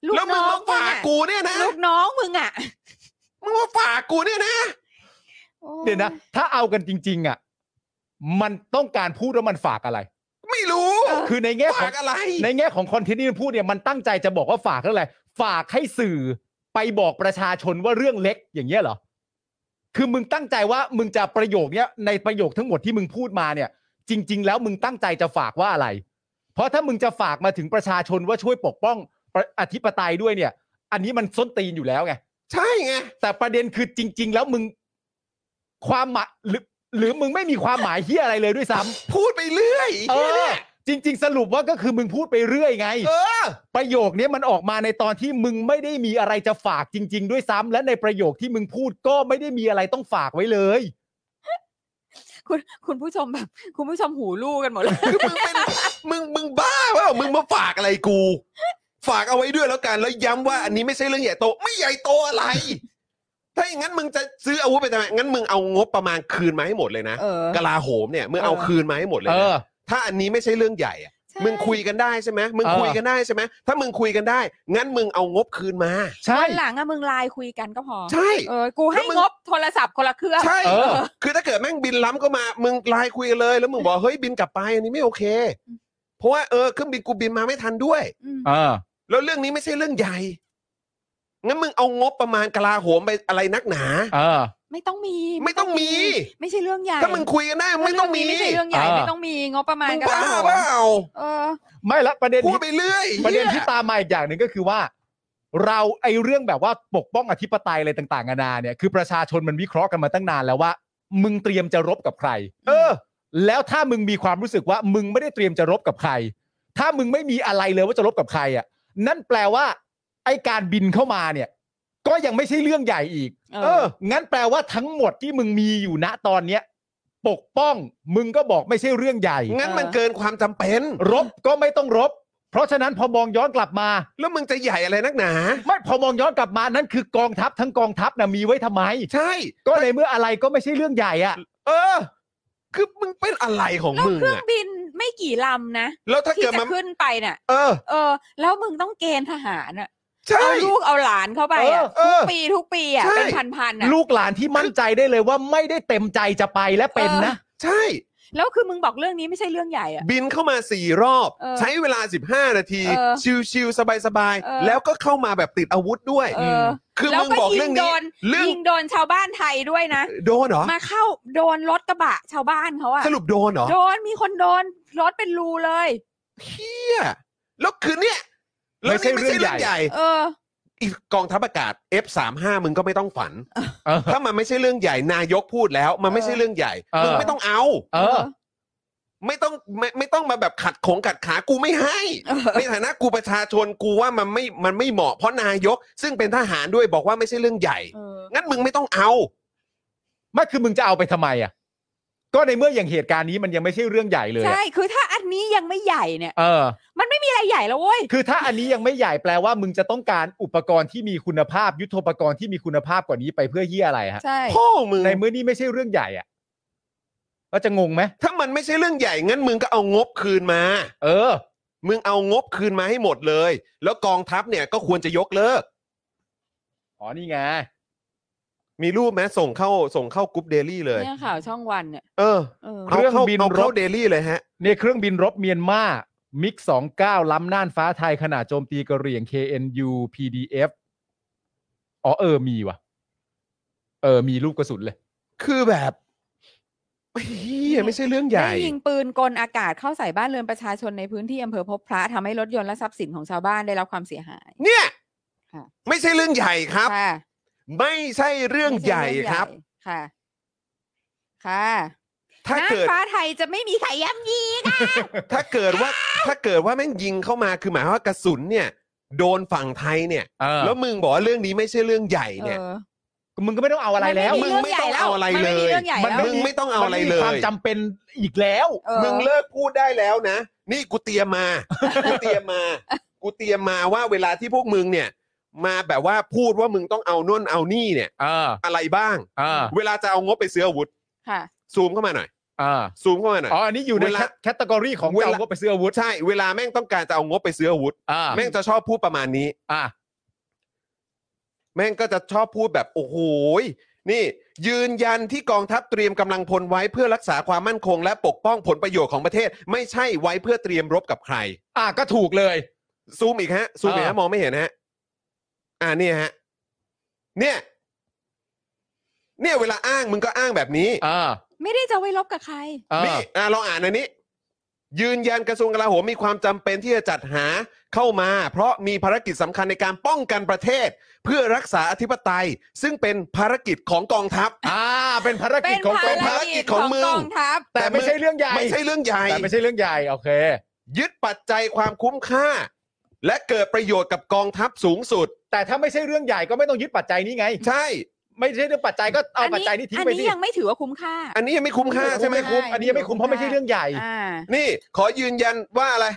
ลูก แล้วมึ น้ ง อง มา มึง ฝาก อ่ะ กูเนี่ยนะ ลูกน้องมึงอ่ะ มึงมาฝากกูเนี่ยนะ โอ้ เดี๋ยวนะ ถ้าเอากันจริง ๆ อ่ะ มันต้องการพูดว่ามันฝากอะไร ไม่รู้ คือในแง่ขอ ฝาง กอะไร ในแง่ของคอนเทนต์ที่มันพูดเนี่ยมันตั้งใจจะบอกว่าฝากเท่าไหร่ฝากให้สื่อไปบอกประชาชนว่าเรื่องเล็กอย่างเงี้ยเหรอคือมึงตั้งใจว่ามึงจะประโยคเนี้ยในประโยคทั้งหมดที่มึงพูดมาเนี่ย จริง ๆ แล้วมึงตั้งใจจะฝากว่าอะไร เพราะถ้ามึงจะฝากมาถึงประชาชนว่าช่วยปกป้องประอธิปไตยด้วยเนี่ย อันนี้มันส้นตีนอยู่แล้วไง ใช่ไง แต่ประเด็นคือจริง ๆ แล้วมึงความหมายหรือหรือมึงไม่มีความหมายเฮียอะไรเลยด้วยซ้ พูดไปเรื่อย ำเออ จริง ๆ สรุปว่าก็คือมึงพูดไปเรื่อยไง เออ ประโยคนี้มันออกมาในตอนที่มึงไม่ได้มีอะไรจะฝากจริง ๆ ด้วยซ้ำและในประโยคที่มึงพูดก็ไม่ได้มีอะไรต้องฝากไว้เลย คุณคุณผู้ชมแบบ คุณผู้ชมหูลู่กันหมดเลย คือมึงเป็นมึงมึงบ้าเปล่ามึงมาฝากอะไรกู ฝากเอาไว้ด้วยแล้วกันแล้วย้ำว่าอันนี้ไม่ใช่เรื่องใหญ่โต ไม่ใหญ่โตอะไร ถ้าอย่างนั้นมึงจะซื้ออาวุธไปทำไมงั้นมึงเอางบประมาณคืนมาให้หมดเลยนะ เออก ลาโหมเนี่ยมึงเอา เออ คืนมาให้หมดเลย เอ นะ อ ถ้าอันนี้ไม่ใช่เรื่องใหญ่อะ ใช่ มึงคุยกันได้ใช่ไหมมึง เออ คุยกันได้ใช่ไหมถ้ามึงคุยกันได้ งั้นมึงเอางบคืนมา ใช่ วันหลังอะมึงไลน์คุยกันก็พอ ใช่ เออ กูให้ แล้วมึง งบโทรศัพท์คนละเครื่อง ใช่ เออ คือถ้าเกิดแม่งบินล้ำก็มา มึงไลน์คุยกันเลย แล้วมึงบอกเฮ้ยบินกลับไปอันนี้ไม่โอเค เพราะว่าเออเครื่องบินกูบินมาไม่ทันด้วย อืม เออ แล้วเรื่องนี้ไม่ใช่เรื่องใหญ่ งั้นมึงเอางบประมาณกลาโหมไปอะไรนักหนา เออ ไม่ต้องมี ไม่ต้องมี ไม่ใช่เรื่องใหญ่ ถ้ามึงคุยกันได้ไม่ต้องมี ไม่ มึ ใช่เรื่องใหญ่ เออ ไม่ต้องมีงบประมาณ ง กระ บ้า ลาโหม เปล่า เออ ไม่ละประเด็น พูด ที่ ไปเรื่อย ประเด็น หี้ย ที่ตามมาอีกอย่างหนึ่งก็คือว่า เราไอเรื่องแบบว่าปกป้องอธิปไตยอะไรต่างๆนานาเนี่ยคือประชาชนมันวิเคราะห์กันมาตั้งนานแล้วว่า มึงเตรียมจะรบกับใคร เออ แล้วถ้ามึงมีความรู้สึกว่ามึงไม่ได้เตรียมจะรบกับใคร ถ้ามึงไม่มีอะไรเลยว่าจะรบกับใครอ่ะ นั่นแปลว่า ไอการบินเข้ามาเนี่ย ก็ยังไม่ใช่เรื่องใหญ่อีก เออ เออ งั้นแปลว่าทั้งหมดที่มึงมีอยู่ณตอนเนี้ย ปกป้องมึงก็บอกไม่ใช่เรื่องใหญ่ งั้นมันเกินความจำเป็น รบก็ไม่ต้องรบ เพราะฉะนั้นพอมองย้อนกลับมา แล้วมึงจะใหญ่อะไรนักหนา ไม่พอมองย้อนกลับมานั่นคือกองทัพทั้งกองทัพนะมีไว้ทำไม ใช่ ก็ในเมื่ออะไรก็ไม่ใช่เรื่องใหญ่อะ เออ คือมึงเป็นอะไรของ แล้ว มึง เครื่อง อะ บินไม่กี่ลำนะ แล้วถ้า ที่ เกิด จะ มัน ขึ้นไปน่ะ เออ เออ แล้วมึงต้องเกณฑ์ทหารอ่ะ ใช่ เอาลูกเอาหลานเข้าไปอ่ะ เออ ทุกปีทุกปีอ่ะ ใช่ เป็นพันๆอ่ะ ลูกหลานที่มั่นใจได้เลยว่าไม่ได้เต็มใจจะไปและเป็นนะ ใช่ แล้วคือมึงบอกเรื่องนี้ไม่ใช่เรื่องใหญ่อ่ะ บินเข้ามาสี่รอบ เออ ใช้เวลา 15 นาที เออ ชิวๆสบาย เออ ๆ แล้วก็เข้ามาแบบติดอาวุธด้วย เออ คือ แล้ว มึง ก็ บอก ยิ เรื่อง ง โด นี้ น เรื่อง ยิงโดนชาวบ้านไทยด้วยนะ โดนเหรอ มาเข้าโดนรถกระบะชาวบ้านเขาอะ สรุปโดนเหรอ โดนมีคนโดนรถเป็นรูเลย เฮียแล้วคือเนี่ยแล้วนี่ ไม่ ไม่ ใช่ ใช่ เรื่องใหเรื่องให ญ่ ญ่ เออ อีกกองทัพอากาศ F35 มึงก็ไม่ต้องฝัน เออ ถ้ามันไม่ใช่เรื่องใหญ่นายกพูดแล้ว มันไม่ใช่เรื่องใหญ่ เออ มึงไม่ต้องเอา เออ ไม่ต้องไม่ไม่ต้องมาแบบขัดของขัดขากูไม่ให้ เออ ในฐานะกูประชาชนกูว่ามันไม่มันไม่เหมาะเพราะนายก ซึ่งเป็นทหารด้วยบอกว่าไม่ใช่เรื่องใหญ่ เออ งั้นมึงไม่ต้องเอา ไม่คือมึงจะเอาไปทำไมอ่ะ ก็ในเมื่ออย่างเหตุการณ์นี้มันยังไม่ใช่เรื่องใหญ่เลยอะ ใช่ คือถ้าอันนี้ยังไม่ใหญ่เนี่ย เออ มันไม่มีอะไรใหญ่แล้วเว้ย คือถ้าอันนี้ยังไม่ใหญ่แปลว่ามึงจะต้องการอุปกรณ์ที่มีคุณภาพ ยุทโธปกรณ์ที่มีคุณภาพกว่านี้ไปเพื่อเฮียอะไรฮะ ใช่ พ่อมึง ในเมื่อนี่ไม่ใช่เรื่องใหญ่อ่ะก็จะงงไหม ถ้ามันไม่ใช่เรื่องใหญ่งั้นมึงก็เอางบคืนมา เออ มึงเอางบคืนมาให้หมดเลย แล้วกองทัพเนี่ยก็ควรจะยกเลิก อ๋อนี่ไง มีรูปไหมส่งเข้าส่งเข้ากรุ๊ปเดลี่เลย เนี่ยข่าวช่องวันเนี่ย เออ เออ เอาเข้า เรื่องบิน เอาเข้าร บ เดลี่เลยฮะ เนี่ยเครื่องบินรบเมียนมามิก29 ล้ำน่านฟ้าไทยขณะโจมตีกระเหรี่ยง KNU PDF อ๋อเออมีว่ะ เออ มีรูปกระสุนเลย คือแบบเฮียไม่ใช่เรื่องใหญ่ ได้ยิงปืนกลอากาศเข้าใส่บ้านเรือนประชาชนในพื้นที่อำเภอพบพระทำให้รถยนต์และทรัพย์สินของชาวบ้านได้รับความเสียหาย เนี่ย ค่ะ ไม่ใช่เรื่องใหญ่ครับ ค่ะ ไม่ใช่เรื่อง ไม่ช่ ใหญ่ครับ เองใหญ่ค่ะ ค่ะ ถ้า น่าน เกิด ฟ้าไทยจะไม่มีใครย่ำยีค่ะ ถ้าเกิดว่าถ้าเกิดว่าแม่งยิงเข้ามาคือหมายความว่ากระสุนเนี่ย โดนฝั่งไทยเนี่ย เออ แล้วมึงบอกว่าเรื่องนี้ไม่ใช่เรื่องใหญ่ เอ เนี่ย อ มึงก็ไม่ต้องเอาอะไรแล้ว มึ น งไม่ต้องเอาอะไร มัน เล ไม่มี ย เรื่องใหญ่แล้ว มึงไม่ต้องเอาอะไรเล มันม่มีความ ย จำเป็นอีกแล้ว เออ มึงเลิกพูดได้แล้วนะ นี่กูเตรียมมา กูเตรียมมา กูเตรียมมาว่าเวลาที่พวกมึงเนี่ย มาแบบว่าพูดว่ามึงต้องเอาน่นเอานี่เนี่ย เออ อะไรบ้าง เออ เวลาจะเอางบไปซื้ออาวุธ ค่ะ ซูมเข้ามาหน่อย เออ ซูมเข้ามาหน่อย อ๋ออันนี้อยู่ใน เวลา แคตตากรีของ เวลา เจ้าก็ไปซื้ออาวุธ ใช่ เวลาแม่งต้องการจะเอางบไปซื้ออาวุธ อ่า แม่งจะชอบพูดประมาณนี้ อ่า แม่งก็จะชอบพูดแบบโอ้โหยนี่ ยืนยันที่กองทัพเตรียมกำลังพลไว้เพื่อรักษาความมั่นคง และปกป้องผลประโยชน์ของประเทศ ไม่ใช่ไว้เพื่อเตรียมรบกับใคร อ่าก็ถูกเลย ซูมอีกฮะ ซูมอีกฮะ อ่าม มองไม่เห็นฮะ อ่าเนี่ยฮะ เนี่ย เนี่ยเวลาอ้างมึงก็อ้างแบบนี้ อ่า ไม่ได้จะไว้รบกับใคร อ่า นี่อ่ะเราอ่านอันนี้ ยืนยันกระทรวงกลาโหมมีความจำเป็นที่จะจัดหาเข้ามา เพราะมีภารกิจสำคัญในการป้องกันประเทศ เพื่อรักษาอธิปไตย ซึ่งเป็นภารกิจของกองทัพ อ่า เป็นภาร เป็ กิจ น ของ ภา เป็นภาร ร กิ กิ จ จขขอ อง งมึ ก ง องทัพ แต่ไม่ใช่เรื่องใหญ่ ไม่ใช่เรื่องใหญ่ แต่ไม่ใช่เรื่องใหญ่ โอเค ยึดปัจจัยความคุ้มค่า และเกิดประโยชน์กับกองทัพสูงสุด แต่ถ้าไม่ใช่เรื่องใหญ่ก็ไม่ต้องยึดปัจจัยนี้ไง ใช่ ไม่ใช่เรื่องปัจจัยก็เอาปัจจัยนี้ทิ้ง อัน ไป นี้ สิ ยังไม่ถือว่าคุ้มค่า อันนี้ยังไม่คุ้มค่าใช่ไหม คุ้มอันนี้ยังไม่คุ้มเพราะไม่ใช่เรื่องใหญ่ อ่า นี่ขอยืนยันว่าอะไร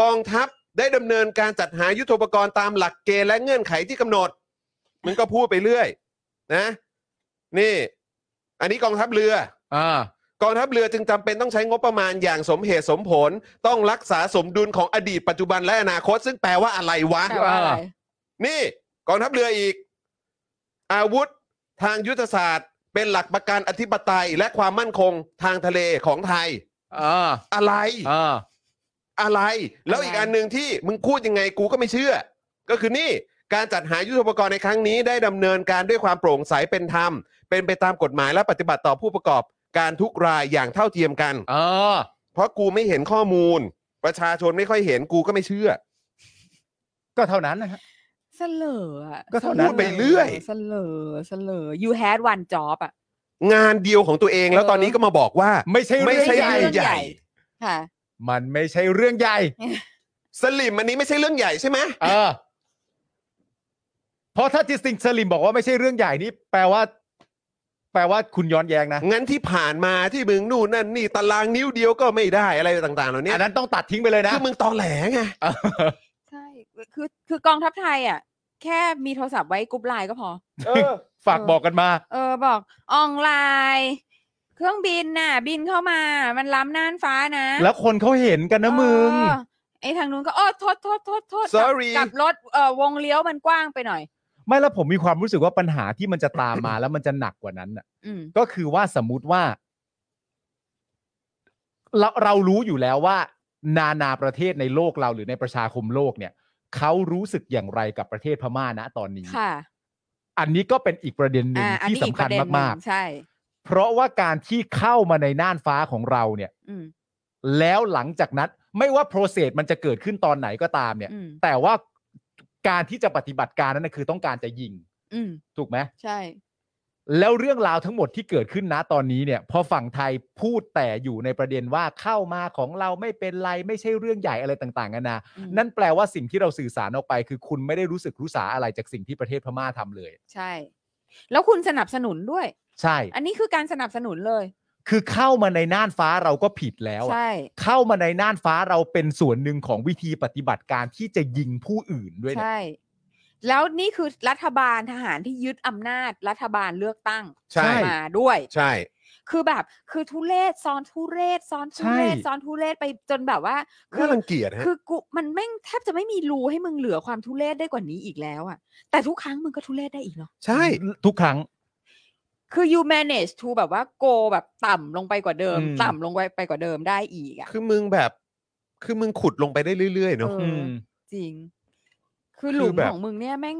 กองทัพได้ดำเนินการจัดหายุทโธปกรณ์ตามหลักเกณฑ์และเงื่อนไขที่กำหนด มันก็พูดไปเรื่อย นะ นี่ อันนี้กองทัพเรือ อ่าก องทัพเรือจึงจำเป็นต้องใช้งบประมาณอย่างสมเหตุสมผล ต้องรักษาสมดุลของอดีตปัจจุบันและอนาคต ซึ่งแปลว่าอะไรวะ แต่ว่าอะไร นี่ กองทัพเรืออีก อาวุธทางยุทธศาสตร์ เป็นหลักประกันอธิปไตยและความมั่นคงทางทะเลของไทย อ่า อะไร อ่า อะไร แล้วอีก อะไร อันหนึ่งที่มึงพูดยังไงกูก็ไม่เชื่อ ก็คือนี่การจัดหายุทธปกรณ์ในครั้งนี้ได้ดำเนินการด้วยความโปร่งใสเป็นธรรม เป็นไปตามกฎหมายและปฏิบัติต่อผู้ประกอบการทุกรายอย่างเท่าเทียมกัน อ่า เพราะกูไม่เห็นข้อมูล ประชาชนไม่ค่อยเห็นกูก็ไม่เชื่อ ก็เท่านั้นนะฮะ เสลออะ ก็เท่านั้น พูดไปเรื่อย เสลอเสลอ you had one job อ่ะ งานเดียวของตัวเองแล้วตอนนี้ก็มาบอกว่า ไม่ใช่ ไม่ เรื่องใหใช่ญ่ เรื่องใหญ่ ค่ะ มันไม่ใช่เรื่องใหญ่ สลิมอันนี้ไม่ใช่เรื่องใหญ่ใช่ไหม เออ พ ราะถ้าจิสติงสลิมบอกว่าไม่ใช่เรื่องใหญ่นี่แปลว่า แปลว่าคุณย้อนแย้งนะ งั้นที่ผ่านมาที่มึงนู่นนั่นนี่ตารางนิ้วเดียวก็ไม่ได้อะไรต่างๆเหล่านี้ อันนั้นต้องตัดทิ้งไปเลยนะ คือมึงตอแหลไง ใช่คือคือกองทัพไทยอ่ะ แค่มีโทรศัพท์ไว้กรุ๊ปไลน์ก็พอ ฝากบอกกันมา เออบอกออนไลน์ เครื่องบินน่ะ บินเข้ามา มันล้ำน่านฟ้านะ แล้วคนเขาเห็นกันนะมึง เออไอ้ทางนู้นก็โอ้โทษโทษโทษโทษกลับกลับรถเออวงเลี้ยวมันกว้างไปหน่อย ไม่แล้วผมมีความรู้สึกว่าปัญหาที่มันจะตามมา แล้วมันจะหนักกว่านั้นน่ะ อืม ก็คือว่าสมมุติว่า เราเรารู้อยู่แล้วว่า นานาประเทศในโลกเราหรือในประชาคมโลกเนี่ยเขารู้สึกอย่างไรกับประเทศพม่านะตอนนี้ ค่ะ อันนี้ก็เป็นอีกประเด็นหนึ่ง อ่าอัน ที่ นี้อีก สำ ป คัญ ระเด็นห มา นึ่ ก งใช่ ๆ เพราะว่าการที่เข้ามาในน่านฟ้าของเราเนี่ย อืม แล้วหลังจากนั้น ไม่ว่าโปรเซสมันจะเกิดขึ้นตอนไหนก็ตามเนี่ย อืม แต่ว่าการที่จะปฏิบัติการนั้นนะคือต้องการจะยิง อืม ถูกไหม ใช่ แล้วเรื่องราวทั้งหมดที่เกิดขึ้นนะตอนนี้เนี่ยพอฝั่งไทยพูดแต่อยู่ในประเด็นว่าเข้ามาของเราไม่เป็นไรไม่ใช่เรื่องใหญ่อะไรต่างๆกันานะ อืม นั่นแปลว่าสิ่งที่เราสื่อสารออกไป คือคุณไม่ได้รู้สึกรู้สาอะไรจากสิ่งที่ประเทศพม่าทำเลย ใช่ แล้วคุณสนับสนุนด้วย ใช่ อันนี้คือการสนับสนุนเลย คือเข้ามาในน่านฟ้าเราก็ผิดแล้วอะ ใช่ เข้ามาในน่านฟ้าเราเป็นส่วนหนึ่งของวิธีปฏิบัติการที่จะยิงผู้อื่นด้วยนะ ใช่ แล้วนี่คือรัฐบาลทหารที่ยึดอำนาจรัฐบาลเลือกตั้ง ใช่ มาด้วย ใช่ คือแบบ คือทุเรศซ้อนทุเรศซ้อนทุเรศซ้อนทุเรศไปจนแบบว่า คื น่ารังเกียจฮะ คือกูมันแม่งแทบจะไม่มีรูให้มึงเหลือความทุเรศได้กว่านี้อีกแล้วอะแต่ทุกครั้งมึงก็ทุเรศได้อีกเนาะ ใช่ ทุกครั้ง คือ you manage to แบบว่า go แบบต่ำลงไปกว่าเดิม อืม ต่ำลงไปไปกว่าเดิมได้อีกอะ คือมึงแบบ คือมึงขุดลงไปได้เรื่อยๆเนาะ เอ อื อ ม จริง คือ คือ หลุม แบบ ของมึงเนี่ยแม่ง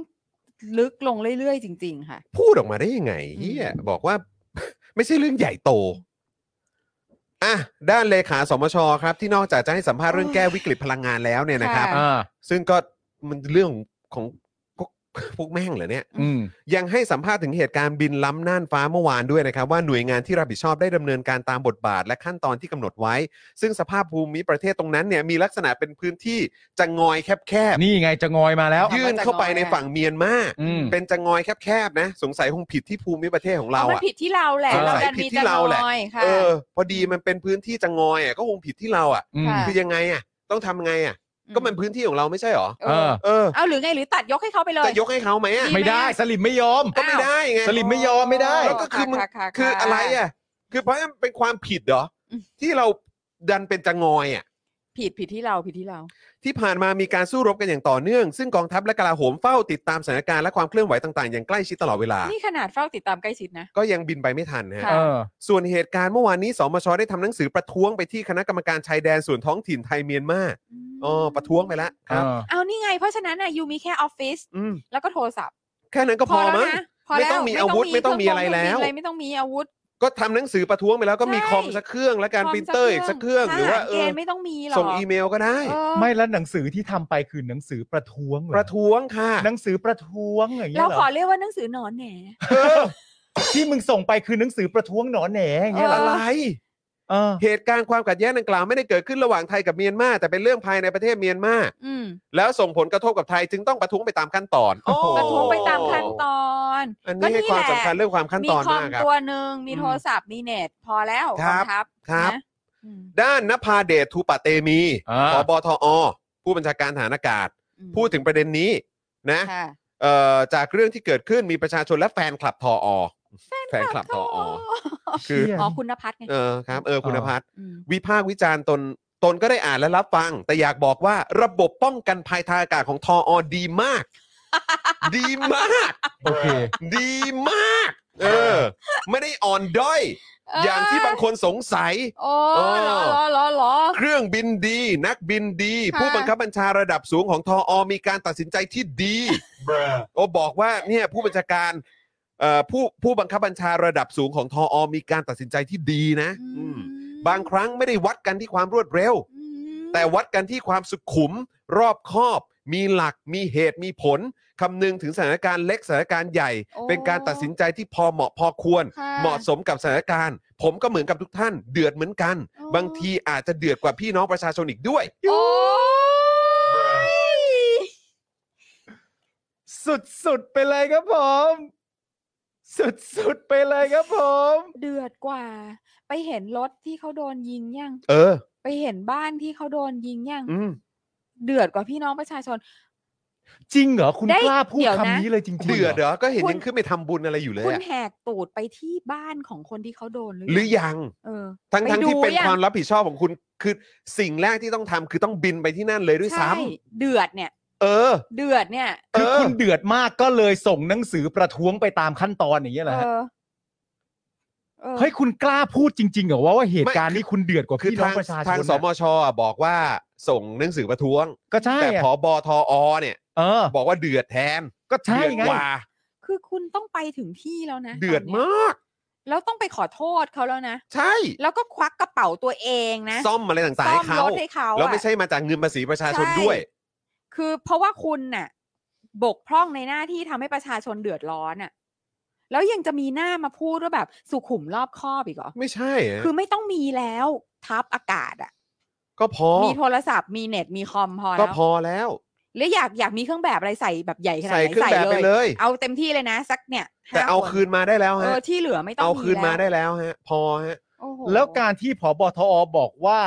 ลึกลงเรื่อยๆจริง ๆ ค่ะ พูดออกมาได้ยังไงเฮียบอกว่า ไม่ใช่เรื่องใหญ่โต อ่ะ ด้านเลขาสมชครับ ที่นอกจากจะให้สัมภาษณ์เรื่องแก้วิกฤตพลังงานแล้วเนี่ยนะครับ ค่ะ อ่า ซึ่งก็มันเรื่องของพวกพวกแม่งเหรอเนี่ย อืม ยังให้สัมภาษณ์ถึงเหตุการณ์บินล้ำน่านฟ้าเมื่อวานด้วยนะครับ ว่าหน่วยงานที่รับผิดชอบได้ดำเนินการตามบทบาทและขั้นตอนที่กำหนดไว้ ซึ่งสภาพภูมิประเทศตรงนั้นเนี่ยมีลักษณะเป็นพื้นที่จะงอยแคบ นี่ไงจะงอยมาแล้ว ๆยื่นเข้าไปในฝั่งเมียนมา อืม เป็นจะงอยแคบๆนะ สงสัยคงผิดที่ภูมิประเทศของเรา มัน อ่ะ ผิดที่เราแหละ เออ เราดัน ผิ มี ดที่ จะ เราแหละ น้อยค่ะ เออ พอดีมันเป็นพื้นที่จะงอยอ่ะก็คงผิดที่เราอ่ะ อืม ค่ะ คือยังไงอ่ะต้องทำไงอ่ะ ก็มันพื้นที่ของเราไม่ใช่หรอ เออ เออ เอาหรือไงหรือตัดยกให้เขาไปเลย จะยกให้เขาไหมอ่ะ ดี ไม่ได้สลิมไม่ยอม ก็ไม่ได้ไง สลิมไม่ยอมไม่ได้ แล้วก็คือมึง ะ คือ ค่ อะไรอ่ะ คือเพราะมันเป็นความผิดเหรอ ที่เราดันเป็นจะงอยอ่ะ ผิดผิดที่เราผิดที่เรา ที่ผ่านมามีการสู้รบกันอย่างต่อเนื่อง ซึ่งกองทัพและกลาโหมเฝ้าติดตามสถานการณ์และความเคลื่อนไหวต่างๆ อย่างใกล้ชิดตลอดเวลา นี่ขนาดเฝ้าติดตามใกล้ชิดนะ ก็ยังบินไปไม่ทันนะฮะ ค่ะ เออ ส่วนเหตุการณ์เมื่อวานนี้สมชได้ทำหนังสือประท้วงไปที่คณะกรรมการชายแดนส่วนท้องถิ่นไทยเมียนมา อืม อ๋อประท้วงไปแล้วครับ เออ เอานี่ไง เพราะฉะนั้นน่ะยูมีแค่ออฟฟิศ อืม แล้วก็โทรศัพท์ แค่นั้นก็พอ แล้ว มั้ง นะพอ ไม่ แล้ว ต้องมีอาวุธไม่ต้องมีอะไร เคง แล้ว เครื่องบินอะไรไม่ต้องมีอาวุธ ก็ทำหนังสือประท้วงไปแล้วก็มี ใช่ คอมสักเครื่องและการปรินเตอร์อีกสักเครื่องหรือว่าเอ เก อ ณฑ์ไม่ต้องมีหรอก ส่งอีเมลก็ได้ เออ ไม่แล้วหนังสือที่ทำไปคือหนังสือประท้วงเหอ ประท้วงค่ะ หนังสือประท้วงอย่างเงี้ เรา ยเหร ขอ อ เรียกว่าหนังสือหนอนแหน เออที่มึงส่งไปคือหนังสือประท้วงหนอนแหนอย่างเงี้ยเหรอ อะไร เออ เหตุการณ์ความขัดแย้งดังกล่าวไม่ได้เกิดขึ้นระหว่างไทยกับเมียนมาแต่เป็นเรื่องภายในประเทศเมียนมา อืม แล้วส่งผลกระทบกับไทยจึงต้องประท้วงไปตามขั้นตอน โอ้ ประท้วงไปตามขั้นตอน อัน ก็ นี้ให้ นี่ ความ แหละ สำคัญเรื่องความขั้น มี ตอน คอม มากครับ ตัวหนึ่งมี อืม โทรศัพท์มีเน็ตพอแล้ว ครับ กองทัพ ครับ นะอืม ด้านนภาเดชทูปะเตมี อ่า ผบทอ ผู้บัญชาการฐานอากาศ อืม พูดถึงประเด็นนี้นะ ค่ะ เอ่อจากเรื่องที่เกิดขึ้นมีประชาชนและแฟนคลับทออแฟนคลับทออคือ เชี่ย อ๋อคุณนภัทรไง เออครับเออคุณ อ๋อ พัฒน์ ม วิพากษ์วิจารณ์ตนตนก็ได้อ่านและรับฟัง แต่อยากบอกว่าระบบป้องกันภัยทางอากาศของทออดีมาก ดีมาก โอเค ดีมาก เออ ไม่ได้อ่อนด้อย อย่างที่บางคนสงสัย โอ้ เออ เหรอเหรอเหรอเหรอ เครื่องบินดี นักบินดี ค่ะ ผู้บังคับบัญชาระดับสูงของทออมีการตัดสินใจที่ดี โอบอกว่าเนี่ยผู้บัญชาการเอ่อผู้ผู้บังคับบัญชาระดับสูงของทออมีการตัดสินใจที่ดีนะ อื อืมมบางครั้งไม่ได้วัดกันที่ความรวดเร็ว อืม แต่วัดกันที่ความสุขุม รอบคอบ มีหลักมีเหตุมีผลคำนึงถึงสถานการณ์เล็กสถานการณ์ใหญ่ โอ้ เป็นการตัดสินใจที่พอเหมาะพอควร ค่ะ เหมาะสมกับสถานการณ์ ผมก็เหมือนกับทุกท่าน เดือดเหมือนกัน อ๋อ บางทีอาจจะเดือดกว่าพี่น้องประชาชนอีกด้วย โอ้ย สุดๆไปเลยครับผม สุดๆไปเลยครับผม เดือดกว่า ไปเห็นรถที่เขาโดนยิงยัง เออ ไปเห็นบ้านที่เขาโดนยิงยัง อืม เดือดกว่าพี่น้องประชาชน จริงเหรอ คุณ ได้ กล้าพูด เดี๋ยวนะ คำนี้เลยจริงๆ เดือดเหร หรอ อ ก็เห็น คุณ ยังขึ้นไปทำบุญอะไรอยู่เลย คุณ อะ แหกตูดไปที่บ้านของคนที่เขาโดนหรือ หรือ ยัง ยัง เออ ทั้ง ไป ทั้งที่ ดู เป็น ยัง ความรับผิดชอบของคุณคือสิ่งแรกที่ต้องทำคือต้องบินไปที่นั่นเลยด้วย ใช่ ซ้ำ เดือดเนี่ย เออ เดือดเนี่ย คือ เออ คุณเดือดมากก็เลยส่งหนังสือประท้วงไปตามขั้นตอนอย่างเงี้ยเหร เอ อฮะ อออ เฮ้ยคุณกล้าพูดจริงๆเหรอว่าว่าเหตุการณ์นี้คุณเดือดกว่า คือ พี่น้อ ทาง งประชาชน ทาง นะ สมชอะบอกว่าส่งหนังสือประท้วง ก็ใช่ แต่ อะ ผอบทอเนี่ย เออ บอกว่าเดือดแทน ก็ใช่ เดือด ไง กว่า คือคุณต้องไปถึงที่แล้วนะ เดือด ตนนี้ย มาก แล้วต้องไปขอโทษเขาแล้วนะ ใช่ แล้วก็ควักกระเป๋าตัวเองนะ ซ่อมอะไรต่างๆ ซ่อ ให้ ม เขา รถให้เขา แล้ว อะ ไม่ใช่มาจากเงินภาษีประชาชน ใ ด้วย คือเพราะว่าคุณน่ะ บกพร่องในหน้าที่ทำให้ประชาชนเดือดร้อนน่ะ แล้วยังจะมีหน้ามาพูดว่าแบบสุขุมรอบคอบอีกเหรอ ไม่ใช่อะ คือไม่ต้องมีแล้วทับอากาศอ่ะ ก็พอ มีโทรศัพท์มีเน็ตมีคอมพอ ก็ แล้ว พอแล้ว หรืออยากอยากมีเครื่องแบบอะไรใส่แบบใหญ่ขนาด ใส่ ไหน เครื่องแบบไปเลย เอาเต็มที่เลยนะ สักเนี่ยห้ แต่เอา น คืนมาได้แล้ว เอ ฮะ อที่เหลือไม่ต้อง เอาคืนมาได้แล้วฮะ พอฮะ โอ้โห แล้วการที่ผบทอบอกว่า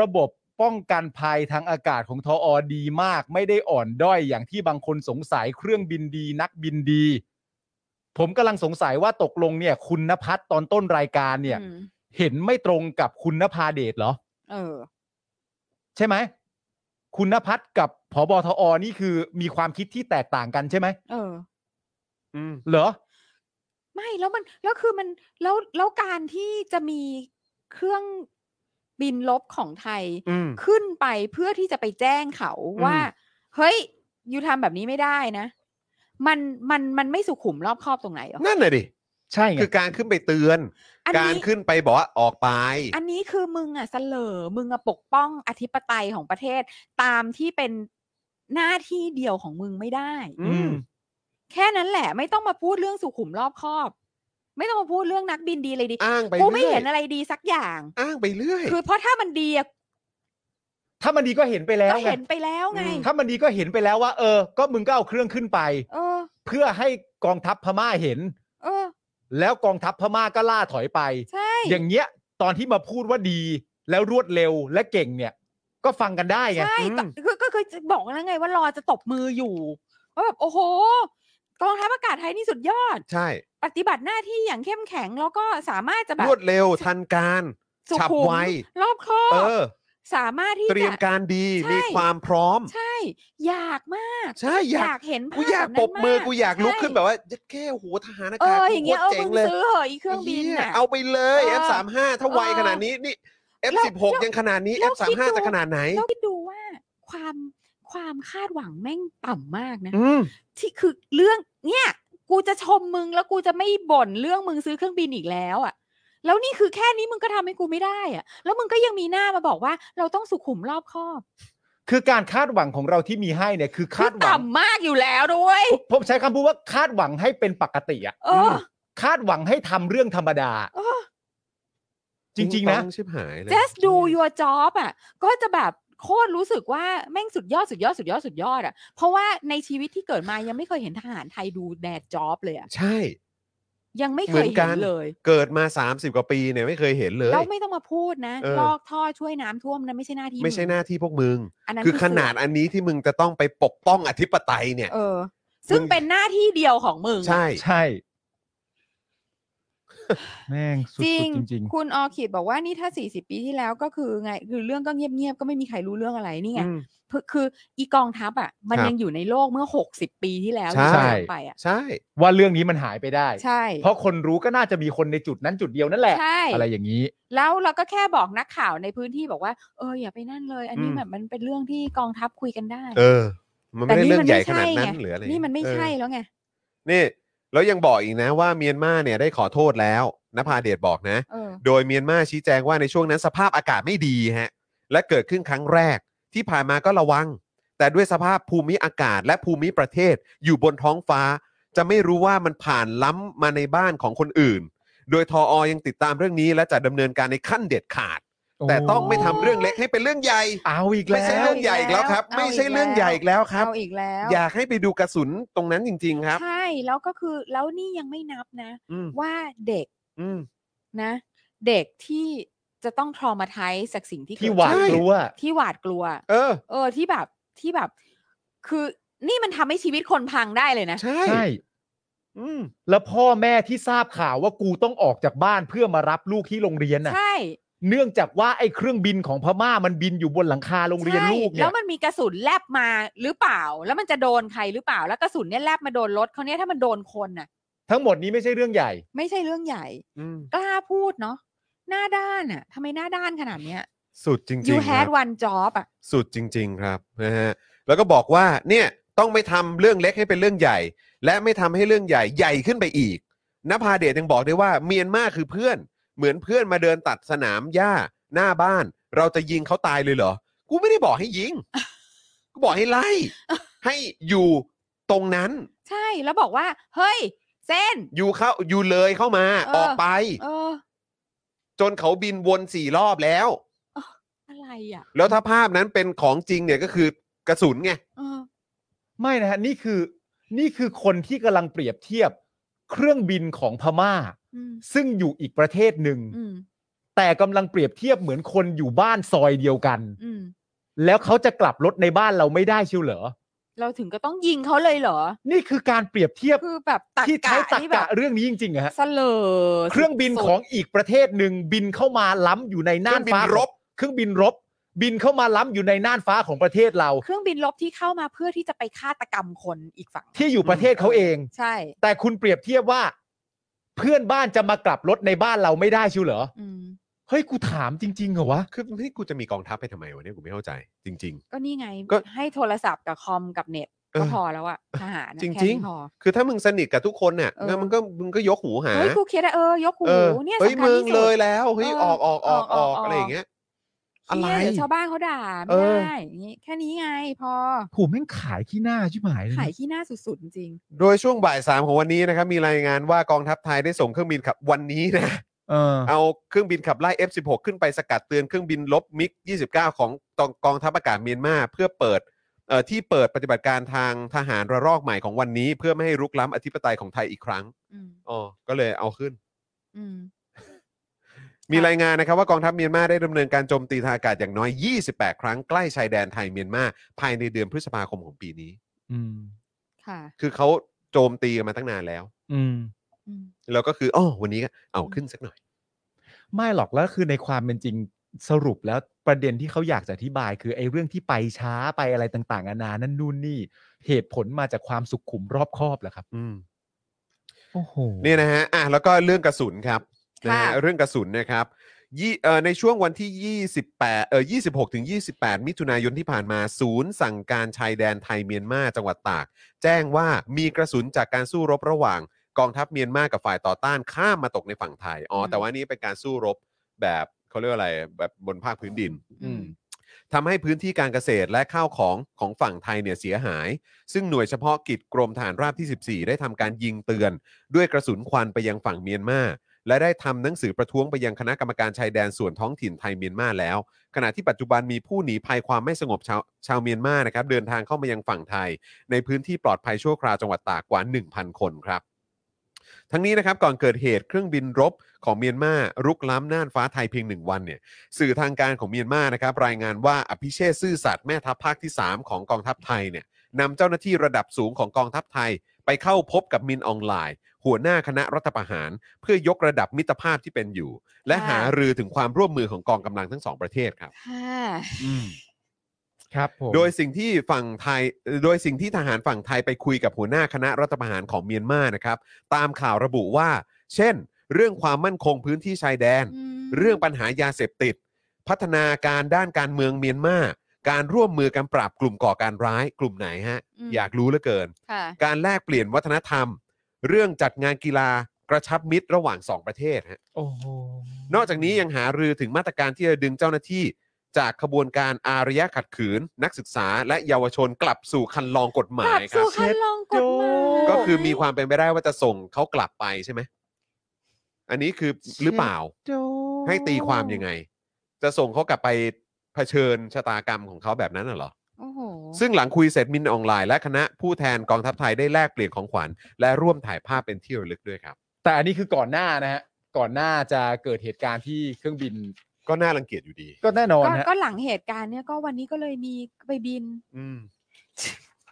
ระบบป้องกันภัยทางอากาศของทออดีมาก ไม่ได้อ่อนด้อยอย่างที่บางคนสงสัยเครื่องบินดี นักบินดี ผมกำลังสงสัยว่าตกลงเนี่ย คุณนภัสตอนต้นรายการเนี่ย อืม เห็นไม่ตรงกับคุณนภาเดชเหรอ เออ ใช่ไหม คุณนภัสกับผบทอนี่คือมีความคิดที่แตกต่างกันใช่ไหม เออ อืม เหรอ ไม่แล้วมันแล้วคือมันแล้วแล้วการที่จะมีเครื่องบินลบของไทย อืม ขึ้นไปเพื่อที่จะไปแจ้งเขาว่า เฮ้ยอยู่ทำแบบนี้ไม่ได้นะ มันมันมันไม่สุขุมรอบคอบตรงไหนหรอ นั่นน่ะดิ ใช่ไง คือการขึ้นไปเตือน อัน การ นี้ ขึ้นไปบอกว่าออกไป อันนี้คือมึงอ่ะเสลอมึงอ่ะปกป้องอธิปไตยของประเทศตามที่เป็นหน้าที่เดียวของมึงไม่ได้ อืม แค่นั้นแหละ ไม่ต้องมาพูดเรื่องสุขุมรอบคอบ ไม่ต้องมาพูดเรื่องนักบินดีเลยดี อ้างไป กู เรื่อย ไม่เห็นอะไรดีสักอย่าง อ้างไปเรื่อย คือเพราะถ้ามันดีอะ ถ้ามันดีก็เห็นไปแล้ว ก็ ไง เห็นไปแล้วไง ถ้ามันดีก็เห็นไปแล้วว่า เออ ก็มึงก็เอาเครื่องขึ้นไป เออ เพื่อให้กองทัพพม่าเห็น เออ แล้วกองทัพพม่าก็ล่าถอยไป ใช่ อย่างเงี้ย ตอนที่มาพูดว่าดี แล้วรวดเร็วและเก่งเนี่ย ก็ฟังกันได้ไง ใช่ก็ก็ก็คือบอกแล้วไงว่ารอจะตบมืออยู่ว่าแบบโอ้โหกองทัพอากาศไทยนี่สุดยอด ใช่ ปฏิบัติหน้าที่อย่างเข้มแข็งแล้วก็สามารถจะแบ ร บ วดเร็วทันการ สุ ฉับ ขุม ไว รอบคอ เอบ อ สามารถที่ เตรียม จะ การดี ใช่ มีความพร้อม ใช่ อยากมาก ใช่ อ อย าก ยากเห็นภาพ กูอยาก แ ปรบมือ กูอยากลุก ใช่ ขึ้นแบบว่าเยัดแค่โอ้โหทหารเอกอาาศ อ กู อย่าง โค เงี้ย ตร เออ เจ๋ มึ ง ง เลย ซื้อเหอะอีเครื่องบิน เหี้ย น่ะ เอาไปเลย เออ F35 ถ้าไวขนาดนี้นี่ F16 ยังขนาดนี้ แล้วคิด F35 ดู จะขนาดไหน แล้วคิดดูว่าความความคาดหวังแม่งต่ำมากนะ อืม ที่คือเรื่องเนี่ย กูจะชมมึงแล้วกูจะไม่บ่นเรื่องมึงซื้อเครื่องบินอีกแล้วอ่ะ แล้วนี่คือแค่นี้มึงก็ทำให้กูไม่ได้อ่ะ แล้วมึงก็ยังมีหน้ามาบอกว่า เราต้องสุขุมรอบคอบ คือการคาดหวังของเราที่มีให้เนี่ย คือ คื คา อ ดหวั ต่ำ ง มากอยู่แล้วด้วย ผมผมใช้คำพูดว่าคาดหวังให้เป็นปกติอะ เออ คาดหวังให้ทำเรื่องธรรมดา เออ จริง ๆ นะ ปัชิบหายเลย just do your job อ่ะ ก็จะแบบโคตรรู้สึกว่าแม่งสุดยอดสุดยอดสุดยอดสุดยอดอ่ะ เพราะว่าในชีวิตที่เกิดมายังไม่เคยเห็นทหารไทยดูแดดจ็อบเลยอ่ะ ใช่ ยังไม่เคย เหมือนกั เห็น น เลย เกิดมา 30 กว่าปีเนี่ยไม่เคยเห็นเลย แล้วไม่ต้องมาพูดนะ เออ ลอกท่อช่วยน้ำท่วมนั้นไม่ใช่หน้าที่ ไม่ใช่ ง หน้าที่พวกมึง อันนั้น คือขนาด เสื อันนี้ที่มึงจะต้องไปปกป้องอธิปไตยเนี่ย กเออ ซึ่ง มึง เป็นหน้าที่เดียวของมึงอะ ใช่ ใช่ แม่งสุดๆจริง คุณออคิดบอกว่านี่ถ้าสี่สิบปีที่แล้วก็คือไง คือเรื่องก็เงียบๆก็ไม่มีใครรู้เรื่องอะไรนี่ไง อืม คือคืออีกองทัพอ่ะ มัน ครับ ยังอยู่ในโลกเมื่อหกสิบปีที่แล้ว ใช่ ที่จากไปอ่ะ ใช่ ๆ ว่าเรื่องนี้มันหายไปได้ ใช่ เพราะคนรู้ก็น่าจะมีคนในจุดนั้นจุดเดียวนั่นแหละ ใช่ อะไรอย่างนี้ แล้วเราก็แค่บอกนักข่าวในพื้นที่บอกว่า เอออย่าไปนั่นเลย อันนี้ อืม แบบมันเป็นเรื่องที่กองทัพคุยกันได้ เออ มัน แต่ ไม่ได้ นี่ เรื่อ มั ง น ใหญ่ขไม่นาด ใช่ นั้น ไง หรืออะไร นี่มันไม่ เออ ใช่แล้วไง นี่ แล้วยังบอกอีกนะว่าเมียนมาเนี่ยได้ขอโทษแล้วนภาเดชบอกนะ เออ โดยเมียนมาชี้แจงว่าในช่วงนั้นสภาพอากาศไม่ดีฮะ และเกิดขึ้นครั้งแรกที่ผ่านมาก็ระวัง แต่ด้วยสภาพภูมิอากาศและภูมิประเทศอยู่บนท้องฟ้า จะไม่รู้ว่ามันผ่านล้ำมาในบ้านของคนอื่น โดยทออยังติดตามเรื่องนี้และจะดำเนินการในขั้นเด็ดขาด แต่ต้องไม่ทำเรื่องเล็กให้เป็นเรื่องใหญ่ เอาอีก ไม่ แล้ ใช่ ว เรื่องใหญ่อีกแล้วครับ เอาอีกแล้ว ไม่ใช่เรื่องใหญ่อีกแล้วครับ เอาอีกแล้ว อยากให้ไปดูกระสุนตรงนั้นจริง ๆ ครับ ใช่ แล้วก็คือแล้วนี่ยังไม่นับนะ อืม ว่าเด็ก อืม นะ เด็กที่จะต้องทรมาไทจากสิ่งที่ ที่ เกิด หวาด ขึ้น กลัว ที่หวาดกลัว เออ เออที่แบบที่แบบ คือนี่มันทำให้ชีวิตคนพังได้เลยนะ ใช่ ใช่ อืม แล้วพ่อแม่ที่ทราบข่าวว่ากูต้องออกจากบ้านเพื่อมารับลูกที่โรงเรียนน่ะ ใช่ เนื่องจากว่าไอ้เครื่องบินของพม่ามันบินอยู่บนหลังคาโรงเรียน ใช่ ลูกเนี่ แล้ ยว มันมีกระสุนแลบมาหรือเปล่า แล้วมันจะโดนใครหรือเปล่า แล้วกระสุนเนี่ยแลบมาโดนรถเขาเนี่ยถ้ามันโดนคนน่ะ ทั้งหมดนี้ไม่ใช่เรื่องใหญ่ ไม่ใช่เรื่องใหญ่ อืม กล้าพูดเนาะหน้าด้านอะทำไมหน้าด้านขนาดเนี้ย สุดจริงๆ you ครับ had one job อะ สุดจริง ๆ ครับนะฮะแล้วก็บอกว่าเนี่ยต้องไม่ทำเรื่องเล็กให้เป็นเรื่องใหญ่ และไม่ทำให้เรื่องใหญ่ใหญ่ขึ้นไปอีกนภาเดชยังบอกด้วยว่าเมียนมาคือเพื่อน เหมือนเพื่อนมาเดินตัดสนามหญ้าหน้าบ้าน เราจะยิงเขาตายเลยเหรอ กูไม่ได้บอกให้ยิง กูบอกให้ไล่ ให้อยู่ตรงนั้น ใช่แล้วบอกว่า เฮ้ย เส้น อยู่เข้าอยู่เลยเข้ามา เออ ออกไป เออ จนเขาบินวนสี่รอบแล้ว อะไรอะ แล้วถ้าภาพนั้นเป็นของจริงเนี่ยก็คือกระสุนไง เออ ไม่นะฮะนี่คือนี่คือคนที่กำลังเปรียบเทียบเครื่องบินของพม่า อืม ซึ่งอยู่อีกประเทศหนึ่ง อืม แต่กำลังเปรียบเทียบเหมือนคนอยู่บ้านซอยเดียวกัน อืม แล้วเขาจะกลับรถในบ้านเราไม่ได้ชิวเหรอ เราถึงก็ต้องยิงเขาเลยเหรอ นี่คือการเปรียบเทียบ คือแบบตัก ที่ กะ ใช้ตัก นี่แบ กะ บ เรื่องนี้จริงๆอะฮะ เสลอ เครื่องบิน สุดๆ ของอีกประเทศหนึ่งบินเข้ามาล้ำอยู่ในน่านฟ้า เครื่องบินรบ เครื่องบินรบ บินเข้ามาล้ำอยู่ในน่านฟ้าของประเทศเรา เครื่องบินลบที่เข้ามาเพื่อที่จะไปฆาตกรรมคนอีกฝั่ง ที่อยู่ประเทศเขาเอง ใช่ แต่คุณเปรียบเทียบว่า เพื่อนบ้านจะมากลับรถในบ้านเราไม่ได้ชิวเหรอ อืม เฮ้ยกูถามจริงๆเหรอวะ คือนี่กูจะมีกองทัพไปทำไมวะเนี่ยกูไม่เข้าใจ จริง ก็นี่ไง ก็ ให้โทรศัพท์กับคอมกับเน็ต เออ ก็พอแล้วอะทหารอะ จริงๆ แค่นี้พอ ๆ คือถ้ามึงสนิทกับทุกคนเนี่ย เออ งั้นมึงก็มึงก็ยกหูหา เฮ้ยกูเครียดอะเออยกหู เออ เนี่ย เฮ้ย สำคัญ มึง ที่สุด เลยแล้วเฮ้ย เออ ออกออกออก อ อ อ อก ก ออก อะไรอย่างเงี้ย อะไร เคยดเดี๋ยวชาวบ้านเขาด่า เอ ไม่ อ ได้อย่างงี้แค่นี้ไงพอ ผมแม่งขายขี้หน้าชิบหายเลยนะ ขายขี้หน้าสุดๆจริง โดยช่วงบ่ายสามของวันนี้นะครับ มีรายงานว่ากองทัพไทยได้ส่งเครื่องบินขับวันนี้นะ เออ เอาเครื่องบินขับไล่ F16 ขึ้นไปสกัดเตือนเครื่องบินลบมิก 29 ของตองกองทัพอากาศเมียนมาเพื่อเปิดเอ่อที่เปิดปฏิบัติการทางทหารระลอกใหม่ของวันนี้ เพื่อไม่ให้รุกล้ำอธิปไตยของไทยอีกครั้ง ๆอืม อ๋อก็เลยเอาขึ้น อืม มีรายงานนะครับว่ากองทัพเมียนมาได้ดำเนินการโจมตีทางอากาศอย่างน้อย 28 ครั้งใกล้ชายแดนไทยเมียนมาภายในเดือนพฤษภาคมของปีนี้ อืม ค่ะ คือเขาโจมตีกันมาตั้งนานแล้ว อืม อืม แล้วก็คืออ๋อวันนี้ก็เอาขึ้นสักหน่อย ไม่หรอกแล้วคือในความเป็นจริงสรุปแล้วประเด็นที่เขาอยากจะอธิบาย คือไอ้เรื่องที่ไปช้าไปอะไรต่างๆนานานั่นนู่นนี่ เหตุผลมาจากความสุขุมรอบคอบเหรอครับ อืม โอ้โห เนี่ยนะฮะอ่ะแล้วก็เรื่องกระสุนครับนะ ค่ะ ฮะเรื่องกระสุนนะครับยี่เอ่อในช่วงวันที่ 28เอ่อ26ถึง28 มิถุนายนที่ผ่านมาศูนย์สั่งการชายแดนไทยเมียนมาจังหวัดตาก แจ้งว่ามีกระสุนจากการสู้รบระหว่าง กองทัพเมียนมากับฝ่ายต่อต้านข้ามมาตกในฝั่งไทย อ๋อ อืม แต่ว่านี่เป็นการสู้รบแบบเขาเรียกว่าอะไรแบบบนภาคพื้นดิน อืม ทำให้พื้นที่การเกษตรและข้าวของของฝั่งไทยเนี่ยเสียหาย ซึ่งหน่วยเฉพาะกิจกรมฐานราบที่ 14 ได้ทำการยิงเตือน ด้วยกระสุนควันไปยังฝั่งเมียนมา และได้ทำหนังสือประท้วงไปยังคณะกรรมการชายแดนส่วนท้องถิ่นไทยเมียนมาแล้ว ขณะที่ปัจจุบันมีผู้หนีภัยความไม่สงบชาวชาวเมียนมานะครับเดินทางเข้ามายังฝั่งไทย ในพื้นที่ปลอดภัยชั่วคราวจังหวัดตากกว่า 1,000 คนครับ ทั้งนี้นะครับก่อนเกิดเหตุเครื่องบินรบของเมียนมารุกล้ำน่านฟ้าไทยเพียงหนึ่งวันเนี่ยสื่อทางการของเมียนมานะครับรายงานว่าอภิเชษฐ์ซื่อสัตย์แม่ทัพภาคที่ 3 ของกองทัพไทยเนี่ยนำเจ้าหน้าที่ระดับสูงของกองทัพไทย ไปเข้าพบกับมินออนไลน์ หัวหน้าคณะรัฐประหาร เพื่อยกระดับมิตรภาพที่เป็นอยู่ และหารือถึงความร่วมมือของกองกำลังทั้งสองประเทศครับ ค่ะ อืมครับผม โดยสิ่งที่ฝั่งไทย โดยสิ่งที่ทหารฝั่งไทยไปคุยกับหัวหน้าคณะรัฐประหารของเมียนมานะครับ ตามข่าวระบุว่า เช่น เรื่องความมั่นคงพื้นที่ชายแดน อืม เรื่องปัญหายาเสพติด พัฒนาการด้านการเมืองเมียนมา การร่วมมือกันปราบกลุ่มก่อการร้ายกลุ่มไหนฮะ ม อยากรู้เหลือเกิน ค่ะ การแลกเปลี่ยนวัฒนธรรม เรื่องจัดงานกีฬากระชับมิตรระหว่างสองประเทศฮะ โอ้โห นอกจากนี้ยังหารือถึงมาตรการที่จะดึงเจ้าหน้าที่ จากขบวนการอารยะขัดขืน นักศึกษาและเยาวชนกลับสู่คันลองกฎหมายค กรับลับสู่คันลองกฎหมาย ก็คือมีความเป็นไปได้ว่าจะส่งเขากลับไปใใช่ไหม อันนี้คือหรือเปล่า โจ ให้ตีความยังไง จะส่งเขากลับไปเผชิญชะตากรรมของเขาแบบนั้นน่ะเหรอ โอ้โห ซึ่งหลังคุยเสร็จมินออนไลน์และคณะผู้แทนกองทัพไทยได้แลกเปลี่ยนของขวัญ และร่วมถ่ายภาพเป็นที่ระลึกด้วยครับ แต่อันนี้คือก่อนหน้านะฮะก่อนหน้าจะเกิดเหตุการณ์ที่เครื่องบิน ก็น่ารังเกียจอยู่ดี ก็แน่นอน ก็ ฮะ ก็หลังเหตุการณ์เนี่ยก็วันนี้ก็เลยมีไปบิน อืม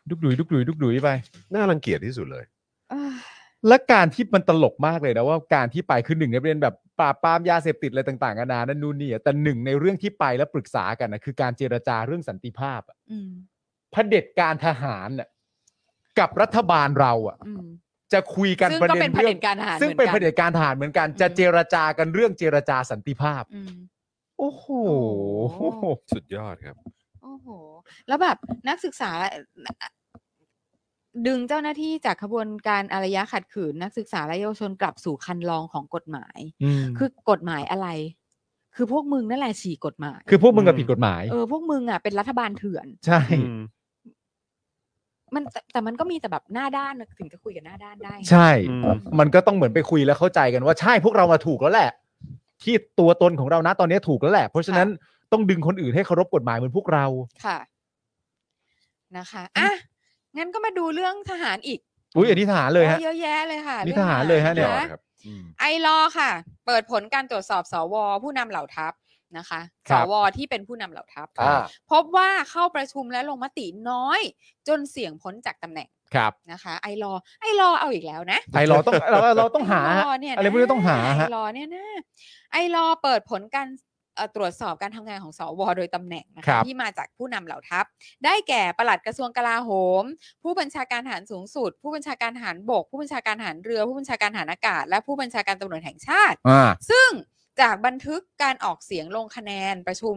ดุกดุยดุกดุยดุกดุยไป น่ารังเกียจที่สุดเลย เอ้อ และการที่มันตลกมากเลยนะว่าการที่ไปคือหนึ่งในประเด็นแบบปราบปรามยาเสพติดอะไรต่างๆกันานานั่นนู่นนี่อะแต่หนึ่งในเรื่องที่ไปแล้วปรึกษากันนะคือการเจรจาเรื่องสันติภาพอะ อืม เผด็จการทหารน่ะกับรัฐบาลเราอ่ะ อืม จะคุยกัน ซึ่ง ประ ก็ เด็ เป็น น เผ เรื่ ด็ อง จการทหาร ซึ่งเป็น ห เผ มือกั ด็จการทหารเหมือนกัน อืม จะเจรจากันเรื่องเจรจาสันติภาพ อืม โอ้โห โอ้โห สุดยอดครับ โอ้โห แล้วแบบนักศึกษา ดึงเจ้าหน้าที่จากขบวนการอารยะขัดขืน นักศึกษาและเยาวชนกลับสู่คันลองของกฎหมาย ม คือกฎหมายอะไร คือพวกมึงนั่นแหละฉีกกฎหมาย คือพวกมึงก็ อืม ผิดกฎหมาย เออพวกมึงอ่ะเป็นรัฐบาลเถื่อน ใช่ มันแต่แต่มันก็มีแต่แบบหน้าด้านนะถึงจะคุยกับหน้าด้านได้ ใช่ อืม มันก็ต้องเหมือนไปคุยแล้วเข้าใจกันว่าใช่พวกเรามาถูกแล้วแหละ ที่ตัวตนของเรานะตอนนี้ถูกแล้วแหละ เพราะฉะนั้นต้องดึงคนอื่นให้เคารพกฎหมายเหมือนพวกเรา ค่ะ นะคะอ่ะงั้นก็มาดูเรื่องทหารอีก อุ้ยอันนี้ทหารเลยฮะ โอ้เยอะแยะเลยค่ะ นี่ รื่อง ทหารเลยฮะเนี่ย ค ครับ ไอรอว์ค่ะ เปิดผลการตรวจสอบสว ผู้นำเหล่าทัพนะคะ ค ส รับ ว ที่เป็นผู้นำเหล่าทัพ อ่า พบว่าเข้าประชุมและลงมติน้อย จนเสี่ยงพ้นจากตำแหน่ง ครับ นะคะ ไอรอว์ไอรอว์เอาอีกแล้วนะ ไอเราต้องเราเราต้องหา ไอ ฮะ รอว์เนี่ยน อะไรพวกนี้ต้องหา ไอ ฮะ รอว์เนี่ยนะไอรอว์เปิดผลการเอ่อตรวจสอบการทำงานของสว โดยตำแหน่งนะ ค คะ รับ ที่มาจากผู้นำเหล่าทัพ ได้แก่ปลัดกระทรวงกลาโหม ผู้บัญชาการทหารสูงสุด ผู้บัญชาการทหารบก ผู้บัญชาการทหารเรือ ผู้บัญชาการทหารอากาศ และผู้บัญชาการตำรวจแห่งชาติ อ่า ซึ่งจากบันทึกการออกเสียงลงคะแนนประชุม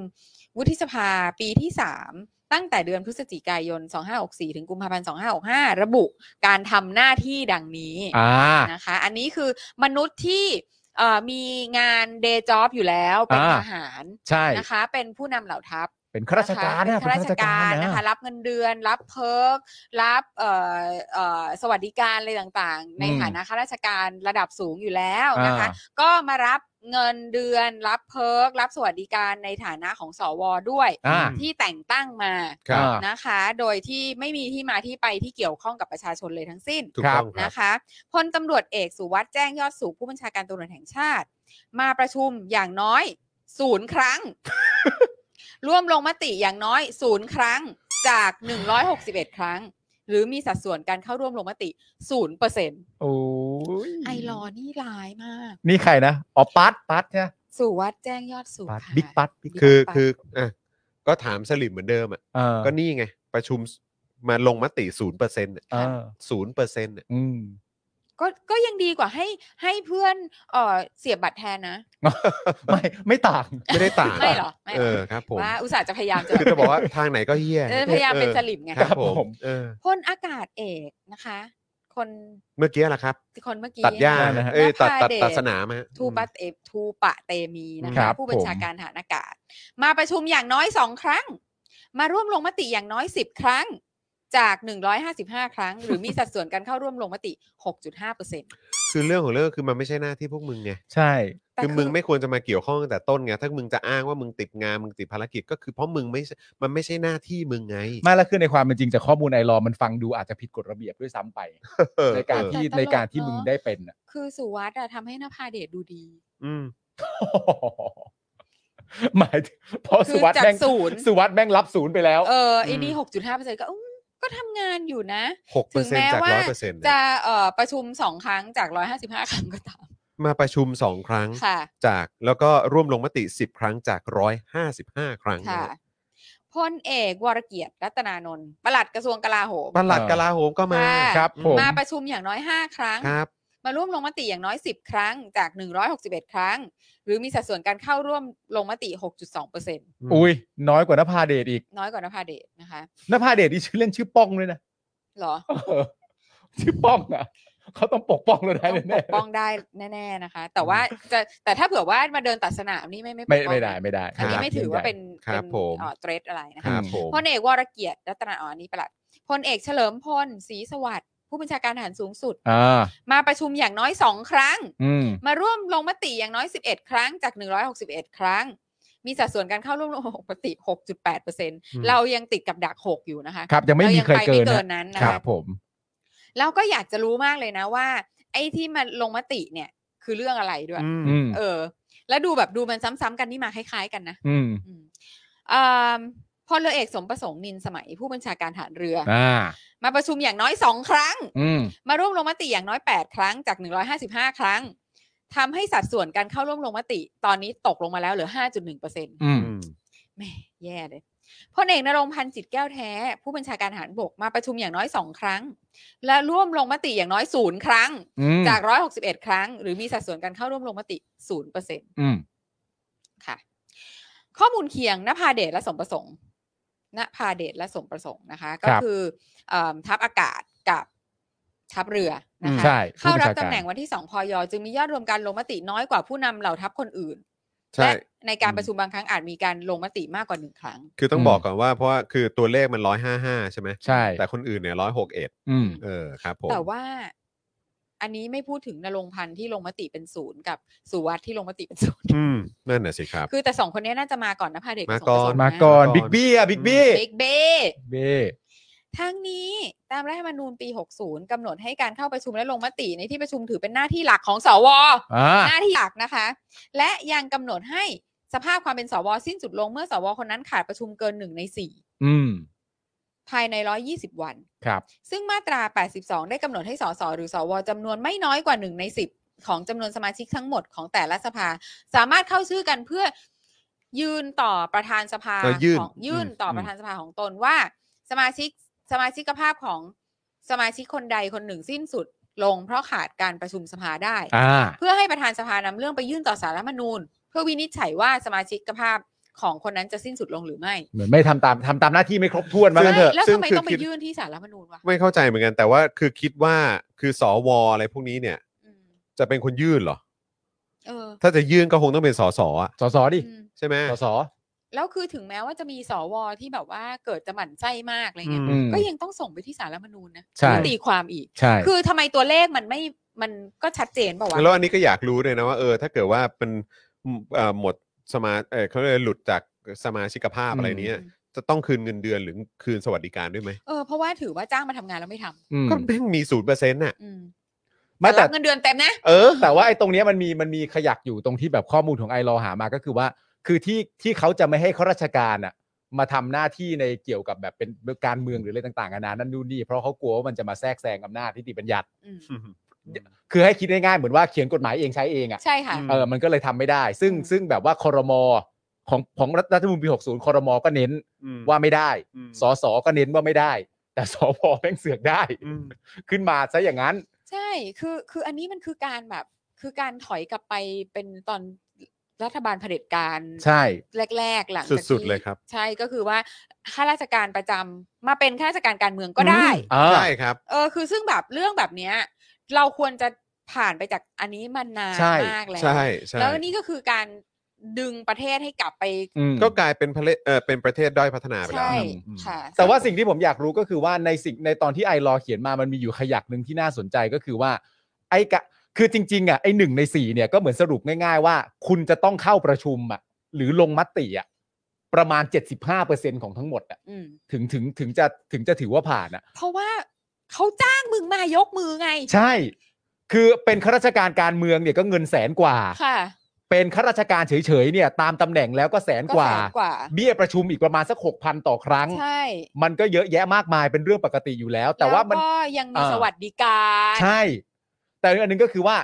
วุฒิสภาปีที่ 3 ตั้งแต่เดือนพฤศจิกายน 2564 ถึงกุมภาพันธ์ 2565 ระบุการทำหน้าที่ดังนี้ อ่า นะคะ อันนี้คือมนุษย์ที่เอ่อมีงานเดย์จ็อบอยู่แล้วเป็น อ่า ทหาร ใช่ นะคะ เป็นผู้นำเหล่าทัพ เป็นข้าราชการนะนะคะเป็นข้าราชการ เป็ นะคะ รับเงินเดือน รับเพิร์กรับเอ่อเอ่อสวัสดิการอะไรต่างๆ ในฐานะข้าราชการระดับสูงอยู่แล้วนะคะ ก็มารับเงินเดือน รับเพิร์กรับสวัสดิการในฐานะของสวด้วย อ่า ที่แต่งตั้งมา ครับ นะคะ โดยที่ไม่มีที่มาที่ไปที่เกี่ยวข้องกับประชาชนเลยทั้งสิ้น ถูกต้องครับ นะคะพลตำรวจเอกสุวัสด์แจ้งยอดสุขผู้บัญชาการตำรวจแห่งชาติ มาประชุมอย่างน้อยศูนย์ค รั้ง ร่วมลงมติอย่างน้อยศูนย์ครั้งจาก 161 ครั้ง หรือมีสัดส่วนการเข้าร่วมลงมติศูนย์เปอร์เซ็นต์ โอ้ย ไอรอว์นี่ร้ายมาก นี่ใครนะอ๋อปัดปัดเนี่ย สุวัสด์แจ้งยอดสุข ปัด ค่ะ บิ๊กปัดบิ๊ก คือคืออ่ะก็ถามสลิมเหมือนเดิมอ่ะ เออ ก็นี่ไง ประชุมมาลงมติศูนย์เปอร์เซ็นต์ เออ ศูนย์เปอร์เซ็นต์ อื ม ก็ก็ยังดีกว่าให้ให้เพื่อนเอ่อเสียบบัตรแทนนะ ไม่ไม่ต่าง ไม่ได้ต่าง ไม่เหรอไม่ เอ เหร อ อ ครับผม ว่าอุตส่าห์จะพยายามจะ คือจะบอกว่าทางไหนก็เฮี้ย เออพยายามเป็นสลิมไง ครับผ ครับผม ม เออ พลอากาศเอกนะคะ คน เมื่อกี้ล่ะครับ คนเมื่อกี้ ตัดหญ้า ได้ น นะฮะ เอ้ยตัด ภ ตัด เ ตัดสนามฮะ ทูปะเตทูปะเตมีนะ ครั คะ บ ผู้บัญชา ผม การฐานอากาศ มาประชุมอย่างน้อยสองครั้ง มาร่วมลงมติอย่างน้อยสิบครั้ง จาก 155 ครั้ง หรือมีสัดส่วนการเข้าร่วมลงมติ 6.5% คือเรื่องของเรื่องคือมันไม่ใช่หน้าที่พวกมึงไง ใช่ แต่ คือมึงไม่ควรจะมาเกี่ยวข้องตั้งแต่ต้นไง ถ้ามึงจะอ้างว่ามึงติดงานมึงติดภารกิจก็คือเพราะมึงไม่ใช่มันไม่ใช่หน้าที่มึงไง ไม่และคือในความเป็นจริงจากข้อมูลไอรอว์มันฟังดูอาจจะผิดกฎระเบียบด้วยซ้ำไป เออ ในการ เออ ที่ในการที่มึงได้เป็นน่ะ คือสุวัสด์อะทำให้นภาเดชดูดี อืม หมายถึงเพราะ คือ สุวัสด์ จาก แม่ง ศูนย์ สุวัสด์แม่งรับศูนย์ไปแล้ว เออไอ้นี่ 6.5%ก็อืมก็ทำงานอยู่นะ หกเป ถึ อร์ ง เซ็น แม้ ต์จาก ว่า ร้อยเปอร์เซ็นต์ จะเอ่อประชุมสองครั้งจาก 155 ครั้งก็ตาม มาประชุมสองครั้ง ค่ะ จากแล้วก็ร่วมลงมติ 10 ครั้งจาก 155 ครั้ง ค่ะ นะ พลเอกวรเกียรติรัตนานนท์ปลัดกระทรวงกลาโหม ปลัดกลาโหมก็มา ค่ะ ครับผม มาประชุมอย่างน้อย 5 ครั้ง ครับ มาร่วมลงมติอย่างน้อย 10 ครั้งจาก 161 ครั้ง หรือมีสัดส่วนการเข้าร่วมลงมติ 6.2% อุ้ยน้อยกว่านภาเดชอีก น้อยกว่านภาเดชนะคะ นภาเดชที่ชื่อเล่นชื่อป้องด้วยนะ หรอ เออชื่อป้องอ่ะเขาต้องปกป้องเราได้ ต้องป แน่ กป้องได้แน่ ๆนะคะ แต่ว่าจะแต่ถ้าเผื่อว่ามาเดินตัดสนามนี่ไม่ไม่ ๆไม่ ปกป้อง ไม่ได้ไม่ได้ อันนี้ไม่ถือว่าเป็น ครับผม เทรดอะไรนะ ค คะ รับผม พลเอกวรเกียรติรัตนาอ๋ออันนี้ปลัดพลเอกเฉลิมพลศรีสวัสดิ์ผู้บัญชาการทหารสูงสุด อ่า มาประชุมอย่างน้อย 2 ครั้ง อืม มาร่วมลงมติอย่างน้อย 11 ครั้งจาก 161 ครั้ง มีสัดส่วนการเข้าร่วมโลกปกติ 6.8%เรายังติดกับดัก 6 อยู่นะคะ ครับ ยังไม่มีใครเกิน เรายังไปไม่เกินนั้ นะ นนะ ครับ ผม แล้วก็อยากจะรู้มากเลยนะว่า ไอ้ที่มันลงมติเนี่ย คือเรื่องอะไรด้วย อืม เออ แล้วดูแบบดูมันซ้ำๆกันนี่มาคล้ายๆกันนะ อืม อืมเอิ่มพลเรือเอกสมประสงค์นินสมัยผู้บัญชาการฐานเรือ อ่า มาประชุมอย่างน้อยสองครั้ง อืม มาร่วมลงมติอย่างน้อย 8 ครั้งจาก 155 ครั้งทำให้สัดส่วนการเข้าร่วมลงมติ ตอนนี้ตกลงมาแล้วเหลือ 5.1เปอร์เซ็นต์ อืม แหม่แย่เลยพลเอกนรงค์พันธ์จิตรแก้วแท้ ผู้บัญชาการทหารบกมาประชุมอย่างน้อย 2 ครั้ง และร่วมลงมติอย่างน้อยศูนย์ครั้ง อืม จาก 161 ครั้ง หรือมีสัดส่วนการเข้าร่วมลงมติ0เปอร์เซ็นต์ อืม ค่ะ ข้อมูลเคียงนภาเดชและสมประสงค์นภาเดชและสมประสงค์นะคะ ก็ ครับ คือเอิ่มทัพอากาศกับทัพเรือนะคะ ใช่ เข้ารับ ผู้บัญชาการ ตำแหน่งวันที่ 2 พย จึงมียอดรวมการลงมติน้อยกว่าผู้นำเหล่าทัพคนอื่น ใช่ และในการประชุมบางครั้งอาจมีการลงมติมากกว่าหนึ่งครั้ง คือต้องบอกก่อนว่าเพราะว่าคือตัวเลขมันร้อยห้าห้าใช่ไหม ใช่ แต่คนอื่นเนี่ยร้อยหกเอ็ด อืม เออครับผม แต่ว่าอันนี้ไม่พูดถึงนรงค์พันธ์ที่ลงมติเป็นศูนย์กับสุวัสด์ที่ลงมติเป็นศูนย์ อืมนั่นน่ะสิครับ คือแต่สองคนนี้น่าจะมาก่อนนะพาเดช มา บสงประสงค์ มาก่อนะ บิ๊กบี้อะบิ๊กบี้ เบกเบ้ เบ้ ทั้งนี้ตามรัฐธรรมนูญปี 60กำหนดให้การเข้าประชุมและลงมติในที่ประชุมถือเป็นหน้าที่หลักของสว อ่า หน้าที่หลักนะคะ และยังกำหนดให้สภาพความเป็นสว สิ้นสุดลงเมื่อสว คนนั้นขาดประชุมเกินหนึ่งในสี่ อืม ภายใน 120 วัน ครับ ซึ่งมาตรา 82 ได้กำหนดให้สสหรือสวจำนวนไม่น้อยกว่า 1 ใน 10 ของจำนวนสมาชิกทั้งหมดของแต่ละสภา สามารถเข้าชื่อกันเพื่อยืนต่อประธานสภา เออยื่น ของยื่น อืม ต่ออ ม ประธานสภาของตนว่า สมาชิกสมาชิกภาพของสมาชิกคนใดคนหนึ่งสิ้นสุดลงเพราะขาดการประชุมสภาได้ อ่า เพื่อให้ประธานสภานำเรื่องไปยื่นต่อสารรัฐธรรมนูญ เพื่อวินิจฉัยว่าสมาชิกภาพของคนนั้นจะสิ้นสุดลงหรือไม่ เหมือนไม่ทำตามทำตามหน้าที่ไม่ครบถ้วนมากัซึ่ง นเถอะ แล้ว ซึ่ง ทำไม คือ ต้องไป คิด ยื่นที่สารรัฐธรรมนูญวะ ไม่เข้าใจเหมือนกัน แต่ว่าคือคิดว่าคือสวอะไรพวกนี้เนี่ย อืม จะเป็นคนยื่นเหรอ เออ ถ้าจะยื่นก็คงต้องเป็นสสอะ สสดิ อืม ใช่ไหม สส แล้วคือถึงแม้ว่าจะมีสวที่แบบว่าเกิดจะหมั่นไส้มากอะไรเงี้ย อืม ก็ยังต้องส่งไปที่สารรัฐธรรมนูญนะ ใช่ เพื่อตีความอีก ใช่ คือทำไมตัวเลขมันไม่มันก็ชัดเจนเปล่าวะ แล้วอันนี้ก็อยากรู้เลยนะว่าเออถ้าเกิดว่าเป็นเอ่อหมดสมาเออเขาเลยกหลุดจากสมาชิกภาพ อืม อะไรเนี้ย อืม จะต้องคืนเงินเดือนหรือคืนสวัสดิการด้วยไหม เออเพราะว่าถือว่าจ้างมาทำงานแล้วไม่ทำ อืม ก็แม่งมีศูนย์เปอร์เซ็นต์น่ะ อืม ไม่แต่ รับเงินเดือนเต็มนะ เออ แต่ว่าไอ้ตรงเนี้ยมันมีมันมีขยักอยู่ตรงที่แบบข้อมูลของไอรอหามาก็คือว่า คือที่ที่เขาจะไม่ให้ข้าราชการอะมาทำหน้าที่ในเกี่ยวกับแบบเป็นการเมืองหรืออะไรต่างๆนานานั่นนู่นนี่เพราะเขากลัวว่ามันจะมาแทรกแซงอำนาจที่ติบัญญัติ อืม คือให้คิดง่ายๆเหมือนว่าเขียนกฎหมายเองใช้เองอะ ใช่ค่ะ เออ มันก็เลยทำไม่ได้ ซึ่ง อืม ซึ่งแบบว่าคอรมอของของรัฐรัฐธรรมนูญปี 60คอรมอก็เน้นว่าไม่ได้ สสก็เน้นว่าไม่ได้ แต่สพแม่งเสือกได้ ขึ้นมาซะอย่างนั้น ใช่คือคืออันนี้มันคือการแบบ คือการถอยกลับไปเป็นตอนรัฐบาลเผด็จการ ใช่ แรก ๆ หลังจากที่ สุดๆเลยครับ ใช่ก็คือว่าข้าราชการประจำมาเป็นข้าราชการการเมืองก็ได้ อ่า ใช่ครับ เออคือซึ่งแบบเรื่องแบบเนี้ย เราควรจะผ่านไปจากอันนี้มานาน ใช่ มากแล้ว ใช่ใช่ แล้วนี่ก็คือการดึงประเทศให้กลับไป อืม ก็กลายเป็นประเทศเออเป็นประเทศด้อยพัฒนาไปแล้ว ใช่ อืม ค่ะ แต่ว่าสิ่งที่ผมอยากรู้ก็คือว่าในสิ่งในตอนที่ไอรอเขียนมามันมีอยู่ขยักหนึ่งที่น่าสนใจก็คือว่า ไอกะคือจริง ๆอ่ะไอหนึ่งในสี่เนี่ยก็เหมือนสรุปง่าย ๆ ว่า คุณจะต้องเข้าประชุมอ่ะหรือลงมติอ่ะประมาณ 75%ของทั้งหมดอ่ะ อืม ถึงถึงถึงจะถึงจะถือว่าผ่านอ่ะ เพราะว่าเขาจ้างมึงมายกมือไง ใช่ คือเป็นข้าราชการการเมืองเนี่ยก็เงินแสนกว่า ค่ะ เป็นข้าราชการเฉยๆเนี่ยตามตำแหน่งแล้วก็แสน ก็ กว่า แสนกว่า เบี้ยประชุมอีกประมาณสักหกพันต่อครั้ง ใช่ มันก็เยอะแยะมากมายเป็นเรื่องปกติอยู่แล้ว แต่ว่ามัน ล้ก็ยังมี อ่า สวัสดิการ ใช่ แต่อันหนึงก็คือว่า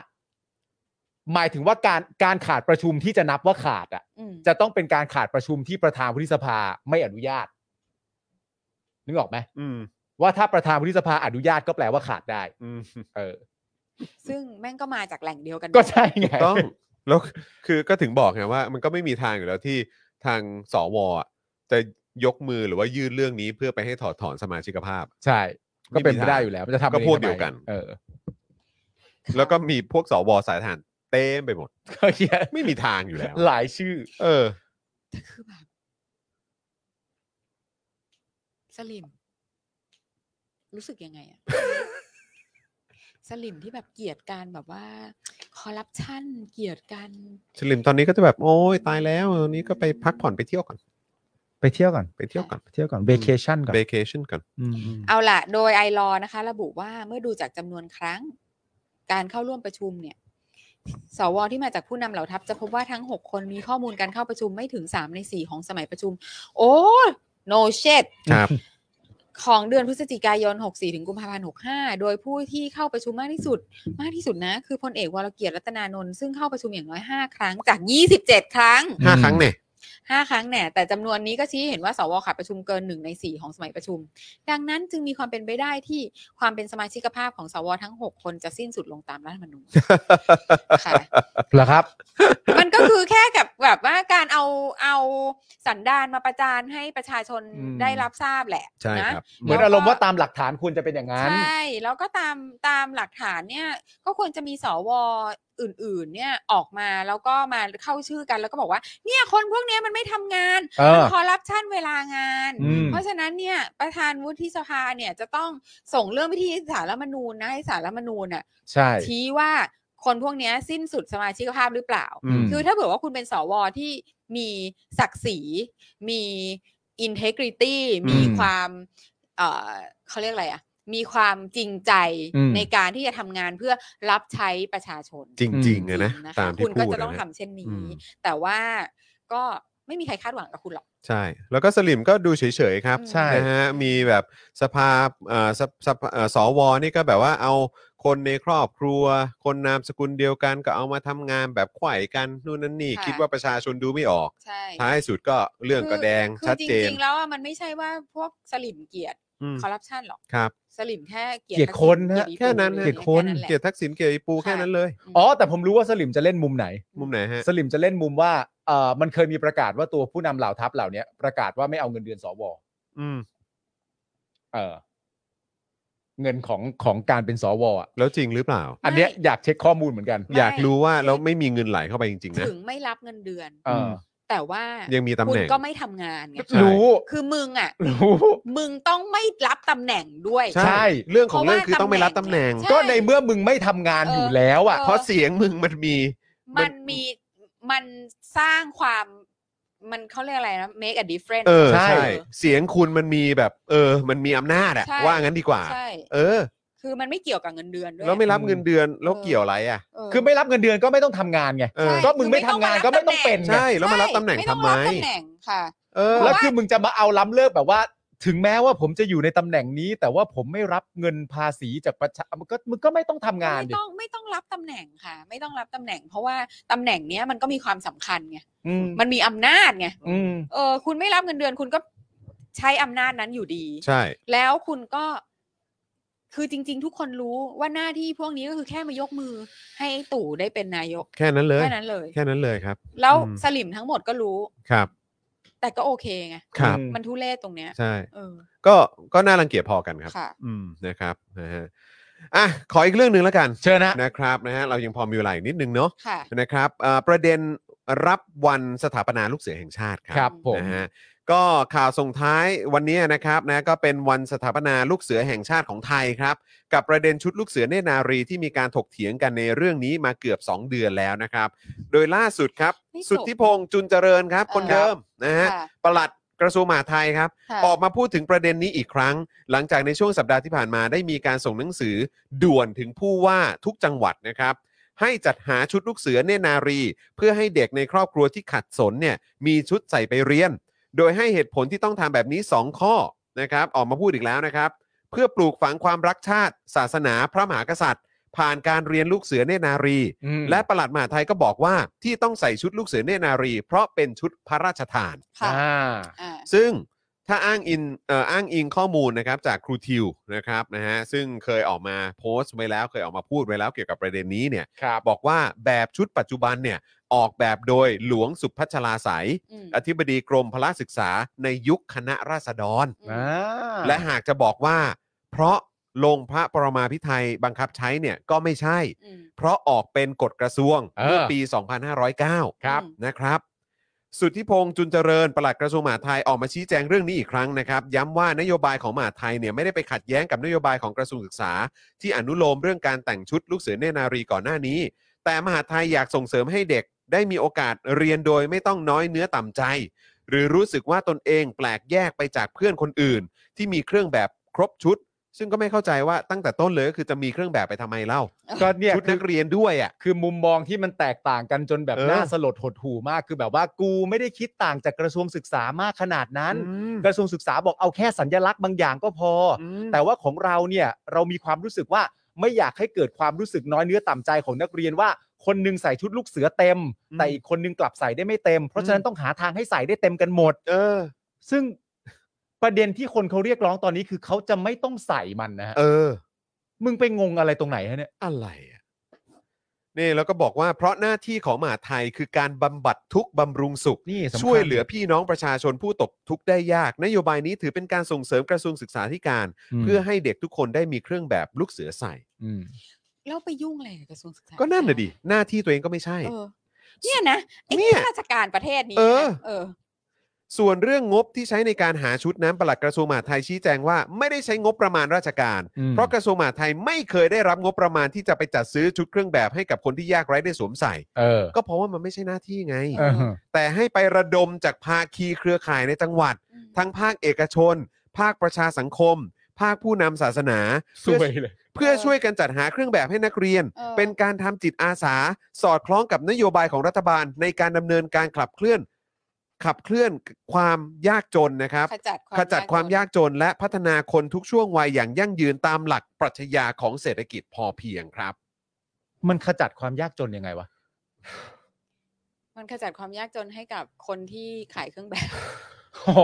หมายถึงว่าการการขาดประชุมที่จะนับว่าขาดอ่ะ อืม จะต้องเป็นการขาดประชุมที่ประธานวุฒิสภาไม่อนุญาตนึกออกไหม อืม ว่าถ้าประธานวุฒิสภาอนุญาตก็แปลว่าขาดได้ อืม เออ ซึ่งแม่งก็มาจากแหล่งเดียวกัน ก็ใช่ไง ต้องแล้วคือก็ถึงบอกไงว่า มันก็ไม่มีทางอยู่แล้วที่ทางสวอะจะยกมือหรือว่ายื่นเรื่องนี้เพื่อไปให้ถอดถอนสมาชิกภาพ ใช่ ไม่ ก็เป็นไปมีทาง ได้อยู่แล้วมันจะทำ ก็พวก องทำไม เดียวกัน เอ อ แล้วก็มีพวกสวสายทหารเต็มไปหมด ก็เหี้ย ไม่มีทางอยู่แล้ว หลายชื่อ เออ แต่คือแบบสลิม รู้สึกยังไงอะ สลิมที่แบบเกลียดการแบบว่า คอร์รัปชันเกลียดกัน สลิมตอนนี้ก็จะแบบโอ้ยตายแล้วตอนนี้ก็ไปพักผ่อนไปเที่ยวก่อน ไปเที่ยวก่อน ไปเที่ยวก่อน ไปเที่ยวก่อนเวเคชั่นก่อน vacation ก่อน อืมอืม เอาล่ะ โดยไอรอนะคะ ระบุว่าเมื่อดูจากจำนวนครั้ง การเข้าร่วมประชุมเนี่ย สวที่มาจากผู้นำเหล่าทัพจะพบว่าทั้ง 6 คนมีข้อมูลการเข้าประชุมไม่ถึง 3 ใน 4 ของสมัยประชุม โอ้ no shit ครับ ของเดือนพฤศจิกายน 64 ถึงกุมภาพันธ์ 65 โดยผู้ที่เข้าประชุมมากที่สุด มากที่สุดนะ คือพลเอกวรเกียรติรัตนานนท์ซึ่งเข้าประชุมอย่างน้อย 5 ครั้งจาก 27 ครั้ง อืม ห้าครั้งเนี่ย ห้าครั้งแน่แต่จำนวนนี้ก็ชี้เห็นว่าสวขาดประชุมเกินหนึ่งในสี่ของสมัยประชุม ดังนั้นจึงมีความเป็นไปได้ที่ความเป็นสมาชิกภาพของสวทั้งหกคนจะสิ้นสุดลงตามรัฐธรรมนูญ ค่ะ เหรอครับ มันก็คือแค่กับแบบว่าการเอาเอาสันดานมาประจานให้ประชาชน อืม ได้รับทราบแหละ ใช่ นะครับ เหมือนอารมณ์ว่าตามหลักฐานควรจะเป็นอย่างนั้น ใช่ แล้วก็ตามตามหลักฐานเนี่ย ก็ควรจะมีสวอื่น ๆ เนี่ยออกมาแล้วก็มาเข้าชื่อกันแล้วก็บอกว่า เนี่ยคนพวกเนี้ยมันไม่ทำงาน เออ คอร์รัปชันเวลางาน อืม เพราะฉะนั้นเนี่ยประธานวุฒิสภาเนี่ยจะต้องส่งเรื่องไปที่สารรัฐธรรมนูญนะให้สารรัฐธรรมนูญน่ะ ใช่ ชี้ว่าคนพวกเนี้ยสิ้นสุดสมาชิกภาพหรือเปล่า อืม คือถ้าเผื่อว่าคุณเป็นสวที่มีศักดิ์ศรี มี integrity มี อืม ความเอ่อเขาเรียกอะไรอะมีความจริงใจ อืม ในการที่จะทำงานเพื่อรับใช้ประชาชน จริงๆเลยนะ จริงค ตามที่ คุณ พู ก็ ด จะ นะ ต้องทำ ฮะ เช่น อื นีม้แต่ว่าก็ไม่มีใครคาดหวังกับคุณหรอก ใช่ แล้วก็สลิมก็ดูเฉยๆครับ ใช่ นะฮะมีแบบสภาเอ่อสสภาเอ่อสวนี่ก็แบบว่าเอาคนในครอบครัว คนนามสกุลเดียวกันก็เอามาทำงานแบบไขว่กันนู่นนั่นนี่ ค่ะ คิดว่าประชาชนดูไม่ออก ใช่ ท้ายสุดก็เรื่องก็แดง คือ ชัดเจน จริงๆแล้วอะมันไม่ใช่ว่าพวกสลิมเกลียรติ อืม คอร์รัปชันหรอก ครับ สลิมแค่เกลียร เกลียด ทักษคิณนฮะ เกลียด แค่นั้นฮะ อีเกลียดปูคน แนั้นแหละ เกียรติทักษิณเกียรติอีปู ค่ะ แค่นั้นเลย อ๋อแต่ผมรู้ว่าสลิมจะเล่นมุมไหน มุมไหนฮะ สลิมจะเล่นมุมว่าเอ่อมันเคยมีประกาศว่าตัวผู้นำเหล่าทัพเหล่าเนี้ยประกาศว่าไม่เอาเงินเดือนสว อืม เออ เงินของของการเป็นสวอ่ะ แล้วจริงหรือเปล่า อันเนี้ยอยากเช็คข้อมูลเหมือนกัน ไม่ อยากรู้ว่าแล้วไม่มีเงินไหลเข้าไปจริงๆนะ ถึงไม่รับเงินเดือน เออ แต่ว่า ยังมีตำ คุ แห ณ น่ง ก็ไม่ทำงานไง ใช่ รู้ คือมึงอ่ะ รู้ มึงต้องไม่รับตำแหน่งด้วย ใช่ เรื่องของเรื่องคือต้องไม่รับตำแหน่ง ใช่ ก็ในเมื่อมึงไม่ทำงานอยู่แล้วอ่ะ เออ เพราะเสียงมึงมันมี มั มัน นมีมันสร้างความมันเขาเรียกอะไรนะ make a difference เออ ใช่ ใช่ เสียงคุณมันมีแบบ เออ มันมีอำนาจอะ ใช่ ว่างั้นดีกว่า ใช่ เออ คือมันไม่เกี่ยวกับเงินเดือนด้วย แล้วไม่รับเงินเดือนแล้วเกี่ยวอะไรอ่ะ เออ คือไม่รับเงินเดือนก็ไม่ต้องทำงานไง เออ ใช่ ก็มึงไม่ทำงานก็ไม่ต้องเป็นไง ใช่แล้วมารับตำแหน่ง ไม่ ทำ ต้อง ไม รับตำแหน่งค่ะ เออ แล้วคือมึงจะมาเอาล้ำเลิกแบบว่า ถึงแม้ว่าผมจะอยู่ในตำแหน่งนี้ แต่ว่าผมไม่รับเงินภาษีจากประชามันก็มึงก็ไม่ต้องทำงาน ไม่ ดิ ต้องไม่ต้องรับตำแหน่งค่ะ ไม่ต้องรับตำแหน่ง เพราะว่าตำแหน่งเนี้ยมันก็มีความสำคัญไง อืม มันมีอำนาจไง อืม เออคุณไม่รับเงินเดือนคุณก็ใช้อำนาจนั้นอยู่ดี ใช่ แล้วคุณก็ คือจริง ๆ ทุกคนรู้ว่าหน้าที่พวกนี้ก็คือแค่มายกมือ ให้ไอ้ตู่ได้เป็นนายก แค่นั้นเลย แค่นั้นเลย แค่นั้นเลยครับ แล้ว อืม สลิมทั้งหมดก็รู้ ครับ แต่ก็โอเคไง ครับ อืม มันทุเรศตรงเนี้ย ใช่ เออ ก็ก็น่ารังเกียจพอกันครับ ค่ะ อืมนะครับนะฮะอ่ะขออีกเรื่องหนึ่งแล้วกัน เชิญนะ นะครับนะฮะเรายังพอมีเวลาอีกนิดนึงเนาะ ค่ะ นะครับเอ่อประเด็นรับวันสถาปนาลูกเสือแห่งชาติครั ครับผม นะฮะก็ข่าวส่งท้ายวันนี้นะครับนะก็เป็นวันสถาปนาลูกเสือแห่งชาติของไทยครับ กับประเด็นชุดลูกเสือเนตรนารีที่มีการถกเถียงกันในเรื่องนี้มาเกือบ 2 เดือนแล้วนะครับ โดยล่าสุดครับ ไม่จบ สุทธิพงษ์จุนเจริญครับ เออ คนเดิมนะฮะ ค่ะ ประหลัดกระทรวงมหาดไทยครับ ค่ะ ออกมาพูดถึงประเด็นนี้อีกครั้ง หลังจากในช่วงสัปดาห์ที่ผ่านมาได้มีการส่งหนังสือด่วนถึงผู้ว่าทุกจังหวัดนะครับ ให้จัดหาชุดลูกเสือเนตรนารี เพื่อให้เด็กในครอบครัวที่ขัดสนเนี่ยมีชุดใส่ไปเรียน โดยให้เหตุผลที่ต้องทำแบบนี้ 2 ข้อนะครับ ออกมาพูดอีกแล้วนะครับ เพื่อปลูกฝังความรักชาติ ศาสนาพระมหากษัตริย์ ผ่านการเรียนลูกเสือเนตรนารี อืม และประหลัดมหาดไทยก็บอกว่าที่ต้องใส่ชุดลูกเสือเนตรนารี เพราะเป็นชุดพระราชทาน ค่ะ อ่า อ่า ซึ่งถ้าอ้างอินเอ่ออ้างอิงข้อมูลนะครับจากครูทิวนะครับนะฮะซึ่งเคยออกมาโพสต์ไว้แล้วเคยออกมาพูดไว้แล้วเกี่ยวกับประเด็นนี้เนี่ย ครับ บอกว่าแบบชุดปัจจุบันเนี่ยออกแบบโดยหลวงสุพัชลาสาย อืม อธิบดีกรมพละศึกษาในยุคคณะราษฎร อืม และหากจะบอกว่า เพราะลงพระประมาพิไทยบังคับใช้เนี่ยก็ไม่ใช่ อืม เพราะออกเป็นกฎกระทรวง เออ เมื่อปี 2509 ครับ นะครับ สุทธิพงษ์จุนเจริญปลัดกระทรวงมหาดไทยออกมาชี้แจงเรื่องนี้อีกครั้งนะครับ ย้ำว่านโยบายของมหาดไทยเนี่ยไม่ได้ไปขัดแย้งกับนโยบายของกระทรวงศึกษา ที่อนุโลมเรื่องการแต่งชุดลูกเสือเนตรนารีก่อนหน้านี้ แต่มหาดไทยอยากส่งเสริมให้เด็กได้มีโอกาสเรียนโดยไม่ต้องน้อยเนื้อต่ำใจ หรือรู้สึกว่าตนเองแปลกแยกไปจากเพื่อนคนอื่น ที่มีเครื่องแบบครบชุด ซึ่งก็ไม่เข้าใจว่าตั้งแต่ต้นเลยก็คือจะมีเครื่องแบบไปทำไมเล่า ก็เนี่ย ชุด คื นั อก เรียนด้วยอ่ะ คือมุมมองที่มันแตกต่างกันจนแบบ เออ น่าสลดหดหู่มากคือแบบว่ากูไม่ได้คิดต่างจากกระทรวงศึกษามากขนาดนั้น กระทรวงศึกษาบอกเอาแค่สัญลักษณ์บางอย่างก็พออแต่ว่าของเราเนี่ยเรามีความรู้สึกว่าไม่อยากให้เกิดความรู้สึกน้อยเนื้อต่ำใจของนักเรียนว่า คนหนึงใส่ชุดลูกเสือเต็ม อืม แต่อีกคนหนึงกลับใส่ได้ไม่เต็ม เพราะฉะนั้นต้องหาทางให้ใส่ได้เต็มกันหมด เออ ซึ่ง ประเด็นที่คนเขาเรียกร้องตอนนี้คือเขาจะไม่ต้องใส่มันนะฮะ เออ มึงไปงงอะไรตรงไหนฮะเนี่ย อะไรอะนี่แล้วก็บอกว่าเพราะหน้าที่ของมหาดไทยคือการบำบัดทุกข์บำรุงสุข นี่สำคัญ ช่วยเหลือพี่น้องประชาชนผู้ตกทุกข์ได้ยาก นโยบายนี้ถือเป็นการส่งเสริมกระทรวงศึกษาธิการ เพื่อให้เด็กทุกคนได้มีเครื่องแบบลูกเสือใส่ ม แล้วไปยุ่งอะไรกับกระทรวงศึกษา ก็นั่นน่ะดิหน้าที่ตัวเองก็ไม่ใช่ เออ เนี่ยนะไอ้ เนี่ย ข้าราชการประเทศนี้ เออ นะเออ ส่วนเรื่องงบที่ใช้ในการหาชุดนั้นปลัดกระทรวงมหาดไทยชี้แจงว่าไม่ได้ใช้งบประมาณราชการ เพราะกระทรวงมหาดไทยไม่เคยได้รับงบประมาณที่จะไปจัดซื้อชุดเครื่องแบบให้กับคนที่ยากไร้ได้สวมใส่ เออ ก็เพราะว่ามันไม่ใช่หน้าที่ไง เออ แต่ให้ไประดมจากภาคีเครือข่ายในจังหวัด อืม ทั้งภาคเอกชน ภาคประชาสังคม ภาคผู้นำศาสนา ส เพื่อ วยเลย เพื่อช่วยกันจัดหาเครื่องแบบให้นักเรียน เออ เป็นการทำจิตอาสา สอดคล้องกับนโยบายของรัฐบาล ในการดำเนินการขับเคลื่อน ขับเคลื่อนความยากจนนะครับ ขจัดความ ขจัดความยากจนและพัฒนาคนทุกช่วงวัยอย่างยั่งยืนตามหลักปรัชญาของเศรษฐกิจพอเพียงครับ มันขจัดความยากจนยังไงวะ มันขจัดความยากจนให้กับคนที่ขายเครื่องแบบ อ๋อ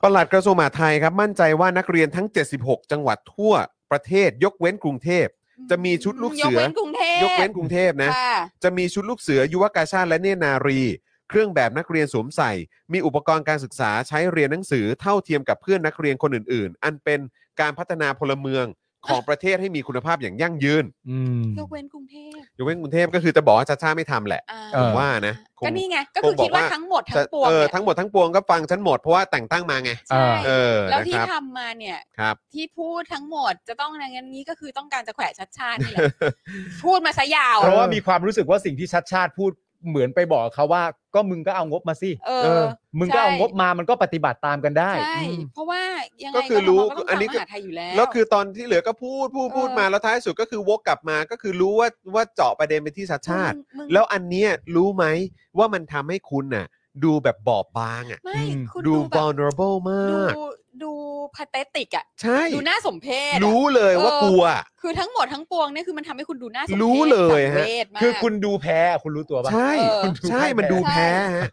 ปลัดกระทรวงมหาดไทยครับมั่นใจว่านักเรียนทั้ง 76 จังหวัดทั่วประเทศยกเว้นกรุงเทพ จะมีชุดลูกเสืยอกเว้นกรุงเทพ ยกเว้นกรุงเทพนะ ค่ะ จะมีชุดลูกเสือยุวกาชาติและเนตรนารี เครื่องแบบนักเรียนสวมใส่ มีอุปกรณ์การศึกษาใช้เรียนหนังสือเท่าเทียมกับเพื่อนนักเรียนคนอื่น ๆ อันเป็นการพัฒนาพลเมืองของประเทศให้มีคุณภาพอย่างยั่งยืน อืม ยกเว้นกรุงเทพ ยกเว้นกรุงเทพก็คือจะบอกว่าชาชาไม่ทำแหละ อ่า เออ ว่านะคง ก็นี่ไง ก็คือคิดว่าทั้งหมดทั้งปวง เออ เนี่ย ทั้งหมดทั้งปวงก็ฟังฉันหมดเพราะว่าแต่งตั้งมาไง ใช่ เออ แล้ว นะ ที่ ครับ ทำมาเนี่ย ครับ ที่พูดทั้งหมดจะต้องอะไรงั้นนี้ก็คือต้องการจะแขวะชัดชาตินี่แหละ พูดมาซะยาว เพราะว่ามีความรู้สึกว่าสิ่งที่ชัดชาติพูดเหมือนไปบอกเขาว่า ก็มึงก็เอางบมาสิ เออ มึงก็เอางบมามันก็ปฏิบัติตามกันได้ ใช่ เพราะว่ายังไง ก็คือรู้ เราก็ อั ต้ น อง นี้ ทำ คือ มหาไทยอยู่แล้ว แล้วคือตอนที่เหลือก็พูดพูดพูด เออ มาแล้วท้ายสุดก็คือวกกลับมาก็คือรู้ว่าว่าเจาะประเด็นไปที่ชาติชาติ มึง แล้วอันเนี้ยรู้ไหมว่ามันทำให้คุณน่ะ ดูแบบบอบบางอ่ะ ไม่คุณ ดู ดูแบบ vulnerable ม ดู าก ดูพาเตติกอะ ใช่ ดูน่าสมเพชอะ รู้เลยว่ากลัว คือทั้งหมดทั้งปวงเนี่ยคือมันทำให้คุณดูน่าสมพช รู้เลย สัง ฮะ วชมาก คือคุณดูแพ้คุณรู้ตัวปะ ใช่ เออ ใช่มันดูแพ้ฮะ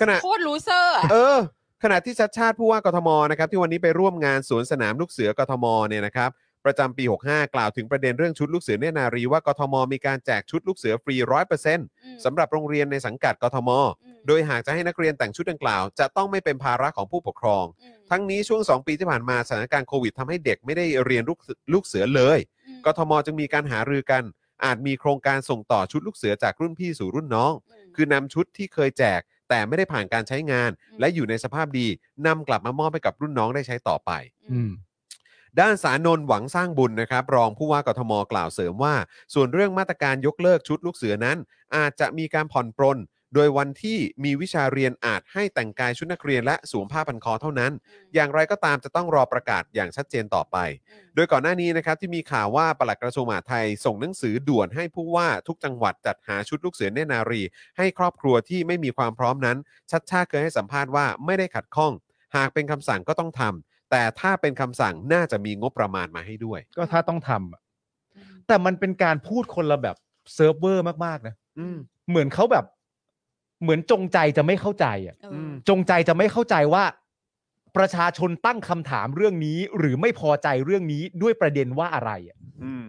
ขณะ โคตรรู้เซอร์อะ เออขณะที่ชัดชาติผู้ว่ากทมนะครับที่วันนี้ไปร่วมงานสวนสนามลูกเสือกทมเนี่ยนะครับประจำปี 65 กล่าวถึงประเด็นเรื่องชุดลูกเสือเนตรนารีว่ากทมมีการแจกชุดลูกเสือฟรี 100% ม สำหรับโรงเรียนในสังกัดกทม อืม โดยหากจะให้นักเรียนแต่งชุดดังกล่าว จะต้องไม่เป็นภาระของผู้ปกครอง อืม ทั้งนี้ช่วง 2 ปีที่ผ่านมาสถานการณ์โควิดทำให้เด็กไม่ได้เรียนลูกลูกเสือเลย อืม กทมจึงมีการหารือกัน อาจมีโครงการส่งต่อชุดลูกเสือจากรุ่นพี่สู่รุ่นน้อง ม คือนำชุดที่เคยแจก แต่ไม่ได้ผ่านการใช้งาน อืม และอยู่ในสภาพดีนำกลับมามอบให้กับรุ่นน้องได้ใช้ต่อไป อืม ด้านสารนนท์หวังสร้างบุญนะครับ รองผู้ว่ากทมกล่าวเสริมว่า ส่วนเรื่องมาตรการยกเลิกชุดลูกเสือนั้น อาจจะมีการผ่อนปรน โดยวันที่มีวิชาเรียนอาจให้แต่งกายชุดนักเรียนและสวมผ้าพันคอเท่านั้น อย่างไรก็ตามจะต้องรอประกาศอย่างชัดเจนต่อไป โดยก่อนหน้านี้นะครับที่มีข่าวว่าปลัดกระทรวงมหาดไทยส่งหนังสือด่วนให้ผู้ว่าทุกจังหวัดจัดหาชุดลูกเสือเนตรนารี ให้ครอบครัวที่ไม่มีความพร้อมนั้น ชัดชาติเคยให้สัมภาษณ์ว่าไม่ได้ขัดข้อง หากเป็นคำสั่งก็ต้องทำแต่ถ้าเป็นคำสั่งน่าจะมีงบประมาณมาให้ด้วย ก็ถ้าต้องทำอะแต่มันเป็นการพูดคนละแบบเซิร์ฟเวอร์มากๆนะ อืม เหมือนเขาแบบ เหมือนจงใจจะไม่เข้าใจอ่ะ เอออ ม จงใจจะไม่เข้าใจว่า ประชาชนตั้งคำถามเรื่องนี้ หรือไม่พอใจเรื่องนี้ด้วยประเด็นว่าอะไรอ่ะ อืม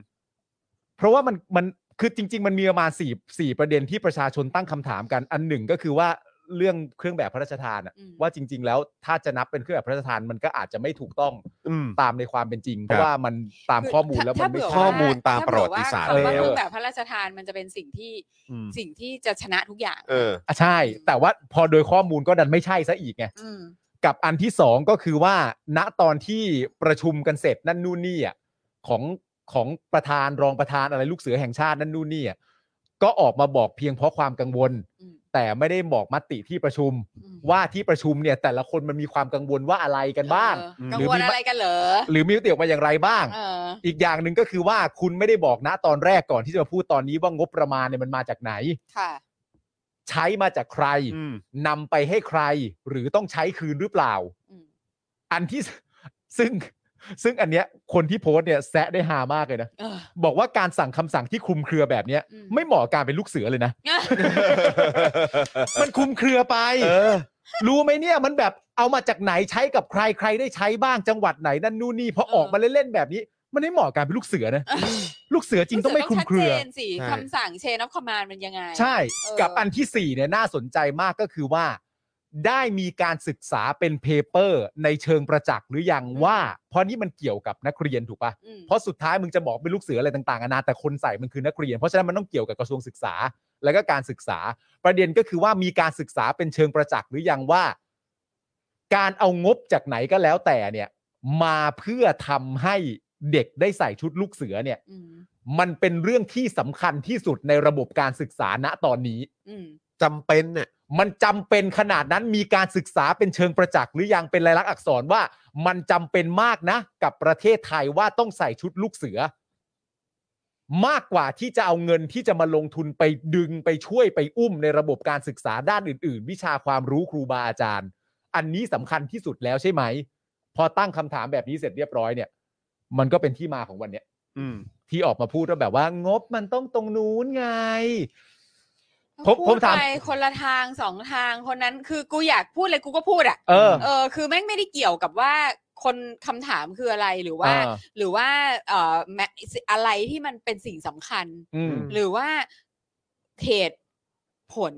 เพราะว่ามันมันคือจริง ๆ มันมีประมาณสี่สี่ประเด็นที่ประชาชนตั้งคำถามกันอันหนึ่งก็คือว่าเรื่องเครื่องแบบพระราชทานอะ อืม ว่าจริง ๆ แล้วถ้าจะนับเป็นเครื่องแบบพระราชทานมันก็อาจจะไม่ถูกต้อง อืม ตามในความเป็นจริง เพ ครั ราะ บ ว่ามันตาม คื ข้อมูลแล้ว ถ้ มันไม่ เผื่ ใช่ ข้อมูล ว่ ตามประวัติศาสตร์ ถ้เผื่อว่า แล้ คำว่าเควรื่องแบบพระราชทานมันจะเป็นสิ่งที่ อืม สิ่งที่จะชนะทุกอย่าง เออ อ่ะใช่ แต่ว่าพอโดยข้อมูลก็ดันไม่ใช่ซะอีกไง อืม กับอันที่สองก็คือว่า ณตอนที่ประชุมกันเสร็จนั่นนู่นนี่อ่ะของของประธานรองประธานอะไรลูกเสือแห่งชาตินั่นนู่นนี่อ่ะ ก็ออกมาบอกเพียงเพราะความกังวล อืม แต่ไม่ได้บอกมติที่ประชุม อืม ว่าที่ประชุมเนี่ยแต่ละคนมันมีความกังวลว่าอะไรกันบ้าง เออ อืม กังวลอะไรกันเหรอ หรือมีมติออกมาอย่างไรบ้าง เออ อีกอย่างหนึ่งก็คือว่าคุณไม่ได้บอกนะตอนแรกก่อนที่จะมาพูดตอนนี้ว่างบประมาณเนี่ยมันมาจากไหน ค่ะ ใช้มาจากใครนำไปให้ใคร หรือต้องใช้คืนหรือเปล่า อืม อันที่ ซึ่งซึ่งอันเนี้ยคนที่โพสต์เนี่ยแซะได้หามากเลยนะ เออ บอกว่าการสั่งคำสั่งที่คลุมเครือแบบเนี้ย อืม ไม่เหมาะกับการเป็นลูกเสือเลยนะ เออ มันคลุมเครือไป เออ รู้ไหมเนี่ยมันแบบเอามาจากไหนใช้กับใครใครได้ใช้บ้างจังหวัดไหนนั่นนู่นนี่พอออกมาเล่นๆแบบนี้ มันไม่เหมาะกับการเป็นลูกเสือนะ ลูกเสือจริงต้องไม่คลุมเครือ ชัดเจนสิ ใช่ คำสั่งเชนอฟคอมมานมันยังไง ใช่ เออ กับอันที่ 4 เนี่ยน่าสนใจมากก็คือว่า ได้มีการศึกษาเป็นเพเปอร์ในเชิงประจักษ์หรือยังว่า เพราะนี่มันเกี่ยวกับนักเรียนถูกปะ อืม เพราะสุดท้ายมึงจะบอกเป็นลูกเสืออะไรต่างๆนานาแต่คนใส่มันคือนักเรียน เพราะฉะนั้นมันต้องเกี่ยวกับกระทรวงศึกษา และก็การศึกษา ประเด็นก็คือว่ามีการศึกษาเป็นเชิงประจักษ์หรือยังว่า การเอางบจากไหนก็แล้วแต่เนี่ย มาเพื่อทำให้เด็กได้ใส่ชุดลูกเสือเนี่ย อืม มันเป็นเรื่องที่สำคัญที่สุดในระบบการศึกษาณตอนนี้ อืม จำเป็นน่ะ มันจำเป็นขนาดนั้นมีการศึกษาเป็นเชิงประจักษ์หรือยังเป็นลายลักษณ์อักษรว่า มันจำเป็นมากนะ กับประเทศไทยว่าต้องใส่ชุดลูกเสือ มากกว่าที่จะเอาเงินที่จะมาลงทุนไปดึงไปช่วยไปอุ้มในระบบการศึกษาด้านอื่น ๆ วิชาความรู้ครูบาอาจารย์ อันนี้สำคัญที่สุดแล้วใช่ไหม พอตั้งคำถามแบบนี้เสร็จเรียบร้อยเนี่ย มันก็เป็นที่มาของวันเนี้ย อืม ที่ออกมาพูดว่าแบบว่างบมันต้องตรงนู้นไง ผม พูด ผมถาม ไปคนละทางสองทางคนนั้นคือกูอยากพูดเลยกูก็พูดอ่ะ เออ เออคือแม่งไม่ได้เกี่ยวกับว่าคนคำถามคืออะไรหรือว่า อ่า หรือว่าเอ่อแมอะไรที่มันเป็นสิ่งสำคัญ อืม หรือว่าเหตุผล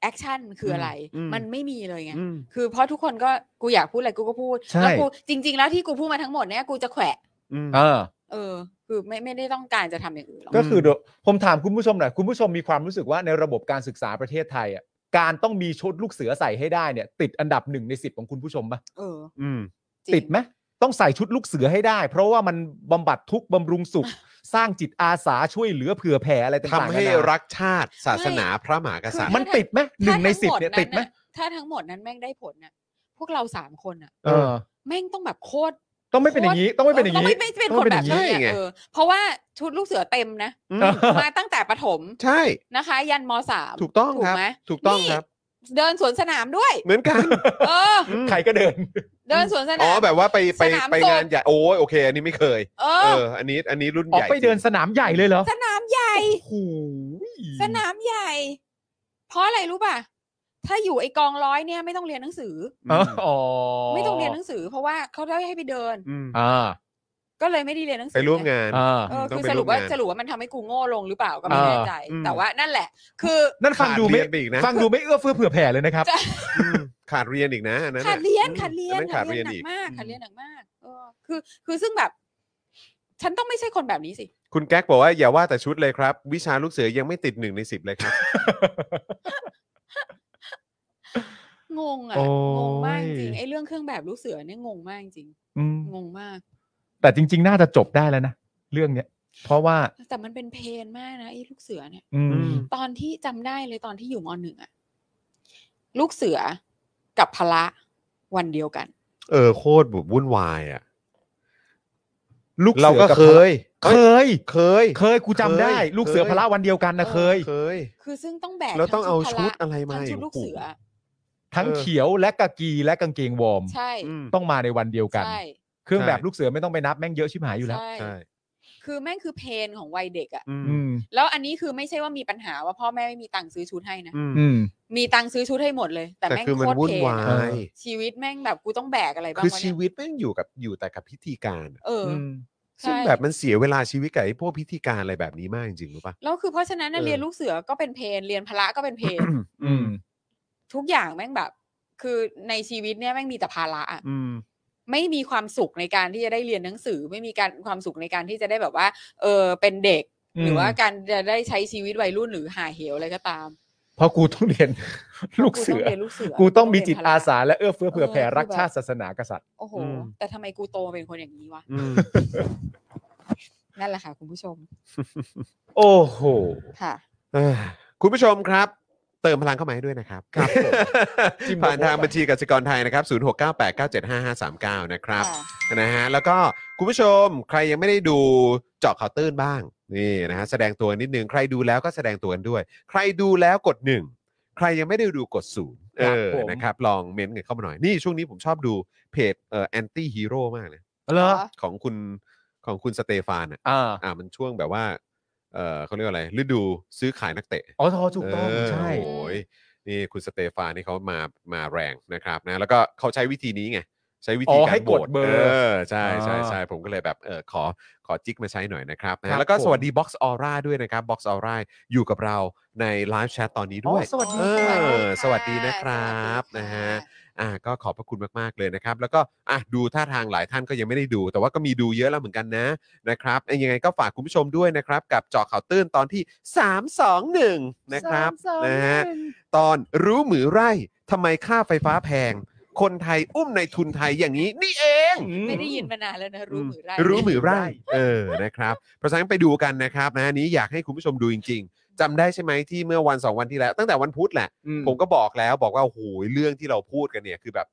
แอคชั่นคืออะไร อืม มันไม่มีเลยไง อืม คือเพราะทุกคนก็กูอยากพูดอะไรกูก็พูด ใช่ แล้วกูจริง ๆ แล้วที่กูพูดมาทั้งหมดเนี่ยกูจะแขวะ อืม เออ เออ คือไม่ไม่ได้ต้องการจะทำอย่างอื่นหรอก ก็คือเดี๋ยวผมถามคุณผู้ชมหน่อยคุณผู้ชมมีความรู้สึกว่าในระบบการศึกษาประเทศไทยอ่ะการต้องมีชุดลูกเสือใส่ให้ได้เนี่ย ติดอันดับหนึ่งในสิบของคุณผู้ชมปะ เออ อืม จริง ติดไหมต้องใส่ชุดลูกเสือให้ได้ เพราะว่ามันบำบัดทุกข์บำรุงสุข สร้างจิตอาสาช่วยเหลือเผื่อแผ่อะไรต่างๆ ทำให้ นานา รักชาติศาสนาพระมหากษัตริย์ มันติดไหมหนึ่งในสิบเนี่ย ถ้า ติดไหม ทั้งมดนั้นน่ะถ้าทั้งหมดนั้นแม่งได้ผลน่ะพวกเราสามคนน่ะ เออ แม่งต้องแบบโคตร ต้องไม่เป็นอย่างนี้ต้องไม่เป็นอย่าง นี้ นี้ ไม่ไม่เป็นคนแบบ นี้ นี้ ใช่ไง เออเพราะว่าชุดลูกเสือเต็มนะ อืม มาตั้งแต่ประถม ใช่ นะคะ ยันมสาม ถูกต้อง ถู ค ก รับ ไหม ถูกต้อง นี่ ครับ เดินสวนสนามด้วย เหมือนกัน เออ ใครก็เดิน เดินสวนสนา อ๋อ ม แบบว่าไปไป สนาม ไป สด งานใหญ่โอ้ยโอเค อันนี้ไม่เคย เอ เอ อ อ อันนี้อันนี้รุ่น ออ ให ก ญ่ ไปเดินสนามใหญ่เลยเหรอ สนามใหญ่ โอ้โห สนามใหญ่ เพราะอะไรรู้ป่ะ ถ้าอยู่ไอกองร้อยเนี่ยไม่ต้องเรียนหนังสือ เอออ๋อ อไม่ต้องเรียนหนังสือ เพราะว่าเขาได้ให้ไปเดิน อืม อ่า ก็เลยไม่ได้เรียนหนังสื ไปร่วม ง งาน อ่า เออ ต้องคือ ไป สรุปว่า ร่วมงาน สรุปว่ามันทำให้กูโง่ลงหรือเปล่าก็ไม่แน่ใจ อ่า แต่ว่านั่นแหละ คือ นั่นฟัง ขาด ดู เรี ไม่ ยนไปอีกนะ ฟังดูไม่เอื้อเฟื้อเผื่อแผ่เลยนะครับ ใช่ อืมขาดเรียนอีกนะอันนั้น ขา น่ะ ดเรียน อืม ขาดเรีย อันนนั้นขาดเรียน หนั อีก มาก อืม ขาดเรียนหนักมากเออคือคือซึ่งแบบ ฉันต้องไม่ใช่คนแบบนี้สิ คุณแก๊กบอกว่าอย่าว่าแต่ชุดเลยครับ วิชาลูกเสือยังไม่ติดหนึ่งในสิบเลยครับ งงอ่ะ โอ้ งงมากจริง ย ไอ้เรื่องเครื่องแบบลูกเสือเนี่ยงงมากจริง อืม งงมาก แต่จริง ๆ น่าจะจบได้แล้วนะ เรื่องเนี้ย เพราะว่า แต่มันเป็นเพนมากนะไอ้ลูกเสือเนี่ย อืม อืม ตอนที่จำได้เลยตอนที่อยู่มหนึ่งอ่ะลูกเสือกับพละวันเดียวกัน เออโคตรแบบวุ่นวายอ่ะ ลูกเสื เรา อ ก็ กับ เคย พระเคย เคย เคยกูจำได้ เคย ลูกเสือพละวันเดียวกันนะ เออ เคย เคย คือซึ่งต้องแบก แล้วต้อง ทั้ เอาชุด พ อะไรมา ทั้งอีชุดก ลูกเสือ โอ้โห ทั้ง เออ เขียวและกากีและกางเกงวอร์ม ใช่ อืม ต้องมาในวันเดียวกัน ใช่ เครื่อง ใช่ แบบลูกเสือไม่ต้องไปนับแม่งเยอะชิบหายอยู่แล้ว ใช่ ใช่ คือแม่งคือเพนของวัยเด็กอ่ะ อืม อืม แล้วอันนี้คือไม่ใช่ว่ามีปัญหาว่าพ่อแม่ไม่มีตังค์ซื้อชุดให้นะ อืม อืม มีตังค์ซื้อชุดให้หมดเลย แต่ แต่ แม่ง คือมัน โคตร วุ่น เพ วา นะ เอ ย ชีวิตแม่งแบบกูต้องแบกอะไรบ้าง คือ วะ ชี เนี่ย วิตแม่งอยู่กับอยู่แต่กับพิธีการอะ เอออ ใช่ ซึ่งแบบมันเสียเวลาชีวิตกับไอ้พวกพิธีการอะไรแบบนี้มากจริงๆรู้ปะ แล้วคือเพราะฉะนั้นน่ะ เออ เรียนลูกเสือก็เป็นเพนเรียนพละก็เป็นเพ น อืม ทุกอย่างแม่งแบบ คือในชีวิตเนี่ยแม่งมีแต่ภาระอะ อืม ไม่มีความสุขในการที่จะได้เรียนหนังสือ ไม่มีการความสุขในการที่จะได้แบบว่า เออเป็นเด็ก หรือว่าการจะได้ใช้ชีวิตวัยรุ่นหรือหาเหวอะไรก็ตาม เพราะกูต้องเรียน ลูกเสือ ต้งรียนลูกเสือ กูต้องมีจิต เรียนพ อา ละ สาและเอื้อเฟื้อเผื่อแผ่ เออคือ รัก แบบ ชาติศาสนากษัตริย์ โอ้โห อืม แต่ทำไมกูโตเป็นคนอย่างนี้วะ อืม นั่นแหละค่ะคุณผู้ชม โอ้โห ค่ะ เอ้ยคุณผู้ชมครับ เติมพลังเข้ามาให้ด้วยนะครับ ครับผม จิ้ม ผ่านทาง โลโก้ไป บัญชีกสิกรไทยนะครับ 0698975539 นะครับ ค่ะ นะฮะ แล้วก็คุณผู้ชมใครยังไม่ได้ดูเจาะข่าวตื้นบ้าง นี่นะฮะ แสดงตัวนิดนึง ใครดูแล้วก็แสดงตัวกันด้วย ใครดูแล้วกดหนึ่ง ใครยังไม่ได้ดูกดศูนย์เอ ครับ อ ผม นะครับ ลองเม้นต์กันเข้ามาหน่อย นี่ช่วงนี้ผมชอบดูเพจเอ่อแอนตี้ฮีโร่มากเลย เหรอ ของคุณของคุณสเตฟานอ่ะ อ่า อ่า มันช่วงแบบว่า เออเขาเรียกว่าอะไร ฤดูซื้อขายนักเตะ อ๋อทอถูกต้อง เ ใช่ โอ้ยนี่คุณสเตฟานนี่เขามามาแรงนะครับนะแล้วก็เขาใช้วิธีนี้ไง ใช้วิอ๋อกธีา ให้ รโห ก ว ด ต เบอร์ เออใช่ใช่ใช่ผมก็เลยแบบเออขอขอจิกมาใช้หน่อยนะครับนะฮะแล้วก็ ผม สวัสดี Box Aura ด้วยนะครับ Box Aura อยู่กับเราในไลฟ์แชทตอนนี้ด้วย อ๋อสวัสดี เอ ค่ะ อสวัสดีนะครับ สวัสดีค่ นะฮะ อ่ะก็ขอบพระคุณมากๆเลยนะครับ แล้วก็อ่ะดูท่าทางหลายท่านก็ยังไม่ได้ดู แต่ว่าก็มีดูเยอะแล้วเหมือนกันนะนะครับเอ้ยยังไงก็ฝากคุณผู้ชมด้วยนะครับกับเจาะข่าวตื้นตอนที่ 321 นะครับนะฮะตอนรู้หมือไร่ทำไมค่าไฟฟ้าแพง คนไทยอุ้มในทุนไทยอย่างนี้นี่เอง ไม่ได้ยินมานานแล้วนะรู้หรือไร รู้หมือไร่ เออ นะครับ เพราะฉะนั้นไปดูกันนะครับนะอันนี้อยากให้คุณผู้ชมดูจริง ๆจำได้ใช่ไหมที่เมื่อวันสองวันที่แล้ว ตั้งแต่วันพุธแหละ อื ผมก็บอกแล้วบอกว่าโอ้โหเรื่องที่เราพูดกันเนี่ยคือแบบ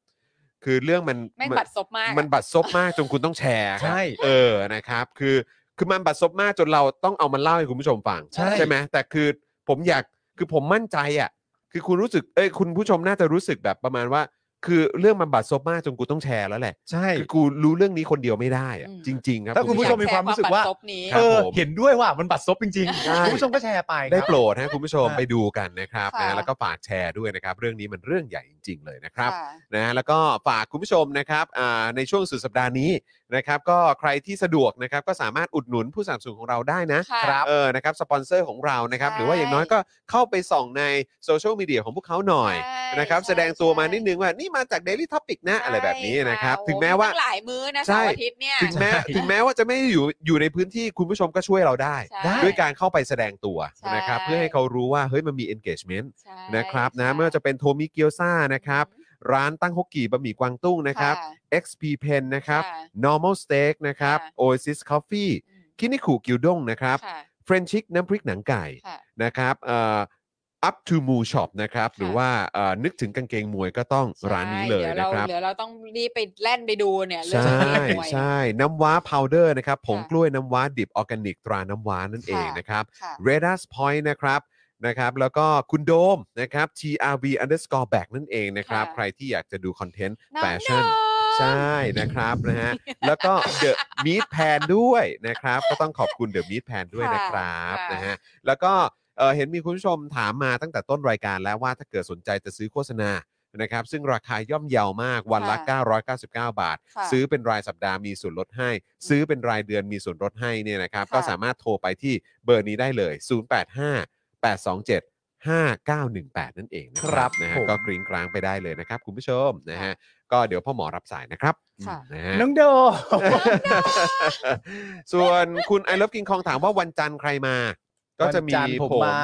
คือเรื่องมัน แม่งบัดซบมากอะ มันบัดซบมากจนคุณต้องแชร์ครับ ใช่ เออนะครับ คือคือมันบัดซบมากจนเราต้องเอามันเล่าให้คุณผู้ชมฟัง ใช่ ไหมแต่คือผมอยากคือผมมั่นใจอ่ะคือคุณรู้สึกเอ้ยคุณผู้ชมน่าจะรู้สึกแบบประมาณว่า คือเรื่องมันบัดซบมากจนกูต้องแชร์แล้วแหละ ใช่ คือกูรู้เรื่องนี้คนเดียวไม่ได้อะ อืม จริง ๆ ครับ ถ้าคุณผู้ชมมี ความรู้สึกว่า แชร์คมบัดซบนี้ ครั เอบอ ผม เห็นด้วยว่ามันบัตรซบจริง ใช่ ๆคุณผู้ชมก็แชร์ไปครับ ได้โปรดนะคุณผู้ชม ครับ ไปดูกันนะครับ ค่ะ นะแล้วก็ฝากแชร์ด้วยนะครับ เรื่องนี้มันเรื่องใหญ่จริง ๆ เลยนะครับ ค่ะ นะฮะแล้วก็ฝากคุณผู้ชมนะครับอ่าในช่วงสุดสัปดาห์นี้นะครับก็ใครที่สะดวกนะครับก็สามารถอุดหนุนผู้สนับสนุนของเราได้นะ ค่ะ เออนะครับสปอนเซอร์ของเรานะครับ ใช่ หรือว่าอย่างน้อยก็เข้าไปส่องในโซเชียลมีเดียของพวกเขาหน่อย ใช่ นะครับ ใช่ แสดงตัวมา ใช่ นิดนึงว่านี่มาจาก Daily Topic นะอะไรแบบนี้นะครับ ใช่ ถึงแม้ว่า ตั้หลายมื้อนะ ใช่ เสาร์อาทิตย์เนี่ย ถึงแม้ถึงแม้ว่าจะไม่ได้อยู่อยู่ในพื้นที่คุณผู้ชมก็ช่วยเราได้ ใช่ ด้วยการเข้าไปแสดงตัว ใช่ นะครับเพื่อให้เขารู้ว่าเฮ้ยมันมี engagement ใช่ นะครับนะ ใช่ ไม่ว่าจะเป็นโทมิเกียวซ่านะครับร้านตั้งฮกกี่บะหมี่กวางตุ้งนะครับ ะ XP Pen นะครับ ค่ะ Normal Steak นะครับ ค่ะ Oasis Coffee อืม คินิคุกิวด้งนะครับ ค่ะ เฟรนชิกน้ำพริกหนังไก่ ค่ะ นะครับเอ่อ Up to Moo Shop นะครับ ค่ะ หรือว่าเอ่อนึกถึงกางเกงมวยก็ต้องร้านนี้เลย ใช่ นะครับ เดี๋ยวเาเดี๋ยวเราต้องรีบไปแล่นไปดูเนี่ยเรื่อง ใช่ เรื่องหวย ใช่น้ำว้าพาวเดอร์นะครับผง ค่ะ กล้วยน้ำว้าดิบออร์แกนิกตราน้ำว้านั่นเอง ค่ะ นะครับ ค่ะ r a d a r Point นะครับนะครับ แล้วก็คุณโดมนะครับ TRV underscore back นั่นเองนะครับ ค่ะ ใครที่อยากจะดูคอนเทนต์ น้อง แฟชั่น โดม ใช่นะครับนะฮะ แล้วก็เดอะม a ทแพนด้วยนะครับ ก็ต้องขอบคุณเดอะม a ทแพนด้วยนะ ค่ะ ครับ ค่ะ นะฮะแล้วก็เอ่อเห็นมีคุณผู้ชมถามมาตั้งแต่ต้นรายการแล้วว่าถ้าเกิดสนใจจะซื้อโฆษณานะครับ ซึ่งราคาย่อมเยาวมากวันละ 999 บาท ค่ะ ซื้อเป็นรายสัปดาห์มีส่วนลดให้ ซื้อเป็นรายเดือนมีส่วนลดให้เนี่ยนะครับ ค่ะ ก็สามารถโทรไปที่เบอร์นี้ได้เลย 085 827 5918 นั่นเองนะครับ นะฮะ ผม ก็กริ้งกลางไปได้เลยนะครับ คุณผู้ชมนะฮะ ก็เดี๋ยวพ่อหมอรับสายนะครับ ค่ะ อืมนะฮะ น้องโด ส่วนคุณไอ o ล e กินคองถามว่าวันจันทร์ใครมา ก็จะมี วันจันทร์ผมมา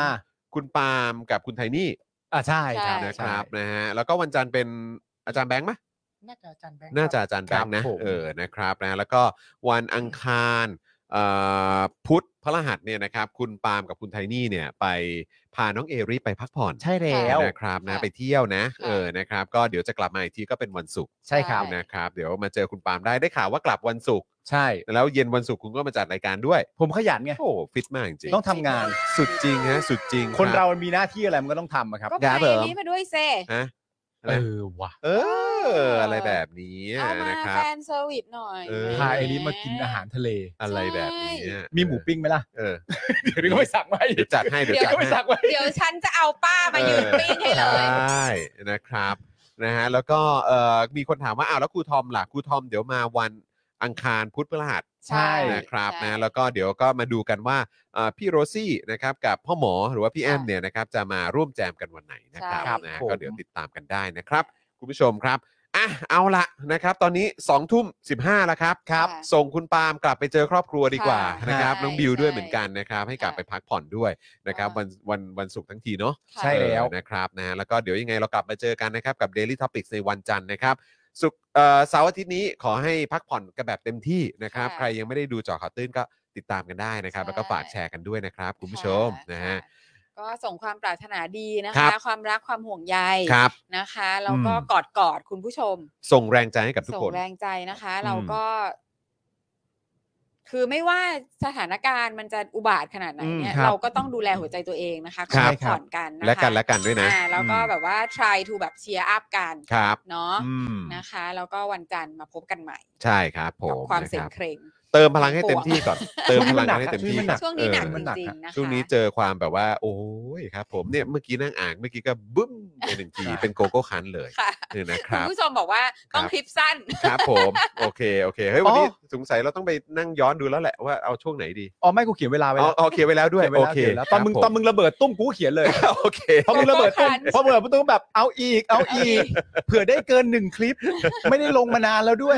คุณปาล์มกับคุณไทนี่ อ่ะใช่ครับ ใช่ นะครับนะฮะแล้วก็วันจันทร์เป็นอาจารย์แบงค์ไหม น่าจะอาจารย์แบงค์ น่าจะ ครับ อาจารย์แบงค์นะคผรับม เออนะครับนะแล้วก็วันอังคารเอ่อพุธพระรหัสเนี่ยนะครับ คุณปาล์มกับคุณไทนี่เนี่ยไปพาน้องเอริไปพักผ่อน ใช่แล้ แล้ว ว นะครับนะ ค่ะ ไปเที่ยวนะ ค่ะ เออนะครับ ก็เดี๋ยวจะกลับมาอีกทีก็เป็นวันศุกร์ ใช่ครับ นะครับ เดี๋ยวมาเจอคุณปาล์มได้ได้ข่าวว่ากลับวันศุกร์ ใช่ แล้วเย็นวันศุกร์คุณก็มาจัดรายการด้วย ผมขยันไง โอ้โหฟิตมากจริง ต้องทำงาน ๆสุดจริงฮะสุดจริง คนเรามันมีหน้าที่อะไรมันก็ต้องทำอะครับ ก็ ค พา รับ เอนี้มาด้วยเซ ฮะ เออว่ะ เออ อะไรแบบนี้ เอามา นะครับ แฟนเซอร์วิสหน่อย เออ พาไอริสมากินอาหารทะเล อะไรแบบนี้ มีหมูปิ้งไหมล่ะ เออ เดี๋ยวนี้ก็ไปสั่งไว้ เดี๋ยวจัดให้เดี๋ยว เดี๋ยวจัด ก็ไป ให้ สั่งไว้ เดี๋ยวฉันจะเอาป้ามายืนปิ้งให้เลย ใช่นะครับนะฮะแล้วก็เอ่อมีคนถามว่าอ้าวแล้วครูทอมล่ะครูทอมเดี๋ยวมาวันอังคารพุธพฤหัส ใช่ นะครับนะแล้วก็เดี๋ยวก็มาดูกันว่าเอ่อพี่โรซี่นะครับกับพ่อหมอหรือว่าพี่แอมเนี่ยนะครับจะมาร่วมแจมกันวันไหนนะครับ ใช่ครับ นะ ผม ก็เดี๋ยวติดตามกันได้นะครับ คุณผู้ชมครับอ่ะเอาละนะครับตอนนี้2องทุ่มสิแล้วครับ ครับ ส่งคุณปาล์มกลับไปเจอครอบครัวดีกว่า ค่ะ นะครับ ใช่ น้องบิวด้วย ใช่ เหมือนกันนะครับให้กลับ ค่ะ ไปพักผ่อนด้วยนะครับ ค่ะ วันวันวันศุกร์ทั้งทีเนาะ ใช่แล้ว เออนะครับนะแล้วก็เดี๋ยวยังไงเรากลับมาเจอกันนะครับกับ Daily Topics ในวันจันทร์นะครับสุกร์เอ่อเสาร์อาทิตย์นี้ขอให้พักผ่อนกันแบบเต็มที่นะครับ ค่ะ ใครยังไม่ได้ดูเจอข่าวตื้นก็ ติดตามกันได้นะครับ ใช่ แล้วก็ฝากแชร์กันด้วยนะครับ คุณผู้ชมนะฮะ ค่ก็ส่งความปรารถนาดีนะ ครั คะ บ ความรักความห่วงใย ครับ นะคะแล้วก็ อืม กอดกอดๆคุณผู้ชม ส่งแรงใจให้กับทุก ส่ ค ง น แรงใจนะคะ อืม เราก็ คือไม่ว่าสถานการณ์มันจะอุบาทขนาดไหนเนี่ย อืมครับ เราก็ต้องดูแลหัวใจตัวเองนะคะ ครับ พักผ่อนกันนะคะ และกันและกันด้วยนะ อ่าแล้วก็ อืม แบบว่า try to แบบเชียร์อัพกัน ครับ เนาะ อืม นะคะแล้วก็วันจันทร์มาพบกันใหม่ ใช่ครับผ กับ ม ความ นะ เสีย ค ง รับ เครง เติมพลังให้เต็มที่ก่อน เติมพลังให้เต็มที่ ช่วงนี้หนัก ช่วงนี้หนัก เออ จ มันหนัก ริง อะ ๆนะคะ ช่วงนี้เจอความแบบว่า โอ้ยครับผมเนี่ยเมื่อกี้นั่งอ่านเมื่อกี้ก็บึ้มไปหนึ่งที ใช่ เป็นโกโก้คันเลย ค่ะ เนี่ยนะค คุณ รับ ผู้ชมบอกว่าต้อง ครับ คลิปสั้น ครับผม โอเค โอเค เฮ้ย อ๋ วัน อ นี้สงสัยเราต้องไปนั่งย้อนดูแล้วแหละว่าเอาช่วงไหนดี อ๋อไม่กูเขียนเวลาไว้ เอา แล้ว เอาเขียนไว้แล้วด้วย ขีนไว้ โอ แล้ว เค ขียนไว้แล้วตอนมึง ครับผ ตอนมึงระเบิดตุ้มกูก็เขียนเลย โอเค เพราะมึงระเบิดตุ้ม ขอโทษค่ะ เพราะมึงระเบิดตุ้มแบบเอาอีกเอาอีก เผื่อได้เกินหนึ่งคลิป ไม่ได้ลงมานานแล้วด้วย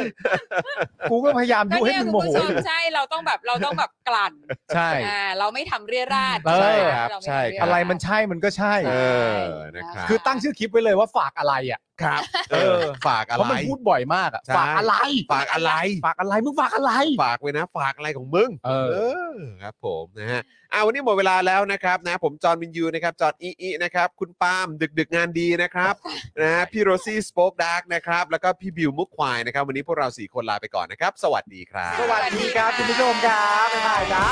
กูก็พยายาม ก็ ยุให้ เนี่ย มึงโมคุณโห ผู้ชมใช่เราต้องแบบเราต้องแบบกลั่น ใช่ อ่าเราไม่ทำเรียราด เออ นะะเาม่ทำเยาด อะไรมันใช่มันก็ใช่ เอ ใช่ อนะครับ คือตั้งชื่อคลิปไว้เลยว่าฝากอะไรอ่ะ ครับ เออ ฝากอะไร เพราะมันพูดบ่อยมากอ่ะ ใช่ ฝากอะไร ฝากอะไร ฝากอะไรมึงฝากอะไร ฝากไว้นะ ฝากอะไรของมึง เออ เออครับผมนะฮะอ่าวันนี้หมดเวลาแล้วนะครับนะผมจอห์นวินยูนะครับจอห์นอีอีนะครับคุณปาล์มดึกดึกๆงานดี นะครับนะฮะพี่โรซี่สป็อคดาร์กนะครับแล้วก็พี่บิวมุกควายนะครับวันนี้พวกเราสี่คนลาไปก่อนนะครับ สวัสดีครับ สวัสดีครับคุณผู้ชมครั บบ๊ายบายจ้า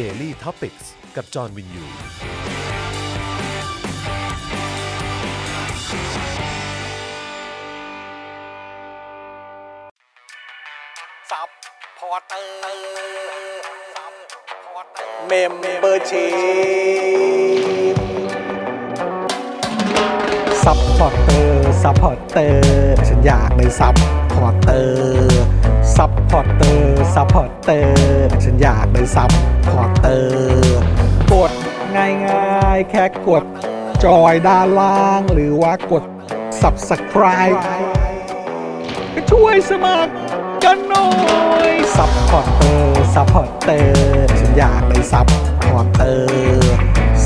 Daily Topics กับจอห์นวินยู ซับพอร์เตอร์ซับพอร์เตอร์ เมมเบอร์ชีซัพพอร์เตอร์ซัพพอร์เตอร์ฉันอยากเป็นซัพพอร์เตอร์ซัพพอร์เตอร์ซัพพอร์เตอร์ฉันอยากเป็นซัพพอร์เตอร์กดง่ายๆ แค่กด จอยด้านล่าง หรือว่ากด subscribe ก็ช่วยสมัคร กันหน่อยซัพพอร์เตอร์ซัพพอร์เตอร์ฉันอยากเป็นซัพพอร์เตอร์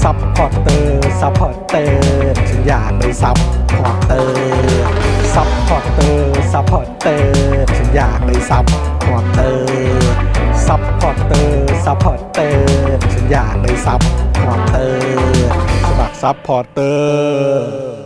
ซัพพอร์เตอร์ซัพพอร์เตอร์ฉันอยากเป็นซัพพอร์เตอร์ซัพพอร์เตอร์ซัพพอร์เตอร์ฉันอยากเป็นซัพพอร์เตอร์ซัพพอร์เตอร์ซัพพอร์เตอร์ฉันอยากเป็นซัพพอร์เตอร์สมัครซัพพอร์เตอร์